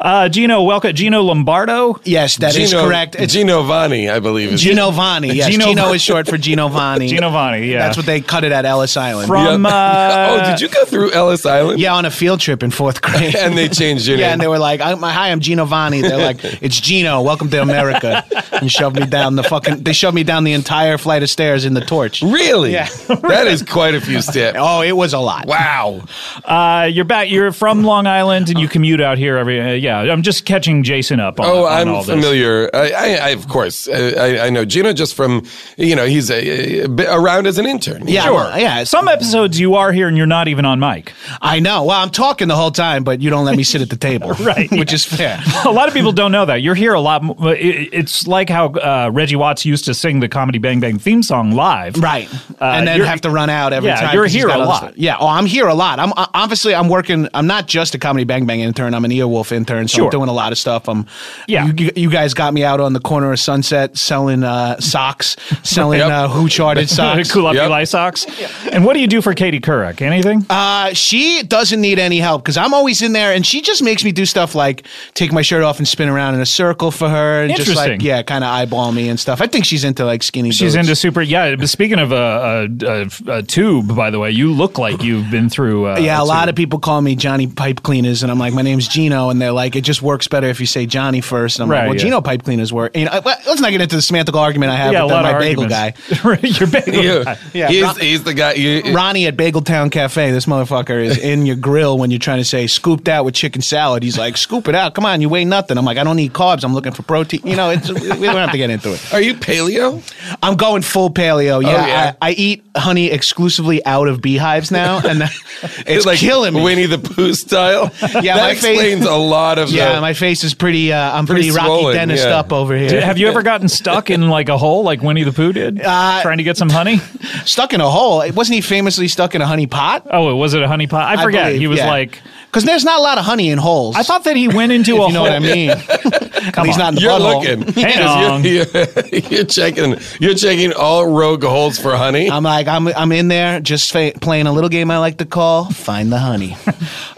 Speaker 1: Uh, Gino, welcome. Gino Lombardo.
Speaker 19: Yes, that is correct. It's
Speaker 20: Gino Vanni, I believe. Is
Speaker 19: Gino Vanni. Yes, Gino, is short for Gino Vanni.
Speaker 1: Gino Vanni, yeah.
Speaker 19: That's what they cut it at Ellis Island.
Speaker 20: From, Yeah. uh, Oh, did you go through Ellis Island?
Speaker 19: Yeah, on a field trip in fourth grade.
Speaker 20: And they changed your
Speaker 19: yeah,
Speaker 20: name.
Speaker 19: and they were like, I'm, "Hi, I'm Gino Vanni." They're like, "It's Gino. Welcome to America." and shoved me down the fucking. They shoved me down the entire flight of stairs in the torch.
Speaker 20: Really?
Speaker 19: Yeah.
Speaker 20: that is quite a few steps.
Speaker 19: Oh, it was a lot.
Speaker 20: Wow.
Speaker 1: Uh, you're back. You're from Long Island, and you commute out here every. Uh, yeah, I'm just catching Jason up. On,
Speaker 20: Oh,
Speaker 1: on
Speaker 20: I'm
Speaker 1: all this.
Speaker 20: familiar. I, I, I of course, I, I, I know Gino just from you know he's a, a bit around as an intern.
Speaker 1: sure. yeah. Some episodes you are here here and you're not even on mic.
Speaker 19: I know. Well, I'm talking the whole time, but you don't let me sit at the table.
Speaker 1: right.
Speaker 19: Which is fair.
Speaker 1: a lot of people don't know that. You're here a lot. mo- it- It's like how uh, Reggie Watts used to sing the Comedy Bang Bang theme song live. Right.
Speaker 19: and then have to run out every
Speaker 1: Uh, yeah,
Speaker 19: time.
Speaker 1: You're
Speaker 19: 'cause he's
Speaker 1: here
Speaker 19: got
Speaker 1: a
Speaker 19: other
Speaker 1: lot.
Speaker 19: stuff. Yeah. Oh, I'm here a lot. I'm uh, obviously I'm working. I'm not just a comedy Bang Bang intern. I'm an Earwolf intern. So
Speaker 1: Sure.
Speaker 19: I'm doing a lot of stuff. I'm. Yeah. You, you- you guys got me out on the corner of Sunset selling uh, socks, selling
Speaker 1: Yep.
Speaker 19: uh, who charted socks,
Speaker 1: Kulop Yep. socks. And what do you do for Katie Couric? Anything?
Speaker 19: Uh, she doesn't need any help because I'm always in there, and she just makes me do stuff like take my shirt off and spin around in a circle for her, and just like
Speaker 1: Interesting.
Speaker 19: yeah, kind of eyeball me and stuff. I think she's into like skinny.
Speaker 1: She's
Speaker 19: boots.
Speaker 1: into super. Yeah. but Speaking of a, a, a, a tube, by the way, you look like you've been through. Uh,
Speaker 19: yeah, a lot of people call me Johnny Pipe Cleaners, and I'm like, my name's Gino, and they're like, it just works better if you say Johnny first. And I'm
Speaker 1: Right,
Speaker 19: like, well,
Speaker 1: yeah.
Speaker 19: Gino Pipe Cleaners work. You know, I- well, let's not get into the semantical argument I have
Speaker 1: Yeah, a
Speaker 19: with uh,
Speaker 1: lot of
Speaker 19: my bagel guy.
Speaker 1: arguments. Your bagel guy.
Speaker 19: Yeah,
Speaker 20: he's,
Speaker 19: Ron-
Speaker 20: he's the guy. You,
Speaker 19: Ronnie at Bageltown Cafe, this motherfucker is in your grill when you're trying to say scooped out with chicken salad. He's like, scoop it out. Come on, you weigh nothing. I'm like, I don't need carbs. I'm looking for protein. You know, it's, we don't have to get into it.
Speaker 20: Are you paleo? Oh,
Speaker 19: I'm going full paleo. Yeah,
Speaker 20: yeah.
Speaker 19: I, I eat honey exclusively out of beehives now, and that- it's
Speaker 20: like
Speaker 19: killing me.
Speaker 20: Winnie the Pooh style.
Speaker 19: Yeah,
Speaker 20: that
Speaker 19: my face-
Speaker 20: explains a lot of
Speaker 19: Yeah,
Speaker 20: the-
Speaker 19: my face is pretty. Uh, I'm
Speaker 20: Pretty
Speaker 19: pretty,
Speaker 20: swollen,
Speaker 19: Rocky Dennis
Speaker 20: yeah.
Speaker 19: up over here.
Speaker 1: Did- have you ever gotten stuck in like a hole like Winnie the Pooh did, trying to get some honey?
Speaker 19: Uh, Stuck in a hole. Wasn't he famously stuck in a honey pot?
Speaker 1: Oh, was it a honey pot? I forget. he was like,
Speaker 19: because there's not a lot of honey in holes. I thought
Speaker 1: that he went into
Speaker 19: if
Speaker 1: a
Speaker 19: you know what I
Speaker 1: hole.
Speaker 19: mean. At least not in the
Speaker 20: you're
Speaker 19: butthole.
Speaker 20: looking.
Speaker 19: Hey,
Speaker 20: 'Cause
Speaker 19: Dong.
Speaker 20: you're, you're, you're checking. You're checking all rogue holes for honey.
Speaker 19: I'm like, I'm I'm in there just fa- playing a little game I like to call Find the Honey.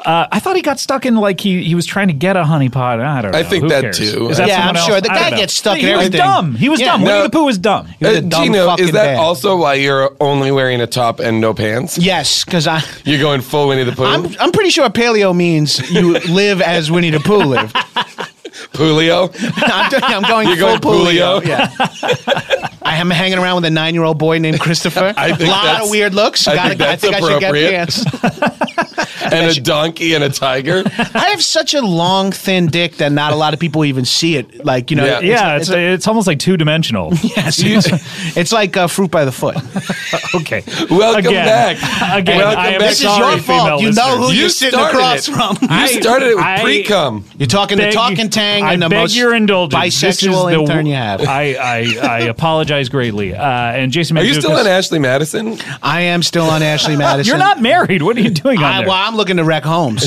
Speaker 1: uh, I thought he got stuck in like he, he was trying to get a honey pot. I don't know.
Speaker 20: I think
Speaker 1: Who
Speaker 20: that
Speaker 1: cares?
Speaker 20: too.
Speaker 1: Is that
Speaker 20: Yeah,
Speaker 1: someone
Speaker 20: I'm
Speaker 1: else?
Speaker 20: sure. The
Speaker 1: I don't
Speaker 20: guy
Speaker 1: know.
Speaker 20: gets stuck
Speaker 1: He
Speaker 20: in
Speaker 1: was
Speaker 20: everything.
Speaker 1: dumb. He was
Speaker 20: Yeah.
Speaker 1: dumb. Winnie
Speaker 20: No.
Speaker 1: the Pooh was dumb. He was
Speaker 20: Uh, Gino, is that also why you're only wearing a top and no pants?
Speaker 19: Yes, because I
Speaker 20: you're going full Winnie the Pooh.
Speaker 19: I'm I'm pretty sure paleo means you live as Winnie the Pooh lived.
Speaker 20: Pulio.
Speaker 19: I'm, doing- I'm going
Speaker 20: You're
Speaker 19: full
Speaker 20: going Pulio?
Speaker 19: Pulio. Yeah. I am hanging around with a nine-year-old boy named Christopher.
Speaker 20: I think
Speaker 19: a lot
Speaker 20: that's-
Speaker 19: of weird looks.
Speaker 20: I
Speaker 19: Gotta-
Speaker 20: think that's
Speaker 19: I should get
Speaker 20: appropriate.
Speaker 19: pants.
Speaker 20: and a donkey and a tiger.
Speaker 19: I have such a long, thin dick that not a lot of people even see it. Like you know,
Speaker 1: Yeah, it's, it's, almost like two dimensional.
Speaker 19: Yes, it's, it's like uh, fruit by the foot.
Speaker 1: okay,
Speaker 20: Welcome
Speaker 1: Again.
Speaker 20: back.
Speaker 1: Again,
Speaker 20: Welcome
Speaker 1: I am
Speaker 20: back.
Speaker 1: This is your sorry, fault. female
Speaker 19: You know who
Speaker 1: listeners.
Speaker 19: you
Speaker 1: You
Speaker 19: are sitting
Speaker 1: started
Speaker 19: across
Speaker 1: it.
Speaker 19: from.
Speaker 1: You started it with I- pre-cum.
Speaker 19: You're talking
Speaker 1: beg-
Speaker 19: the talking tang
Speaker 1: I
Speaker 19: and the
Speaker 1: beg
Speaker 19: most
Speaker 1: your indulgence. This is
Speaker 19: bisexual
Speaker 1: the-
Speaker 19: intern you have.
Speaker 1: I, I, I apologize greatly. Uh, and Jason,
Speaker 20: Are you still
Speaker 1: Mantzoukas-
Speaker 20: on Ashley Madison?
Speaker 19: I am still on Ashley Madison.
Speaker 1: You're not married. What are you doing on
Speaker 19: I,
Speaker 1: there?
Speaker 19: well, I'm looking to wreck homes.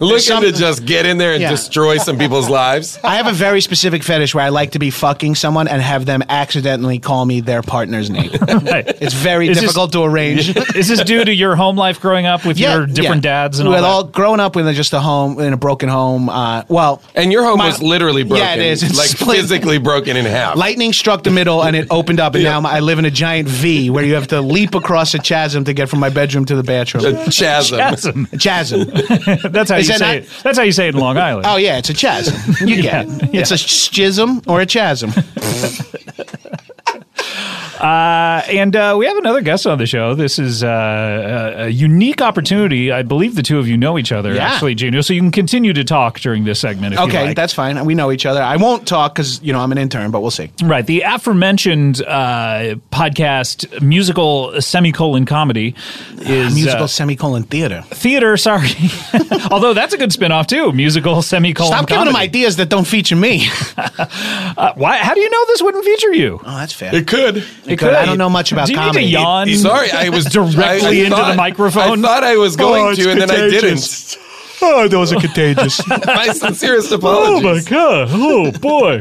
Speaker 20: Looking to just get in there and
Speaker 19: Yeah.
Speaker 20: destroy some people's lives.
Speaker 19: I have a very specific fetish where I like to be fucking someone and have them accidentally call me their partner's name. It's very
Speaker 1: Is this-
Speaker 19: difficult to arrange.
Speaker 1: is this due to your home life growing up with your different
Speaker 19: yeah.
Speaker 1: dads and all
Speaker 19: Well,
Speaker 1: that?
Speaker 19: growing up with just a home in a broken home. Uh, well,
Speaker 20: And your home
Speaker 19: My-
Speaker 20: was literally broken.
Speaker 19: Yeah, it is. It's
Speaker 20: like
Speaker 19: split.
Speaker 20: physically broken in half.
Speaker 19: lightning struck the middle and it opened up, and now I live in a giant V where you have to leap across a chasm to get from my bedroom to the bathroom.
Speaker 20: A chasm.
Speaker 1: Chasm.
Speaker 19: A chasm.
Speaker 1: That's how
Speaker 19: Is
Speaker 1: you
Speaker 19: that
Speaker 1: say
Speaker 19: not-
Speaker 1: it. That's how you say it in Long Island.
Speaker 19: Oh yeah, it's a chasm. You get it. It's a schism or a chasm.
Speaker 1: Uh, and uh, we have another guest on the show. This is uh, a, a unique opportunity. I believe the two of you know each other,
Speaker 19: Yeah.
Speaker 1: actually, Gino. So you can continue to talk during this segment. If
Speaker 19: okay,
Speaker 1: you like.
Speaker 19: that's fine. We know each other. I won't talk because you know I'm an intern, but we'll see.
Speaker 1: Right. The aforementioned uh, podcast, Musical Semicolon Comedy, is.
Speaker 19: Ah, musical
Speaker 1: uh,
Speaker 19: semicolon theater.
Speaker 1: Theater, sorry. Although that's a good spin-off too, musical semicolon.
Speaker 19: Stop giving them
Speaker 1: comedy.
Speaker 19: ideas that don't feature me.
Speaker 1: Uh, why? How do you know this wouldn't feature you?
Speaker 19: Oh, that's fair.
Speaker 20: It could.
Speaker 19: It could. I don't know much about
Speaker 1: Do you
Speaker 19: comedy.
Speaker 1: Need to yawn.
Speaker 20: Sorry, I was
Speaker 1: directly
Speaker 20: I- I
Speaker 1: into
Speaker 20: thought-
Speaker 1: the microphone.
Speaker 20: I thought I was going
Speaker 1: Oh, it's
Speaker 20: to, and then I didn't.
Speaker 1: contagious. Oh, those are contagious.
Speaker 20: My sincerest apologies.
Speaker 1: Oh my god! Oh boy!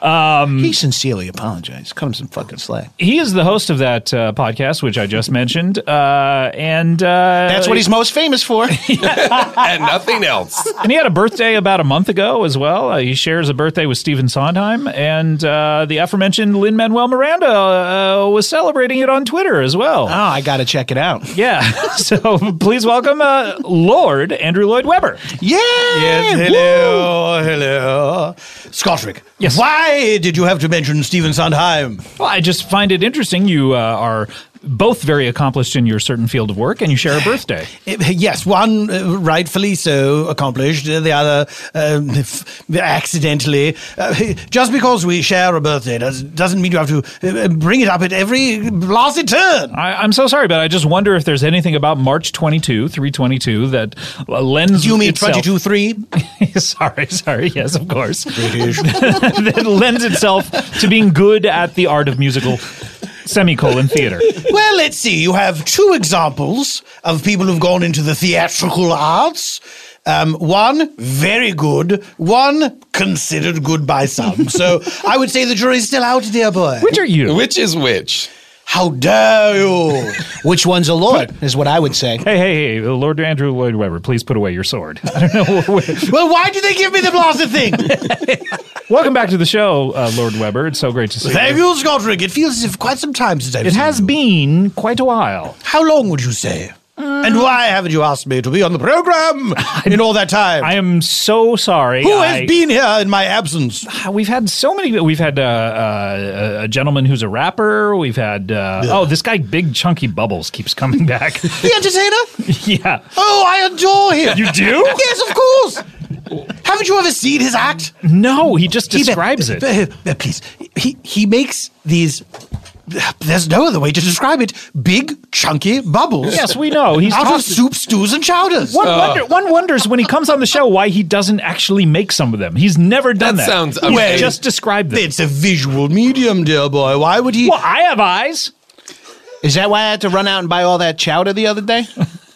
Speaker 1: Um,
Speaker 19: he sincerely apologized. Cut him some fucking slack.
Speaker 1: He is the host of that uh, podcast, which I just mentioned, uh, and uh,
Speaker 19: That's what he's most famous for.
Speaker 20: and nothing else.
Speaker 1: And he had a birthday about a month ago as well. Uh, he shares a birthday with Stephen Sondheim, and uh, the aforementioned Lin Manuel Miranda uh, was celebrating it on Twitter as well. Oh,
Speaker 19: I got to check it out.
Speaker 1: Yeah. so please welcome uh, Lord Andrew Lloyd Webber.
Speaker 19: Yeah.
Speaker 21: Yes, hello, hello. Scottrick. Yes. Why did you have to mention Stephen Sondheim?
Speaker 1: Well, I just find it interesting. You uh, are both very accomplished in your certain field of work, and you share a birthday.
Speaker 21: yes, one uh, rightfully so accomplished, uh, the other um, f- accidentally. Uh, just because we share a birthday does, doesn't mean you have to uh, bring it up at every blasted turn.
Speaker 1: I, I'm so sorry, but I just wonder if there's anything about March 22, 322, that uh, lends
Speaker 21: You mean
Speaker 1: itself-
Speaker 21: 22-3?
Speaker 1: sorry, sorry. Yes, of course. that lends itself to being good at the art of musical semicolon theater.
Speaker 21: well, let's see. You have two examples of people who've gone into the theatrical arts. Um, one very good, one considered good by some. So I would say the jury's still out, dear boy.
Speaker 1: Which are you?
Speaker 20: Which is which?
Speaker 21: How dare you?
Speaker 19: Which one's a lord? Is what I would say.
Speaker 1: Hey, hey, hey, Lord Andrew Lloyd Webber, please put away your sword. I don't know. where-
Speaker 21: well, why did they give me the blasted thing?
Speaker 1: Welcome back to the show, uh, Lord Webber. It's so great to see
Speaker 21: Thank
Speaker 1: you.
Speaker 21: you, Scottrig. It feels as if quite some time since I've
Speaker 1: It
Speaker 21: seen
Speaker 1: has
Speaker 21: you.
Speaker 1: been quite a while.
Speaker 21: How long would you say? And why haven't you asked me to Mm. be on the program in all that time? I
Speaker 1: am so sorry.
Speaker 21: Who
Speaker 1: I-
Speaker 21: has been here in my absence?
Speaker 1: Ah, We've had so many. We've had uh, uh, a gentleman who's a rapper. We've had uh, oh, this guy, big chunky bubbles, keeps coming back.
Speaker 21: The entertainer?
Speaker 1: yeah.
Speaker 21: Oh, I adore him.
Speaker 1: You do?
Speaker 21: yes, of course. Haven't you ever seen his act?
Speaker 1: No, he just describes it.
Speaker 21: Please, he he makes these. There's no other way to describe it. Big chunky bubbles.
Speaker 1: Yes, we know. He's
Speaker 21: out
Speaker 1: talked-
Speaker 21: of soup, stews, and chowders. Uh.
Speaker 1: One, wonder, one wonders when he comes on the show why he doesn't actually make some of them. He's never done that. He's just described them.
Speaker 21: It's a visual medium, dear boy. Why would he?
Speaker 1: Well, I have eyes.
Speaker 19: Is that why I had to run out and buy all that chowder the other day?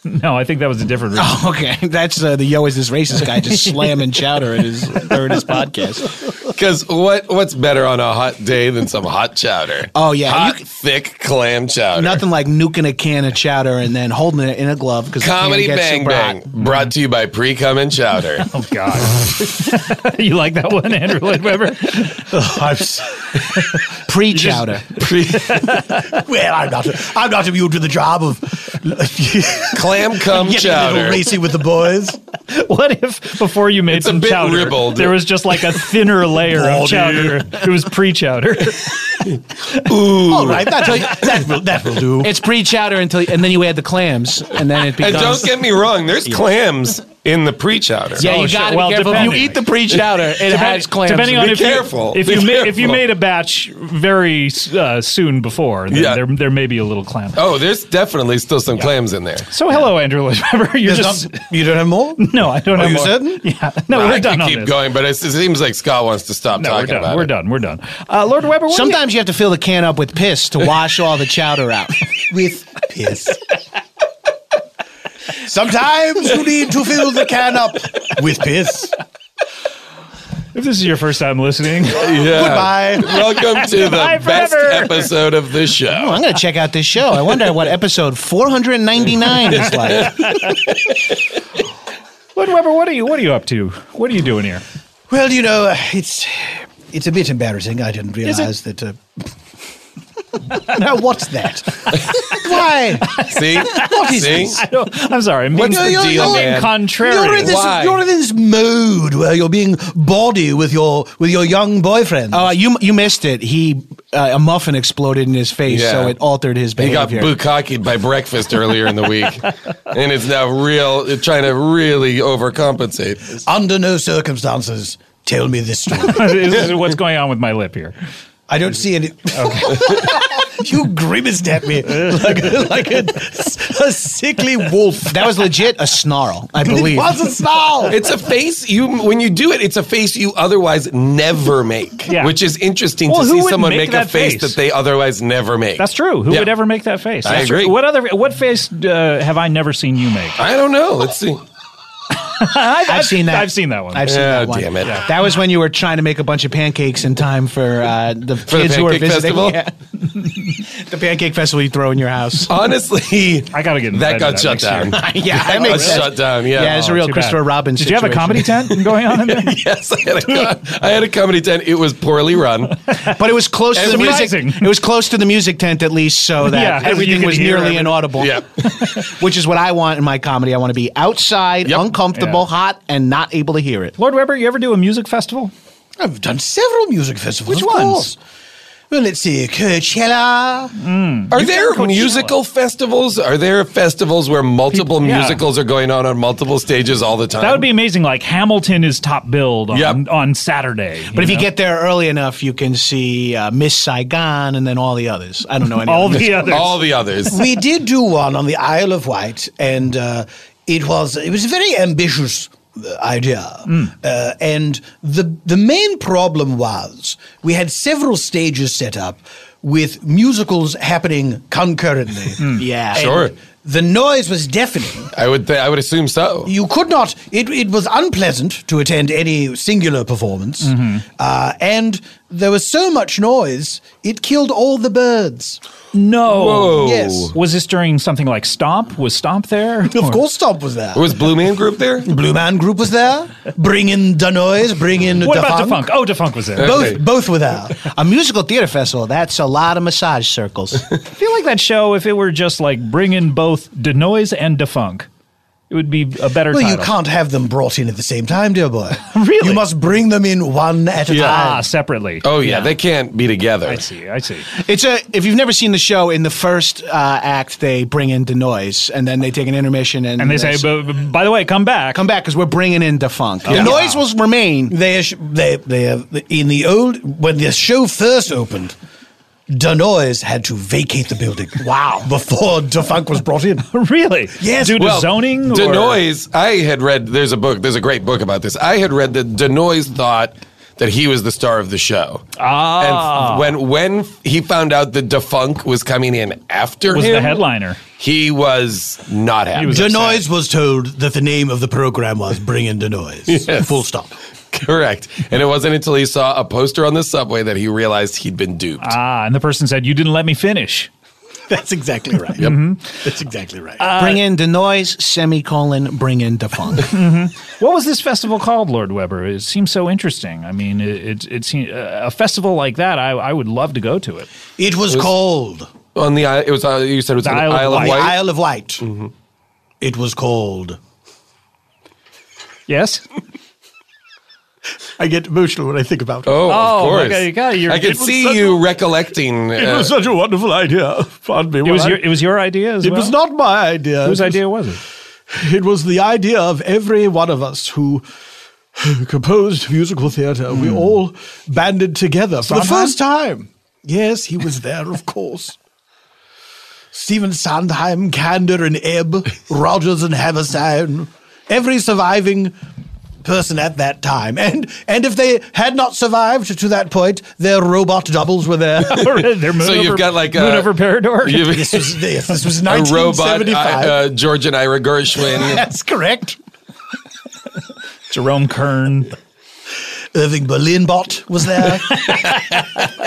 Speaker 1: No, I think that was a different. Reason.
Speaker 19: Oh, okay. That's uh, the yo is this racist guy just slamming chowder at his or at his podcast.
Speaker 20: Because what what's better on a hot day than some hot chowder?
Speaker 19: Oh, yeah.
Speaker 20: hot thick clam chowder.
Speaker 19: Nothing like nuking a can of chowder and then holding it in a glove because
Speaker 20: Comedy
Speaker 19: the can gets
Speaker 20: Bang
Speaker 19: super hot.
Speaker 20: Bang, brought to you by Pre Cum and Chowder.
Speaker 1: oh God, you like that one, Andrew Lloyd Webber?
Speaker 21: Oh,
Speaker 19: Pre chowder.
Speaker 21: well, I'm not. I'm not immune to the job of
Speaker 20: clam cum
Speaker 21: getting a
Speaker 20: chowder.
Speaker 21: little racy with the boys.
Speaker 1: What if before you made
Speaker 20: It's a
Speaker 1: some
Speaker 20: bit
Speaker 1: chowder,
Speaker 20: ribbled.
Speaker 1: there was just like a thinner layer of
Speaker 20: Baldy.
Speaker 1: chowder? It was pre-chowder.
Speaker 21: Ooh. All right, that, that will that will do.
Speaker 19: It's pre chowder until and then you add the clams and then it
Speaker 20: And
Speaker 19: becomes.
Speaker 20: don't get me wrong, there's clams in the pre chowder.
Speaker 19: Yeah, you gotta be careful. If you eat the pre chowder, it
Speaker 20: Depend-
Speaker 19: has clams.
Speaker 1: Depending
Speaker 19: in
Speaker 1: on
Speaker 19: it.
Speaker 1: if You, if you ma- if you made a batch very uh, soon before, then
Speaker 20: Yeah.
Speaker 1: there there may be a little clam.
Speaker 20: Oh, there's definitely still some clams in there.
Speaker 1: So hello, Andrew Lloyd Webber. You're
Speaker 20: There's
Speaker 1: just
Speaker 21: you don't have more?
Speaker 1: No, I don't
Speaker 20: Are
Speaker 1: have
Speaker 20: you
Speaker 1: more.
Speaker 20: certain?
Speaker 1: Yeah, no,
Speaker 20: I
Speaker 1: we're
Speaker 20: could
Speaker 1: done on
Speaker 20: keep
Speaker 1: this.
Speaker 20: going, but it's- it seems like Scott wants to stop
Speaker 1: No,
Speaker 20: talking
Speaker 1: we're done.
Speaker 20: about
Speaker 1: We're
Speaker 20: it.
Speaker 1: done. We're done. Uh, Lord Weber, what do you-
Speaker 19: Sometimes you have to fill the can up with piss to wash all the chowder out.
Speaker 21: with piss. Sometimes you need to fill the can up with piss.
Speaker 1: if this is your first time listening,
Speaker 20: Yeah.
Speaker 21: Goodbye.
Speaker 20: Welcome to
Speaker 1: Goodbye
Speaker 20: the best
Speaker 1: forever.
Speaker 20: episode of the
Speaker 19: Oh,
Speaker 20: show.
Speaker 19: I'm going to check out this show. I wonder what episode 499 is like.
Speaker 1: Lord Weber, what are you what are you up to? What are you doing here?
Speaker 21: Well, you know, uh, it's it's a bit embarrassing. I didn't realize that. Uh, now what's that? Why?
Speaker 20: See?
Speaker 21: What is
Speaker 20: See?
Speaker 21: this?
Speaker 1: I don't, I'm sorry. I'm being,
Speaker 20: What's the
Speaker 1: I'm
Speaker 20: deal,
Speaker 1: being
Speaker 20: man?
Speaker 1: contrarian.
Speaker 21: You're in this.
Speaker 20: Why?
Speaker 21: You're in this mode where you're being bawdy with your with your young boyfriend.
Speaker 19: Uh, you you missed it. He uh, a muffin exploded in his face, so
Speaker 20: Yeah.
Speaker 19: it altered his
Speaker 20: He got
Speaker 19: behavior.
Speaker 20: bukkakied by breakfast earlier in the week, and it's now real it's trying to really overcompensate.
Speaker 21: Under no circumstances, tell me this story.
Speaker 1: this is what's going on with my lip here.
Speaker 21: I don't see any. you grimaced at me like, a- like a, a sickly wolf.
Speaker 19: that was legit a snarl, I believe.
Speaker 21: It was a snarl.
Speaker 20: It's a face you when you do it. It's a face you otherwise never make,
Speaker 1: Yeah.
Speaker 20: which is interesting
Speaker 1: Well,
Speaker 20: to
Speaker 1: who
Speaker 20: see
Speaker 1: would
Speaker 20: someone
Speaker 1: make
Speaker 20: make, a
Speaker 1: that
Speaker 20: face,
Speaker 1: face?
Speaker 20: that they otherwise never make.
Speaker 1: That's true. Who
Speaker 20: Yeah.
Speaker 1: would ever make that face?
Speaker 20: I
Speaker 1: That's true.
Speaker 20: agree.
Speaker 1: What other what face uh, have I never seen you make?
Speaker 20: I don't know. Let's see.
Speaker 1: I've,
Speaker 19: I've seen that.
Speaker 1: I've seen that one.
Speaker 19: I've seen
Speaker 20: Yeah,
Speaker 19: that one.
Speaker 20: damn it. Yeah.
Speaker 19: That was when you were trying to make a bunch of pancakes in time for uh, the
Speaker 20: For the
Speaker 19: kids who were
Speaker 20: pancake
Speaker 19: visiting.
Speaker 20: festival?
Speaker 19: Yeah. the pancake festival you throw in your house.
Speaker 20: Honestly,
Speaker 1: I gotta get
Speaker 20: that
Speaker 1: invited
Speaker 20: got
Speaker 1: to
Speaker 20: shut
Speaker 1: next year.
Speaker 20: down.
Speaker 19: yeah, that
Speaker 20: Got
Speaker 19: makes sense.
Speaker 20: shut down. Yeah.
Speaker 19: Yeah, it's a
Speaker 1: Oh,
Speaker 19: real
Speaker 1: too bad.
Speaker 19: Christopher Robin
Speaker 1: Did you have a comedy tent going on in there?
Speaker 20: Yes, I had, a com- I had a comedy tent. It was poorly run.
Speaker 19: But it was close to
Speaker 20: And
Speaker 19: the music.
Speaker 1: surprising.
Speaker 19: It was close to the music tent at least, so
Speaker 1: Yeah,
Speaker 19: Oh, that
Speaker 1: you
Speaker 19: everything
Speaker 1: could
Speaker 19: was
Speaker 1: hear
Speaker 19: nearly
Speaker 1: everything.
Speaker 19: inaudible.
Speaker 20: Yeah.
Speaker 19: Which is what I want in my comedy. I want to be outside, uncomfortable,
Speaker 1: Yeah.
Speaker 19: hot, and not able to hear it.
Speaker 1: Lord Weber, you ever do a music festival?
Speaker 21: I've done several music festivals.
Speaker 1: Which
Speaker 21: of
Speaker 1: ones?
Speaker 21: Course. Well, let's see, Coachella.
Speaker 19: Mm.
Speaker 20: Are there musical festivals? Are there festivals where multiple
Speaker 1: People- yeah.
Speaker 20: musicals are going on on multiple stages all the time?
Speaker 1: That would be amazing. Like Hamilton is top billed on, on Saturday.
Speaker 19: But if you
Speaker 1: know?
Speaker 19: get there early enough, you can see uh, Miss Saigon and then all the others. I don't know any
Speaker 1: All
Speaker 19: other
Speaker 1: the
Speaker 19: musicals.
Speaker 1: others. All
Speaker 20: the others.
Speaker 21: we did do one on the Isle of Wight, and uh, it was it was a very ambitious uh, idea.
Speaker 20: Mm.
Speaker 21: Uh, and the the main problem was we had several stages set up with musicals happening concurrently.
Speaker 19: Yeah,
Speaker 21: And
Speaker 20: Mm. Sure.
Speaker 21: The noise was deafening.
Speaker 20: I would. Th- I would assume so.
Speaker 21: You could not. It, it was unpleasant to attend any singular performance,
Speaker 20: Mm-hmm.
Speaker 1: Mm-hmm.
Speaker 21: uh, and there was so much noise it killed all the birds.
Speaker 1: No.
Speaker 21: Yes.
Speaker 1: Was this during something like Stomp? Was Stomp there?
Speaker 21: Of course, Stomp was there.
Speaker 20: Was Blue Man Group there?
Speaker 21: Blue Man Group was there. Bring in Da Noise. Bring in
Speaker 1: What
Speaker 21: Da
Speaker 1: about
Speaker 21: Funk.
Speaker 1: Defunk? Oh, Defunk was there.
Speaker 21: Both, both were there.
Speaker 19: A musical theater festival. That's a lot of massage circles.
Speaker 1: I feel like that show, if it were just like bring in both DeNoise and Defunk, it would be a better
Speaker 21: Well,
Speaker 1: title.
Speaker 21: you can't have them brought in at the same time, dear boy. really? You must bring them in one at a time.
Speaker 1: Ah, separately.
Speaker 20: Oh yeah, they can't be together. I
Speaker 1: see. I see.
Speaker 19: It's a if you've never seen the show, in the first uh, act they bring in the noise, and then they take an intermission, and,
Speaker 1: And they say, "B- b- "By the way, come back,
Speaker 19: come back, because we're bringing in defunk."
Speaker 21: Yeah.
Speaker 19: The noise will remain.
Speaker 21: They, are sh- they, they are, in the old when the show first opened, Da Noise had to vacate the building. Wow! Before Da Funk was brought in.
Speaker 1: really?
Speaker 21: Yes.
Speaker 20: Denoise, I had read. There's a book. There's a great book about this. I had read that Denoise thought that he was the star of the show.
Speaker 1: Ah.
Speaker 20: And when when he found out that Defunk was coming in after
Speaker 1: Was
Speaker 20: him,
Speaker 1: the headliner.
Speaker 20: He was not happy.
Speaker 21: Da Noise was told that the name of the program was Bring in Da Noise. Full stop.
Speaker 20: Correct. And it wasn't until he saw a poster on the subway that he realized he'd been duped.
Speaker 1: Ah, and the person said, "You didn't let me Mm-hmm. finish."
Speaker 19: That's exactly right.
Speaker 20: Yep.
Speaker 21: That's exactly right.
Speaker 1: Uh,
Speaker 19: bring in the noise, semicolon, bring in defunk.
Speaker 1: hmm What was this festival called, Lord Weber? It seems so interesting. I mean, it it, it seems, a festival like that. I, I would love to go to it.
Speaker 21: It was, called
Speaker 20: on the i- it was uh, you said it was
Speaker 1: The
Speaker 20: on the
Speaker 1: Isle of
Speaker 20: Isle of
Speaker 1: Wight.
Speaker 20: Wight. Mm-hmm.
Speaker 21: Isle
Speaker 1: The
Speaker 21: of Wight. It was called.
Speaker 1: Yes.
Speaker 19: I get emotional when I think about it.
Speaker 20: Oh,
Speaker 1: Oh,
Speaker 20: of course.
Speaker 1: okay, God, you're-
Speaker 20: I
Speaker 1: it
Speaker 20: could
Speaker 1: was
Speaker 20: see
Speaker 1: such
Speaker 20: you recollecting.
Speaker 1: It was
Speaker 20: uh,
Speaker 1: such
Speaker 19: a wonderful idea. Pardon me.
Speaker 1: It
Speaker 16: when
Speaker 1: was
Speaker 16: I-
Speaker 1: your it was your idea. As
Speaker 16: it
Speaker 1: well?
Speaker 16: was not my idea.
Speaker 1: Whose
Speaker 16: It
Speaker 1: idea was it?
Speaker 16: It was the idea of every one of us who composed musical theater. We all banded together for the
Speaker 1: Sondheim?
Speaker 16: first time. Yes, he was there, of course. Stephen Sondheim, Candor and Ebb,
Speaker 21: Rogers and Hammerstein, every surviving person at that time. And and if they had not survived to that point, their robot doubles were there.
Speaker 20: so you've got like a you've-
Speaker 21: This was this, this was
Speaker 20: a robot.
Speaker 21: 1975.
Speaker 20: I, uh, George and Ira Gershwin.
Speaker 21: That's correct.
Speaker 1: Jerome Kern.
Speaker 21: Irving Berlin bot was there.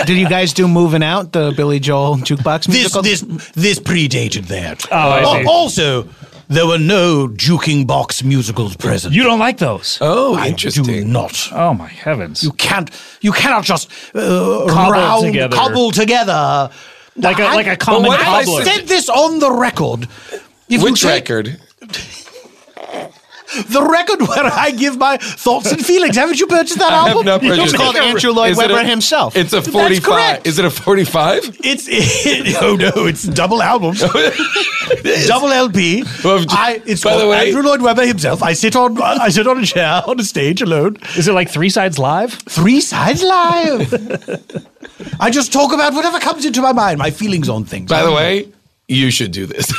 Speaker 19: Did you guys do Moving Out, the Billy Joel jukebox
Speaker 21: this
Speaker 19: musical?
Speaker 21: this this predated that.
Speaker 19: Oh, I
Speaker 21: Al-
Speaker 19: see.
Speaker 21: Also, there were no juking box musicals present.
Speaker 1: You don't like those?
Speaker 20: Oh,
Speaker 21: interesting. I do not.
Speaker 1: Oh my heavens!
Speaker 21: You can't. You cannot just uh,
Speaker 1: Cobble
Speaker 21: round,
Speaker 1: together.
Speaker 21: cobble together.
Speaker 1: Like a-
Speaker 21: I-
Speaker 1: like a common
Speaker 21: But what if
Speaker 1: cobbler.
Speaker 21: I said this on the record. If
Speaker 20: Which
Speaker 21: you take
Speaker 20: record?
Speaker 21: The record where I give my thoughts and feelings. Haven't you purchased that
Speaker 20: I have
Speaker 21: album?
Speaker 20: not purchased it. Is it a- It's a
Speaker 21: That's
Speaker 20: forty-five.
Speaker 21: correct.
Speaker 20: Is it a forty-five?
Speaker 21: It's oh no, it's double album, double LP. I, it's
Speaker 20: by the
Speaker 21: called
Speaker 20: way-
Speaker 21: Andrew Lloyd Webber himself. I sit on I sit on a chair on a stage alone.
Speaker 1: Is it like Three Sides Live?
Speaker 21: Three Sides Live. I just talk about whatever comes into my mind, my feelings on things.
Speaker 20: By the way, you should do this.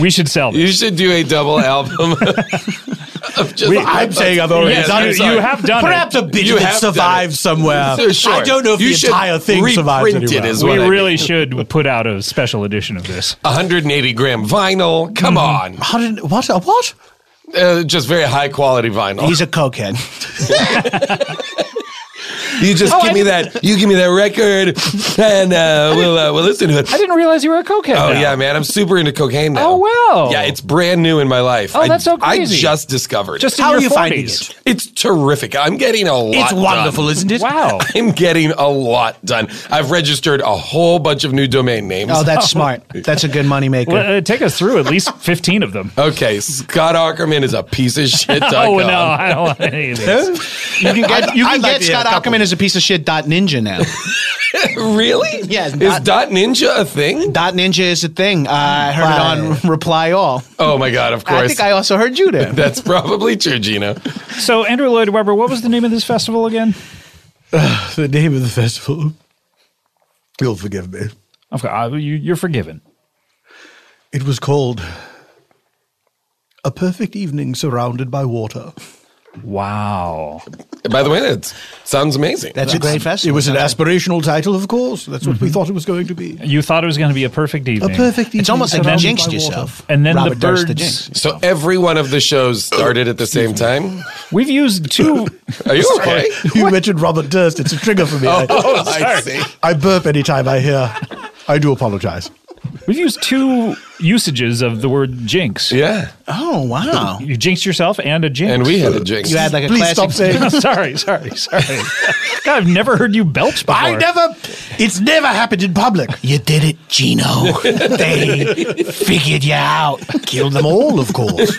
Speaker 1: we should sell.
Speaker 20: You should do a double album. of just-
Speaker 21: We- I'm saying I've already done it.
Speaker 20: sorry.
Speaker 21: You have done it. Perhaps a bit
Speaker 20: You
Speaker 21: of it
Speaker 20: have done
Speaker 21: survived somewhere.
Speaker 20: So sure.
Speaker 21: I don't know if
Speaker 20: You
Speaker 21: the
Speaker 20: should
Speaker 21: entire thing survives
Speaker 20: reprint
Speaker 21: anywhere.
Speaker 20: It is
Speaker 1: we
Speaker 20: what I
Speaker 1: really
Speaker 20: mean.
Speaker 1: should put out a special edition of this.
Speaker 20: 180 gram vinyl. Come
Speaker 1: Hmm.
Speaker 20: on.
Speaker 21: 100, what? A what?
Speaker 20: Uh, just very high quality vinyl.
Speaker 19: He's a cokehead.
Speaker 20: you just
Speaker 1: Oh,
Speaker 20: give
Speaker 1: I
Speaker 20: me that. You give me that record, and uh, we'll uh, we'll listen to it.
Speaker 1: I didn't realize you were a cokehead.
Speaker 20: Oh
Speaker 1: now.
Speaker 20: yeah, man! I'm super into cocaine now.
Speaker 1: Oh, wow.
Speaker 20: Yeah, it's brand new in my life.
Speaker 1: Oh,
Speaker 20: I,
Speaker 1: that's so crazy.
Speaker 20: I just discovered.
Speaker 1: Just in
Speaker 20: How
Speaker 1: your
Speaker 20: are you finding
Speaker 1: 40s?
Speaker 20: it? It's terrific. I'm getting a lot.
Speaker 21: It's wonderful,
Speaker 20: done.
Speaker 21: isn't it?
Speaker 1: Wow.
Speaker 20: I'm getting a lot done. I've registered a whole bunch of new domain names.
Speaker 19: Oh, that's smart. That's a good moneymaker.
Speaker 1: Well, uh, take us through at least 15 of them.
Speaker 20: Okay, Scott Ackerman is a piece of shit.
Speaker 1: Oh, no, I don't want any of these.
Speaker 19: You can get,
Speaker 1: I'd-
Speaker 19: you can get
Speaker 1: I'd like to get a
Speaker 19: Scott
Speaker 1: couple.
Speaker 19: Ackerman as a piece of shit dot ninja now.
Speaker 20: really?
Speaker 19: Yes.
Speaker 20: Is Dot Ninja a thing?
Speaker 19: Dot Ninja is a thing. Uh, I heard it on Reply All.
Speaker 20: Oh my God! Of course.
Speaker 19: I think I also heard you there.
Speaker 20: That's probably true, Gina.
Speaker 1: So, Andrew Lloyd Webber, what was the name of this festival again?
Speaker 16: the name of the festival. You'll forgive me.
Speaker 1: Okay, uh, you, you're forgiven.
Speaker 16: It was called A Perfect Evening Surrounded by Water.
Speaker 1: Wow.
Speaker 20: By the way, that sounds amazing.
Speaker 16: It's- It was an aspirational title, of course. That's what we thought it was going to be.
Speaker 1: You thought it was going to be a perfect evening.
Speaker 16: perfect It's evening almost like you surrounded jinxed by water.
Speaker 20: yourself.
Speaker 1: And then
Speaker 20: Robert
Speaker 1: the birds.
Speaker 20: Durst the jinx. So every one of the shows started at the same time.
Speaker 1: We've used two.
Speaker 20: Are you okay?
Speaker 16: You mentioned Robert Durst. It's a trigger for me.
Speaker 20: Oh,
Speaker 16: I,
Speaker 20: I see.
Speaker 16: I burp anytime I hear. I do apologize.
Speaker 1: We've used two usages of the word jinx.
Speaker 20: Yeah.
Speaker 19: Oh, wow.
Speaker 1: You jinxed yourself and a jinx.
Speaker 20: And we had a jinx. You had, like, a
Speaker 1: Please
Speaker 20: classic
Speaker 1: stop saying.
Speaker 20: jinx.
Speaker 1: sorry, sorry, sorry. God, I've never heard you belch before.
Speaker 21: I never. It's never happened in public. You did it, Gino. they figured you out. Killed them all, of course.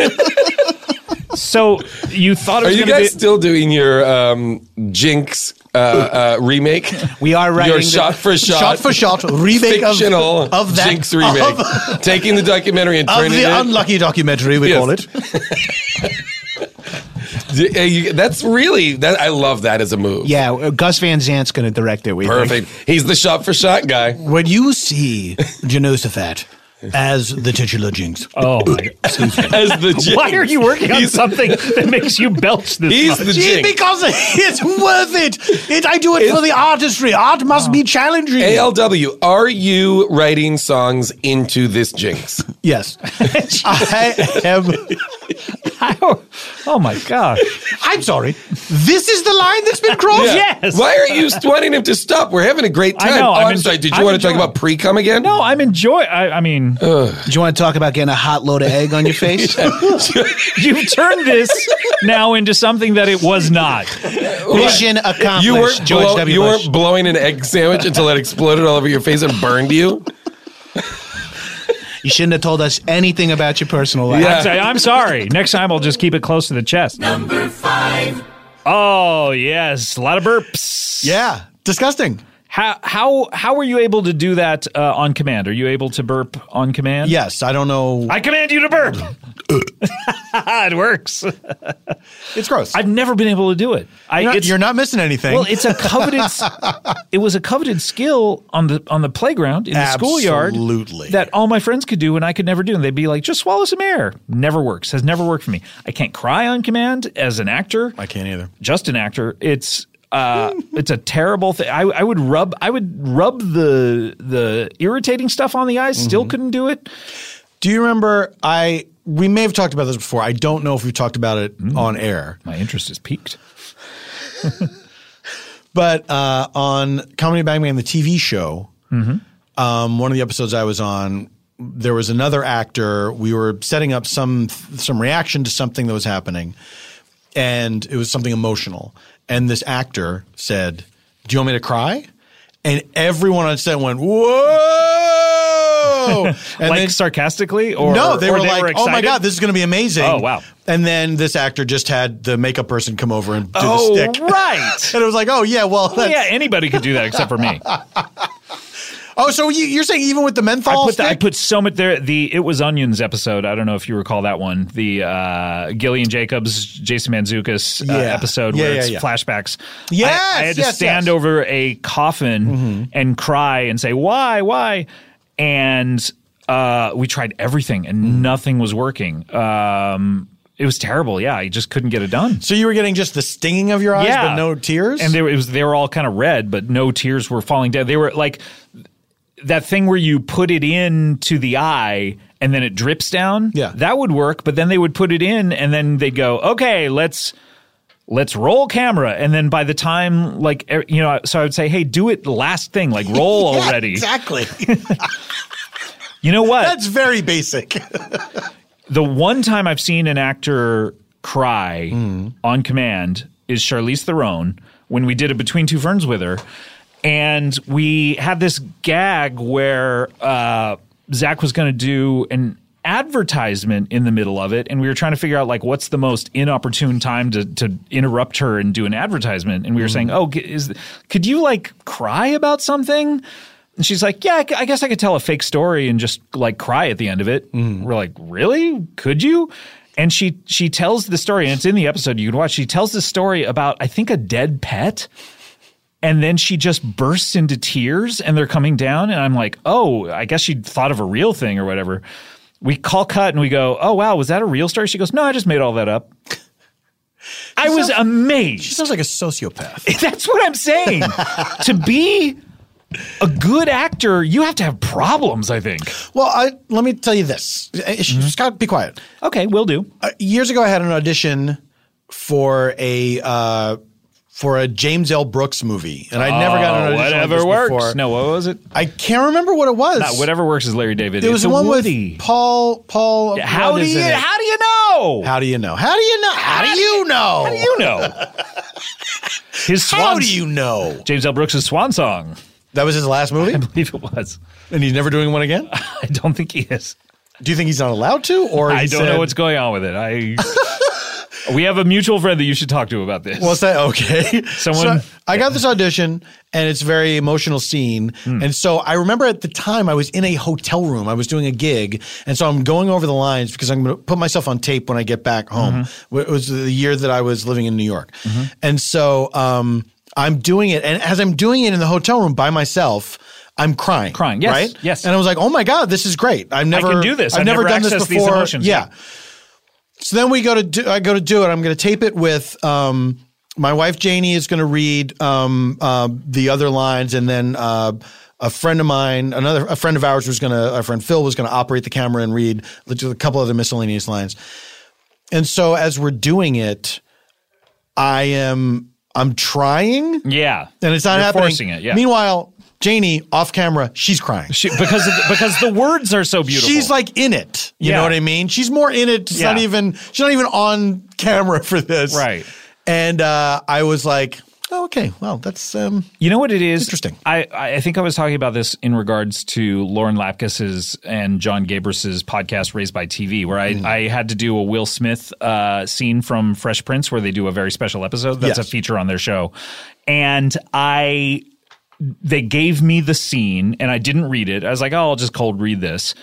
Speaker 1: So you thought it
Speaker 20: Are
Speaker 1: was
Speaker 20: you
Speaker 1: gonna
Speaker 20: guys
Speaker 1: be-
Speaker 20: still doing your um, Jinx uh, uh, remake?
Speaker 19: We are
Speaker 20: right.
Speaker 19: writing
Speaker 20: your
Speaker 19: the-
Speaker 20: shot for shot,
Speaker 21: Shot for shot remake of-
Speaker 20: fictional
Speaker 21: of that-
Speaker 20: Jinx remake, taking the documentary and
Speaker 21: Of
Speaker 20: turning
Speaker 21: the
Speaker 20: it.
Speaker 21: unlucky documentary, we call it.
Speaker 20: D- uh, you- That's really that. I love that as a move.
Speaker 19: Yeah, uh, Gus Van Zant's going to direct it. We think.
Speaker 20: Perfect. He's the shot for shot guy.
Speaker 21: When you see Genosafat as the titular jinx.
Speaker 1: Oh,
Speaker 21: excuse me.
Speaker 20: As the
Speaker 1: Why are you working on something that makes you belch this much?
Speaker 21: Gee, because it's worth it. it. I do it for the artistry. Art must be challenging.
Speaker 20: ALW, are you writing songs into this jinx?
Speaker 16: Yes.
Speaker 21: I am.
Speaker 1: oh my gosh.
Speaker 21: I'm sorry. This is the line that's been crossed?
Speaker 20: Yeah. Why are you wanting him to stop? We're having a great time. oh, I'm, sorry. Did you want to talk about pre cum again?
Speaker 1: No, I'm enjoy. I, I mean,
Speaker 19: do you want to talk about getting a hot load of egg on your face?
Speaker 1: you've turned this now into something that it was not.
Speaker 19: Mission accomplished.
Speaker 20: You weren't,
Speaker 19: George
Speaker 20: blow-
Speaker 19: W.
Speaker 20: you
Speaker 19: Bush.
Speaker 20: weren't blowing an egg sandwich until it exploded all over your face and burned you.
Speaker 19: You shouldn't have told us anything about your personal life.
Speaker 1: I'm, sorry, I'm sorry. Next time I'll just keep it close to the chest.
Speaker 6: Number five.
Speaker 1: Oh yes, a lot of burps.
Speaker 16: Yeah, disgusting.
Speaker 1: How how how were you able to do that uh, on command? Are you able to burp on command?
Speaker 16: Yes, I don't know.
Speaker 1: I command you to burp. it works.
Speaker 16: it's gross.
Speaker 1: I've never been able to do it. I,
Speaker 16: You're not,
Speaker 1: it's-
Speaker 16: you're not missing anything.
Speaker 1: Well, it's a coveted. s- it was a coveted skill on the on the playground in the schoolyard.
Speaker 16: Absolutely.
Speaker 1: that all my friends could do and I could never do, and they'd be like, "Just swallow some air." Never works. Has never worked for me. I can't cry on command as an actor.
Speaker 16: I can't either.
Speaker 1: Just an actor. It's uh, it's a terrible thing. I, I would rub I would rub the the irritating stuff on the eyes.
Speaker 16: Mm-hmm.
Speaker 1: Still couldn't do it.
Speaker 16: Do you remember? I we may have talked about this before. I don't know if we've talked about it on air,
Speaker 1: Mm. My interest is peaked.
Speaker 16: but uh, on Comedy Bang Bang, the TV show,
Speaker 1: Mm-hmm.
Speaker 16: um, one of the episodes I was on, there was another actor. We were setting up some some reaction to something that was happening, and it was something emotional. And this actor said, "Do you want me to cry?" And everyone on set went, "Whoa!" And
Speaker 1: like
Speaker 16: then-
Speaker 1: sarcastically, or
Speaker 16: no, they were
Speaker 1: or
Speaker 16: like, "Oh my
Speaker 1: excited?
Speaker 16: god, this is going to be amazing!"
Speaker 1: Oh, wow.
Speaker 16: And then this actor just had the makeup person come over and do
Speaker 1: Oh,
Speaker 16: the stick,
Speaker 1: right.
Speaker 16: and it was like, "Oh yeah, well,
Speaker 1: Well,
Speaker 16: that's,
Speaker 1: yeah, anybody could do that except for me.
Speaker 16: oh, so you, you're saying even with the menthol
Speaker 1: I put, the- I
Speaker 16: stick,
Speaker 1: put so much there. The it was onions episode. I don't know if you recall that one. The uh, Gillian Jacobs, Jason Manzukis uh,
Speaker 16: Yeah.
Speaker 1: episode
Speaker 16: Yeah,
Speaker 1: where
Speaker 16: yeah,
Speaker 1: it's
Speaker 16: yeah.
Speaker 1: flashbacks. I-
Speaker 16: Yes,
Speaker 1: I, had to
Speaker 16: yes,
Speaker 1: stand
Speaker 16: yes.
Speaker 1: over a coffin
Speaker 4: Mm-hmm.
Speaker 1: and cry and say why, why, and uh, we tried everything and
Speaker 16: Hmm.
Speaker 1: nothing was working. Um, it was terrible. Yeah, I just couldn't get it done.
Speaker 16: so you were getting just the stinging of your eyes,
Speaker 1: Yeah.
Speaker 16: but no tears.
Speaker 1: And they were, it was, they were all kind of red, but no tears were falling down. They were like that thing where you put it in to the eye and then it drips down.
Speaker 16: Yeah.
Speaker 1: That would work, but then they would put it in and then they'd go, okay, let's. Let's roll camera, and then by the time, like er- you know, so I would say, "Hey, do it last thing, like roll
Speaker 16: Yeah,
Speaker 1: already."
Speaker 16: exactly.
Speaker 1: You know what?
Speaker 16: That's very basic.
Speaker 1: the one time I've seen an actor cry on command is Charlize Theron when we did a Between Two Ferns with her, and we had this gag where uh, Zach was going to do an advertisement in the middle of it, and we were trying to figure out like what's the most inopportune time to to interrupt her and do an advertisement. And we were
Speaker 16: Mm-hmm.
Speaker 1: saying, "Oh, g- is could you like cry about something?" And she's like, "Yeah, I c- I guess I could tell a fake story and just like cry at the end of it."
Speaker 4: Mm-hmm.
Speaker 1: We're like, "Really? Could you?" And she she tells the story, and it's in the episode you can watch. She tells the story about I think a dead pet and then she just bursts into tears and they're coming down and i'm like oh i guess she thought of a real thing or whatever we call cut and we go oh wow was that a real story she goes no i just made all that up i was amazed she
Speaker 4: sounds like a sociopath
Speaker 1: that's what i'm saying to be a good actor you have to have problems i think
Speaker 4: Well, I, let me tell you this. Uh, sh- Scott, be quiet.
Speaker 1: Mm-hmm. Okay, we'll do.
Speaker 4: Uh, years ago, I had an audition for a uh, for a James L. Brooks movie, and I never got an
Speaker 1: Oh,
Speaker 4: audition. like
Speaker 1: whatever
Speaker 4: this
Speaker 1: works
Speaker 4: Before.
Speaker 1: no what was it
Speaker 4: I can't remember what it was.
Speaker 1: Not whatever works is larry david
Speaker 4: There
Speaker 1: It's
Speaker 4: was
Speaker 1: a
Speaker 4: one
Speaker 1: Woody.
Speaker 4: with Paul. Paul.
Speaker 1: Yeah, how
Speaker 4: what
Speaker 1: do
Speaker 4: is
Speaker 1: you
Speaker 4: it?
Speaker 1: how do you know
Speaker 4: How do you know? How do you know? How do you know? How do
Speaker 1: you know? His swan
Speaker 4: How do you know?
Speaker 1: James L. Brooks' swan song.
Speaker 4: That was his last movie? I
Speaker 1: believe it was.
Speaker 4: And he's never doing one again?
Speaker 1: I don't think he is.
Speaker 4: Do you think he's not allowed to? Or
Speaker 1: I
Speaker 4: he
Speaker 1: don't
Speaker 4: said-
Speaker 1: know what's going on with it. I we have a mutual friend that you should talk to about this.
Speaker 4: What's that? Okay.
Speaker 1: Someone-
Speaker 4: So I got this audition, and it's a very emotional scene.
Speaker 1: Hmm.
Speaker 4: And so I remember at the time I was in a hotel room. I was doing a gig, and so I'm going over the lines because I'm going to put myself on tape when I get back home.
Speaker 1: Mm-hmm.
Speaker 4: It was the year that I was living in New York, and so um, I'm doing it. And as I'm doing it in the hotel room by myself. I'm crying. Crying,
Speaker 1: yes,
Speaker 4: Right?
Speaker 1: yes.
Speaker 4: And I was like, oh my God, this is great. I've never
Speaker 1: can do this.
Speaker 4: I've,
Speaker 1: I've
Speaker 4: never,
Speaker 1: never
Speaker 4: done this
Speaker 1: accessed these
Speaker 4: before.
Speaker 1: emotions.
Speaker 4: Yeah. So then we go to do, I go to do it. I'm going to tape it with um, my wife Janie is going to read um, uh, the other lines, and then uh, a friend of mine, another a friend of ours was going to, our friend Phil was going to operate the camera and read just a couple other miscellaneous lines. And so as we're doing it, I am I'm trying,
Speaker 1: Yeah.
Speaker 4: and it's not
Speaker 1: You're
Speaker 4: happening.
Speaker 1: forcing it, yeah.
Speaker 4: Meanwhile, Janie off camera, she's crying.
Speaker 1: She, because of the, because the words are so beautiful.
Speaker 4: She's like in it. You
Speaker 1: Yeah.
Speaker 4: know what I mean? She's more in it. She's
Speaker 1: Yeah.
Speaker 4: not even she's not even on camera for this.
Speaker 1: Right.
Speaker 4: And uh, I was like, oh, okay, well, that's um
Speaker 1: You know what it is? Interesting. I, I I think I was talking about this in regards to Lauren Lapkus's and John Gabris's podcast Raised by TV, where I, I had to do a Will Smith uh, scene from Fresh Prince where they do a very special episode. That's
Speaker 22: Yes.
Speaker 1: a feature on their show. And I they gave me the scene and I didn't read it. I was like, oh, I'll just cold read this.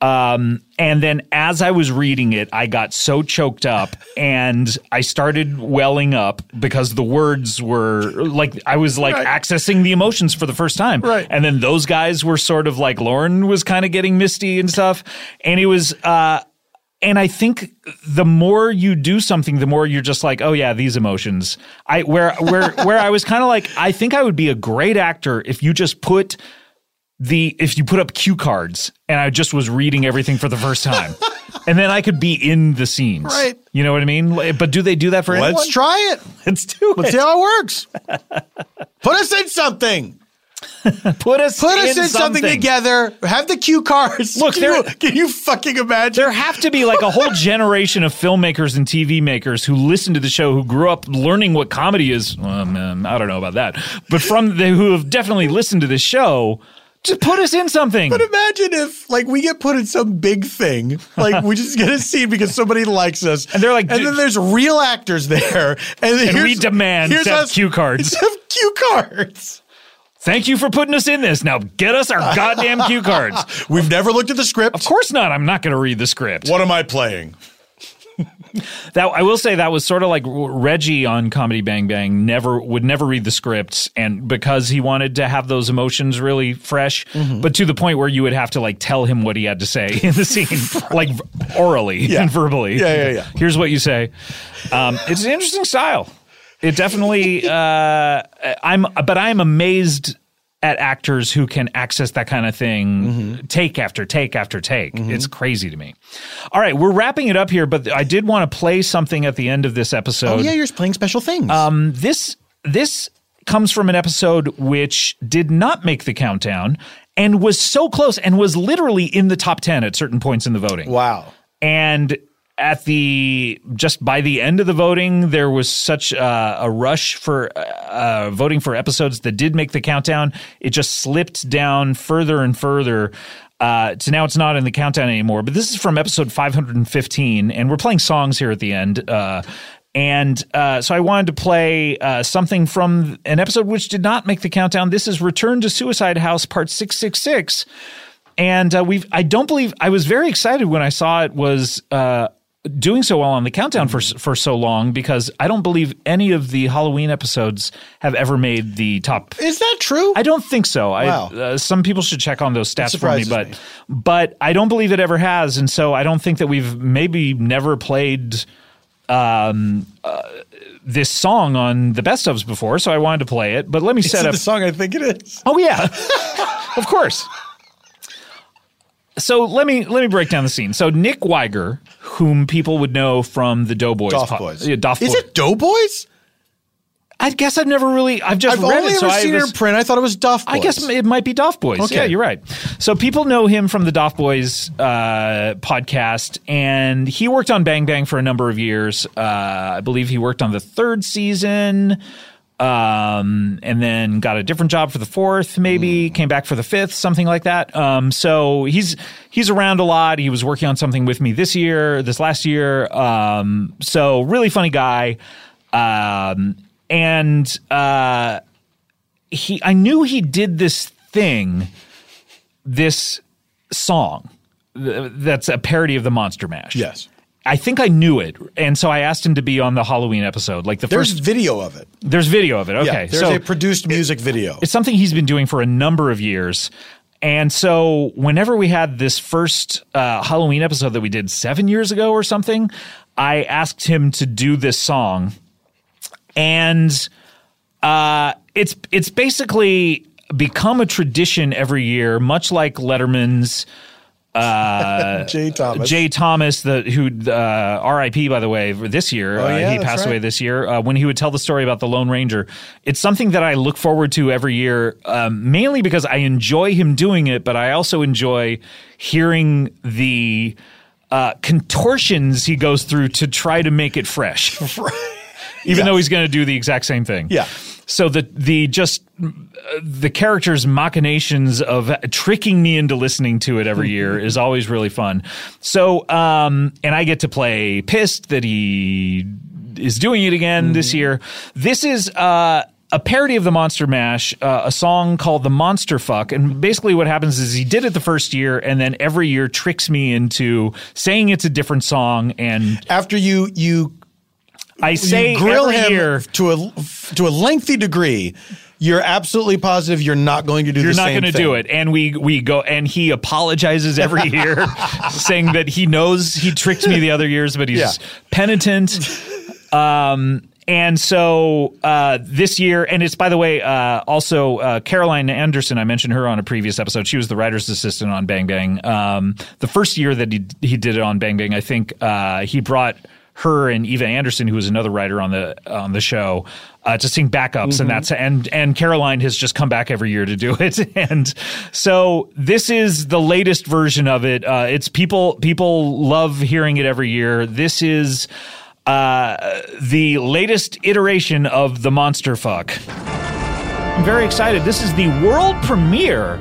Speaker 1: Um, and then as I was reading it, I got so choked up and I started welling up because the words were like, I was like accessing the emotions for the first time. Right. And then those guys were sort of like, Lauren was kind of getting misty and stuff. And it was, uh, and I think the more you do something, the more you're just like, oh yeah, these emotions. I where where where I was kind of like, I think I would be a great actor if you just put the if you put up cue cards and I just was reading everything for the first time, and then I could be in the scenes.
Speaker 4: Right.
Speaker 1: You know what I mean? Like, But do they do that for
Speaker 4: let's
Speaker 1: anyone?
Speaker 4: try it.
Speaker 1: Let's do
Speaker 4: Let's
Speaker 1: it.
Speaker 4: see how it works. Put us in something.
Speaker 1: Put us
Speaker 4: Put us
Speaker 1: in
Speaker 4: in, something.
Speaker 1: something.
Speaker 4: together. Have the cue cards.
Speaker 1: Look,
Speaker 4: can
Speaker 1: there-
Speaker 4: you, can you fucking imagine?
Speaker 1: There have to be like a whole generation of filmmakers and TV makers who listen to the show, who grew up learning what comedy is. Um, um, I don't know about that, but from the, who have definitely listened to this show. Just put us in something.
Speaker 4: But imagine if like we get put in some big thing, like we just get a scene because somebody likes us, and they're like, and then there's real actors there, and,
Speaker 1: And we
Speaker 4: here's-
Speaker 1: demand
Speaker 4: here's
Speaker 1: to have
Speaker 4: us-
Speaker 1: cue cards.
Speaker 4: to have cue cards.
Speaker 1: Thank you for putting us in this. Now get us our goddamn cue cards.
Speaker 4: We've never looked at the script. Of
Speaker 1: course not. I'm not going to read the script.
Speaker 4: What am I playing?
Speaker 1: That I will say that was sort of like Reggie on Comedy Bang Bang never would never read the scripts and because he wanted to have those emotions really fresh
Speaker 4: Mm-hmm.
Speaker 1: but to the point where you would have to like tell him what he had to say in the scene like orally
Speaker 4: Yeah.
Speaker 1: and verbally.
Speaker 4: Yeah, yeah, yeah.
Speaker 1: Here's what you say. Um, it's an interesting style. It definitely uh, I'm but I'm amazed at actors who can access that kind of thing
Speaker 4: Mm-hmm.
Speaker 1: take after take after take. It's crazy to me. All right, we're wrapping it up here, but I did want to play something at the end of this
Speaker 4: oh
Speaker 1: episode.
Speaker 4: yeah, you're playing special things.
Speaker 1: Um, this this comes from an episode which did not make the countdown and was so close and was literally in the top ten at certain points in the voting.
Speaker 4: Wow!
Speaker 1: And at the just by the end of the voting, there was such uh, a rush for uh, uh, voting for episodes that did make the countdown. It just slipped down further and further. Uh, so now it's not in the countdown anymore. But this is from episode 515, and we're playing songs here at the end. Uh, and uh, so I wanted to play uh, something from an episode which did not make the countdown. This is Return to Suicide House, part 666. And uh, we've, I don't believe, I was very excited when I saw it was uh, doing so well on the countdown for, s- for so long because I don't believe any of the Halloween episodes have ever made the top.
Speaker 4: Is that true?
Speaker 1: I don't think so.
Speaker 4: Wow.
Speaker 1: I, uh, some people should check on those stats for me,
Speaker 4: surprises
Speaker 1: but but I don't believe it ever has, and so I don't think that we've maybe never played um, uh, this song on the best ofs before. So I wanted to play it, but let me
Speaker 4: Is
Speaker 1: set
Speaker 4: it
Speaker 1: up
Speaker 4: the song I think it is.
Speaker 1: Oh yeah, of course. So let me let me break down the scene. So Nick Weiger, whom people would know from the Doughboys,
Speaker 4: Doff
Speaker 1: po-
Speaker 4: Boys.
Speaker 1: yeah, Doff
Speaker 4: Is
Speaker 1: Boy-
Speaker 4: it Doughboys?
Speaker 1: I guess I've never really. I've just
Speaker 4: I've
Speaker 1: read
Speaker 4: only
Speaker 1: it, so
Speaker 4: ever
Speaker 1: I
Speaker 4: seen it
Speaker 1: was-
Speaker 4: in print. I thought it was Duff Boys.
Speaker 1: I guess it might be Doff Boys.
Speaker 4: Okay.
Speaker 1: Yeah, you're right. So people know him from the Doff Boys uh, podcast, and he worked on Bang Bang for a number of years. Uh, I believe he worked on the third season, um, and then got a different job for the fourth. Maybe came back for the fifth, something like that. Um, so he's he's around a lot. He was working on something with me this year, this last year. Um, so really funny guy, um, and. Uh, he I knew he did this thing, this song th- that's a parody of the Monster Mash. Yes. I think I knew it, and so I asked him to be on the Halloween episode. Like the
Speaker 4: There's
Speaker 1: first
Speaker 4: video of it.
Speaker 1: There's video of it. Okay,
Speaker 4: Yeah, there's
Speaker 1: so
Speaker 4: a produced music video.
Speaker 1: it's something he's been doing for a number of years. And so, whenever we had this first uh, Halloween episode that we did seven years ago or something, I asked him to do this song, and uh, it's it's basically become a tradition every year, much like Letterman's. Uh,
Speaker 4: Jay Thomas.
Speaker 1: Jay Thomas, the who uh, R.I.P. by the way this year,
Speaker 4: Oh, yeah,
Speaker 1: uh, he
Speaker 4: that's
Speaker 1: passed away
Speaker 4: right.
Speaker 1: this year. Uh, when he would tell the story about the Lone Ranger, it's something that I look forward to every year, um, mainly because I enjoy him doing it, but I also enjoy hearing the uh, contortions he goes through to try to make it fresh. Even though he's going to do the exact same thing. Yeah. So the the just uh, the character's machinations of tricking me into listening to it every year is always really fun. So um and I get to play pissed that he is doing it again
Speaker 4: Mm.
Speaker 1: this year. This is uh a parody of the Monster Mash, uh, a song called "The Monster Fuck," and basically what happens is he did it the first year, and then every year tricks me into saying it's a different song. And
Speaker 4: after you you
Speaker 1: I say
Speaker 4: you grill
Speaker 1: every
Speaker 4: him
Speaker 1: year,
Speaker 4: to a to a lengthy degree. You're absolutely positive you're not going to do.
Speaker 1: You're
Speaker 4: the
Speaker 1: not
Speaker 4: same
Speaker 1: going to
Speaker 4: thing.
Speaker 1: do it. And we we go and he apologizes every year, saying that he knows he tricked me the other years, but he's
Speaker 4: Yeah.
Speaker 1: penitent. Um, and so uh, this year, and it's by the way, uh, also uh, Caroline Anderson. I mentioned her on a previous episode. She was the writer's assistant on Bang Bang. Um, the first year that he he did it on Bang Bang, I think uh, he brought her and Eva Anderson, who was another writer on the on the show, uh, to sing backups,
Speaker 4: Mhm.
Speaker 1: and that's and and Caroline has just come back every year to do it, and so this is the latest version of it. Uh, it's people people love hearing it every year. This is uh, the latest iteration of the monster fuck. I'm very excited. This is the world premiere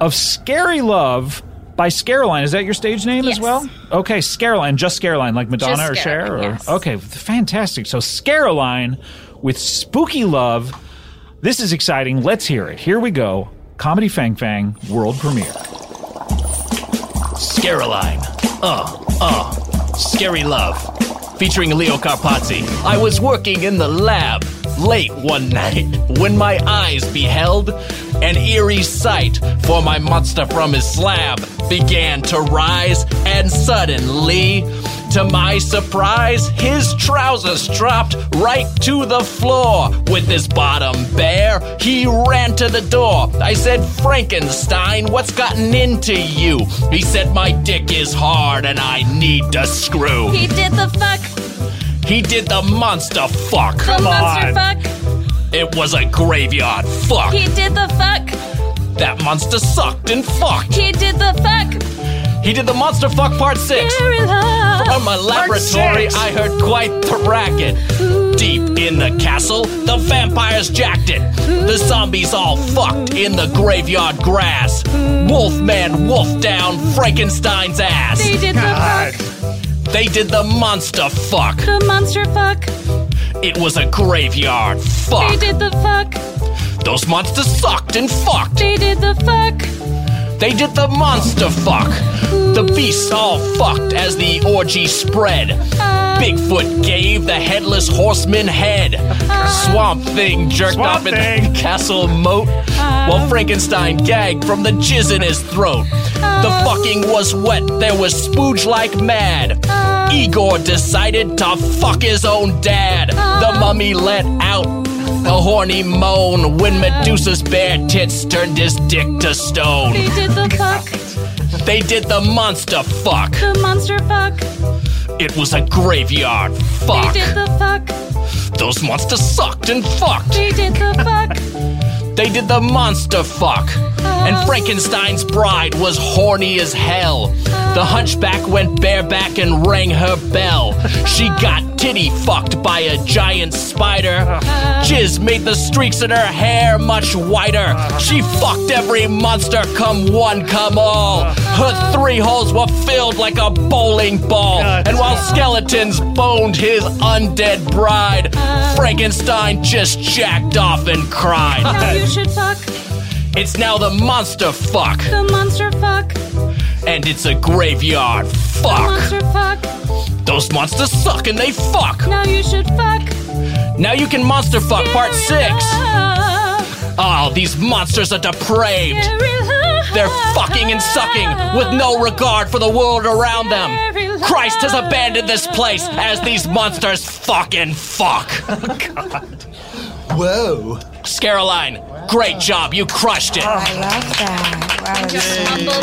Speaker 1: of Scary Love by Scareline. Is that your stage name as well? Okay, Scareline, just Scareline, like Madonna
Speaker 4: Just
Speaker 1: or Cher?
Speaker 4: Scareline,
Speaker 1: or- Okay, fantastic. So Scareline with Spooky Love. This is exciting. Let's hear it. Here we go. Comedy Fang Fang world premiere.
Speaker 22: Scaroline. Uh, uh, Scary Love. Featuring Leo Carpazzi. I was working in the lab late one night when my eyes beheld an eerie sight, for my monster from his slab began to rise, and suddenly, to my surprise, his trousers dropped right to the floor. With his bottom bare, he ran to the door. I said, Frankenstein, what's gotten into you? He said, My dick is hard and I need to screw.
Speaker 23: He did the fuck.
Speaker 22: He did the monster fuck.
Speaker 23: the monster fuck.
Speaker 22: It was a graveyard fuck.
Speaker 23: He did the fuck.
Speaker 22: that monster sucked and fucked.
Speaker 23: He did the fuck.
Speaker 22: He did the monster fuck part six. From my laboratory, I heard quite the racket. Deep in the castle, the vampires jacked it. The zombies all fucked in the graveyard grass. Wolfman wolfed down Frankenstein's ass.
Speaker 7: They did the God.
Speaker 22: They did the monster fuck.
Speaker 7: The monster fuck.
Speaker 22: It was a graveyard fuck.
Speaker 7: They did the fuck.
Speaker 22: Those monsters sucked and fucked.
Speaker 7: They did the fuck.
Speaker 22: They did the monster fuck. The beasts all fucked as the orgy spread.
Speaker 7: Uh.
Speaker 22: Bigfoot gave the headless horseman head.
Speaker 7: Uh.
Speaker 22: Swamp Thing jerked
Speaker 24: Swamp
Speaker 22: off in the castle moat
Speaker 7: Uh.
Speaker 22: while Frankenstein gagged from the jizz in his throat. The
Speaker 7: Uh.
Speaker 22: fucking was wet, there was spooge like mad. Igor decided to fuck his own dad. The mummy let out a horny moan when Medusa's bare tits turned his dick to stone.
Speaker 7: They did the fuck.
Speaker 22: They did the monster fuck.
Speaker 7: The monster fuck.
Speaker 22: It was a graveyard fuck.
Speaker 7: They did the fuck.
Speaker 22: Those monsters sucked and fucked.
Speaker 7: They did the fuck. Oh.
Speaker 22: They did the monster fuck. And Frankenstein's bride was horny as hell.
Speaker 7: Oh.
Speaker 22: The hunchback went bareback and rang her bell. She got titty fucked by a giant spider.
Speaker 7: Oh.
Speaker 22: Jizz made the streaks in her hair much whiter. She fucked every monster, come one, come all. Her three holes were filled like a bowling ball. And while skeletons boned his undead bride, Frankenstein just jacked off and cried.
Speaker 7: Now you should fuck.
Speaker 22: It's now the monster fuck,
Speaker 7: The monster fuck.
Speaker 22: and it's a graveyard
Speaker 7: The
Speaker 22: fuck.
Speaker 7: monster fuck.
Speaker 22: Those monsters suck and they fuck.
Speaker 7: Now you should fuck.
Speaker 22: Now you can monster fuck part six. Oh, these monsters are depraved. They're fucking and sucking with no regard for the world around them. Christ has abandoned this place as these monsters fucking fuck.
Speaker 4: Whoa.
Speaker 22: Scaroline, great job. You crushed it.
Speaker 25: Oh, I love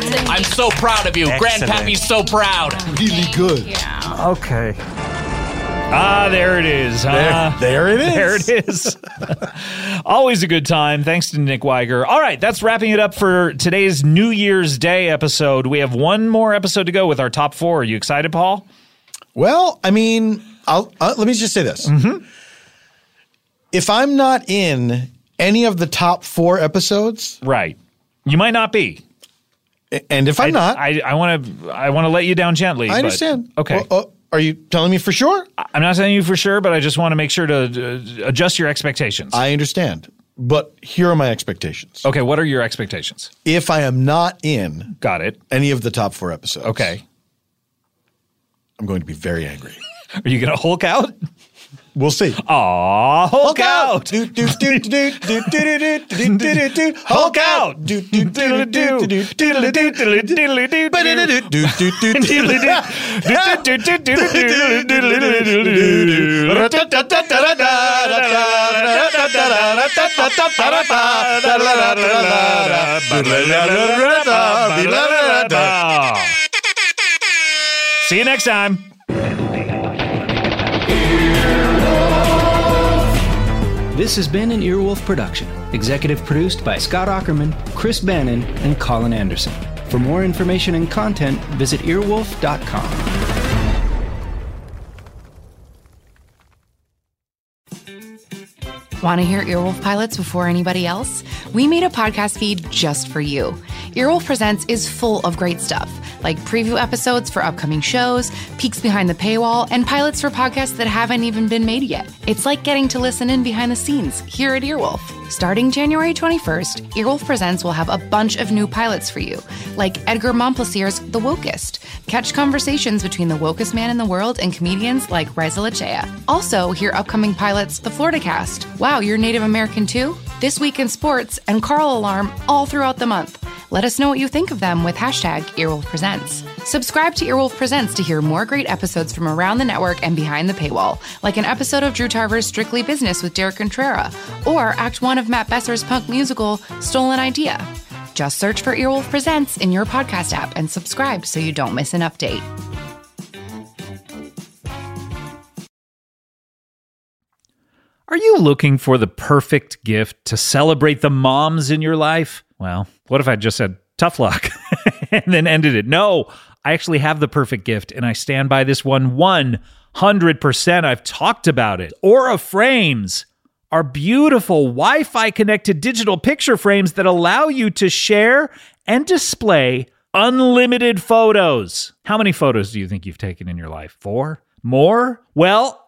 Speaker 25: that. Wow.
Speaker 22: I'm so proud of you.
Speaker 24: Excellent.
Speaker 22: Grandpappy's so proud.
Speaker 4: Really good.
Speaker 1: Okay. Ah, there it is. huh?
Speaker 4: There- there it is.
Speaker 1: There it is. Always a good time. Thanks to Nick Weiger. All right, that's wrapping it up for today's New Year's Day episode. We have one more episode to go with our top four. Are you excited, Paul?
Speaker 4: Well, I mean, I'll, uh, let me just say this.
Speaker 1: Mm-hmm.
Speaker 4: If I'm not in any of the top four episodes,
Speaker 1: right, you might not be.
Speaker 4: And if I'm
Speaker 1: I,
Speaker 4: not,
Speaker 1: I I want to I want to let you down gently.
Speaker 4: I
Speaker 1: but-
Speaker 4: understand.
Speaker 1: okay.
Speaker 4: Well, uh, are you telling me for sure?
Speaker 1: I'm not telling you for sure, but I just want to make sure to uh, adjust your expectations.
Speaker 4: I understand, but here are my expectations.
Speaker 1: Okay, what are your expectations?
Speaker 4: If I am not in,
Speaker 1: got it,
Speaker 4: any of the top four episodes,
Speaker 1: okay,
Speaker 4: I'm going to be very angry.
Speaker 1: Are you going to Hulk out?
Speaker 4: We'll see.
Speaker 1: Aw, Hulk, out.
Speaker 4: Do, do, do, do, do, do, do, do, do, do, do, Hulk out. Do, do, do, do, do, do, do, do, do, do, do,
Speaker 1: See you next time.
Speaker 17: This has been an Earwolf production, executive produced by Scott Ackerman, Chris Bannon, and Colin Anderson. For more information and content, visit earwolf.com.
Speaker 25: Want to hear Earwolf pilots before anybody else? We made a podcast feed just for you. Earwolf Presents is full of great stuff, like preview episodes for upcoming shows, peeks behind the paywall, and pilots for podcasts that haven't even been made yet. It's like getting to listen in behind the scenes here at Earwolf. Starting January 21st, Earwolf Presents will have a bunch of new pilots for you, like Edgar Montplaisir's The Wokest. Catch conversations between the wokest man in the world and comedians like Reza Lachea. Also, hear upcoming pilots The Florida Cast, Wow, You're Native American Too, This Week in Sports, and Carl Alarm all throughout the month. Let us know what you think of them with hashtag Earwolf Presents. Subscribe to Earwolf Presents to hear more great episodes from around the network and behind the paywall, like an episode of Drew Tarver's Strictly Business with Derek Contrera, or Act 1 of Matt Besser's punk musical Stolen Idea. Just search for Earwolf Presents in your podcast app and subscribe so you don't miss an update.
Speaker 1: Are you looking for the perfect gift to celebrate the moms in your life? Well, what if I just said tough luck and then ended it? No, I actually have the perfect gift, and I stand by this one 100%. I've talked about it. Aura Frames are beautiful Wi Fi connected digital picture frames that allow you to share and display unlimited photos. How many photos do you think you've taken in your life? Four? More? Well,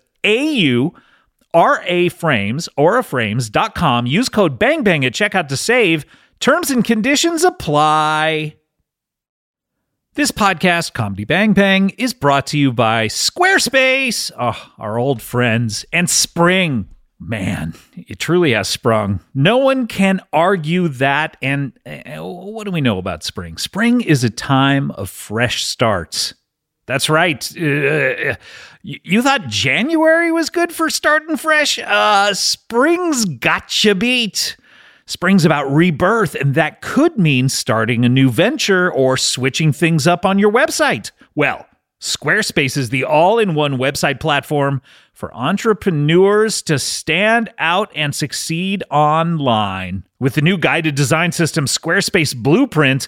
Speaker 1: AU. RA Frames, auraframes.com. Use code BANGBANG at checkout to save. Terms and conditions apply. This podcast, Comedy Bang Bang, is brought to you by Squarespace, oh, our old friends, and Spring. Man, it truly has sprung. No one can argue that. And uh, what do we know about spring? Spring is a time of fresh starts. That's right. Uh, you you thought January was good for starting fresh? Uh, spring's gotcha beat. Spring's about rebirth, and that could mean starting a new venture or switching things up on your website. Well, Squarespace is the all in one website platform for entrepreneurs to stand out and succeed online. With the new guided design system, Squarespace Blueprint,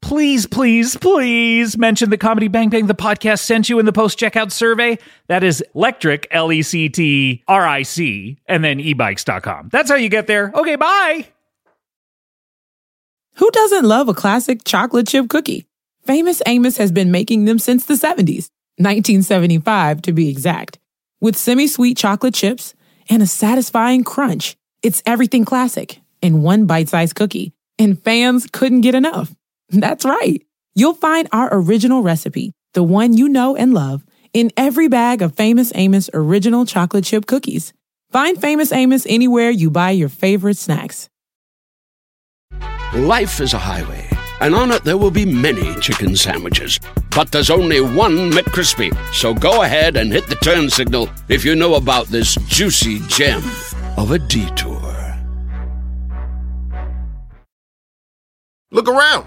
Speaker 1: Please, please, please mention the Comedy Bang Bang the podcast sent you in the post checkout survey. That is electric, L E C T R I C, and then ebikes.com. That's how you get there. Okay, bye.
Speaker 3: Who doesn't love a classic chocolate chip cookie? Famous Amos has been making them since the 70s, 1975 to be exact, with semi sweet chocolate chips and a satisfying crunch. It's everything classic in one bite sized cookie, and fans couldn't get enough. That's right. You'll find our original recipe, the one you know and love, in every bag of Famous Amos original chocolate chip cookies. Find Famous Amos anywhere you buy your favorite snacks.
Speaker 8: Life is a highway, and on it there will be many chicken sandwiches. But there's only one McCrispy. So go ahead and hit the turn signal if you know about this juicy gem of a detour.
Speaker 26: Look around.